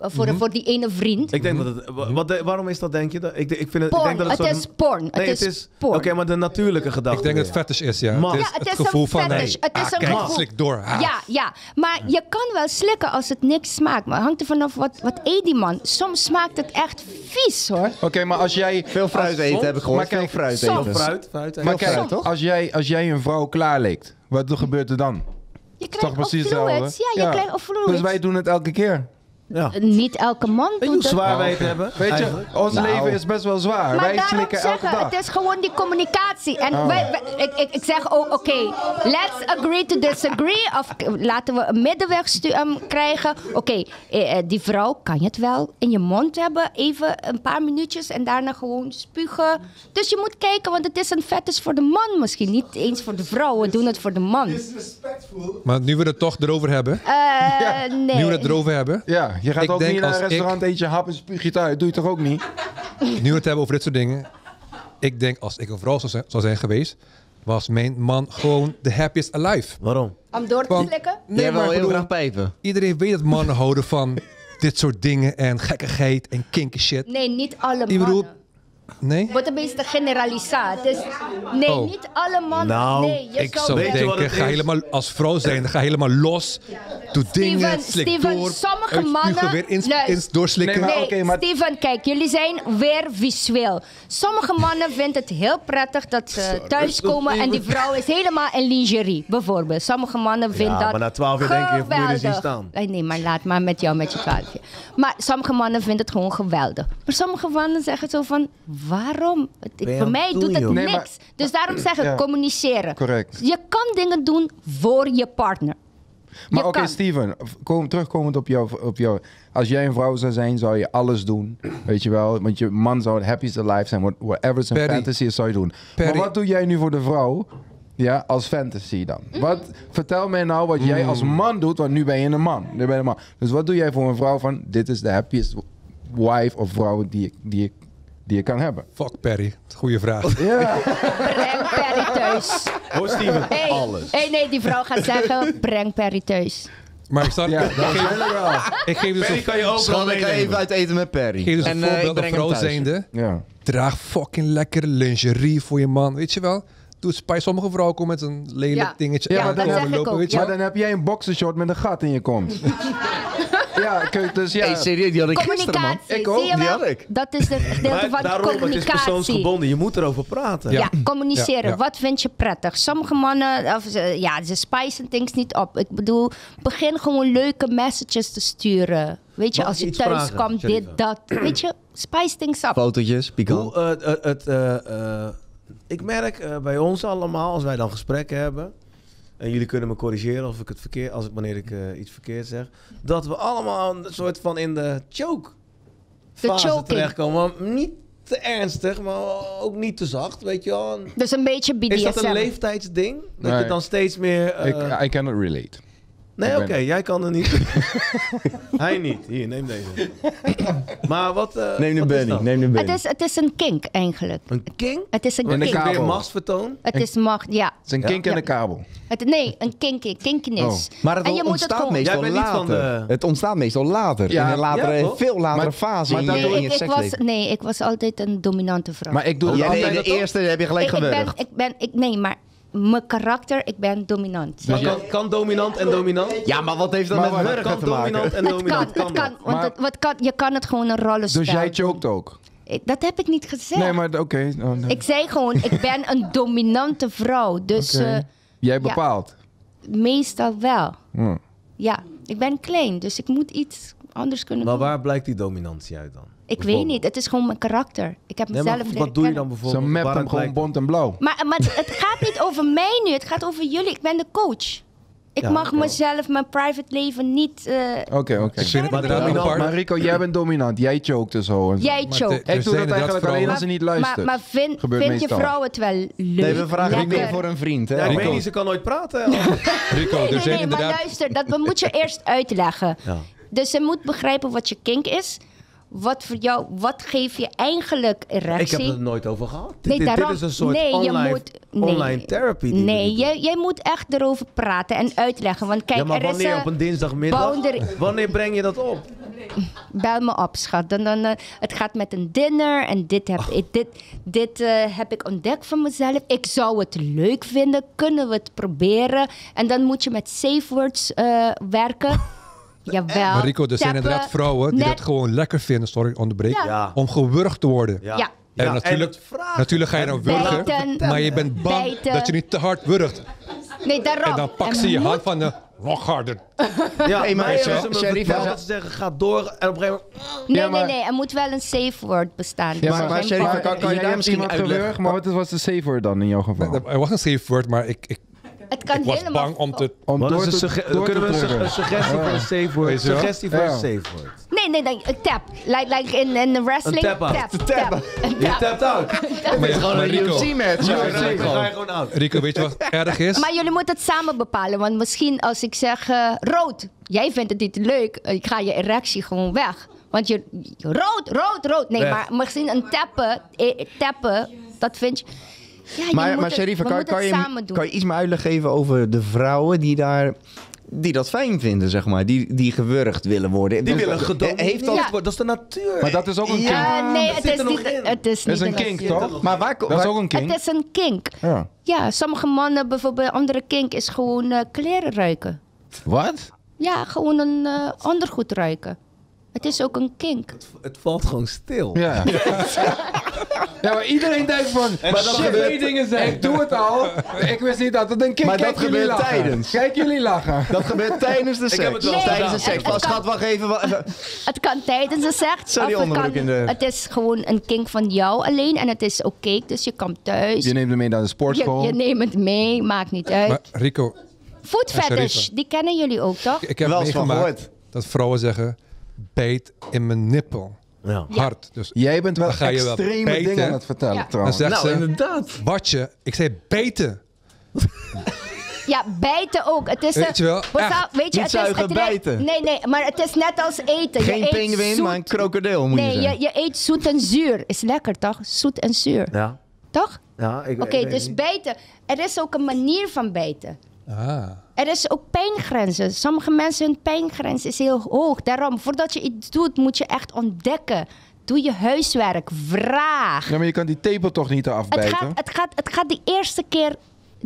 Speaker 2: eh, voor,
Speaker 5: Mhm.
Speaker 2: voor die ene vriend.
Speaker 1: Ik denk dat het... wa- Wat, de- waarom is dat, denk je? Dat- Ik, ik, vind het, ik
Speaker 2: Porn.
Speaker 1: denk dat het,
Speaker 2: Het
Speaker 1: zo'n-
Speaker 2: is porn. Het
Speaker 1: Nee,
Speaker 2: is porn.
Speaker 1: Oké, maar de natuurlijke gedachte.
Speaker 5: Ik denk dat het
Speaker 1: weer.
Speaker 5: fetish is, ja.
Speaker 1: Man.
Speaker 5: Het is
Speaker 2: Ja, het
Speaker 5: het,
Speaker 2: is een
Speaker 5: gevoel van...
Speaker 2: fetish.
Speaker 5: nee,
Speaker 2: Het is
Speaker 5: ah,
Speaker 2: een
Speaker 5: kijk,
Speaker 2: gevoel.
Speaker 5: slik door. Ah.
Speaker 2: Ja, ja, maar je kan wel slikken als het niks smaakt. Maar het hangt er vanaf wat, wat eet die man. Soms smaakt het echt vies hoor.
Speaker 3: Oké, maar als jij...
Speaker 4: Veel fruit eten heb ik gehoord.
Speaker 3: Maar
Speaker 4: Veel
Speaker 3: kijk,
Speaker 4: fruit
Speaker 2: soms-
Speaker 4: eten.
Speaker 1: Fruit, fruit.
Speaker 3: Maar
Speaker 4: Veel
Speaker 3: kijk,
Speaker 4: fruit, toch?
Speaker 3: als jij, als jij een vrouw klaarleekt, wat gebeurt er dan?
Speaker 2: Je
Speaker 3: Is toch
Speaker 2: krijgt
Speaker 3: precies
Speaker 2: fluids.
Speaker 3: hetzelfde?
Speaker 2: Ja, je krijgt fluids.
Speaker 3: Dus wij doen het elke keer.
Speaker 1: Ja.
Speaker 2: Eh, Niet elke man
Speaker 1: Weet
Speaker 2: doet
Speaker 1: je hoe
Speaker 2: het.
Speaker 1: zwaar wij het hebben?
Speaker 3: Weet
Speaker 1: Eigenlijk.
Speaker 3: je, ons
Speaker 4: Nou.
Speaker 3: leven is best wel zwaar.
Speaker 2: Maar
Speaker 3: wij
Speaker 2: daarom
Speaker 3: slikken elke
Speaker 2: zeggen,
Speaker 3: dag. Ah.
Speaker 2: het is gewoon die communicatie. En wij- wij- ik, ik, ik zeg ook, oké, let's agree to disagree. Of k- laten we een middenweg stu- ehm, krijgen. Oké, eh, eh, die vrouw kan je het wel in je mond hebben. Even een paar minuutjes en daarna gewoon spugen. Dus je moet kijken, want het is een fetish voor de man misschien. Niet eens voor de vrouw, we doen het voor de man.
Speaker 5: Maar nu we het toch erover hebben.
Speaker 2: Eh, nee.
Speaker 5: Nu we het erover hebben.
Speaker 3: Ja, je gaat
Speaker 5: Ik
Speaker 3: ook
Speaker 5: denk
Speaker 3: niet naar
Speaker 5: als
Speaker 3: een
Speaker 5: ik-
Speaker 3: restaurant, eet je hap en spuug je het uit. Doe je toch ook niet?
Speaker 5: Nu we het hebben over dit soort dingen. Ik denk, als ik een vrouw zou zijn, zou zijn geweest... was mijn man gewoon the happiest alive.
Speaker 1: Waarom?
Speaker 2: Om door te
Speaker 5: Want-
Speaker 2: slikken?
Speaker 4: Jij wil
Speaker 5: ik
Speaker 4: heel
Speaker 5: bedoel,
Speaker 4: graag pijpen.
Speaker 5: Iedereen weet dat mannen houden van dit soort dingen en gekkigheid en kinky shit.
Speaker 2: Nee, niet alle
Speaker 5: Ik bedoel,
Speaker 2: mannen.
Speaker 5: Nee?
Speaker 2: Bottenbeer is te generalisaat. Dus, nee,
Speaker 5: Oh.
Speaker 2: niet alle mannen.
Speaker 1: Nou,
Speaker 2: nee, je
Speaker 5: Ik zou
Speaker 1: Weet je wat
Speaker 5: denken,
Speaker 1: het
Speaker 5: ga
Speaker 1: is?
Speaker 5: helemaal, als vrouw zijn, ga helemaal los. Doe dingen, slik
Speaker 2: Steven,
Speaker 5: door.
Speaker 2: sommige
Speaker 5: uitspugen,
Speaker 2: mannen-
Speaker 5: weer ins,
Speaker 2: Luister.
Speaker 5: ins doorslikken.
Speaker 3: Nee,
Speaker 2: Nee,
Speaker 3: oké, maar-
Speaker 2: Steven, kijk, jullie zijn weer visueel. Sommige mannen vinden het heel prettig dat ze
Speaker 1: dus
Speaker 2: thuiskomen en die vrouw is helemaal in lingerie, bijvoorbeeld. Sommige mannen vinden dat
Speaker 1: maar na 12 uur denk je, moet je er
Speaker 2: geweldig.
Speaker 1: zien staan.
Speaker 2: Eh, Nee, maar laat maar met jou, met je twaalfje. Maar sommige mannen vinden het gewoon geweldig. Maar sommige mannen zeggen zo van, waarom? Het- ik-
Speaker 1: je
Speaker 2: voor
Speaker 1: aan
Speaker 2: mij
Speaker 1: het doen,
Speaker 2: doet het
Speaker 1: joh?
Speaker 3: Nee,
Speaker 2: niks.
Speaker 3: maar-
Speaker 2: dus daarom zeg ik,
Speaker 3: Ja.
Speaker 2: communiceren.
Speaker 3: Correct.
Speaker 2: Je kan dingen doen voor je partner.
Speaker 3: Maar
Speaker 2: Je
Speaker 3: oké,
Speaker 2: kan.
Speaker 3: Steven, kom, terugkomend op jou, op jou. Als jij een vrouw zou zijn, zou je alles doen. Weet je wel? Want je man zou het happiest alive zijn. what- Whatever zijn
Speaker 5: Perry.
Speaker 3: fantasy is, zou je doen.
Speaker 5: Perry.
Speaker 3: Maar wat doe jij nu voor de vrouw? Ja, als fantasy dan.
Speaker 2: Mm.
Speaker 3: Wat, vertel mij nou wat jij als man doet, want nu ben je een man. Nu ben je een man. Dus wat doe jij voor een vrouw van, dit is de happiest wife of vrouw die, ik- die, ik- die je kan hebben?
Speaker 5: Fuck Perry, goede vraag.
Speaker 3: Ja.
Speaker 2: Breng Perry thuis.
Speaker 1: Hoor Steven,
Speaker 2: Hey,
Speaker 1: alles.
Speaker 2: hey, nee, die vrouw gaat zeggen, breng Perry thuis.
Speaker 5: Maar ik, sta, ik, geef, ik geef dus een,
Speaker 1: Perry kan je overal
Speaker 8: Schat, ik ga even
Speaker 1: meenemen.
Speaker 8: uit eten met Perry.
Speaker 5: ik geef dus een
Speaker 8: En, eh, ik
Speaker 5: voorbeeld. Een
Speaker 8: breng hem
Speaker 5: vrouw
Speaker 8: thuis.
Speaker 5: zijnde,
Speaker 3: ja.
Speaker 5: draag fucking lekker lingerie voor je man. Weet je wel? Doe het bij sommige vrouwen komen met een lelijk
Speaker 2: Ja.
Speaker 5: dingetje.
Speaker 2: Ja,
Speaker 5: aan
Speaker 2: dat
Speaker 5: komen
Speaker 2: zeg ik ook,
Speaker 5: weet
Speaker 2: ja.
Speaker 5: je
Speaker 3: Maar
Speaker 5: wel.
Speaker 3: dan heb jij een boxershort met een gat in je
Speaker 2: [laughs]
Speaker 3: kont. ja, kijk, dus ja.
Speaker 8: Hey, serieus, die had ik gisteren, man.
Speaker 2: Communicatie,
Speaker 8: Ik ook,
Speaker 2: zie je
Speaker 8: die
Speaker 2: wel?
Speaker 8: had ik.
Speaker 2: Dat is het gedeelte
Speaker 1: Maar
Speaker 2: van
Speaker 1: daarom, het is
Speaker 2: communicatie.
Speaker 1: persoonsgebonden. Je moet erover praten.
Speaker 5: Ja.
Speaker 2: Ja, communiceren.
Speaker 5: Ja, ja.
Speaker 2: Wat vind je prettig? Sommige mannen, of ze, ja, ze spicen things niet op. Ik bedoel, begin gewoon leuke messages te sturen. Weet je,
Speaker 1: Mag
Speaker 2: als
Speaker 1: ik
Speaker 2: je
Speaker 1: iets
Speaker 2: thuis
Speaker 1: vragen,
Speaker 2: komt, dit,
Speaker 1: Sharifa?
Speaker 2: dat. Weet je, spice things up.
Speaker 8: Fotootjes, pikant.
Speaker 1: Hoe, eh, eh, het, eh, eh, ik merk eh, bij ons allemaal, als wij dan gesprekken hebben. En jullie kunnen me corrigeren of ik het verkeer, als ik wanneer ik eh, iets verkeerd zeg. Dat we allemaal een soort van in de choke
Speaker 2: De
Speaker 1: fase
Speaker 2: choking.
Speaker 1: terechtkomen. Maar niet te ernstig, maar ook niet te zacht, weet je wel. En
Speaker 2: Dus een beetje BDSM.
Speaker 1: Is dat een leeftijdsding? Dat
Speaker 3: Nee.
Speaker 1: je dan steeds meer... eh,
Speaker 3: ik, I cannot relate.
Speaker 1: nee,
Speaker 3: ik
Speaker 1: oké,
Speaker 3: ben-
Speaker 1: jij kan er niet. Hij niet. Hier, neem deze. maar wat... eh,
Speaker 8: Neem de
Speaker 1: wat is
Speaker 8: Benny,
Speaker 1: dat?
Speaker 8: neem de
Speaker 2: het,
Speaker 8: Benny.
Speaker 2: is, het is een kink eigenlijk.
Speaker 1: Een king?
Speaker 2: Het is een
Speaker 1: En ik
Speaker 2: kink.
Speaker 1: weer machtsvertoon?
Speaker 2: Het is macht, ja.
Speaker 3: Het is een kink in de kabel.
Speaker 2: Het, nee, een kinkie, kinkiness.
Speaker 4: Oh,
Speaker 8: Maar het
Speaker 2: en je moet het
Speaker 8: ontstaat
Speaker 2: gewoon...
Speaker 8: meestal
Speaker 1: Jij bent niet
Speaker 8: later.
Speaker 1: van de-
Speaker 8: Het ontstaat meestal later.
Speaker 3: Ja,
Speaker 8: in een latere,
Speaker 1: ja, toch?
Speaker 8: veel latere
Speaker 3: Maar-
Speaker 8: fase
Speaker 3: maar
Speaker 8: in,
Speaker 3: dat
Speaker 8: je,
Speaker 3: doe
Speaker 8: in
Speaker 2: Nee
Speaker 8: je
Speaker 2: ik, ik was,
Speaker 8: seksleven.
Speaker 2: nee, ik was altijd een dominante vrouw.
Speaker 3: Maar ik doe het
Speaker 8: Jij
Speaker 3: altijd.
Speaker 8: bent de eerste, die heb je gelijk
Speaker 2: ik, ik ben,
Speaker 8: gewurgd.
Speaker 2: ik ben, ik, nee, maar mijn karakter, ik ben dominant.
Speaker 1: Maar kan, kan dominant en dominant?
Speaker 8: Ja, maar wat heeft dat
Speaker 3: Maar
Speaker 4: nou
Speaker 8: met
Speaker 3: wat-
Speaker 8: wurgen
Speaker 1: Kan
Speaker 8: te maken?
Speaker 1: dominant en
Speaker 2: het kan,
Speaker 1: dominant?
Speaker 2: het
Speaker 1: dat?
Speaker 2: kan. Want
Speaker 3: Maar-
Speaker 2: het, wat kan, je kan het gewoon een rollenspel.
Speaker 3: Dus jij choked ook?
Speaker 2: Ik- Dat heb ik niet gezegd.
Speaker 3: Nee, maar d- oké. oh, nee.
Speaker 2: Ik zei gewoon, ik ben een dominante vrouw. Dus
Speaker 3: Oké.
Speaker 2: eh,
Speaker 3: Jij bepaalt.
Speaker 2: meestal wel.
Speaker 3: Hm.
Speaker 2: Ja, ik ben klein, dus ik moet iets anders kunnen
Speaker 1: Maar
Speaker 2: doen.
Speaker 1: waar blijkt die dominantie uit dan?
Speaker 2: Ik weet niet, het is gewoon mijn karakter. Ik heb
Speaker 1: Nee,
Speaker 2: mezelf
Speaker 1: maar
Speaker 2: leren
Speaker 1: wat doe je
Speaker 2: kennen.
Speaker 1: dan
Speaker 3: Ze
Speaker 1: bijvoorbeeld?
Speaker 3: mapt
Speaker 1: Waaruit
Speaker 3: hem gewoon
Speaker 1: blijkt-
Speaker 3: bont en blauw.
Speaker 2: Maar, maar het gaat niet over mij nu, het gaat over jullie. Ik ben de coach. Ik
Speaker 1: Ja,
Speaker 2: mag
Speaker 1: oké.
Speaker 2: mezelf, mijn private leven niet... eh,
Speaker 3: Oké, oké.
Speaker 5: Ik vind het
Speaker 2: Maar
Speaker 5: inderdaad een
Speaker 1: dominant-
Speaker 5: apart.
Speaker 3: Maar Rico, jij bent dominant. Jij choked en zo. en zo.
Speaker 2: jij
Speaker 5: Maar
Speaker 2: choke.
Speaker 5: de- er
Speaker 3: Ik doe
Speaker 5: zijn
Speaker 3: dat
Speaker 5: inderdaad
Speaker 3: eigenlijk alleen als ze
Speaker 5: vrouwen-
Speaker 3: niet
Speaker 2: Maar,
Speaker 3: luistert.
Speaker 2: maar vind,
Speaker 3: Gebeurt
Speaker 2: vind je
Speaker 3: meestal.
Speaker 2: vrouw het wel leuk?
Speaker 8: Nee, we vragen niet
Speaker 2: lekker?
Speaker 8: meer voor een vriend. Hè?
Speaker 1: Ja, ik
Speaker 8: Rico.
Speaker 1: weet niet, ze kan nooit praten. Ja.
Speaker 5: Rico,
Speaker 2: Nee,
Speaker 5: er
Speaker 1: Dus
Speaker 2: nee,
Speaker 5: zijn
Speaker 2: nee, maar
Speaker 5: inderdaad...
Speaker 2: luister, dat we- moet je eerst uitleggen. Dus ze moet begrijpen wat je kink is. Wat voor jou, wat geef je eigenlijk
Speaker 1: Ik heb
Speaker 2: erectie?
Speaker 1: het nooit over gehad. Dit-
Speaker 2: Nee,
Speaker 1: dit, dit
Speaker 2: daarom-
Speaker 1: is een soort
Speaker 2: nee, je
Speaker 1: online,
Speaker 2: moet- nee.
Speaker 1: online therapy. die
Speaker 2: Nee,
Speaker 1: jullie doen.
Speaker 2: jij, jij moet echt erover praten en uitleggen. Want kijk,
Speaker 1: ja, maar
Speaker 2: er is
Speaker 1: wanneer
Speaker 2: een-
Speaker 1: op een dinsdagmiddag?
Speaker 2: boundary-
Speaker 1: Wanneer breng je dat op?
Speaker 2: bel me op, schat. Dan, dan, eh, het gaat met een dinner en dit heb, ik, dit, dit, eh, heb ik ontdekt van mezelf. Ik zou het leuk vinden. Kunnen we het proberen? En dan moet je met safe words eh, werken. Jawel.
Speaker 5: Maar Rico, er zijn
Speaker 2: tappen,
Speaker 5: inderdaad vrouwen die
Speaker 2: net-
Speaker 5: dat gewoon lekker vinden, sorry, onderbreken,
Speaker 1: Ja.
Speaker 5: om gewurgd te worden.
Speaker 1: Ja.
Speaker 2: Ja.
Speaker 5: En natuurlijk,
Speaker 1: het vragen.
Speaker 5: natuurlijk ga je dan wurgen,
Speaker 2: Bijten.
Speaker 5: maar je bent bang
Speaker 2: Bijten.
Speaker 5: dat je niet te hard wurgt.
Speaker 2: Nee, daarom.
Speaker 5: En dan pak ze je
Speaker 2: Oh, moet-
Speaker 5: hand van de nog harder.
Speaker 1: Ja,
Speaker 8: Hey, maar
Speaker 1: mij
Speaker 8: Sher-
Speaker 1: hebben ze me
Speaker 8: Sheriff,
Speaker 1: verteld
Speaker 8: ja.
Speaker 1: dat ze zeggen, ga door. En op een gegeven moment...
Speaker 2: Nee,
Speaker 3: Ja, maar-
Speaker 2: nee, nee. Er moet wel een safe word bestaan.
Speaker 3: Ja,
Speaker 2: Dus
Speaker 3: maar-
Speaker 2: geen
Speaker 8: Sherry,
Speaker 2: bang-
Speaker 8: kan- kan je daar
Speaker 3: hebt
Speaker 8: misschien
Speaker 3: iemand
Speaker 8: uitleggen?
Speaker 3: gewurgd, Maar wat is- was de safe word dan in jouw geval?
Speaker 5: Er was een safe word, maar ik, ik,
Speaker 2: het kan
Speaker 5: ik was
Speaker 2: helemaal...
Speaker 5: bang om te...
Speaker 3: Om
Speaker 1: Wat
Speaker 3: door
Speaker 1: is een
Speaker 3: te-
Speaker 1: sugge-
Speaker 3: door te
Speaker 1: Kunnen we een sug-
Speaker 3: pluggen.
Speaker 1: een suggestie voor een safe word?
Speaker 5: Weet je wel?
Speaker 1: Suggestie voor
Speaker 3: Ja.
Speaker 1: een safe word.
Speaker 2: Nee, nee, nee. Een tap. Like, like in, in wrestling.
Speaker 1: Een tap out.
Speaker 2: tap.
Speaker 8: Een tap
Speaker 2: tap.
Speaker 8: out.
Speaker 2: Een
Speaker 1: Je
Speaker 2: tap.
Speaker 1: tapt out.
Speaker 5: Maar, ja, maar Rico,
Speaker 8: UFC-match.
Speaker 1: Ja,
Speaker 8: Ja,
Speaker 1: dan
Speaker 8: zeker.
Speaker 1: ga je gewoon out.
Speaker 5: Rico, weet je
Speaker 1: [laughs]
Speaker 5: wat erg is?
Speaker 2: Maar jullie moeten het samen bepalen. Want misschien als ik zeg, eh, rood, jij vindt het niet leuk. eh, Ik ga je erectie gewoon weg. Want je, rood, rood, rood. Nee,
Speaker 1: Weg.
Speaker 2: maar misschien een tappen, eh, tappen, dat vind je... Ja, je
Speaker 8: Maar,
Speaker 2: moet
Speaker 8: maar
Speaker 2: het-
Speaker 8: Sherifa,
Speaker 2: we
Speaker 8: kan,
Speaker 2: moeten
Speaker 8: kan,
Speaker 2: het
Speaker 8: je,
Speaker 2: samen doen.
Speaker 8: kan je iets meer uitleg geven over de vrouwen die daar
Speaker 4: die dat fijn vinden, zeg maar. Die, die gewurgd willen worden.
Speaker 1: Die willen
Speaker 4: gedood.
Speaker 1: gedomineerd
Speaker 4: Heeft dat...
Speaker 2: Ja.
Speaker 1: worden. eh, Dat is de natuur.
Speaker 3: Maar dat is ook een kink.
Speaker 2: Ja, Eh, nee, het
Speaker 1: zit
Speaker 2: is,
Speaker 1: er nog
Speaker 2: niet,
Speaker 1: in.
Speaker 2: het is
Speaker 3: Dat is
Speaker 2: niet
Speaker 3: een kink,
Speaker 2: natuur.
Speaker 3: toch?
Speaker 4: Maar waar,
Speaker 3: Dat is
Speaker 4: waar-
Speaker 3: ook een kink.
Speaker 2: Het is een kink.
Speaker 3: Ja.
Speaker 2: Ja, sommige mannen bijvoorbeeld, andere kink is gewoon eh, kleren ruiken.
Speaker 3: Wat?
Speaker 2: Ja, gewoon een eh, ondergoed ruiken. Het is ook een kink.
Speaker 1: Het valt gewoon stil.
Speaker 3: Ja. ja, maar iedereen denkt van,
Speaker 1: maar
Speaker 3: maar
Speaker 1: dat
Speaker 3: shit,
Speaker 1: gebeurt-
Speaker 3: die dingen zijn, ik doe het al. Ik wist niet dat het een kink
Speaker 4: Maar dat
Speaker 3: Kijk jullie
Speaker 4: gebeurt
Speaker 3: lachen.
Speaker 4: tijdens.
Speaker 3: Kijk jullie lachen.
Speaker 4: dat gebeurt tijdens de seks.
Speaker 1: heb het wel
Speaker 2: eens
Speaker 4: tijdens de
Speaker 2: gedaan.
Speaker 4: seks.
Speaker 2: Het- het
Speaker 4: Van, schat, wacht
Speaker 2: [laughs]
Speaker 4: even. wa- even.
Speaker 2: Het kan tijdens de seks.
Speaker 4: Zo die
Speaker 2: of het,
Speaker 4: onderbroek
Speaker 2: kan,
Speaker 4: in de-
Speaker 2: het is gewoon een kink van jou alleen en het is oké. dus je komt thuis.
Speaker 3: Je neemt hem mee naar de
Speaker 2: Je,
Speaker 3: sportschool.
Speaker 2: je neemt het mee, maakt niet uit.
Speaker 5: Maar Rico,
Speaker 2: Food
Speaker 5: Ja, sorry,
Speaker 2: fetish,
Speaker 5: sorry.
Speaker 2: die kennen jullie ook
Speaker 5: [laughs]
Speaker 2: toch?
Speaker 5: ik, ik heb
Speaker 4: Wel eens van
Speaker 5: meegemaakt
Speaker 4: gehoord.
Speaker 5: dat vrouwen zeggen, beet in mijn nippel.
Speaker 1: Ja.
Speaker 5: Hard. Dus
Speaker 3: Jij bent wel
Speaker 5: Dan ga je wel
Speaker 3: extreme
Speaker 5: bijten.
Speaker 3: dingen aan het vertellen
Speaker 2: Ja.
Speaker 5: dan
Speaker 3: trouwens.
Speaker 5: zegt
Speaker 1: Nou,
Speaker 5: ze,
Speaker 1: inderdaad.
Speaker 5: wat je, ik zei beten.
Speaker 2: Ja, bijten ook. Het is
Speaker 5: Eh, Weet
Speaker 2: een-
Speaker 5: je wel?
Speaker 2: Bota-
Speaker 5: Echt.
Speaker 2: weet je,
Speaker 4: Niet
Speaker 2: het
Speaker 4: zuigen,
Speaker 2: is, het lijkt-
Speaker 4: bijten.
Speaker 2: Nee, nee, maar het is net als eten. je
Speaker 4: Geen
Speaker 2: eet
Speaker 4: pinguïn,
Speaker 2: zoet.
Speaker 4: maar een krokodil moet je
Speaker 2: Nee, je,
Speaker 4: zeggen.
Speaker 2: je eet zoet en zuur. Is lekker, toch? Zoet en zuur.
Speaker 1: Ja.
Speaker 2: Toch?
Speaker 1: ja ik-
Speaker 2: Oké,
Speaker 1: ik weet
Speaker 2: dus
Speaker 1: niet.
Speaker 2: bijten. Er is ook een manier van bijten.
Speaker 5: Ah.
Speaker 2: Er is ook pijngrenzen. Sommige mensen, hun pijngrens is heel hoog. Daarom, voordat je iets doet, moet je echt ontdekken. Doe je huiswerk. Vraag.
Speaker 3: Ja, maar je kan die tepel toch niet eraf
Speaker 2: Het
Speaker 3: bijten?
Speaker 2: gaat, het, gaat, het gaat de eerste keer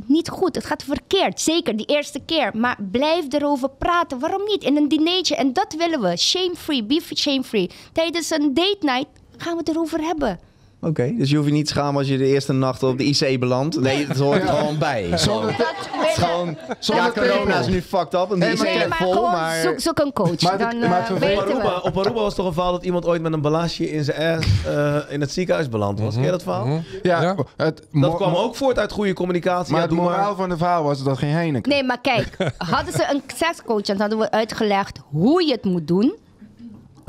Speaker 2: niet goed. Het gaat verkeerd. Zeker, die eerste keer. Maar blijf erover praten. Waarom niet? In een dinertje. En dat willen we. Shame-free. Be shame-free. Tijdens een date night gaan we het erover hebben.
Speaker 4: Oké, dus je hoeft je niet te schamen als je de eerste nacht op de IC belandt. Nee, het hoort gewoon bij.
Speaker 3: Zonder te-
Speaker 2: Dat willen-
Speaker 4: Gewoon, ja,
Speaker 2: dat
Speaker 4: corona
Speaker 2: willen-
Speaker 4: is nu fucked up en de
Speaker 3: Nee,
Speaker 4: IC
Speaker 3: maar
Speaker 2: Nee,
Speaker 4: is
Speaker 2: maar
Speaker 4: vol,
Speaker 2: gewoon
Speaker 4: maar...
Speaker 2: zoek, zoek een coach.
Speaker 3: Maar het-
Speaker 2: Dan eh,
Speaker 3: maar het
Speaker 2: weten
Speaker 1: Op Aruba,
Speaker 2: we.
Speaker 1: op Aruba was toch een verhaal dat iemand ooit met een balasje in zijn ass eh, in het ziekenhuis beland was. Ken je dat verhaal?
Speaker 3: ja,
Speaker 5: Ja.
Speaker 3: Het
Speaker 1: Dat
Speaker 3: mo-
Speaker 1: kwam ook voort uit goede communicatie.
Speaker 3: Maar
Speaker 1: ja,
Speaker 3: het
Speaker 1: doe
Speaker 3: moraal
Speaker 1: maar.
Speaker 3: van de verhaal was dat geen Heineken.
Speaker 2: Nee, maar kijk.
Speaker 1: [laughs]
Speaker 2: Hadden ze een sekscoach, dan hadden we uitgelegd hoe je het moet doen.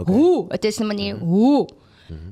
Speaker 2: Hoe. Het is een manier
Speaker 1: Mhm.
Speaker 2: hoe.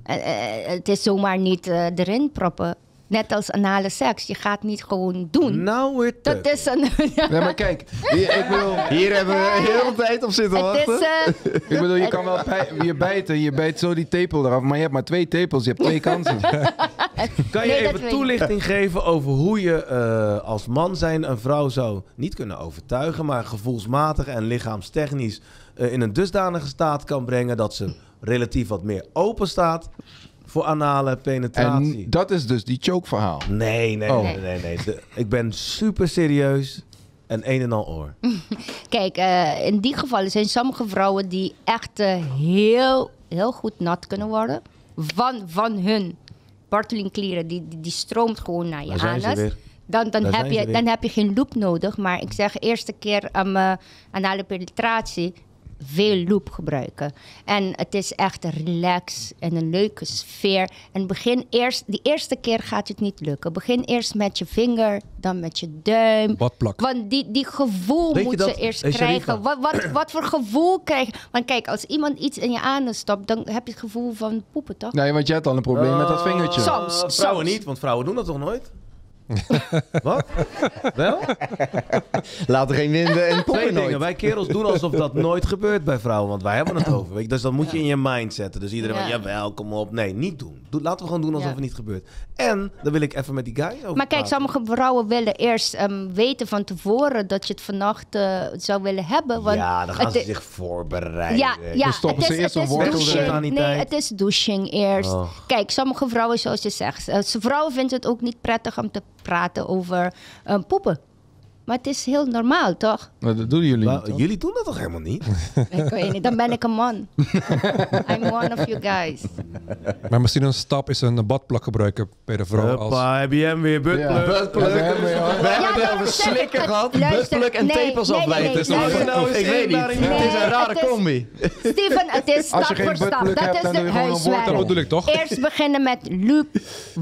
Speaker 2: Eh, eh, het is zomaar niet eh, erin proppen. Net als anale seks. Je gaat niet gewoon doen.
Speaker 1: Nou, weer
Speaker 2: Dat is een. [laughs]
Speaker 3: Nee, maar kijk, hier- ik bedoel,
Speaker 4: Hier hebben we heel de tijd op zitten
Speaker 2: het
Speaker 4: wachten.
Speaker 2: is. eh,
Speaker 3: ik bedoel, je kan wel bij- je bijten, je bijt zo die tepel eraf, maar je hebt maar twee tepels, je hebt twee kansen.
Speaker 1: Kan je
Speaker 2: Nee, dat
Speaker 1: even
Speaker 2: weet ik.
Speaker 1: toelichting geven over hoe je eh, als man zijn een vrouw zou niet kunnen overtuigen, maar gevoelsmatig en lichaamstechnisch eh, in een dusdanige staat kan brengen dat ze relatief wat meer open staat voor anale penetratie?
Speaker 3: En dat is dus die choke verhaal.
Speaker 1: Nee, nee,
Speaker 3: Oh.
Speaker 1: nee, nee. nee. De- ik ben super serieus en een en al oor.
Speaker 2: Mm, kijk, eh, in die gevallen zijn sommige vrouwen die echt eh, heel, heel goed nat kunnen worden. Van, van hun bartelingklieren. Die, die, die stroomt gewoon naar je
Speaker 1: Daar zijn ze
Speaker 2: anus.
Speaker 1: weer.
Speaker 2: Dan, dan,
Speaker 1: Daar
Speaker 2: heb
Speaker 1: zijn ze
Speaker 2: je,
Speaker 1: weer.
Speaker 2: dan heb je geen loop nodig. Maar ik zeg eerste keer aan mijn anale penetratie veel loop gebruiken. En het is echt relax en een leuke sfeer. En begin eerst, die eerste keer gaat het niet lukken. Begin eerst met je vinger, dan met je duim.
Speaker 5: Badplak.
Speaker 2: Want die, die gevoel
Speaker 1: Weet je
Speaker 2: moet
Speaker 1: dat- eh,
Speaker 2: ze eerst
Speaker 1: Hey, Sharifa.
Speaker 2: krijgen. Wat, wat, wat voor gevoel krijg je? Want kijk, als iemand iets in je anus stopt, dan heb je het gevoel van poepen, toch?
Speaker 3: Nee, want jij had al een probleem met dat vingertje.
Speaker 2: Zo.
Speaker 1: Eh,
Speaker 2: Soms,
Speaker 1: Vrouwen
Speaker 2: soms.
Speaker 1: niet, want vrouwen doen dat toch
Speaker 3: [laughs]
Speaker 1: nooit? Wat? Wel?
Speaker 4: Laat er geen winden en
Speaker 1: Twee
Speaker 4: poppen
Speaker 1: dingen.
Speaker 4: nooit.
Speaker 1: Wij kerels doen alsof [laughs] dat nooit gebeurt bij vrouwen, want wij hebben het over. Weet je? Dus dat moet je in je mind zetten. Dus iedereen
Speaker 2: Ja.
Speaker 1: van, jawel, kom op. Nee, niet doen. Doe- laten we gewoon doen alsof
Speaker 2: Ja.
Speaker 1: het niet gebeurt. En, dan wil ik even met die guy over
Speaker 2: Maar kijk,
Speaker 1: praten.
Speaker 2: sommige vrouwen willen eerst ehm, weten van tevoren dat je het vannacht eh, zou willen hebben. Want
Speaker 1: Ja, dan gaan
Speaker 2: het
Speaker 1: ze
Speaker 2: i-
Speaker 1: zich voorbereiden.
Speaker 2: Ja, ja
Speaker 3: Dan stoppen
Speaker 2: het
Speaker 3: ze
Speaker 2: is,
Speaker 3: eerst
Speaker 2: het
Speaker 3: een
Speaker 2: is
Speaker 3: wortel
Speaker 1: erin.
Speaker 2: douching. Nee, het is douching eerst.
Speaker 1: Oh.
Speaker 2: Kijk, sommige vrouwen, zoals je zegt, eh, ze- vrouwen vinden het ook niet prettig om te praten over eh, poepen. Maar het is heel normaal,
Speaker 1: [laughs]
Speaker 2: toch?
Speaker 3: Maar dat doen jullie
Speaker 1: Wa-
Speaker 3: niet, toch?
Speaker 1: jullie doen dat toch helemaal niet?
Speaker 2: Ik weet niet, dan ben ik een man.
Speaker 1: [laughs]
Speaker 2: I'm one of you guys.
Speaker 5: Maar misschien een stap is een badplak gebruiken bij de vrouw als...
Speaker 1: Huppa, heb je hem weer, buttplug.
Speaker 3: Ja. Ja, we hebben, joh.
Speaker 4: We hebben het
Speaker 2: daarom
Speaker 4: over
Speaker 2: zeg ik
Speaker 4: slikken
Speaker 2: het.
Speaker 4: gehad,
Speaker 2: Luister,
Speaker 4: buttpluk en
Speaker 2: nee,
Speaker 4: tepels
Speaker 2: nee, nee,
Speaker 4: afleiden.
Speaker 2: nee,
Speaker 4: Het is
Speaker 2: luister.
Speaker 4: nou
Speaker 1: Nee,
Speaker 4: ik weet niet.
Speaker 1: daarin-
Speaker 4: het is
Speaker 2: Nee,
Speaker 4: een rare
Speaker 2: het is-
Speaker 4: combi.
Speaker 2: Steven, het is
Speaker 3: Als je
Speaker 2: stap
Speaker 3: geen
Speaker 2: voor stap.
Speaker 3: buttplug hebt,
Speaker 2: Dat is
Speaker 3: dan doe
Speaker 2: de
Speaker 3: je gewoon een wortel.
Speaker 5: Dat
Speaker 2: huiswerk.
Speaker 5: bedoel ik toch?
Speaker 2: Eerst beginnen met loop.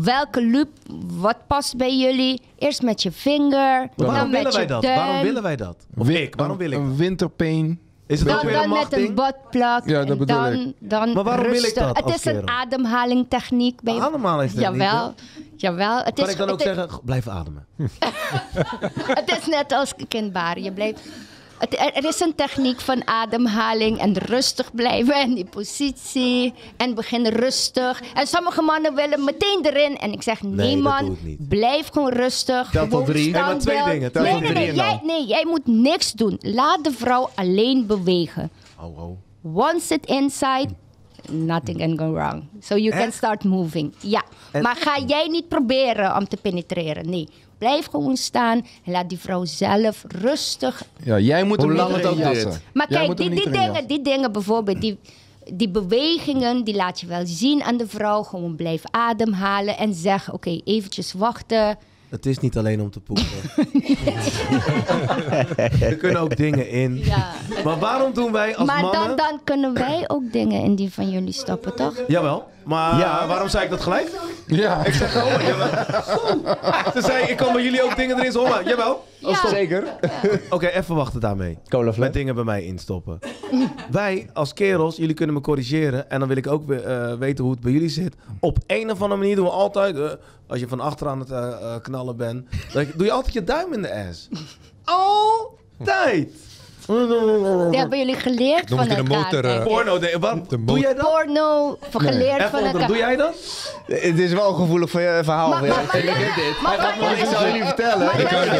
Speaker 2: Welke loop? Wat past bij jullie? Eerst met je vinger.
Speaker 1: Maar
Speaker 2: dan
Speaker 1: Waarom
Speaker 2: met
Speaker 1: willen wij
Speaker 2: je
Speaker 1: dat?
Speaker 2: duim,
Speaker 1: Waarom willen wij dat? Of ik, waarom wil ik dat?
Speaker 3: Een winterpain.
Speaker 1: Is het ook
Speaker 2: Dan,
Speaker 1: weer een
Speaker 2: dan met een
Speaker 1: machtding?
Speaker 2: botplak.
Speaker 3: Ja, dat
Speaker 2: en
Speaker 3: bedoel
Speaker 2: dan,
Speaker 3: ik.
Speaker 2: Dan
Speaker 1: Maar waarom wil ik
Speaker 2: rustig.
Speaker 1: dat
Speaker 2: Het
Speaker 1: als
Speaker 2: is een
Speaker 1: kerel?
Speaker 2: ademhalingtechniek. Bij
Speaker 1: Ademhalingstechniek,
Speaker 2: Jawel. Jawel. Het
Speaker 1: Kan
Speaker 2: is,
Speaker 1: ik dan ook
Speaker 2: het, is-
Speaker 1: zeggen, "Goh, blijf ademen.
Speaker 2: het is net als kindbaren. Je blijft... Het, er, er is een techniek van ademhaling en rustig blijven en die positie. En begin rustig. En sommige mannen willen meteen erin. En ik zeg, nee,
Speaker 1: dat doe
Speaker 2: man,
Speaker 1: ik niet.
Speaker 2: blijf gewoon rustig. Tel
Speaker 8: tot drie.
Speaker 1: Nee, maar twee dingen, tel
Speaker 2: nee,
Speaker 1: tot
Speaker 2: nee,
Speaker 1: drie
Speaker 2: nee,
Speaker 1: en dan.
Speaker 2: jij, nee, jij moet niks doen. Laat de vrouw alleen bewegen.
Speaker 1: Oh, oh.
Speaker 2: Once it inside, nothing can go wrong. So you can start moving. Ja, maar ga jij niet proberen om te penetreren. Nee, blijf gewoon staan en laat die vrouw zelf rustig.
Speaker 3: Ja, jij moet
Speaker 8: Hoe
Speaker 3: hem
Speaker 8: lang
Speaker 3: niet
Speaker 8: het ook
Speaker 3: erin
Speaker 8: duurt.
Speaker 3: jassen.
Speaker 2: Maar
Speaker 3: Jij
Speaker 2: kijk,
Speaker 3: moet hem
Speaker 2: die,
Speaker 3: niet
Speaker 2: die,
Speaker 3: erin
Speaker 2: dingen, die dingen bijvoorbeeld, die, die bewegingen, die laat je wel zien aan de vrouw. Gewoon blijf ademhalen en zeg, oké, eventjes wachten.
Speaker 1: Het is niet alleen om te poepen. [laughs] er kunnen ook dingen in.
Speaker 2: Ja.
Speaker 1: Maar waarom doen wij als
Speaker 2: Maar
Speaker 1: mannen...
Speaker 2: dan, dan kunnen wij ook dingen in die van jullie stappen, toch?
Speaker 1: Jawel, maar waarom zei ik dat gelijk?
Speaker 3: jassen. Ja.
Speaker 1: Ik zeg gewoon, jawel. Ze zei, ik kan bij jullie ook dingen erin stoppen. Jawel.
Speaker 2: Ja.
Speaker 4: Zeker.
Speaker 1: Oké, even wachten daarmee.
Speaker 4: Cola
Speaker 1: Met dingen bij mij instoppen. wij als kerels, jullie kunnen me corrigeren. En dan wil ik ook weer, eh, weten hoe het bij jullie zit. Op een of andere manier doen we altijd... eh, als je van achter aan het eh, eh, knallen bent... dan doe je altijd je duim in de ass. Altijd!
Speaker 2: Die hebben jullie geleerd
Speaker 5: Noem
Speaker 2: van
Speaker 5: het in de
Speaker 2: elkaar.
Speaker 5: motor, eh,
Speaker 2: denk ik.
Speaker 1: Porno, de, wat,
Speaker 5: De
Speaker 1: doe jij dat?
Speaker 2: Porno, geleerd
Speaker 1: Even
Speaker 2: van
Speaker 1: onderop,
Speaker 2: elkaar.
Speaker 1: doe jij dat?
Speaker 8: Het is wel een gevoelig ver- verhaal.
Speaker 2: Maar-
Speaker 8: ja.
Speaker 2: maar- maar- maar- maar-
Speaker 8: Want ik zou je niet vertellen.
Speaker 2: Maar-
Speaker 8: Ik-
Speaker 2: kan je me dat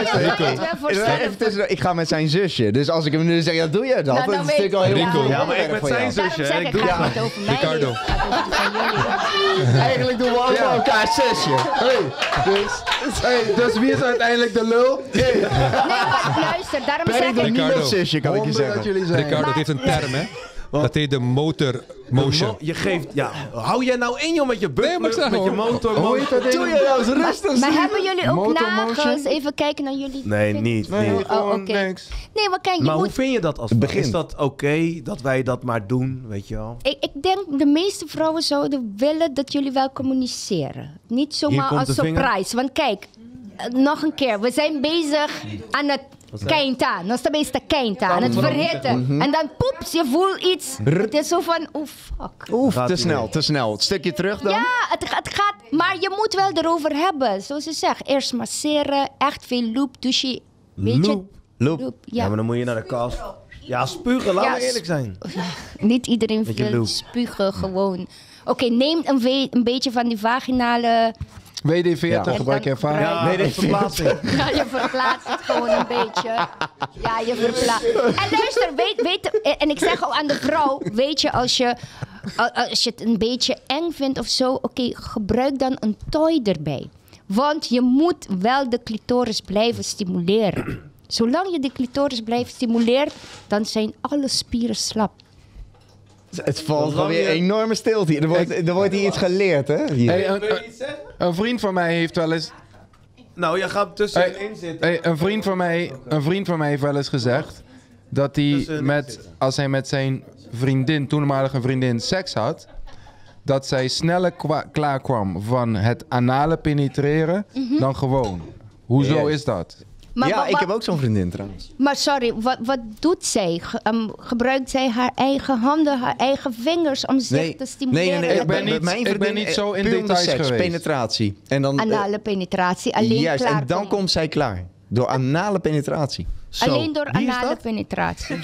Speaker 2: wel
Speaker 8: Ik-
Speaker 2: voorstellen?
Speaker 8: even tussen- Ik ga met zijn zusje. Dus als ik hem nu zeg, ja, doe je dat?
Speaker 2: Nou, dan
Speaker 8: dat is
Speaker 2: weet-
Speaker 8: natuurlijk al heel
Speaker 5: Rico.
Speaker 8: heel
Speaker 5: Ja,
Speaker 1: maar ik
Speaker 8: erg
Speaker 1: met
Speaker 8: voor
Speaker 1: zijn
Speaker 8: jou.
Speaker 1: zus.
Speaker 2: Daarom zeg
Speaker 1: ik
Speaker 2: ik,
Speaker 1: doe
Speaker 2: gaat het over mij.
Speaker 5: Ricardo.
Speaker 2: Het gaat over die van jullie.
Speaker 8: Eigenlijk doen we allemaal elkaar zusje. Hey, dus, hey, dus wie is uiteindelijk de lul?
Speaker 2: Nee, maar luister, daarom
Speaker 8: Ben
Speaker 2: zeg
Speaker 8: ik dan
Speaker 2: ik...
Speaker 8: niet
Speaker 5: Ricardo.
Speaker 8: nog zusje, kan ik je
Speaker 3: Honden dat
Speaker 8: zeggen.
Speaker 3: jullie zijn.
Speaker 5: Ricardo dat heeft een term, hè? Dat heet de motor motion.
Speaker 1: Mo- je geeft, ja. Hou jij nou in, joh, met je
Speaker 5: Nee, maar ik
Speaker 1: buttplug,
Speaker 5: zeg
Speaker 1: met je
Speaker 5: gewoon-
Speaker 1: motor.
Speaker 8: Hoe
Speaker 1: motor.
Speaker 8: heet dat ding? Doe je nou eens rustig.
Speaker 2: Maar hebben jullie ook
Speaker 8: Motor
Speaker 2: nagels?
Speaker 8: motion?
Speaker 2: Even kijken naar jullie...
Speaker 1: Nee, niet.
Speaker 2: Nee,
Speaker 1: niet.
Speaker 2: oh, oké. Nee, maar kijk, je
Speaker 1: Maar hoe
Speaker 2: moet...
Speaker 1: vind je dat als
Speaker 4: Begin.
Speaker 1: Is dat oké dat wij dat maar doen, weet je wel?
Speaker 2: Ik, ik denk de meeste vrouwen zouden willen dat jullie wel communiceren. Niet zomaar
Speaker 1: komt
Speaker 2: als
Speaker 1: de vinger.
Speaker 2: surprise. Want kijk, eh, nog een keer. We zijn bezig aan het keintaan. Nog steeds te keintaan. Aan het verhitten. En dan poeps, je voelt iets. Het is zo van, oeh, fuck.
Speaker 8: Oef,
Speaker 1: Gaat
Speaker 8: te
Speaker 1: ie
Speaker 8: snel,
Speaker 1: weer.
Speaker 8: te snel. Het stukje terug dan?
Speaker 2: Ja, het, ga- het gaat. Maar je moet wel erover hebben. Zoals je zegt. Eerst masseren. Echt veel loop, douche. Weet je?
Speaker 1: Loop?
Speaker 8: Loop.
Speaker 2: Loop,
Speaker 1: Ja.
Speaker 2: ja.
Speaker 1: maar dan moet je naar de kast. Ja, spugen, laten
Speaker 2: Ja,
Speaker 1: we eerlijk zijn.
Speaker 2: Niet iedereen
Speaker 1: Beetje
Speaker 2: wil
Speaker 1: loop.
Speaker 2: spugen gewoon. Oké, neem een, we- een beetje van die vaginale...
Speaker 3: WD-40
Speaker 2: Ja,
Speaker 3: E gebruik je
Speaker 2: dan-
Speaker 3: ervaring.
Speaker 1: Ja, nee,
Speaker 8: [laughs]
Speaker 1: dat is verplaatsing.
Speaker 2: [laughs] Ja, je verplaatst het gewoon een beetje. Ja, je verplaatst. En luister, weet, weet, en ik zeg al aan de vrouw, weet je, als je, al- als je het een beetje eng vindt of zo, oké, gebruik dan een toy erbij. Want je moet wel de clitoris blijven stimuleren. Zolang je de clitoris blijft stimuleren, dan zijn alle spieren slap.
Speaker 8: Het valt
Speaker 1: Zolang
Speaker 8: gewoon weer
Speaker 1: je-
Speaker 8: enorme stilte hier. Er wordt, er wordt hier iets geleerd, hè? Hier.
Speaker 3: Hey, een, een- een vriend van mij heeft wel eens.
Speaker 1: Nou, jij gaat tussenin zitten.
Speaker 3: Hey, een, vriend van mij, een vriend van mij heeft wel eens gezegd. Dat hij
Speaker 1: Tussenin
Speaker 3: met, als hij met zijn vriendin, toenmalige vriendin, seks had. Dat zij sneller kwa- klaar kwam van het anale penetreren
Speaker 2: Mhm.
Speaker 3: dan gewoon. Hoezo
Speaker 4: Yes.
Speaker 3: is dat?
Speaker 2: Maar,
Speaker 8: ja,
Speaker 2: wa-
Speaker 8: ik
Speaker 2: wa-
Speaker 8: heb ook zo'n vriendin trouwens.
Speaker 2: maar sorry, wat, wat doet zij? Ge- ehm, gebruikt zij haar eigen handen, haar eigen vingers om zich te stimuleren?
Speaker 3: nee, ik
Speaker 2: Dat
Speaker 3: ben
Speaker 2: doet-
Speaker 3: niet- ik ben niet zo in
Speaker 8: eh, puur om de
Speaker 3: details
Speaker 8: seks,
Speaker 3: geweest.
Speaker 8: penetratie. En dan, eh,
Speaker 2: anale penetratie. Alleen
Speaker 8: juist,
Speaker 2: klaar
Speaker 8: en dan
Speaker 2: komen.
Speaker 8: komt zij klaar. Door anale penetratie.
Speaker 1: Zo,
Speaker 2: Alleen door
Speaker 1: wie is
Speaker 2: anale
Speaker 1: dat?
Speaker 8: [laughs]
Speaker 2: penetratie.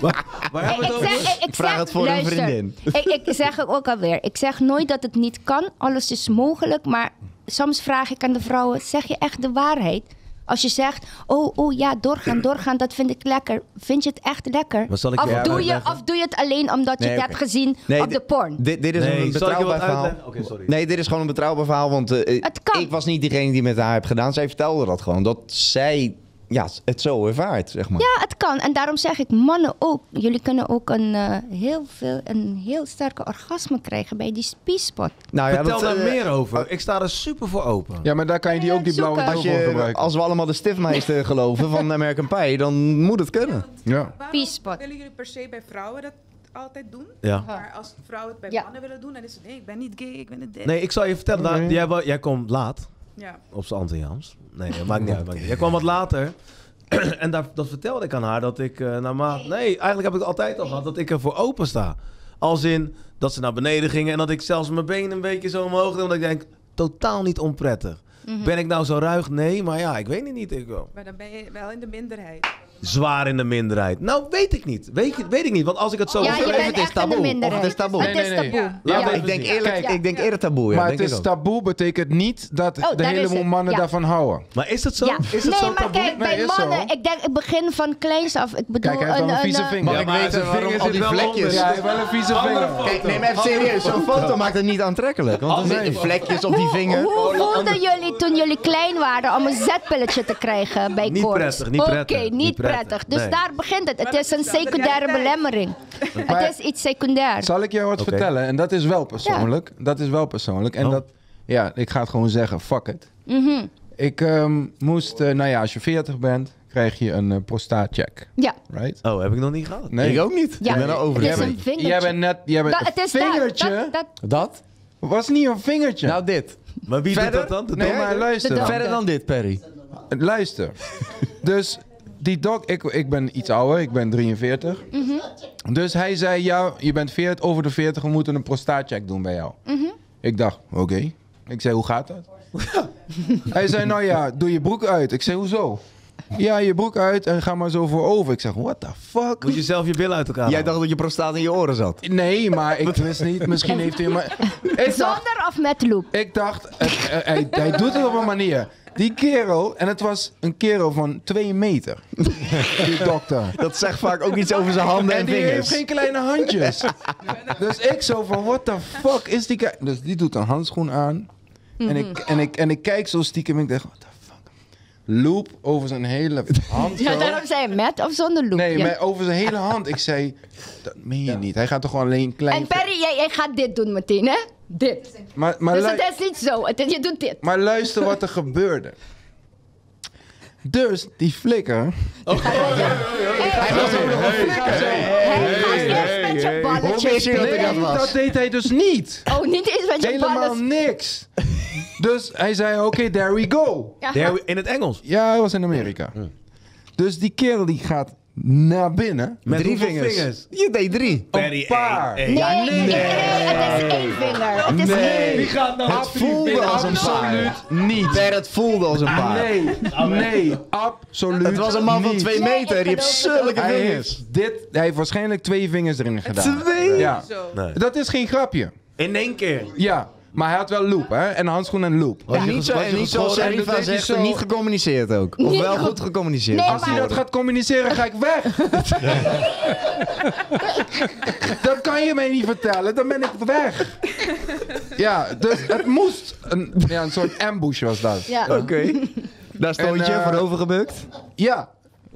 Speaker 1: Waar hebben
Speaker 2: Ik,
Speaker 1: we het
Speaker 2: ik
Speaker 1: over?
Speaker 2: zeg, ik, ik
Speaker 8: Vraag
Speaker 2: zeg-
Speaker 8: het voor een
Speaker 2: luister,
Speaker 8: vriendin.
Speaker 2: Ik, ik zeg het ook alweer. Ik zeg nooit dat het niet kan. Alles is mogelijk. Maar soms vraag ik aan de vrouwen: zeg je echt de waarheid? Als je zegt, oh, oh ja, doorgaan, doorgaan, dat vind ik lekker. Vind je het echt lekker?
Speaker 1: Maar zal ik je
Speaker 2: of,
Speaker 1: wat
Speaker 2: doe je,
Speaker 1: uitleggen?
Speaker 2: of doe je het alleen omdat je
Speaker 8: Nee,
Speaker 2: het
Speaker 8: oké.
Speaker 2: hebt gezien
Speaker 8: Nee,
Speaker 2: op de
Speaker 8: d-
Speaker 2: porn?
Speaker 8: Dit, dit is
Speaker 1: Nee,
Speaker 8: een
Speaker 1: zal ik je
Speaker 8: betrouwbaar
Speaker 1: wat
Speaker 8: verhaal.
Speaker 1: uitleggen? Oké, sorry.
Speaker 8: Nee, dit is gewoon een betrouwbaar verhaal, want eh,
Speaker 2: Het kan.
Speaker 8: ik was niet diegene die met haar heb gedaan. Zij vertelde dat gewoon, dat zij ja, het zo ervaart, zeg maar.
Speaker 2: Ja, het kan. En daarom zeg ik, mannen ook. Jullie kunnen ook een, eh, heel, veel, een heel sterke orgasme krijgen bij die spiespot.
Speaker 8: Nou ja,
Speaker 1: Vertel
Speaker 8: dat,
Speaker 1: daar
Speaker 8: eh,
Speaker 1: meer over. Ik sta er super voor open.
Speaker 3: Ja, maar daar kan je die
Speaker 2: Ja,
Speaker 3: ook die blauwe
Speaker 2: Eh, zoeken.
Speaker 3: doel
Speaker 8: Als,
Speaker 3: voor
Speaker 8: je,
Speaker 3: gebruiken.
Speaker 8: als we allemaal de stiftmeester geloven
Speaker 2: [laughs]
Speaker 8: van American Pie, dan moet het kunnen.
Speaker 3: Ja.
Speaker 9: Waarom
Speaker 2: Peacebot.
Speaker 9: willen jullie per se bij vrouwen dat altijd doen?
Speaker 1: Ja.
Speaker 9: Maar als vrouwen het bij
Speaker 2: Ja.
Speaker 9: mannen willen doen, dan is het nee, ik ben niet gay, ik ben het dit.
Speaker 1: Nee, ik zal je vertellen. daar- jij, wa- jij komt laat
Speaker 9: Ja.
Speaker 1: op z'n Antilliaans. Nee, dat maakt niet uit. maakt niet uit. Jij kwam wat later. [clears throat] en daar, dat vertelde ik aan haar dat ik eh naarmate... Nee, eigenlijk heb ik het altijd al gehad dat ik ervoor open sta. Als in dat ze naar beneden gingen en dat ik zelfs mijn benen een beetje zo omhoog deed. Omdat ik denk, totaal niet onprettig.
Speaker 2: Mhm.
Speaker 1: Ben ik nou zo ruig? Nee, maar ja, ik weet het niet. Ik, wel.
Speaker 9: Maar dan ben je wel in de minderheid.
Speaker 1: zwaar in de minderheid. Nou, weet ik niet. Weet, ik- weet ik niet, want als ik het zo...
Speaker 2: Ja, je
Speaker 1: Oh, Of
Speaker 2: bent echt in de minderheid.
Speaker 4: Of het is taboe.
Speaker 2: Het
Speaker 3: Nee,
Speaker 2: is
Speaker 3: nee, nee.
Speaker 2: taboe.
Speaker 1: Ja,
Speaker 2: Ja.
Speaker 1: maar
Speaker 4: Ik denk eerlijk,
Speaker 2: Kijk.
Speaker 4: ik denk eerder taboe. Ja,
Speaker 3: maar
Speaker 4: denk
Speaker 3: het
Speaker 4: ik
Speaker 3: is
Speaker 4: ook.
Speaker 3: taboe betekent niet dat
Speaker 2: Oh,
Speaker 3: de
Speaker 2: daar is
Speaker 3: heleboel
Speaker 2: het.
Speaker 3: mannen
Speaker 2: Ja.
Speaker 3: daarvan houden.
Speaker 1: Maar is het zo?
Speaker 2: Ja.
Speaker 1: Is het
Speaker 2: nee,
Speaker 1: zo
Speaker 2: maar
Speaker 1: taboe?
Speaker 2: kijk,
Speaker 3: Nee,
Speaker 2: bij
Speaker 3: is zo.
Speaker 2: mannen, ik denk, ik begin van kleins af. Ik bedoel,
Speaker 3: Kijk, hij heeft wel een vieze
Speaker 2: eh,
Speaker 3: vinger.
Speaker 1: Ja,
Speaker 4: ik
Speaker 1: maar
Speaker 4: weet
Speaker 1: zijn
Speaker 4: waarom
Speaker 1: vinger
Speaker 4: al die
Speaker 1: zit wel
Speaker 4: vlekjes.
Speaker 1: onder.
Speaker 3: Ja, hij heeft wel een vieze
Speaker 1: Andere
Speaker 3: vinger.
Speaker 1: foto.
Speaker 4: Kijk, neem even serieus. Zo'n foto maakt het niet aantrekkelijk. Want er zitten vlekjes op die vinger.
Speaker 2: eh, Hoe voelden jullie toen jullie klein waren om een zetpilletje te krijgen bij
Speaker 1: Niet
Speaker 2: koorts?
Speaker 1: prettig, niet prettig,
Speaker 2: Oké, niet,
Speaker 1: niet prettig.
Speaker 2: prettig. Dus
Speaker 1: Nee.
Speaker 2: daar begint het. Het
Speaker 9: Maar
Speaker 2: is
Speaker 9: dat
Speaker 2: een
Speaker 9: is wel de
Speaker 2: secundaire
Speaker 9: realiteit.
Speaker 2: belemmering.
Speaker 3: Maar-
Speaker 2: Het is iets secundair.
Speaker 3: Zal ik jou wat
Speaker 1: Oké.
Speaker 3: vertellen? En dat is wel persoonlijk. Dat is wel persoonlijk. En
Speaker 1: Oh.
Speaker 3: dat, ja, ik ga het gewoon zeggen. Fuck it.
Speaker 2: Mhm.
Speaker 3: Ik ehm, moest, eh, nou ja, als je 40 bent, krijg je een eh, prostaatcheck,
Speaker 2: Ja,
Speaker 3: right?
Speaker 1: Oh, heb ik nog niet gehad.
Speaker 3: Nee.
Speaker 4: Ik ook niet.
Speaker 2: ja.
Speaker 4: Ik ben al over
Speaker 2: het
Speaker 4: de
Speaker 2: is
Speaker 4: twee.
Speaker 2: een vingertje.
Speaker 3: Jij bent net, jij bent
Speaker 2: Dat- het
Speaker 3: een
Speaker 2: is daar-
Speaker 3: vingertje.
Speaker 2: dat- dat-
Speaker 4: Dat?
Speaker 3: Was niet een vingertje.
Speaker 4: Nou, dit.
Speaker 1: Maar wie
Speaker 4: Verder?
Speaker 1: doet dat dan? De
Speaker 3: nee,
Speaker 1: dom?
Speaker 3: maar luister.
Speaker 2: De dom.
Speaker 4: Verder dan dit, Perry.
Speaker 3: Luister. dus die dok, ik, ik ben iets ouder, ik ben 43. Dus hij zei, ja, je bent 40, over de 40, we moeten een prostaatcheck doen bij jou. Ik dacht, oké. Ik zei, hoe gaat dat? hij zei, nou ja, doe je broek uit. Ik zei, hoezo? Ja, je broek uit en ga maar zo voorover. Ik zeg, what the fuck?
Speaker 1: Moet je zelf je billen uit elkaar
Speaker 4: Jij
Speaker 1: halen?
Speaker 4: dacht dat je prostaat in je oren zat.
Speaker 3: Nee, maar ik wist niet. Misschien heeft hij maar. Ik dacht,
Speaker 2: Zonder of met loop?
Speaker 3: ik dacht eh, eh, hij, hij doet het op een manier. Die kerel, en het was een kerel van twee meter. Die dokter.
Speaker 4: Dat zegt vaak ook iets over zijn
Speaker 3: [laughs]
Speaker 4: handen
Speaker 3: En
Speaker 4: en
Speaker 3: die heeft
Speaker 4: vingers.
Speaker 3: geen kleine handjes. Dus ik zo van, what the fuck is die guy? Dus die doet een handschoen aan. En ik,
Speaker 2: Mhm.
Speaker 3: en ik, en ik kijk zo stiekem en ik denk, what the fuck? Loop over zijn hele hand.
Speaker 2: Ja,
Speaker 3: zo.
Speaker 2: daarom zei je met of zonder loop.
Speaker 3: Nee,
Speaker 2: Ja.
Speaker 3: maar over zijn hele hand. Ik zei, dat meen je niet. Hij gaat toch gewoon alleen klein...
Speaker 2: En Perry, jij, jij gaat dit doen meteen, hè? Dit.
Speaker 3: maar, maar
Speaker 2: dus
Speaker 3: lu-
Speaker 2: het is niet zo. Het is- je doet dit.
Speaker 3: Maar luister wat er gebeurde. Dus die flikker.
Speaker 2: Hij was ook nog een Hij was eerst met je balletjes.
Speaker 4: wist je dat ik dat was?
Speaker 3: dat deed hij dus niet.
Speaker 2: Oh, niet eens met je
Speaker 3: Helemaal
Speaker 2: balletjes.
Speaker 3: niks. [laughs] Dus hij zei: Oké, there we go.
Speaker 1: There we- In het Engels?
Speaker 3: Ja, hij was in Amerika. Dus die kerel die gaat naar binnen.
Speaker 1: Met
Speaker 4: Drie
Speaker 1: hoeveel
Speaker 4: vingers. Je deed drie.
Speaker 1: Perry,
Speaker 3: Een paar.
Speaker 1: één, één.
Speaker 2: Nee, nee, het is één vinger. Het is één.
Speaker 1: Wie gaat nou
Speaker 4: Het voelde als een paar.
Speaker 3: Absoluut niet.
Speaker 4: Per, het voelde als een paar.
Speaker 3: Nee, nee, absoluut.
Speaker 4: Het was een man van
Speaker 3: niet.
Speaker 4: twee
Speaker 2: Nee, ik
Speaker 4: meter. Die heeft
Speaker 2: geloof het
Speaker 4: zulke
Speaker 3: Hij
Speaker 4: vingers.
Speaker 3: heeft, dit, hij heeft waarschijnlijk twee vingers erin gedaan.
Speaker 4: Twee?
Speaker 3: Ja.
Speaker 9: Zo.
Speaker 3: Dat is geen grapje.
Speaker 1: In één keer.
Speaker 3: Ja, maar hij had wel loop, hè? En handschoen en loop.
Speaker 4: Ja, niet zo, en niet zoals
Speaker 3: geschoren? En
Speaker 4: Serifa
Speaker 3: dat deed
Speaker 4: zegt,
Speaker 3: hij zo-
Speaker 4: niet gecommuniceerd ook. Of
Speaker 2: Nee,
Speaker 4: wel
Speaker 2: goed.
Speaker 4: goed gecommuniceerd.
Speaker 2: Nee,
Speaker 4: moet
Speaker 2: maar-
Speaker 3: Als hij dat
Speaker 4: worden.
Speaker 3: gaat communiceren, ga ik
Speaker 4: [laughs]
Speaker 3: weg. dat kan je mij niet vertellen, dan ben ik weg. Ja, dus het moest. Een, ja, een soort ambush was dat.
Speaker 2: Ja.
Speaker 4: Oké.
Speaker 3: En,
Speaker 4: Daar stond je,
Speaker 3: eh,
Speaker 4: voorover gebukt.
Speaker 3: Ja,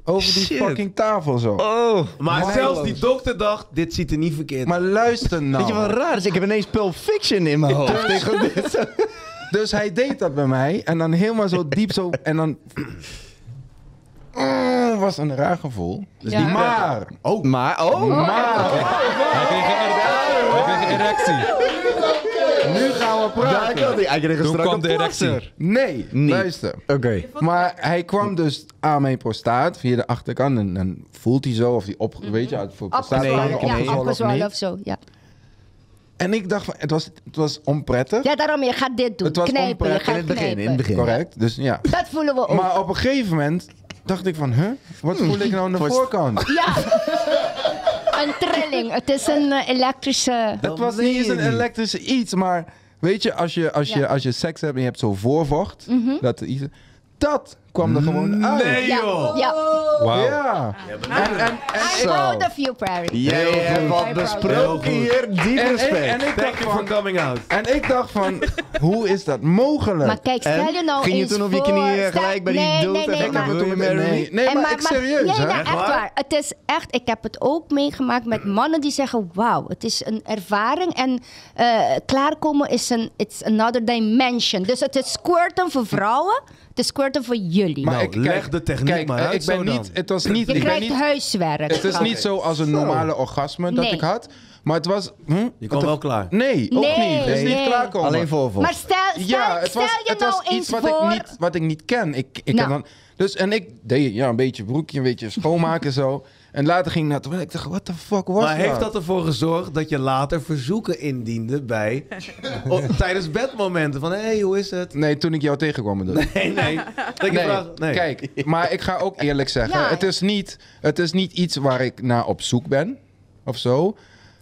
Speaker 3: over die
Speaker 4: Shit.
Speaker 3: fucking tafel zo.
Speaker 4: Oh.
Speaker 1: Maar
Speaker 3: Miles.
Speaker 1: zelfs die dokter dacht, dit ziet er niet verkeerd uit.
Speaker 3: Maar luister nou.
Speaker 4: Weet je wat raar is? Ik heb ineens Pulp Fiction in mijn hoofd. Tegen dit.
Speaker 3: Dus hij deed dat bij mij. En dan helemaal zo diep zo. En dan. Mm, was een raar gevoel.
Speaker 2: Ja. niet
Speaker 3: maar.
Speaker 4: Oh. Maar, oh.
Speaker 3: Maar.
Speaker 5: Hij kreeg een erectie. Hij kreeg een erectie.
Speaker 3: Nu gaan we
Speaker 4: Daar kan
Speaker 3: praten.
Speaker 4: hij. Hij kreeg een
Speaker 5: Toen
Speaker 4: strakke
Speaker 5: kwam de erectie.
Speaker 4: plaster.
Speaker 3: Nee,
Speaker 4: Nee.
Speaker 3: luister.
Speaker 4: Oké.
Speaker 3: Maar hij kwam dus aan mijn prostaat via de achterkant. En dan voelt hij zo of hij op. Weet je, uit voor prostaat.
Speaker 2: Opgezwollen,
Speaker 4: nee,
Speaker 2: Mhm. ja,
Speaker 4: nee.
Speaker 2: opgezwollen of zo, ja.
Speaker 3: En ik dacht, van, het was, het was onprettig.
Speaker 2: Ja, daarom, je gaat dit doen.
Speaker 3: Het was
Speaker 2: knijpen, je
Speaker 3: onprettig
Speaker 2: gaat
Speaker 4: In het begin, in
Speaker 2: knijpen.
Speaker 4: het begin. Oh.
Speaker 3: Correct. Dus ja.
Speaker 2: Dat voelen we ook.
Speaker 3: Maar op een gegeven moment dacht ik van, huh? Wat
Speaker 4: Hmm.
Speaker 3: voel ik nou aan de
Speaker 4: Voor-
Speaker 3: voorkant?
Speaker 2: Ja. [laughs] een trilling. Het is een eh, elektrische...
Speaker 3: Het was niet eens een elektrisch iets, maar weet je, als je, als je,
Speaker 2: Ja. Mhm.
Speaker 3: als je seks hebt en je hebt zo'n voorvocht, dat, er iets- dat kwam er gewoon uit.
Speaker 1: Nee
Speaker 2: Ja,
Speaker 1: joh!
Speaker 2: ja.
Speaker 5: Wauw.
Speaker 3: Ja. En, en, en,
Speaker 2: I know the few, Perry.
Speaker 4: Jij hebt wat besproken
Speaker 1: Heel
Speaker 4: hier. Diep
Speaker 3: en, en, en
Speaker 4: respect.
Speaker 3: ik
Speaker 1: Thank
Speaker 3: dacht
Speaker 1: you for
Speaker 3: van,
Speaker 1: coming out.
Speaker 3: en ik dacht van, hoe is dat mogelijk?
Speaker 2: Maar kijk, stel
Speaker 4: En?
Speaker 2: je nou
Speaker 4: Ging je
Speaker 2: eens
Speaker 4: toen op je
Speaker 2: voor,
Speaker 4: knieën
Speaker 2: stel-
Speaker 4: gelijk bij die
Speaker 2: nee,
Speaker 4: dood
Speaker 2: nee,
Speaker 4: en
Speaker 2: nee,
Speaker 4: dan
Speaker 2: maar-
Speaker 4: gaan we
Speaker 3: Wil je me-
Speaker 4: Marry Me?
Speaker 3: nee, nee, maar,
Speaker 2: En
Speaker 3: ik serieus,
Speaker 2: nee,
Speaker 3: hè?
Speaker 2: nee,
Speaker 1: Echt
Speaker 2: echt
Speaker 1: waar?
Speaker 2: waar. Het is echt, ik heb het ook meegemaakt met mannen die zeggen: Wauw, het is een ervaring. En eh, klaarkomen is een it's another dimension. Dus het is squirten voor vrouwen, het is squirten voor jullie.
Speaker 1: Nou, leg de techniek
Speaker 3: kijk,
Speaker 1: maar
Speaker 3: eh,
Speaker 1: uit
Speaker 3: ik ben
Speaker 1: zo dan.
Speaker 3: niet, Het was niet,
Speaker 2: je
Speaker 3: ik ben
Speaker 2: krijgt
Speaker 3: niet,
Speaker 2: huiswerk.
Speaker 3: het is
Speaker 2: van.
Speaker 3: niet zo als een normale orgasme dat
Speaker 2: Nee.
Speaker 3: ik had, maar het was... Hm?
Speaker 1: Je kwam wel klaar.
Speaker 3: Nee, ook
Speaker 2: Nee,
Speaker 3: niet. Het is niet
Speaker 2: nee.
Speaker 3: klaarkomen.
Speaker 4: Alleen voorvocht.
Speaker 2: Maar stel, stel,
Speaker 3: Ja, het
Speaker 2: stel
Speaker 3: was,
Speaker 2: je
Speaker 3: het
Speaker 2: nou
Speaker 3: was
Speaker 2: eens
Speaker 3: iets wat
Speaker 2: voor.
Speaker 3: ik, niet, wat ik niet ken. Ik, ik
Speaker 2: Nou.
Speaker 3: heb dan, dus, en ik deed ja, een beetje broekje, een beetje schoonmaken zo. En later ging ik naar het toilet. Ik dacht, what the fuck was
Speaker 1: Maar heeft
Speaker 3: dat?
Speaker 1: dat ervoor gezorgd dat je later verzoeken indiende [laughs] bij... o- tijdens bedmomenten van, hé, hey, hoe is het?
Speaker 3: Nee, toen ik jou tegenkwam bedoel ik.
Speaker 1: Nee, nee. Dat je
Speaker 3: Nee,
Speaker 1: vraagt- nee.
Speaker 3: Kijk, maar ik ga ook eerlijk zeggen,
Speaker 2: Ja.
Speaker 3: het, is niet, het is niet iets waar ik naar op zoek ben of zo.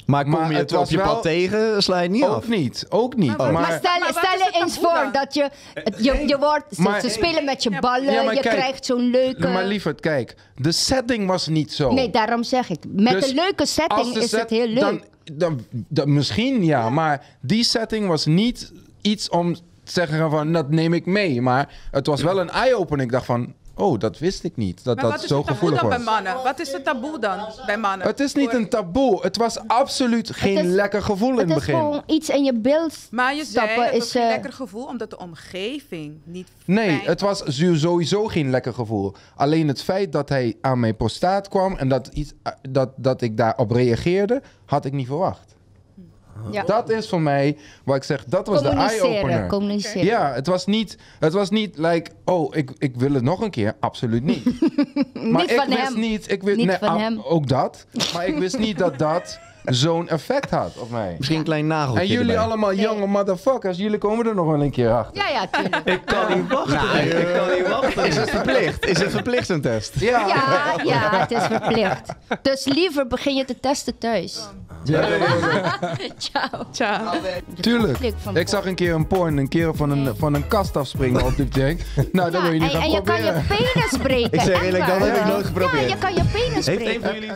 Speaker 4: Maar kom
Speaker 3: Maar
Speaker 4: je
Speaker 3: het
Speaker 4: het op
Speaker 3: was
Speaker 4: je
Speaker 3: wel- Oh,
Speaker 4: pad tegen, sla je het niet af.
Speaker 3: Ook niet, ook niet.
Speaker 9: Maar-
Speaker 3: Maar,
Speaker 2: Maar stel,
Speaker 9: Maar wat
Speaker 2: stel
Speaker 9: is het
Speaker 2: je eens
Speaker 9: taboe
Speaker 2: voor
Speaker 9: dan?
Speaker 2: dat je, het- je, je wordt, ze,
Speaker 3: Eh, Maar-
Speaker 2: ze spelen met je ballen,
Speaker 3: Ja, maar
Speaker 2: je
Speaker 3: kijk,
Speaker 2: krijgt zo'n leuke...
Speaker 3: maar lieverd, kijk, de setting was niet zo.
Speaker 2: Nee, daarom zeg ik. Met
Speaker 3: Dus
Speaker 2: een leuke setting
Speaker 3: de
Speaker 2: is
Speaker 3: set-
Speaker 2: het heel leuk.
Speaker 3: Dan, dan, dan misschien ja, maar die setting was niet iets om te zeggen van dat neem ik mee. Maar het was wel een eye-opener. Ik dacht van, oh, dat wist ik niet. Dat
Speaker 9: Maar
Speaker 3: dat
Speaker 9: wat is
Speaker 3: zo
Speaker 9: het taboe
Speaker 3: gevoelig
Speaker 9: dan
Speaker 3: was.
Speaker 9: bij mannen? Wat is het taboe dan bij mannen?
Speaker 3: Het is niet
Speaker 9: Voor-
Speaker 3: een taboe. Het was absoluut geen
Speaker 2: is-
Speaker 3: lekker gevoel in
Speaker 2: het
Speaker 3: het
Speaker 2: is
Speaker 3: begin.
Speaker 2: gewoon iets in je beeld.
Speaker 9: Maar je zei,
Speaker 2: Stappen
Speaker 9: het
Speaker 2: is,
Speaker 9: was geen
Speaker 2: eh,
Speaker 9: lekker gevoel omdat de omgeving niet
Speaker 3: Nee,
Speaker 9: fijn
Speaker 3: het was zo- sowieso geen lekker gevoel. Alleen het feit dat hij aan mijn prostaat kwam en dat, iets, eh, dat, dat ik daarop reageerde, had ik niet verwacht.
Speaker 2: Ja.
Speaker 3: Dat is voor mij waar ik zeg, dat was de
Speaker 2: Communiceren,
Speaker 3: eye-opener.
Speaker 2: communiceren.
Speaker 3: Ja, het was niet, het was niet like, oh, ik, ik wil het nog een keer. Absoluut
Speaker 2: [laughs]
Speaker 3: niet. maar
Speaker 2: Niet
Speaker 3: ik
Speaker 2: van
Speaker 3: wist
Speaker 2: hem.
Speaker 3: niet, ik wist
Speaker 2: Niet van
Speaker 3: ah,
Speaker 2: hem.
Speaker 3: ook dat. Maar ik wist niet dat
Speaker 2: [laughs]
Speaker 3: dat zo'n effect had op mij.
Speaker 4: Misschien een klein nageltje
Speaker 3: En jullie
Speaker 4: erbij.
Speaker 3: allemaal jonge motherfuckers, jullie komen er nog wel een keer achter.
Speaker 2: Ja, ja, tuurlijk.
Speaker 1: Ik kan niet wachten. ik kan niet wachten.
Speaker 4: Is het verplicht? Is het verplicht een test?
Speaker 3: Ja.
Speaker 2: Ja, ja, het is verplicht. Dus liever begin je te testen thuis. [laughs] Ciao.
Speaker 9: Tja.
Speaker 3: Tuurlijk.
Speaker 2: Conflict van
Speaker 3: Ik zag een keer een porn, een kerel van een, van een kast afspringen op de tank. Nou, dat wil je
Speaker 2: Ja,
Speaker 3: niet
Speaker 2: en,
Speaker 3: gaan
Speaker 2: en je kan
Speaker 3: proberen. [laughs]
Speaker 2: je penis breken.
Speaker 4: Ik zeg
Speaker 2: echt
Speaker 4: eerlijk, dat
Speaker 2: waar.
Speaker 4: heb ik
Speaker 2: Ja.
Speaker 4: nooit geprobeerd.
Speaker 2: Ja, je kan je penis
Speaker 1: Heeft een
Speaker 2: breken.
Speaker 1: van jullie